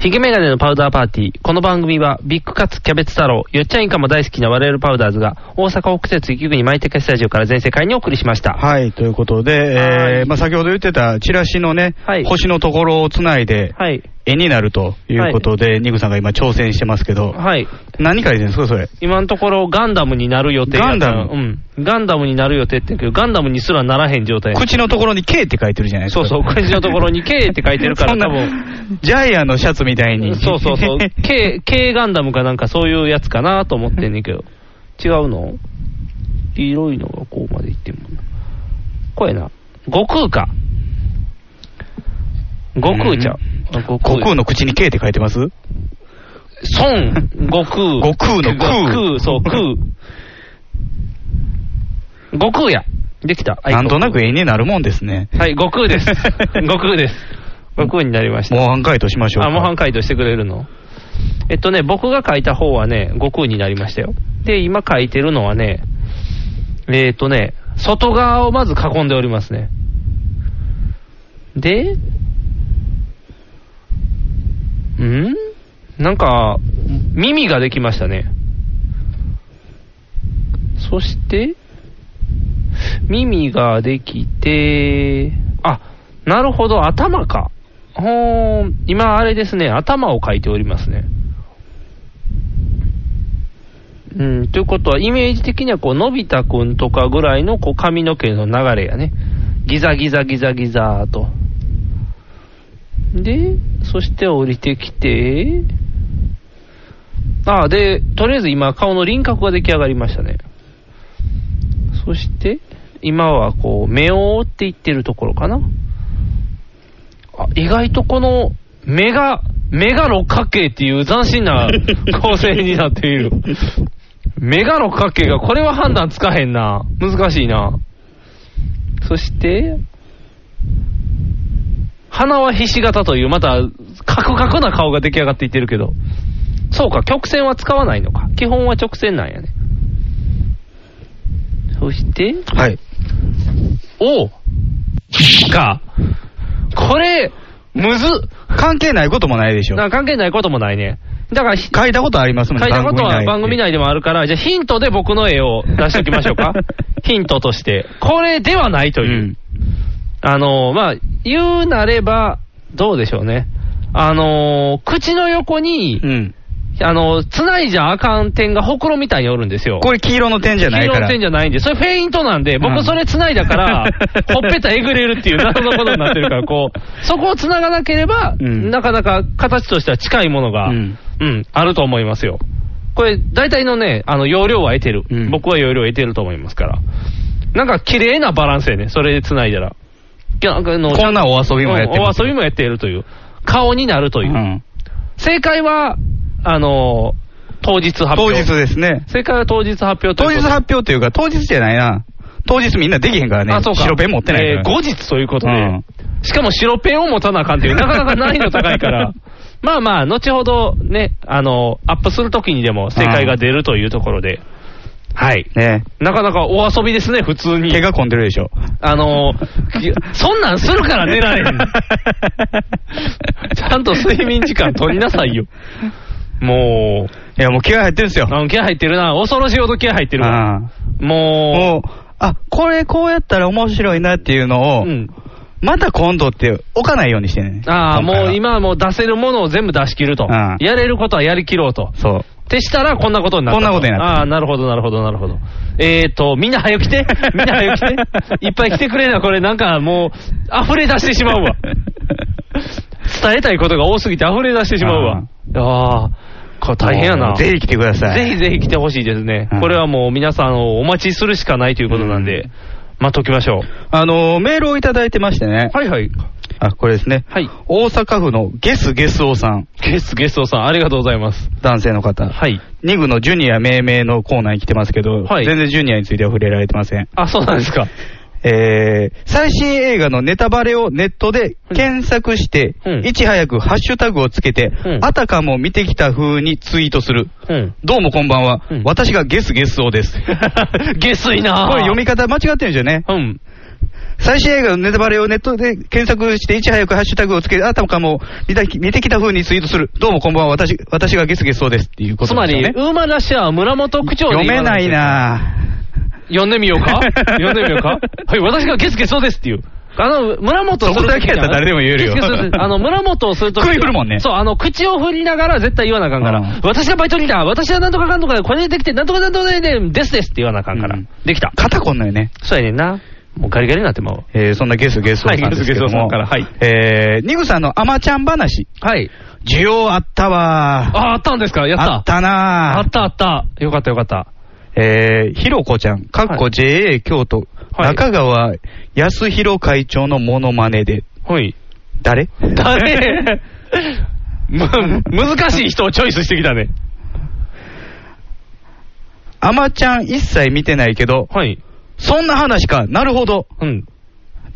Speaker 1: ヒゲメガネのパウダーパーティー。この番組は、ビッグカツ、キャベツ太郎、よっちゃんイカも大好きな我々パウダーズが、大阪北節雪国マイテカスタジオから全世界にお送りしました。
Speaker 12: はい、ということで、えーまあ、先ほど言ってたチラシのね、星のところをつないで、絵になるということで、ニグさんが今挑戦してますけど、
Speaker 1: はい。
Speaker 12: 何書いてるんですか、それ。
Speaker 1: 今のところ、ガンダムになる予定やった
Speaker 12: ガンダ
Speaker 1: うん。ガンダムになる予定って言うけど、ガンダムにすらならへん状態。
Speaker 12: 口のところに K って書いてるじゃないです
Speaker 1: そう
Speaker 12: か。
Speaker 1: そう、口のところに K って書いてるから、
Speaker 12: そんな
Speaker 1: 多分。
Speaker 12: ジャイアンのシャツみたいに。
Speaker 1: そうそう そう。K、K ガンダムかなんかそういうやつかなと思ってんねんけど。違うの黄色いのがこうまでいってんもんな。これな。悟空か。悟空ちゃん。あ悟
Speaker 12: 悟空の口に K って書いてます
Speaker 1: 孫、悟空。
Speaker 12: 悟空の空
Speaker 1: 空、そう、空。悟空や。できた。はい
Speaker 12: なんとなく絵になるもんですね。
Speaker 1: はい、悟 空です。悟空です。悟空になりました。
Speaker 12: 模範解答しましょうか。
Speaker 1: あ、模範解答してくれるのえっとね、僕が書いた方はね、悟空になりましたよ。で、今書いてるのはね、えっとね、外側をまず囲んでおりますね。で、んなんか、耳ができましたね。そして、耳ができて、あ、なるほど、頭か。ほーん、今あれですね、頭を描いておりますね。うん、ということは、イメージ的には、こう、のび太くんとかぐらいの、こう、髪の毛の流れやね。ギザギザギザギザーと。で、そして降りてきて、ああ、で、とりあえず今、顔の輪郭が出来上がりましたね。そして、今はこう、目を覆っていってるところかな。あ意外とこの、目が、目が六角形っていう斬新な 構成になっている。目が六角形が、これは判断つかへんな。難しいな。そして、鼻はひし形という、また、カクカクな顔が出来上がっていってるけど。そうか、曲線は使わないのか。基本は直線なんやね。そして、
Speaker 12: はい。
Speaker 1: おうか。これ、むずっ
Speaker 12: 関係ないこともないでしょ。
Speaker 1: なんか関係ないこともないね。だからひ、
Speaker 12: 書いたことあります
Speaker 1: 書
Speaker 12: も
Speaker 1: い
Speaker 12: んね。
Speaker 1: たことは番組
Speaker 12: い。
Speaker 1: 内でもあるから、じゃあヒントで僕の絵を出しておきましょうか。ヒントとして。これではないという。あのーまあ、言うなれば、どうでしょうね。あのー口の横に、あのー繋いじゃあかん点がほくろみたいにおるんですよ。
Speaker 12: これ黄色の点じゃない
Speaker 1: 黄
Speaker 12: か
Speaker 1: 色の
Speaker 12: ら。
Speaker 1: 点じゃないんで、それフェイントなんで、
Speaker 12: う
Speaker 1: 僕
Speaker 12: ん
Speaker 1: それ繋い だから、ほっぺたえぐれるっていう謎のことになってるから、こう、そこを繋がなければ、なかなか形としては近いものが、うん、あると思いますよ。これ、大体のね、あの、容量は得てる。僕は容量を得てると思いますから。なんか、綺麗なバランスやね、それで繋いだら。いやなんかあの
Speaker 12: こんなお遊びもやって
Speaker 1: うんお
Speaker 12: ます
Speaker 1: 遊びもやっているという。顔になるという。正解は、あの当日発
Speaker 12: 当
Speaker 1: 表。
Speaker 12: 日ですね。
Speaker 1: 正解は当日発表と
Speaker 12: 当
Speaker 1: い
Speaker 12: 日
Speaker 1: うことで
Speaker 12: 発表というか、当日じゃないな。当日みんなできへんからね。
Speaker 1: あ、そうか。
Speaker 12: 白ペン持ってない
Speaker 1: えー
Speaker 12: から。
Speaker 1: 後日ということで、
Speaker 12: うん
Speaker 1: しかも白ペンを持たなあかんっていう、なかなか難易度高いから。 まあまあ、後ほどね、あの、アップするときにでも正解が出るというところで。はい。
Speaker 12: ね
Speaker 1: なかなかお遊びですね、普通に。
Speaker 12: 手が込んでるでしょ。
Speaker 1: あの、いやそんなんするから寝られへ ん。ちゃんと睡眠時間取りなさいよ。も
Speaker 12: いや、もう気合入ってるんですよ
Speaker 1: う、。あの、気合入ってるな。恐ろしいほど気合入ってるわ。
Speaker 12: あ
Speaker 1: も
Speaker 12: もう、あ、これこうやったら面白いなっていうのを、また今度って置かないようにしてんねん。
Speaker 1: う、ああ、
Speaker 12: 今回
Speaker 1: も
Speaker 12: は
Speaker 1: う今はもう出せるものを全部出し切ると。
Speaker 12: うん
Speaker 1: やれることはやりきろうと。
Speaker 12: そう。
Speaker 1: ってしたら、こんなことになっ
Speaker 12: こ
Speaker 1: た。
Speaker 12: んなことになった
Speaker 1: ああー、なるほど、なるほど、なるほど。えーと、みんな早く来て。みんな早く来て。いっぱい来てくれな、これなんかもう、溢れ出してしまう わ。伝えたいことが多すぎて溢れ出してしまうわ。ああー、これ大変やな。
Speaker 2: ぜひ来てください。
Speaker 1: ぜひぜひ来てほしいですね。これはもう皆さんをお待ちするしかないということなんで、待っときましょう。
Speaker 2: あのー、メールをいただいてましてね。
Speaker 1: はいはい。
Speaker 2: あ、これですね。はい。大阪府のゲスゲスオさん。
Speaker 1: ゲスゲスオさん、ありがとうございます。
Speaker 2: 男性の方。
Speaker 1: はい。
Speaker 2: 2具のジュニア命名のコーナーに来てますけど、全然ジュニアについては触れられてません。
Speaker 1: あ、そうなんですか。
Speaker 2: えー、最新映画のネタバレをネットで検索して、いち早くハッシュタグをつけて、あたかも見てきた風にツイートする。どうもこんばんは。私がゲスゲス オです。
Speaker 1: ゲスいなぁ
Speaker 2: これ読み方間違ってるんですよね。
Speaker 1: うん。
Speaker 2: 最新映画のネタバレをネットで検索して、いち早くハッシュタグをつけて、あたかも見た見てきた風にツイートする。どうもこんばんは。私、私がゲスゲスオです。っていうこ
Speaker 1: つ
Speaker 2: と
Speaker 1: ま
Speaker 2: ですよ
Speaker 1: り、
Speaker 2: ね。
Speaker 1: ウーマンラッシャーは村本区長で
Speaker 2: 読めないなぁ。
Speaker 1: 読んでみよう か読んでみようかはい、私がゲスゲスそうですっていう。あの、村本をする
Speaker 2: そこだけやったら誰でも言えるよ
Speaker 1: ゲスゲスそうですあ の、村本をするとき。
Speaker 2: 首振るもんね
Speaker 1: そう、あの、口を振りながら絶対言わなあかんから。私はバイトリーダー、私はなんとかかんとかで、これでできて、なんとかなんとかでね、ですですって言わなあかんから。できた。
Speaker 2: 肩こんのよね。
Speaker 1: そうやねんな。もうガリガリになってまうわ。
Speaker 2: えーそんなゲスゲスオさんです
Speaker 1: はいゲスゲ
Speaker 2: けども、
Speaker 1: スオさんからはい
Speaker 2: えーニグさんのアマちゃん話。
Speaker 1: はい。
Speaker 2: 需要あったわー。
Speaker 1: あ、あったんですかやった。
Speaker 2: あったな
Speaker 1: あったあった。よかったよかった。
Speaker 2: えーひろこちゃん、かっこ JA 京都、中川康弘会長のモノマネで。
Speaker 1: はい。
Speaker 2: 誰
Speaker 1: 誰む難しい人をチョイスしてきたね。
Speaker 2: アマちゃん一切見てないけど、そんな話か、なるほど。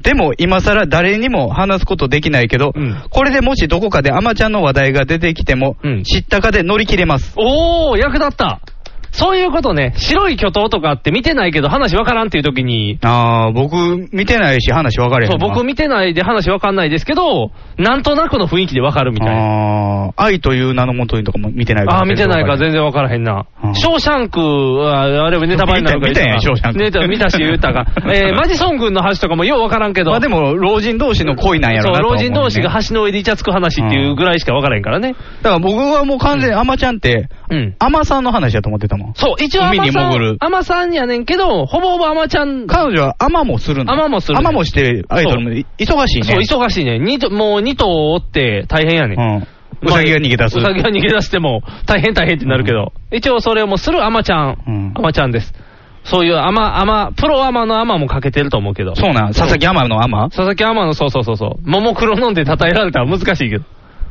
Speaker 2: でも今更誰にも話すことできないけど、これでもしどこかでアマちゃんの話題が出てきても、知ったかで乗り切れます。
Speaker 1: おー、役立った。そういうことね。白い巨頭とかって見てないけど話わからんっていう時に、
Speaker 2: あー、僕見てないし話分かれへん
Speaker 1: そう、
Speaker 2: な
Speaker 1: 僕見てないで話わかんないですけど、なんとなくの雰囲気でわかるみたいな。
Speaker 2: あー愛という名のもとにとかも見てないから。
Speaker 1: あー、見てないから全然わからへんな。ショーシャンク、ああれはネタバレになるから
Speaker 2: 見た見たんやショーシャンク
Speaker 1: ネタ見たし言うたが。えー、マジソン軍の話とかもようわからんけど。
Speaker 2: まあでも、老人同士の恋なんやろ
Speaker 1: そう、
Speaker 2: なとは思
Speaker 1: 老
Speaker 2: うね
Speaker 1: 人同士が橋の上でイチャつく話っていうぐらいしかわからへんからね。
Speaker 2: だから僕はもう完全にアマちゃんって、アマさんの話だと思ってたもん。
Speaker 1: そう、一応ア
Speaker 2: 海
Speaker 1: マ
Speaker 2: に
Speaker 1: さん、
Speaker 2: 潜る。
Speaker 1: アマさんやねんけど、ほぼほぼアマちゃん。
Speaker 2: 彼女はアマもするの
Speaker 1: アマもするね
Speaker 2: アマもして、アイドルもい忙しいね。
Speaker 1: そう、忙しいね。二頭もう2頭おって大変やねん。
Speaker 2: うさぎが逃げ出す
Speaker 1: うさぎが逃げ出しても、大変大変ってなるけど。一応それをもうするアマちゃん。アマちゃんです。そういうアマ、アマ、プロアマのアマもかけてると思うけど。
Speaker 2: そうなん佐々木アマのアマ
Speaker 1: 佐々木アマの、そうそうそうそう。ももクロ飲んで叩えられたら難しいけど。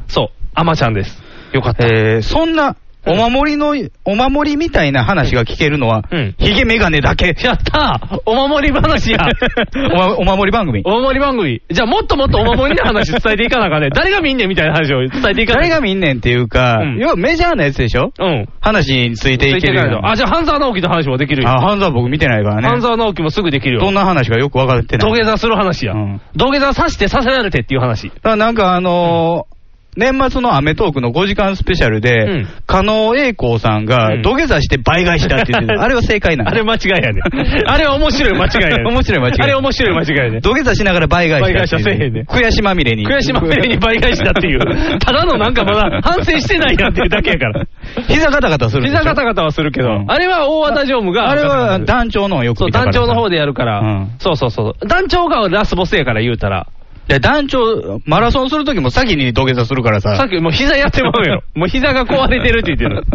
Speaker 1: そう、アマちゃんです。よかった。
Speaker 2: えー、そんな、お守りの、お守りみたいな話が聞けるのは、ヒゲメガネ だけ。
Speaker 1: やったーお守り話や
Speaker 2: おまお守り番組。
Speaker 1: お守り番組。じゃあもっともっとお守りの話伝えていかなあかんね。誰が見んねんみたいな話を伝えていかなあかん
Speaker 2: 誰が見んねんっていうか、要はメジャーなやつでしょ
Speaker 1: うん。
Speaker 2: 話についていけるような
Speaker 1: あ、じゃあ、半沢直樹の話もできるよ。
Speaker 2: あ、ハンザー僕見てないからね。
Speaker 1: 半沢直樹もすぐできるよ。
Speaker 2: どんな話かよく分かってない。
Speaker 1: 土下座する話や。土下座さしてさせられてっていう話。
Speaker 2: だからなんかあのー年末のアメトークの5時間スペシャルで、加納栄光さんが土下座して倍返しだって言ってた。あれは正解なの。
Speaker 1: あれ間違いやね。 あれは面白い間違いやね。
Speaker 2: 面白い間違い。
Speaker 1: あれ面白い間違いやね。
Speaker 2: 土下座しながら倍返しだっていう
Speaker 1: 倍返しはせえへんね
Speaker 2: 悔しまみれに。
Speaker 1: 悔しまみれに倍返しだって いう。ただのなんかまだ反省してないやんっていうだけやから。
Speaker 2: 膝ガタガタするでしょ。
Speaker 1: 膝ガタガタはするけど、あれは大和田常務が。
Speaker 2: あれは団長の方よく
Speaker 1: そう、
Speaker 2: 見たか
Speaker 1: 団
Speaker 2: ら
Speaker 1: 長の方でやるから。そうそうそう。団長がラスボスやから言うたら。
Speaker 2: いや、団長、マラソンするときも先に土下座するからさ。
Speaker 1: さっきもう膝やってまう やろ。もう膝が壊れてるって言ってる。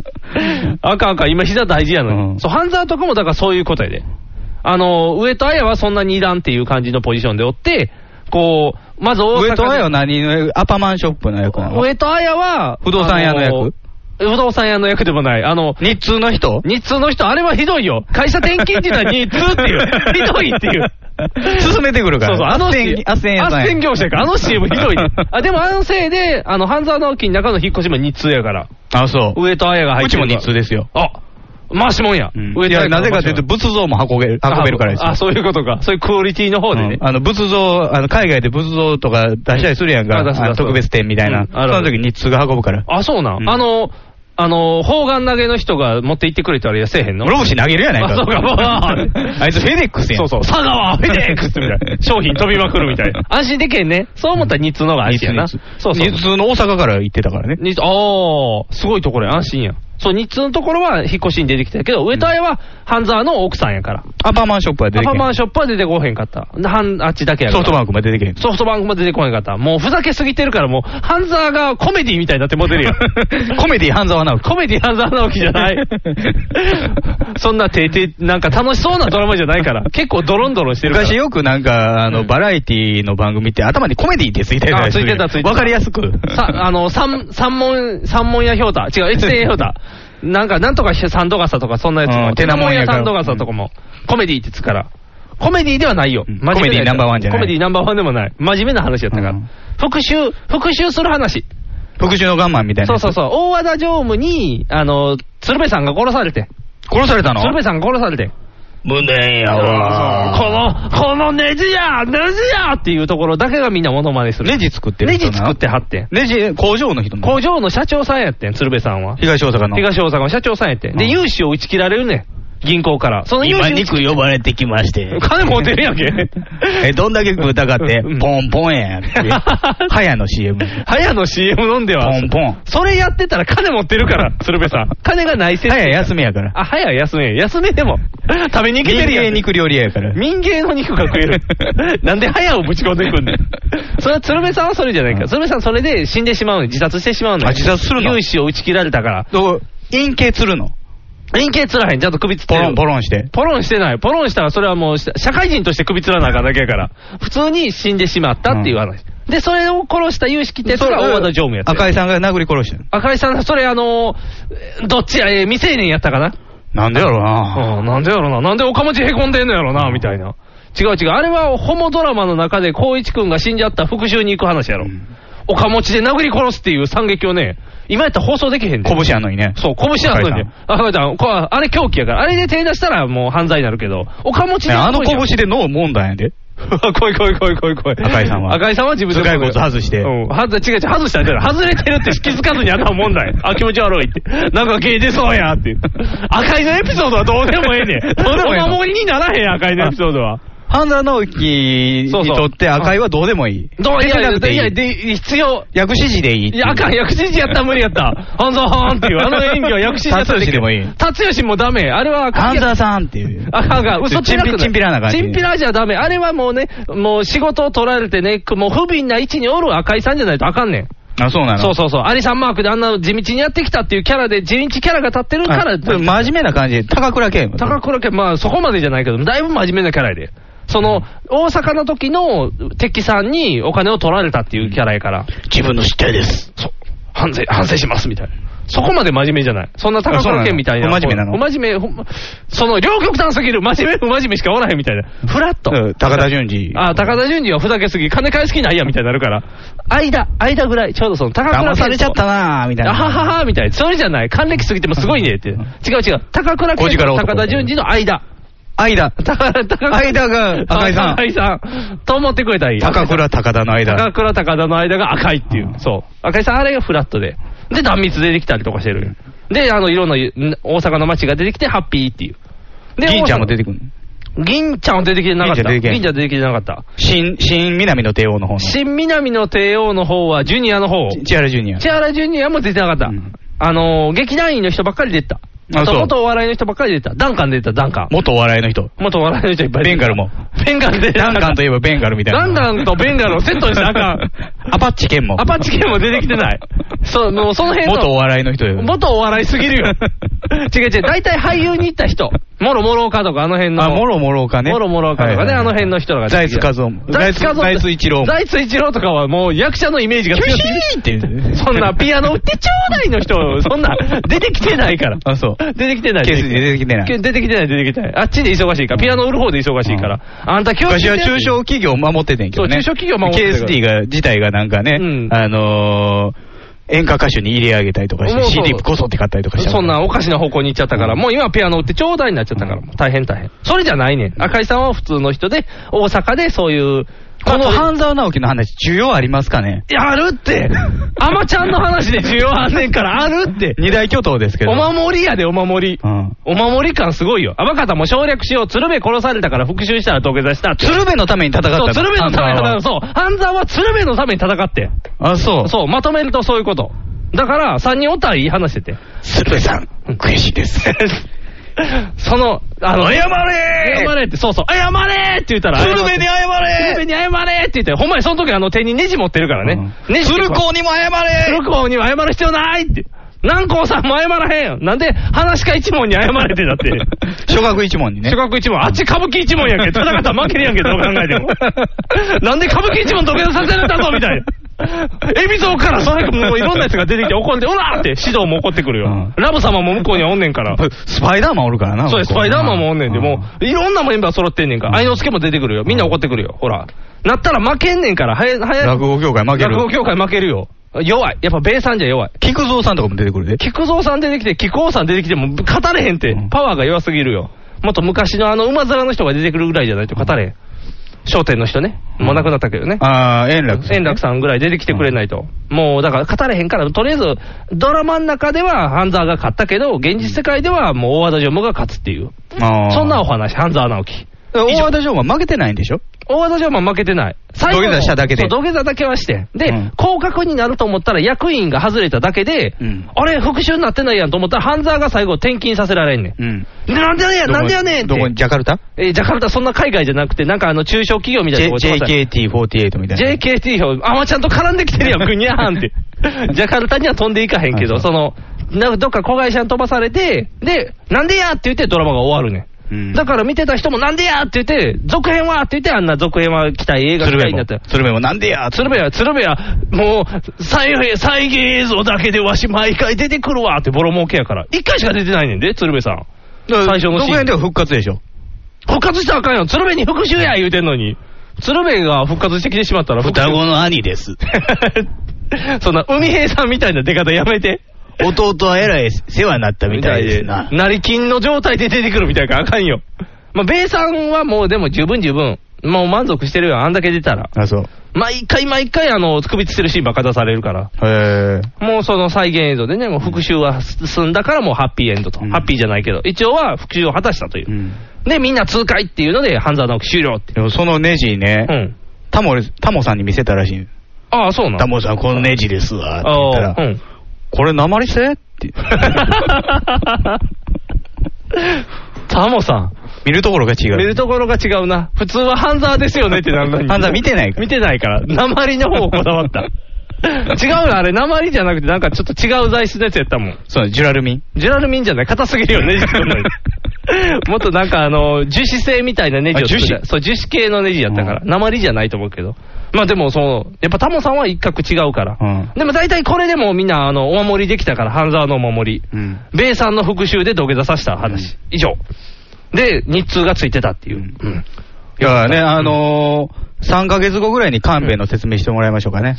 Speaker 1: あかんあかん、今膝大事やのに。そう、ハンザーとかもだからそういうことやで。あの、上戸彩はそんなにいらんっていう感じのポジションでおって、こう、まず大阪で
Speaker 2: 上戸彩は何のアパマンショップの役なの
Speaker 1: 上戸彩は、
Speaker 2: 不動産屋の役
Speaker 1: あ不動産屋の役でもない。あの、
Speaker 2: 日通の人
Speaker 1: 日通の人、あれはひどいよ。会社転勤時は日通っていう。 ひどいっていう。
Speaker 2: 進めてくるか
Speaker 1: そう
Speaker 2: ら。
Speaker 1: そう、あの CM
Speaker 2: あっせんやさんや
Speaker 1: 斡旋業者やから、あの CM ひど いね。あ、でもあのせいで、あの、半沢直樹の中の引っ越しも日通やから。
Speaker 2: あ、そう。
Speaker 1: 上戸彩が入ってる
Speaker 2: うちも日通ですよ。
Speaker 1: あ、回しもんや。上
Speaker 2: い
Speaker 1: 戸彩
Speaker 2: や、
Speaker 1: が
Speaker 2: な
Speaker 1: 回
Speaker 2: ぜ
Speaker 1: しもん
Speaker 2: かというと、仏像も運べる、運べるからですよ。
Speaker 1: あ、そういうことか。そういうクオリティの方でね。
Speaker 2: あの仏像、あの海外で仏像とか出したりするやんか、
Speaker 1: うんあ出す
Speaker 2: あの
Speaker 1: 出す
Speaker 2: 特別展みたいな、
Speaker 1: うん
Speaker 2: そ
Speaker 1: あるあ
Speaker 2: の
Speaker 1: る
Speaker 2: 時に通が運ぶから、
Speaker 1: あ、そうなん。あの、あの、砲丸投げの人が持って行ってくれたらやせえへんの
Speaker 2: ロブシ投げるやないか
Speaker 1: あ、そうか、わー
Speaker 2: あいつフェデックスやん
Speaker 1: そうそう、佐川フェデックスみたい な。商品飛びまくるみたいな。安心できへんね。そう思ったら日通の方が安心やな。
Speaker 2: 日通
Speaker 1: そうそう。
Speaker 2: 日通の大阪から行ってたからね、
Speaker 1: 日通あー、すごいところや、安心や。そう、日通のところは引っ越しに出てきたけど、上田屋は半沢の奥さんやから。
Speaker 2: アパマンショップは出
Speaker 1: ア
Speaker 2: て
Speaker 1: パ
Speaker 2: け
Speaker 1: マンショップは出てこへんかった。で半あっちだけやか
Speaker 2: ソ
Speaker 1: ら。
Speaker 2: フトバンクも出てけへん。
Speaker 1: ソフトバンクも出てこへんかった。もうふざけすぎてるから、もう、ハンザーがコメディみたいになってモデルやん。
Speaker 2: コメディ半沢直樹。
Speaker 1: コメディハンザー直樹じゃ ない。そんなてて、なんか楽しそうなドラマじゃないから。結構ドロンドロンしてるから。
Speaker 2: 昔よくなんか、あの、バラエティの番組って頭にコメディってついてた
Speaker 1: あ、
Speaker 2: り
Speaker 1: つ
Speaker 2: す
Speaker 1: い
Speaker 2: るや
Speaker 1: て
Speaker 2: ん
Speaker 1: た、ついてた。
Speaker 2: わかりやすく。
Speaker 1: さ、あの、三、三門、三門屋ひょうた。違う、越前ひょうた。なんか、なんとか三度傘とか、そんなやつ
Speaker 2: う
Speaker 1: も。
Speaker 2: んてなもんやから
Speaker 1: 三度傘とかも。コメディってつくから。コメディではないよ。コ
Speaker 2: コメディナンバーワンじゃない
Speaker 1: コメディナンバーワンでもない。真面目な話やったから。復讐、復讐する話。
Speaker 2: 復讐のガンマンみたいな
Speaker 1: そう
Speaker 2: やつ。
Speaker 1: そうそう。大和田常務に、あの、鶴瓶さんが殺されて。
Speaker 2: 殺されたの
Speaker 1: 鶴瓶さんが殺されて。
Speaker 2: 無念やわ。
Speaker 1: この、このネジやネジやっていうところだけがみんなモノマネする。
Speaker 2: ネジ作ってる
Speaker 1: ネ
Speaker 2: 人な
Speaker 1: ジ作ってはってん。
Speaker 2: レジ、工場の人も。
Speaker 1: 工場の社長さんやってん、鶴瓶さんは。
Speaker 2: 東大阪の。
Speaker 1: 東大阪の社長さんやって。で、融資を打ち切られるねん。銀行から。その融資打ち切
Speaker 2: 呼ばれてきまして
Speaker 1: 金持ってるやんけ。
Speaker 2: え、どんだけ食うたかって、ポンポンやんって。 はやの CM。
Speaker 1: 早の CM 飲んでは。
Speaker 2: ポンポン。
Speaker 1: それやってたら金持ってるから、鶴瓶さん。金がないせ
Speaker 2: はや休み やから。
Speaker 1: あ、早休め。休めでも。食べに行けてるやん。
Speaker 2: 民芸肉料理屋やから。
Speaker 1: 民芸の肉が食え る。なんで早をぶち込んでいくんだよ。それは鶴瓶さんはそれじゃないから。鶴瓶さんそれで死んでしまうのよ自殺してしまうのよ
Speaker 2: あ自殺するの
Speaker 1: 融資を打ち切られたから。
Speaker 2: どう陰形するの
Speaker 1: 陰形つらへん。ちゃんと首つって
Speaker 2: ポ
Speaker 1: る
Speaker 2: ロンポロンして。
Speaker 1: ポロンしてない。ポロンしたらそれはもう、社会人として首吊らなあかんだけやから。普通に死んでしまったっていう話。で、それを殺した有識ってやつが大和田常務やって。
Speaker 2: 赤井さんが殴り殺してる。
Speaker 1: 赤井さんが、それあのーどっちや、えー未成年やったかな
Speaker 2: なんでやろうな。
Speaker 1: うん、なんでやろな。なんで岡持ちへこんでんのやろな、みたいな。違う違う。あれはホモドラマの中で光一くんが死んじゃった復讐に行く話やろ。岡持ちで殴り殺すっていう惨劇をね、今やったら放送できへんで。
Speaker 2: 拳やのにね。
Speaker 1: そう、拳やのに。赤井ちゃん、こあれ狂気やから。あれで手出したらもう犯罪になるけど、岡持ち
Speaker 2: ね
Speaker 1: で。
Speaker 2: あの 拳で脳もんだんやで。
Speaker 1: 来い来い来い来い来い。
Speaker 2: 赤井さんは
Speaker 1: 赤井さんは自分で。
Speaker 2: 頭蓋骨外して
Speaker 1: うん。外違う違う、外したんじゃない外れてるって気づかずにあんなもんだ よ。あ、気持ち悪いって。なんか芸出そうやって。赤井のエピソードはどうでもええねん。
Speaker 2: どうでもええの
Speaker 1: お守りにならへん、赤井のエピソードは。
Speaker 2: 半沢直樹に
Speaker 1: そうそう
Speaker 2: とって赤井はどうでもいい。
Speaker 1: どう
Speaker 2: 出
Speaker 1: い
Speaker 2: て
Speaker 1: やい
Speaker 2: なく
Speaker 1: や
Speaker 2: て
Speaker 1: い
Speaker 2: い
Speaker 1: や、
Speaker 2: い。
Speaker 1: で、必要。
Speaker 2: 薬師寺でいいって。
Speaker 1: いうや、あかん、薬師寺やったら無理やった。半沢はんっていう、あの演技は薬師寺やったらきる
Speaker 2: 辰吉でもいい
Speaker 1: 辰吉もダメ。あれは赤
Speaker 2: 半
Speaker 1: いやつ
Speaker 2: 沢さんっていう。
Speaker 1: あかんあかん、嘘
Speaker 2: チンピチンピラな感じ
Speaker 1: チンピラじゃダメ。あれはもうね、もう仕事を取られてね、もう不憫な位置におる赤井さんじゃないとあかんねん。
Speaker 2: あ、そうなの
Speaker 1: そうそうそう。アリさんマークであんな地道にやってきたっていうキャラで、地道キャラが立ってるか
Speaker 2: は
Speaker 1: ら
Speaker 2: い、真面目な感じで、高倉健。
Speaker 1: 高倉家、まあそこまでじゃないけど、だいぶ真面目なキャラやで。その、大阪の時の敵さんにお金を取られたっていうキャラやから、
Speaker 2: 自分の失態です。
Speaker 1: そう反省、反省しますみたいな。そこまで真面目じゃない。そんな高倉健みたいな。
Speaker 2: あそうなの
Speaker 1: こう真面目、ほんまその、両極端すぎる、真面目、不真面目しかおらへんみたいな。フラット。
Speaker 2: うん高田純次。
Speaker 1: あ高田純次はふざけすぎ、金返す気ないやみたいになるから、間、間ぐらい、ちょうどその高倉
Speaker 2: 騙されちゃったなぁ、みたい
Speaker 1: あはは
Speaker 2: な。
Speaker 1: はみたいな、それじゃない、還暦すぎてもすごいねって、違う違う、高倉
Speaker 2: 五時
Speaker 1: 健
Speaker 2: から
Speaker 1: と
Speaker 2: 男
Speaker 1: 高田純次の間、
Speaker 2: 間。
Speaker 1: 高高倉
Speaker 2: 間が赤井さん
Speaker 1: 赤井さん、と思ってくれたらいい。
Speaker 2: 高倉高田の
Speaker 1: 高
Speaker 2: 間。
Speaker 1: 倉高田の間が赤いっていう、そう、赤井さん、あれがフラットで、で、断蜜でできたりとかしてる、で、あのいろんなうん大阪の街が出てきて、ハッピーっていう。で
Speaker 2: 銀ちゃんも出
Speaker 1: て
Speaker 2: てくるの。
Speaker 1: 銀ちゃんは出てきてなかった。
Speaker 2: 銀ちゃん出てけん
Speaker 1: 銀ちゃん出てきてなかった。
Speaker 2: 新、新南の帝王の方の。
Speaker 1: 新南の帝王の方は、ジュニアの方。
Speaker 2: 千原ジュニア。
Speaker 1: 千原ジュニアも出てなかった。
Speaker 2: うん
Speaker 1: あのー、劇団員の人ばっかり出てた。
Speaker 2: あ
Speaker 1: あと
Speaker 2: そう
Speaker 1: 元お笑いの人ばっかり出てた。ダンカン出てた、ダンカン。
Speaker 2: 元お笑いの人。
Speaker 1: 元お笑いの人いっぱい出て
Speaker 2: ベン
Speaker 1: た
Speaker 2: ガルも。
Speaker 1: ベンガル出て
Speaker 2: ダ
Speaker 1: な
Speaker 2: ン
Speaker 1: かった
Speaker 2: カンといえばベンガルみたいな。
Speaker 1: ダンガンとベンガルをセットにしたらあかん。
Speaker 2: アパッチ剣も。
Speaker 1: アパッチ系も出てきて ない。そう、もうその辺の。
Speaker 2: 元お笑いの人よ。
Speaker 1: 元お笑いすぎる よ。違う違う、大体俳優に行った人。もろもろかとか、あの辺の。
Speaker 2: あ、もろもろかね。
Speaker 1: もろもろかとか
Speaker 2: はい
Speaker 1: ね、
Speaker 2: はい
Speaker 1: あの辺の人らが
Speaker 2: 財
Speaker 1: 出てき
Speaker 2: 津
Speaker 1: た。
Speaker 2: 和夫も。
Speaker 1: 財津和夫
Speaker 2: 財津一郎も。
Speaker 1: 財津一郎とかはもう役者のイメージが強すぎる
Speaker 2: って言う
Speaker 1: そんなピアノ売ってちょうだいの人、そんな出てきてないから。
Speaker 2: あ、そう。
Speaker 1: 出てきてない。
Speaker 2: ケースに出てきてない。
Speaker 1: 出てきてない、出てきてない。あっちで忙しいから、ピアノ売る方で忙しいから。あんた教
Speaker 2: 昔
Speaker 1: 師
Speaker 2: は中小企業を守っててんけどね。
Speaker 1: そう中小企業を守ってたから
Speaker 2: KSD が、自体がなんかね、
Speaker 1: うん
Speaker 2: あのー、演歌歌手に入れ上げたりとかし
Speaker 1: も
Speaker 2: て、
Speaker 1: うそう
Speaker 2: CD こそって買ったりとかして。
Speaker 1: そんなおかしな方向に行っちゃったから、もう今ピアノ売ってちょうだいになっちゃったから、もう大変大変。それじゃないねん。赤井さんは普通の人で、大阪でそういう、
Speaker 2: この
Speaker 1: まあ
Speaker 2: 半沢直樹の話、需要ありますかね
Speaker 1: やる ってアマちゃんの話で需要あんねんから、あるって
Speaker 2: 二大巨頭ですけど。
Speaker 1: お守りやで、お守り。
Speaker 2: うん
Speaker 1: お守り感すごいよ。天方も省略しよう。鶴瓶殺されたから復讐したら土下座した。
Speaker 2: 鶴瓶のために戦った
Speaker 1: そ
Speaker 2: の
Speaker 1: う、鶴瓶のために
Speaker 2: 半
Speaker 1: 戦
Speaker 2: 沢は
Speaker 1: う。そう、半沢は鶴瓶のために戦って。
Speaker 2: あ、そう。
Speaker 1: そう、まとめるとそういうこと。だから、3人おったらいい話してて。
Speaker 2: 鶴瓶さん、悔しい です。
Speaker 1: その、あの、
Speaker 2: 謝れー
Speaker 1: 謝れって、そうそう、謝れーって言ったら、
Speaker 2: 鶴瓶に謝れー
Speaker 1: 鶴瓶に謝れーって言って、ほんまにその時あの手にネジ持ってるからね。ネジ
Speaker 2: 鶴光にも謝れ
Speaker 1: 鶴光には謝る必要ないって。南光さんも謝らへんよ。なんで、話か一門に謝れてだって。
Speaker 2: 小学一門にね。
Speaker 1: 諸学一門、あっち歌舞伎一門やんけ。 戦ったら負けるやんけ、どう考えても。なんで歌舞伎一門土下座させられたぞ、みたいな。海老蔵から、それもういろんなやつが出てきて怒って、おらーって指導も怒ってくるよ。ラブ様も向こうにはおんねんから。
Speaker 2: スパイダーマンおるからな。
Speaker 1: そうです、スパイダーマンもおんねんで、
Speaker 2: う
Speaker 1: もう、いろんなメンバー揃ってんねんから、愛之助も出てくるよ。みんな怒ってくるよ。ほら。なったら負けんねんから、早い、早い。
Speaker 2: 落語協会負ける
Speaker 1: 落語協会負けるよ。弱い。やっぱ米さんじゃ弱い。
Speaker 2: 菊蔵さんとかも出てくるで。
Speaker 1: 菊蔵さん出てきて、木久扇さん出てきても語れへんって、パワーが弱すぎるよ。もっと昔のあの馬面の人が出てくるぐらいじゃないと語れへん。商店の人ね。もう亡くなったけどね。
Speaker 2: ああ、円楽さん。
Speaker 1: 円楽さんぐらい出てきてくれないと。もうだから語れへんから、とりあえずドラマの中では半沢が勝ったけど、現実世界ではもう大和田常務が勝つっていう。
Speaker 2: あー
Speaker 1: そんなお話、半沢直樹。
Speaker 2: 大和田城は負けてないんでしょ
Speaker 1: 大和田城マン負けてない。最
Speaker 2: 土下座しただけで
Speaker 1: そう土下座だけはして。で、
Speaker 2: うん
Speaker 1: 降格になると思ったら役員が外れただけで、あれ、復讐になってないやんと思ったら、ハンザーが最後転勤させられんねん。
Speaker 2: うん。
Speaker 1: でなんでやねん、なんでやねんって。
Speaker 2: どこに、ジャカルタ
Speaker 1: えージャカルタそんな海外じゃなくて、なんかあの中小企業みたい
Speaker 2: J-
Speaker 1: なとこ
Speaker 2: ?JKT48 みたいな。
Speaker 1: JKT 表、あまちゃんと絡んできてるやん、ぐにゃー んって。ジャカルタには飛んでいかへんけど、その、なんかどっか子会社に飛ばされて、で、なんでやって言ってドラマが終わるねん。だから見てた人もなんでやって言って、続編はって言って、あんな続編は来たい、映画来たいになった。
Speaker 2: 鶴瓶もなんでや
Speaker 1: 鶴瓶は、鶴瓶は、もう、再現、再現映像だけでわし毎回出てくるわってボロ儲けやから。一回しか出てないねんで、鶴瓶さん。最初のシーン。
Speaker 2: 続編では復活でしょ。
Speaker 1: 復活したらあかんよ。鶴瓶に復讐や言うてんのに。鶴瓶が復活してきてしまったら復讐
Speaker 2: 双子の兄です。
Speaker 1: そんな、海兵さんみたいな出方やめて。
Speaker 2: 弟はえらい世話になったみたいですな。
Speaker 1: なりきんの状態で出てくるみたいからあかんよ。まあ、米さんはもうでも十分十分。もう満足してるよ。あんだけ出たら。
Speaker 2: あ、そう。
Speaker 1: 毎回毎回、あの、首つってるシーンばっか出されるから。
Speaker 2: へえ。
Speaker 1: もうその再現映像でね、もう復讐は済んだからもうハッピーエンドと。ハッピーじゃないけど、一応は復讐を果たしたという。で、みんな痛快っていうので、半沢直樹終了って。
Speaker 2: でもそのネジね、
Speaker 1: うん
Speaker 2: タモリタモさんに見せたらしい。
Speaker 1: ああ、そうな
Speaker 2: タ
Speaker 1: の
Speaker 2: モさん、このネジですわ。って言
Speaker 1: あ
Speaker 2: ったら、
Speaker 1: あ、うん。
Speaker 2: これ鉛し てって。
Speaker 1: タモさん。
Speaker 2: 見るところが違う。
Speaker 1: 見るところが違うな。普通は半沢ですよねってなるのに。
Speaker 2: 半沢見てないから
Speaker 1: 見てないから。鉛の方をこだ わった。違うよ、あれ、鉛じゃなくて、なんかちょっと違う材質のやつやったもん。
Speaker 2: そう、ジュラルミン。
Speaker 1: ジュラルミンじゃない硬すぎるよね、ネジ作るのに もっとなんかあの、樹脂製みたいなネジを作
Speaker 2: あ樹
Speaker 1: る。
Speaker 2: 脂
Speaker 1: そう、樹脂系のネジやったから。鉛じゃないと思うけど。まあでも、その、やっぱタモさんは一角違うから。
Speaker 2: うん。
Speaker 1: でも大体これでもうみんな、あの、お守りできたから、半沢のお守り。
Speaker 2: うん。
Speaker 1: 米さんの復讐で土下座させた話。以上。で、日通がついてたっていう。うん
Speaker 2: いやね、あのー、3ヶ月後ぐらいに勘弁の説明してもらいましょうかね。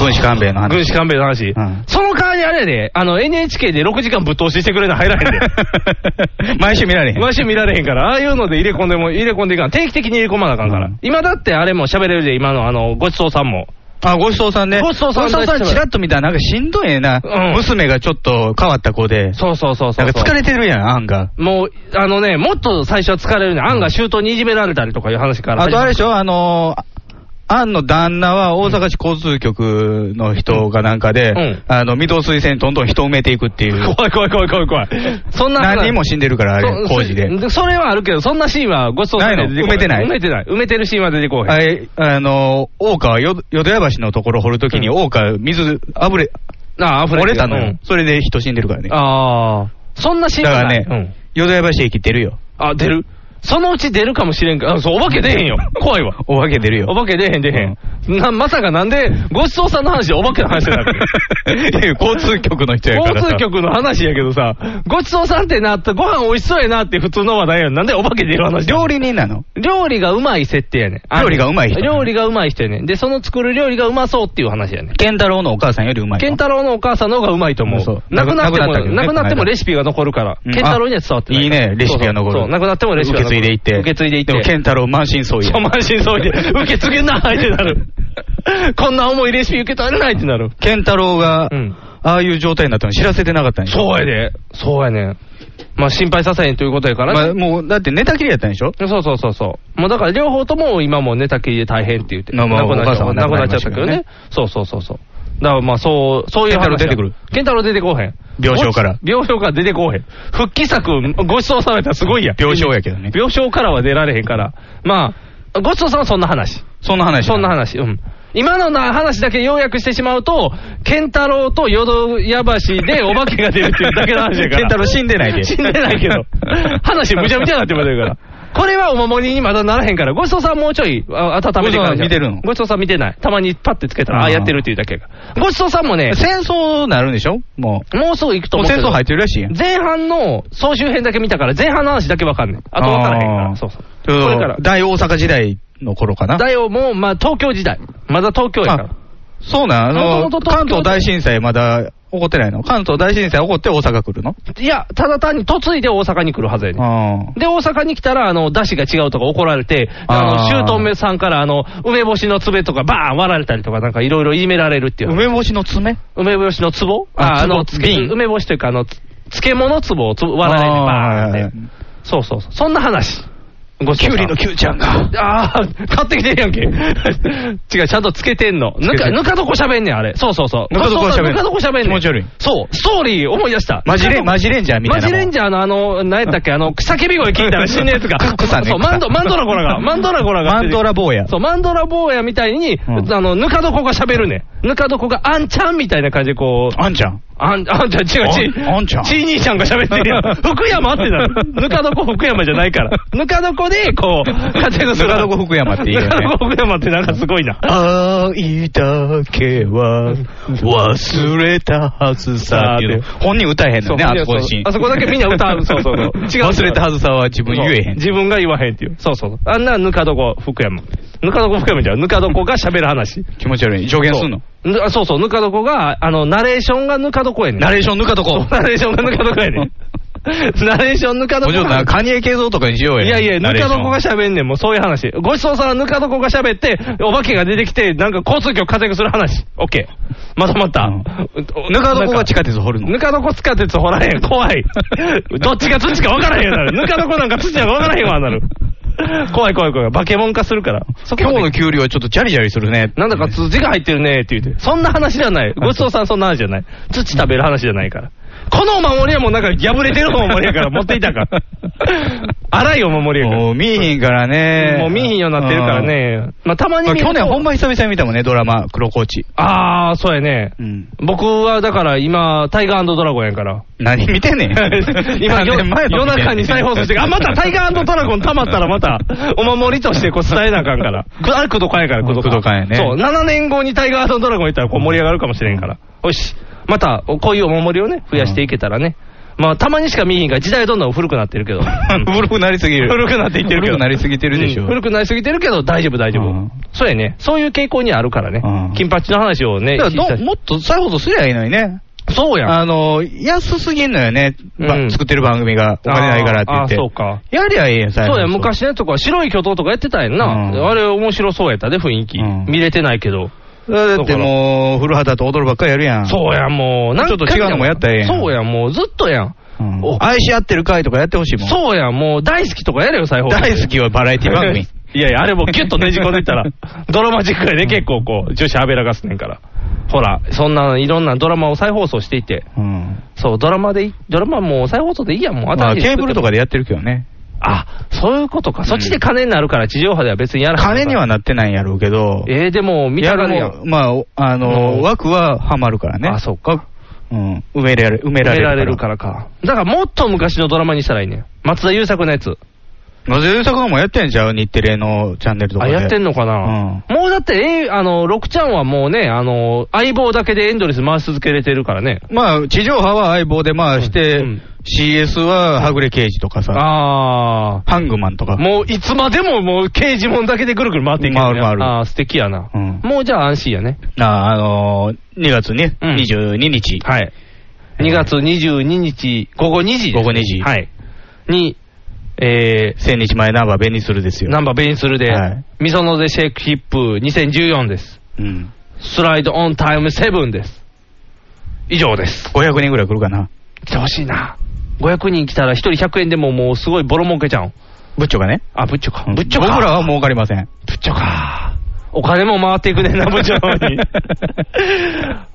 Speaker 2: 軍師勘弁の話。
Speaker 1: 軍師官兵衛の話。
Speaker 2: ん
Speaker 1: その代わりあれやで、あの、NHK で6時間ぶっ通ししてくれな入らへんで。
Speaker 2: 毎週見られへん。
Speaker 1: 毎週見られへんから、ああいうので入れ込んでも、入れ込んでいかん。定期的に入れ込まなあかんから。
Speaker 2: うん
Speaker 1: 今だってあれも喋れるで、今のあの、ごちそうさんも。
Speaker 2: あ、ごちそうさんね。
Speaker 1: ごちそうさん
Speaker 2: ごちそうさん、ちらっと見たらなんかしんどいねんな。
Speaker 1: うん
Speaker 2: 娘がちょっと変わった子で。
Speaker 1: そうそうそうそう。
Speaker 2: なんか疲れてるやん、あんが。
Speaker 1: もう、あのね、もっと最初は疲れるね。案が周到にいじめられたりとかいう話から。
Speaker 2: あとあれでしょ、あのー、アンの旦那は大阪市交通局の人がなんかで、
Speaker 1: ん
Speaker 2: あの、御堂水線にどんどん人を埋めていくって いう。
Speaker 1: 怖い怖い怖い怖い怖い。そんな話
Speaker 2: 何人も死んでるから、あれ、
Speaker 1: そ
Speaker 2: 工事で。
Speaker 1: そそれはあるけど、そんなシーンはごちそうさん
Speaker 2: ないの
Speaker 1: 出てこ埋
Speaker 2: 埋め
Speaker 1: めてない。埋めてるシーンは出てこうへん。
Speaker 2: はい、あのー、大川よ、淀屋橋のところ掘るときに、大川、水、あぶれ、
Speaker 1: ああ、溢れ
Speaker 2: 漏
Speaker 1: て
Speaker 2: れ
Speaker 1: る
Speaker 2: たの
Speaker 1: う
Speaker 2: よ
Speaker 1: ん。
Speaker 2: それで人死んでるからね。
Speaker 1: ああ。そんなシーン
Speaker 2: だから
Speaker 1: はない
Speaker 2: ね
Speaker 1: うん、
Speaker 2: 淀屋橋駅出るよ。
Speaker 1: あ、出る。そのうち出るかもしれんか。あそう、お化け出へんよ。 怖いわ。
Speaker 2: お化け出るよ
Speaker 1: お。化け出へん出へん。な、まさかなんで、ごちそうさんの話でお化けの話になる
Speaker 2: いや交通局の人やから
Speaker 1: 交通
Speaker 2: さ。
Speaker 1: 局の話やけどさ、ごちそうさんってなった、ご飯美味しそうやなって普通の話題やん。なんでお化け出る話
Speaker 2: 料理人なの
Speaker 1: 料理がうまい設定やねん。あの
Speaker 2: 料理がうまい人
Speaker 1: 料理がうまい人やねん。で、その作る料理がうまそうっていう話やねん。
Speaker 2: 健太郎のお母さんよりうまいの
Speaker 1: 健太郎のお母さんの方がうまいと思
Speaker 2: そう
Speaker 1: う。なくなって
Speaker 2: なくなったけ
Speaker 1: も、
Speaker 2: どね
Speaker 1: なくなってもレシピが残るから。
Speaker 2: うん
Speaker 1: 健太郎には伝わってない。
Speaker 2: いいね、レシピが残る。
Speaker 1: そうそうそうなくなってもレシピが
Speaker 2: 受
Speaker 1: 残
Speaker 2: け
Speaker 1: る。
Speaker 2: 継いでいって。
Speaker 1: 受け継いでいって。
Speaker 2: でも、健太郎満身創痍
Speaker 1: そう、満
Speaker 2: や。
Speaker 1: 身創痍で、受け継げなーってな る。こんな重いレシピ受け取れないってなる。
Speaker 2: 健太郎が
Speaker 1: うん、
Speaker 2: ああいう状態になったの知らせてなかったんでしょ
Speaker 1: そうやで。そうやね。まあ心配させへんということやから
Speaker 2: まあ
Speaker 1: ね。
Speaker 2: もう、だって寝たきりやったんでしょ
Speaker 1: そうそうそうそう。もうだから両方とも今もう寝たきりで大変って言って。
Speaker 2: まあまあ
Speaker 1: 亡くなっちゃ
Speaker 2: お母さん
Speaker 1: 亡
Speaker 2: は亡
Speaker 1: く
Speaker 2: く
Speaker 1: な
Speaker 2: な
Speaker 1: っ
Speaker 2: り
Speaker 1: ちゃ
Speaker 2: ま
Speaker 1: っ
Speaker 2: した
Speaker 1: け
Speaker 2: たけ
Speaker 1: ど
Speaker 2: どね
Speaker 1: ね。そうそうそうそう。だからまあそう、そういう話
Speaker 2: ケンタロウ出てくる。
Speaker 1: ケンタロウ出てこうへん。
Speaker 2: 病床から
Speaker 1: もし。病床から出てこうへん。復帰作、ごちそうさまやったらすごいやん。
Speaker 2: 病床やけどね。
Speaker 1: 病床からは出られへんから。まあ、ごちそうさまはそんな話。
Speaker 2: そんな話。
Speaker 1: そんな話。うん。今のな話だけ要約してしまうと、ケンタロウと淀屋橋でお化けが出るっていうだけの話やから。
Speaker 2: ケンタロウ死んでないで
Speaker 1: 死んでないけ ど。話むちゃむちゃになってもらってるから。これはお守りにまだならへんから、ごちそうさんもうちょいあ温めてからじゃん
Speaker 2: ごちそうさん見てるの
Speaker 1: ごちそうさん見てない。たまにパッてつけたら、あ
Speaker 2: あ
Speaker 1: あ
Speaker 2: ー
Speaker 1: やってるっていうだけやから。ごちそうさんもね、
Speaker 2: 戦争なるんでしょもう。
Speaker 1: もうすぐ行くと
Speaker 2: もう
Speaker 1: 思うけど。
Speaker 2: 戦争入ってるらしいやん。
Speaker 1: 前半の総集編だけ見たから、前半の話だけわかんねん。あとわからへんから。
Speaker 2: あー
Speaker 1: そうそう。
Speaker 2: ちょうど
Speaker 1: これから
Speaker 2: 大大阪時代の頃かな。
Speaker 1: だよ、もう、まあ、東京時代。まだ東京やから。
Speaker 2: そうなんあの
Speaker 1: 元々東京
Speaker 2: 関東大震災まだ起こってないの関東大震災起こって大阪来るの
Speaker 1: いや、ただ単に嫁いで大阪に来るはずやねん。
Speaker 2: あ
Speaker 1: で、大阪に来たら、あの、出汁が違うとか怒られて、あ
Speaker 2: あー
Speaker 1: の、姑さんから、あの、梅干しの壺とかバーン割られたりとか、なんかいろいろいじめられるってい
Speaker 2: あ。
Speaker 1: う。
Speaker 2: 梅干しの爪
Speaker 1: 梅干しの壺
Speaker 2: あ
Speaker 1: あ、あの、
Speaker 2: 壺
Speaker 1: つけ
Speaker 2: 瓶
Speaker 1: 梅干しというか、あの、つ漬物壺をつ割られて、バーンって。
Speaker 2: あー
Speaker 1: そうそうそう。そんな話。ごちそ
Speaker 2: キ
Speaker 1: うさ
Speaker 2: ュウリ
Speaker 1: ん
Speaker 2: のキュウちゃんが。
Speaker 1: ああ、買ってきてるやんけ。 違う、ちゃんとつけてんの。ぬ
Speaker 2: つけ
Speaker 1: か、
Speaker 2: てる
Speaker 1: ぬか床喋んねん、あれ。そうそうそう。
Speaker 2: ぬか床喋んねん
Speaker 1: ぬか床喋んねん。
Speaker 2: 気持ち悪い
Speaker 1: そう、ストーリー思い出した。
Speaker 2: マジレン、マジレンジャーみた
Speaker 1: マ
Speaker 2: いな
Speaker 1: ジ
Speaker 2: もん。
Speaker 1: レンジャーのあの、何やったっけ、 あの、叫び声聞いたら死ぬやつが。
Speaker 2: 草ね
Speaker 1: そう、マンド、マンドラゴ ラが、マンドラゴラが。
Speaker 2: マンドラ坊や
Speaker 1: そう、マンドラ坊やみたいに、
Speaker 2: ん
Speaker 1: あの、ぬか床が喋るねん。ぬか床があんちゃんみたいな感じでこう。
Speaker 2: あんちゃん。
Speaker 1: あん、あんちゃん、違う、ち、
Speaker 2: あんあんちゃん
Speaker 1: ちー兄ちゃんが喋ってるや ん。福山ってなる。ぬか床福山じゃないから。ぬか床で、 こう、活躍する。
Speaker 2: ぬか床福山っていいよね
Speaker 1: ぬか床福山ってなんかすごいな。
Speaker 2: 愛だけは忘れたはずさっていうの本人歌えへんのね、
Speaker 1: そう
Speaker 2: あそこのシーン
Speaker 1: あそこだけみんな歌 う。そうそうそう。違う。
Speaker 2: 忘れたはずさは自分言えへん。
Speaker 1: 自分が言わへんっていう。そうそうそう。あんなぬか床福山。ぬか床福山じゃん。ぬか床が喋る話。
Speaker 2: 気持ち悪い。助言すんの
Speaker 1: そうぬあそうそう、ぬか床が、あの、ナレーションがぬか床やねん。
Speaker 2: ナレーション抜かとこ。
Speaker 1: ナレーションがぬか床やね ん。ナレーションぬか
Speaker 2: も
Speaker 1: 床
Speaker 2: うちょっとな、カニエ系像とかにしようや。
Speaker 1: いやいや、
Speaker 2: ナ
Speaker 1: ぬ
Speaker 2: レー
Speaker 1: か
Speaker 2: ション
Speaker 1: 床が喋んねん、もうそういう話。ごちそうさん、ぬか床が喋って、お化けが出てきて、なんか交通局活躍する話。オッケー。まとまった。
Speaker 2: ぬか床が地下鉄掘るの
Speaker 1: ぬか床地下鉄掘らへん、怖 い。どっちが土か分からへんようになる。ぬか床なんか土なんか分からへんわ、なる。怖い怖い怖い。化け物化するから。そこ
Speaker 2: 今
Speaker 1: ま
Speaker 2: 日
Speaker 1: で
Speaker 2: の給料はちょっとジャリジャリするね。
Speaker 1: なんだか土が入ってるねって言って。そんな話じゃない。ごちそうさんそんな話じゃない。土食べる話じゃないから。このお守りはもうなんか破れてるお守りやから持っていたから。荒いお守りやから。
Speaker 2: もう見えへんからね。
Speaker 1: もう見えへんようになってるからね。まあ、たま
Speaker 2: うん。
Speaker 1: に見ると
Speaker 2: 去年ほんま久々に見たもんね、ドラマ、黒コーチ。
Speaker 1: ああ、そうやね。
Speaker 2: うん。
Speaker 1: 僕はだから今、タイガードラゴンやから。。
Speaker 2: 何見てんねん
Speaker 1: 今夜、夜中に再放送して、あ、またタイガードラゴン溜まったらまた、お守りとしてこう伝えなあかんから。くあれ、くどかんやから、くどかん。
Speaker 2: 工藤館やね
Speaker 1: そう、7年後にタイガードラゴン行ったらこう盛り上がるかもしれんから。よし、また、こういうお守りをね、増やしていけたらね。まあ、たまにしか見えへんから、時代どんどん古くなってるけど。
Speaker 2: 古くなりすぎる。
Speaker 1: 古くなっていってるけど。
Speaker 2: 古くなりすぎてるでしょ。
Speaker 1: うん古くなりすぎてるけど、大丈夫、大丈夫
Speaker 2: うん。
Speaker 1: そうやね。そういう傾向にあるからね
Speaker 2: うん。
Speaker 1: 金八の話をね
Speaker 2: だ、
Speaker 1: 聞い
Speaker 2: から
Speaker 1: た
Speaker 2: どもっと再放送すりゃいいのにね。
Speaker 1: そうやん。
Speaker 2: あの、安すぎんのよね。ば
Speaker 1: うん
Speaker 2: 作ってる番組がお金ないからって言って。
Speaker 1: あーあーそうか。
Speaker 2: やりゃいいやん、再放
Speaker 1: そう
Speaker 2: 送
Speaker 1: や、。昔のやつとか、白い巨頭とかやってたやん
Speaker 2: うん
Speaker 1: な。あれ面白そうやったで、雰囲気。
Speaker 2: うん
Speaker 1: 見れてないけど。
Speaker 2: だってもう、古畑と踊るばっかりやるやん。
Speaker 1: そうや、もう。何回
Speaker 2: ちょっと違うのもやったらええやん
Speaker 1: そうや、もうずっとやん。
Speaker 2: うん
Speaker 1: お
Speaker 2: 愛し合ってる回とかやってほしいもん。
Speaker 1: そうや、もう大好きとかやれよ、最後。
Speaker 2: 大好きはバラエティ番組。
Speaker 1: いやいや、あれもうギュッとねじ込んでいった ら、ドラマチックやね、結構こう、女子はべらかすねんから。ほら、そんないろんなドラマを再放送していて。
Speaker 2: うん。
Speaker 1: そう、ドラマでいい、ドラマもう再放送でいいやん、もう
Speaker 2: まあ、
Speaker 1: 新しい
Speaker 2: ケーブルとか
Speaker 1: で。
Speaker 2: でやってるけどね。
Speaker 1: あ、そういうことか。そっちで金になるから、地上波では別にやらない。
Speaker 2: 金にはなってないんやろうけど。
Speaker 1: えー、でも、見たがるや
Speaker 2: い
Speaker 1: ん。
Speaker 2: まあ、おあの、
Speaker 1: うん
Speaker 2: 枠はハマるからね。
Speaker 1: あ、そうか。
Speaker 2: うん。埋められ、埋め
Speaker 1: 出
Speaker 2: られるから。
Speaker 1: られるからか。だから、もっと昔のドラマにしたらいいねん。松田優作のやつ。
Speaker 2: まあ、前作もやってんじゃう日テレのチャンネルとか
Speaker 1: あ、
Speaker 2: で。
Speaker 1: やってんのかな、もうだって、えーあの、6ちゃんはもうね、あの、相棒だけでエンドレス回し続けれてるからね。
Speaker 2: まあ、地上波は相棒で回し
Speaker 1: う
Speaker 2: て、
Speaker 1: んうん
Speaker 2: CS ははぐれ刑事とかさ、
Speaker 1: あ
Speaker 2: ハングマンとか。
Speaker 1: あ。もう、いつまでももう、刑事もんだけでぐるぐる回っていけ
Speaker 2: 回る回る
Speaker 1: ああー、素敵やな。
Speaker 2: うん
Speaker 1: もうじゃあ安心やね。
Speaker 2: ああのー、2月ね、
Speaker 1: うん
Speaker 2: 22日、
Speaker 1: はい。2月22日、午後2時ですね
Speaker 2: 午後2時
Speaker 1: はい。に、えー、
Speaker 2: 千日前ナンバーベニスルですよ。
Speaker 1: ナンバーベニスルで、
Speaker 2: はい
Speaker 1: ミソノでシェイクヒップ2014です。
Speaker 2: うん。
Speaker 1: スライドオンタイム7です。以上です。
Speaker 2: 500人ぐらい来るかな。
Speaker 1: 来てほしいな。500人来たら1人100円でももうすごいボロ儲けちゃうん。
Speaker 2: ブッチョがね。
Speaker 1: あ、ぶっちょか。
Speaker 2: うん
Speaker 1: ぶっちょか。
Speaker 2: 僕らは儲かりません。
Speaker 1: ぶっちょか。お金も回っていくね、な、部 長に。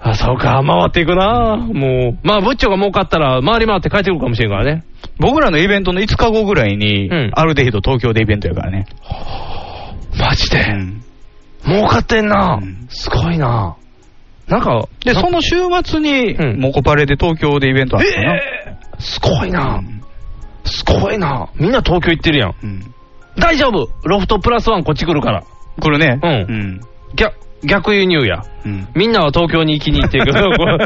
Speaker 1: あ、そうか、回っていくな、もう。まあ、部長が儲かったら、回り回って帰ってくるかもしれんからね。
Speaker 2: 僕らのイベントの5日後ぐらいに、アルデヒド東京でイベントやからね。
Speaker 1: マジで、儲かってんな、すごいな。なんか、
Speaker 2: で、その週末に、モコパレで東京でイベントあったかな。
Speaker 1: すごいな、すごいな。みんな東京行ってるやん。大丈夫ロフトプラスワンこっち来るから。
Speaker 2: これね。
Speaker 1: うん。逆逆輸入や、みんなは東京に行きに行ってるけ ど、これ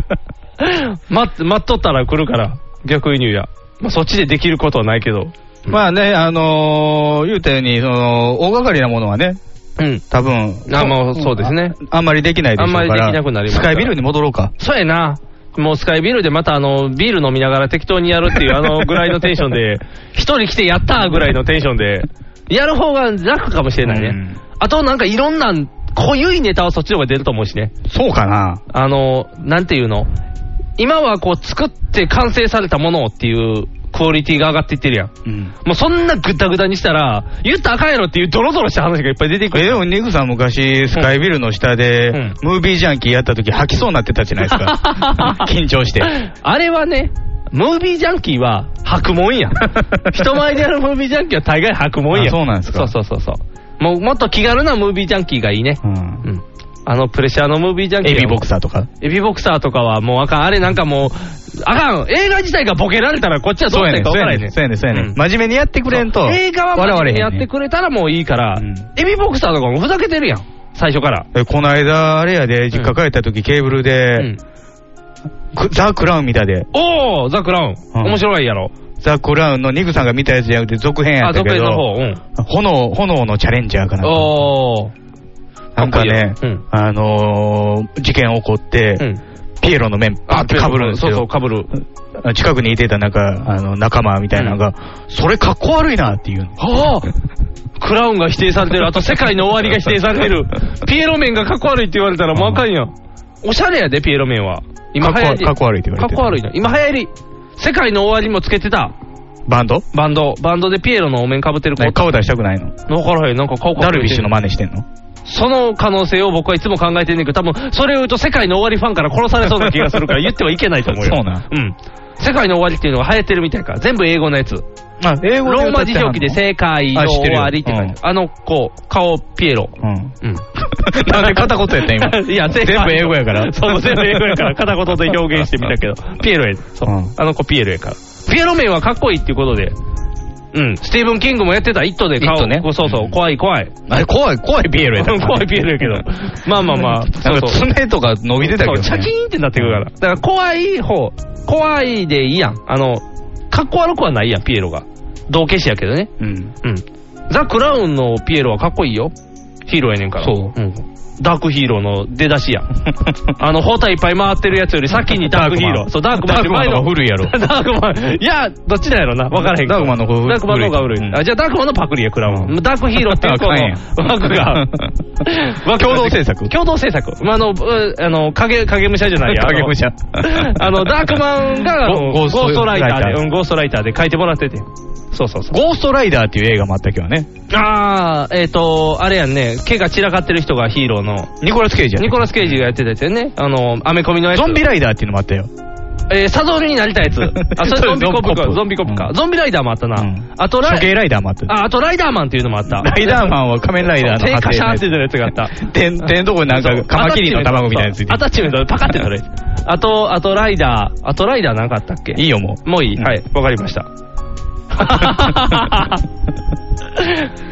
Speaker 1: 待っ待っとったら来るから、逆輸入や。まあ、そっちでできることはないけど。
Speaker 2: まあね、あのー言うたように、その、大掛かりなものはね、多分。
Speaker 1: あもうそうですね
Speaker 2: あ。あんまりできないでしょうから
Speaker 1: あんまりできなくなります
Speaker 2: スカイビルに戻ろうか。
Speaker 1: そうやな。もうスカイビルでまたあの、ビール飲みながら適当にやるっていうあのぐらいのテンションで、一人来てやったーぐらいのテンションで、やる方が楽かもしれないね。あとなんかいろんな濃ゆいネタはそっちの方が出ると思うしね。
Speaker 2: そうかな。
Speaker 1: あの、なんていうの今はこう作って完成されたものをっていうクオリティが上がっていってるやん。もうそんなぐだぐだにしたら、言ったらあかんやろっていうドロドロした話がいっぱい出てくる。
Speaker 2: え、でも、ニグさん昔、スカイビルの下で、ムービージャンキーやった時吐きそうになってたじゃないですか。緊張して。
Speaker 1: あれはね、ムービージャンキーは白もん や。人前でやるムービージャンキーは大概白もんや。
Speaker 2: あそうなんですか
Speaker 1: そうそうそうそう。もうもっと気軽なムービージャンキーがいいね。うんあのプレッシャーのムービージャンキー
Speaker 2: エ
Speaker 1: は
Speaker 2: ビボクサーとか。
Speaker 1: エビボクサーとかはもうあかん。あれなんかもう、あかん。映画自体がボケられたらこっちはどうしたらいいか分からへんねん。
Speaker 2: そうやねん、そうやねん。真面目にやってくれんと。
Speaker 1: 映画は
Speaker 2: 笑わ
Speaker 1: 真
Speaker 2: れ
Speaker 1: 面目に
Speaker 2: へん
Speaker 1: や
Speaker 2: ね
Speaker 1: っ
Speaker 2: ん
Speaker 1: てくれたらもういいから、エビボクサーとかもふざけてるやん。最初から。
Speaker 2: えこの間、あれやで、実家帰った時、ケーブルで、くザ・クラウン見たで。
Speaker 1: おー、ザ・クラウン。面白いやろ。
Speaker 2: ザ・クラウンのニグさんが見たやつじゃなくて、続編やったけど、
Speaker 1: あ続編
Speaker 2: 炎、炎のチャレンジャーかな。
Speaker 1: おー。
Speaker 2: なんかね、あのー事件起こって、ピエロの面、バーってかぶるんですよ。
Speaker 1: そうそう、被る。
Speaker 2: 近くにいてたなんか、あの、仲間みたいなのが、それかっこ悪いなっていうの。
Speaker 1: はあクラウンが否定されてる。あと世界の終わりが否定されて る。ピエロ面がかっこ悪いって言われたらもうあかんやん。おしゃれやで、ピエロ面は。今流行り。
Speaker 2: かっこ悪いって言われてる
Speaker 1: かっこ悪いな。今流行り。世界の終わりもつけてた。
Speaker 2: バンド
Speaker 1: バンド。バンドでピエロのお面かぶってる子
Speaker 2: ね顔出したくないの。
Speaker 1: わからへん。なんか顔か
Speaker 2: ダルビッシュの真似してんの
Speaker 1: その可能性を僕はいつも考えてんねんけど、多分それを言うと世界の終わりファンから殺されそうな気がする から言ってはいけないと思うよ。。
Speaker 2: そうなん
Speaker 1: 世界の終わりっていうのが流行ってるみたいから、全部英語のやつ。
Speaker 2: あ、英語
Speaker 1: ロ
Speaker 2: で
Speaker 1: ー
Speaker 2: 歌
Speaker 1: マ
Speaker 2: っ
Speaker 1: 字
Speaker 2: てはんの
Speaker 1: 表記で世界の終わりって書いてある。あの子、顔ピエロ。うん。
Speaker 2: なんで片言やったん 今
Speaker 1: いや、
Speaker 2: 全部英語やから
Speaker 1: そう、全部英語やから、片言で表現してみた けど、ピエロや。そう。あの子ピエロやから。ピエロ面はかっこいいっていうことで。うん、スティーブン・キングもやってた、イットで顔、
Speaker 2: イットね
Speaker 1: こうそうそう、怖い怖い。
Speaker 2: あれ、怖い、怖いピエロやった。
Speaker 1: 怖いピエロやけど。まあまあまあ、
Speaker 2: なんか爪とか伸びてたけど、ね。
Speaker 1: そうチャキーンってなってくるから。だから怖い方、怖いでいいやん。あの、かっこ悪くはないやん、ピエロが。道化師やけどね。
Speaker 2: うん。
Speaker 1: うん。ザ・クラウンのピエロはかっこいいよ。ヒーローやねんから。そう。ん。ダークヒーローの出だしやん。 あの、包帯いっぱい回ってるやつより先にダークヒーロー。そう、ダークマンって前
Speaker 2: ダークマンの方が古いやろ
Speaker 1: ダークマン。いや、どっちだやろな。わからへんけど
Speaker 2: ダークマンの方が古い
Speaker 1: ダークマンの方が古い。あ、じゃあダークマンのパクリや、クラウン。ダークヒーローっていうこ
Speaker 2: あかんや
Speaker 1: の枠が。
Speaker 2: 共同制作
Speaker 1: 共同制作。まあ、あの、うあの、影、影武者じゃないや。あの
Speaker 2: 影武者
Speaker 1: あの、 ダークマンが、あの ゴ
Speaker 2: ゴゴー
Speaker 1: ー
Speaker 2: スト
Speaker 1: ストライター
Speaker 2: ライター
Speaker 1: で、うん、ゴーストライターで書いてもらってて。そうそうそう。
Speaker 2: ゴーストライダーっていう映画もあったけどね。
Speaker 1: あー、えっ、と、あれやんね、毛が散らかってる人がヒーローの。
Speaker 2: ニコラス・ケイジや
Speaker 1: ニコラス・ケイジがやってたやつよね。あの、アメコミのやつ。
Speaker 2: ゾンビライダーっていうのもあったよ。
Speaker 1: えー、サドルになりたい やつ。あ、それゾンビコップ
Speaker 2: そう
Speaker 1: か。
Speaker 2: です
Speaker 1: ゾンビコップか。ゾンビライダーもあったな。あとラ
Speaker 2: 処刑
Speaker 1: イ、
Speaker 2: ライダーもあった。
Speaker 1: あ、あとライダーマンっていうのもあった。
Speaker 2: ライダーマンは仮面ライダーの
Speaker 1: 手カシャンって
Speaker 2: 派
Speaker 1: 出るやつがあった。
Speaker 2: 手の手のとこになんかカマキリの卵みたいなやついて
Speaker 1: アタッチメントでパカって取れる。あと、あとライダー、あとライダーなんかあったっけ
Speaker 2: いいよも
Speaker 1: う。もういい。 はい、わかりました。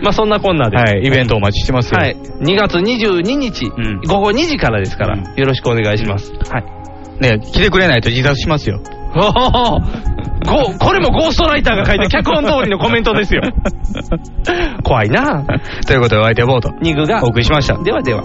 Speaker 1: まあそんなこんなで。
Speaker 2: はい、イベントお待ちしてますよ。
Speaker 1: はい。2月22日、午後2時からですから、よろしくお願いします。はい。
Speaker 2: ね、来てくれないと自殺します よ。
Speaker 1: おおごこれもゴーストライターが書いた脚本通りのコメントですよ。怖いな
Speaker 2: ということで、お相手はボート。
Speaker 1: ニグが
Speaker 2: お送りしました。
Speaker 1: ではでは。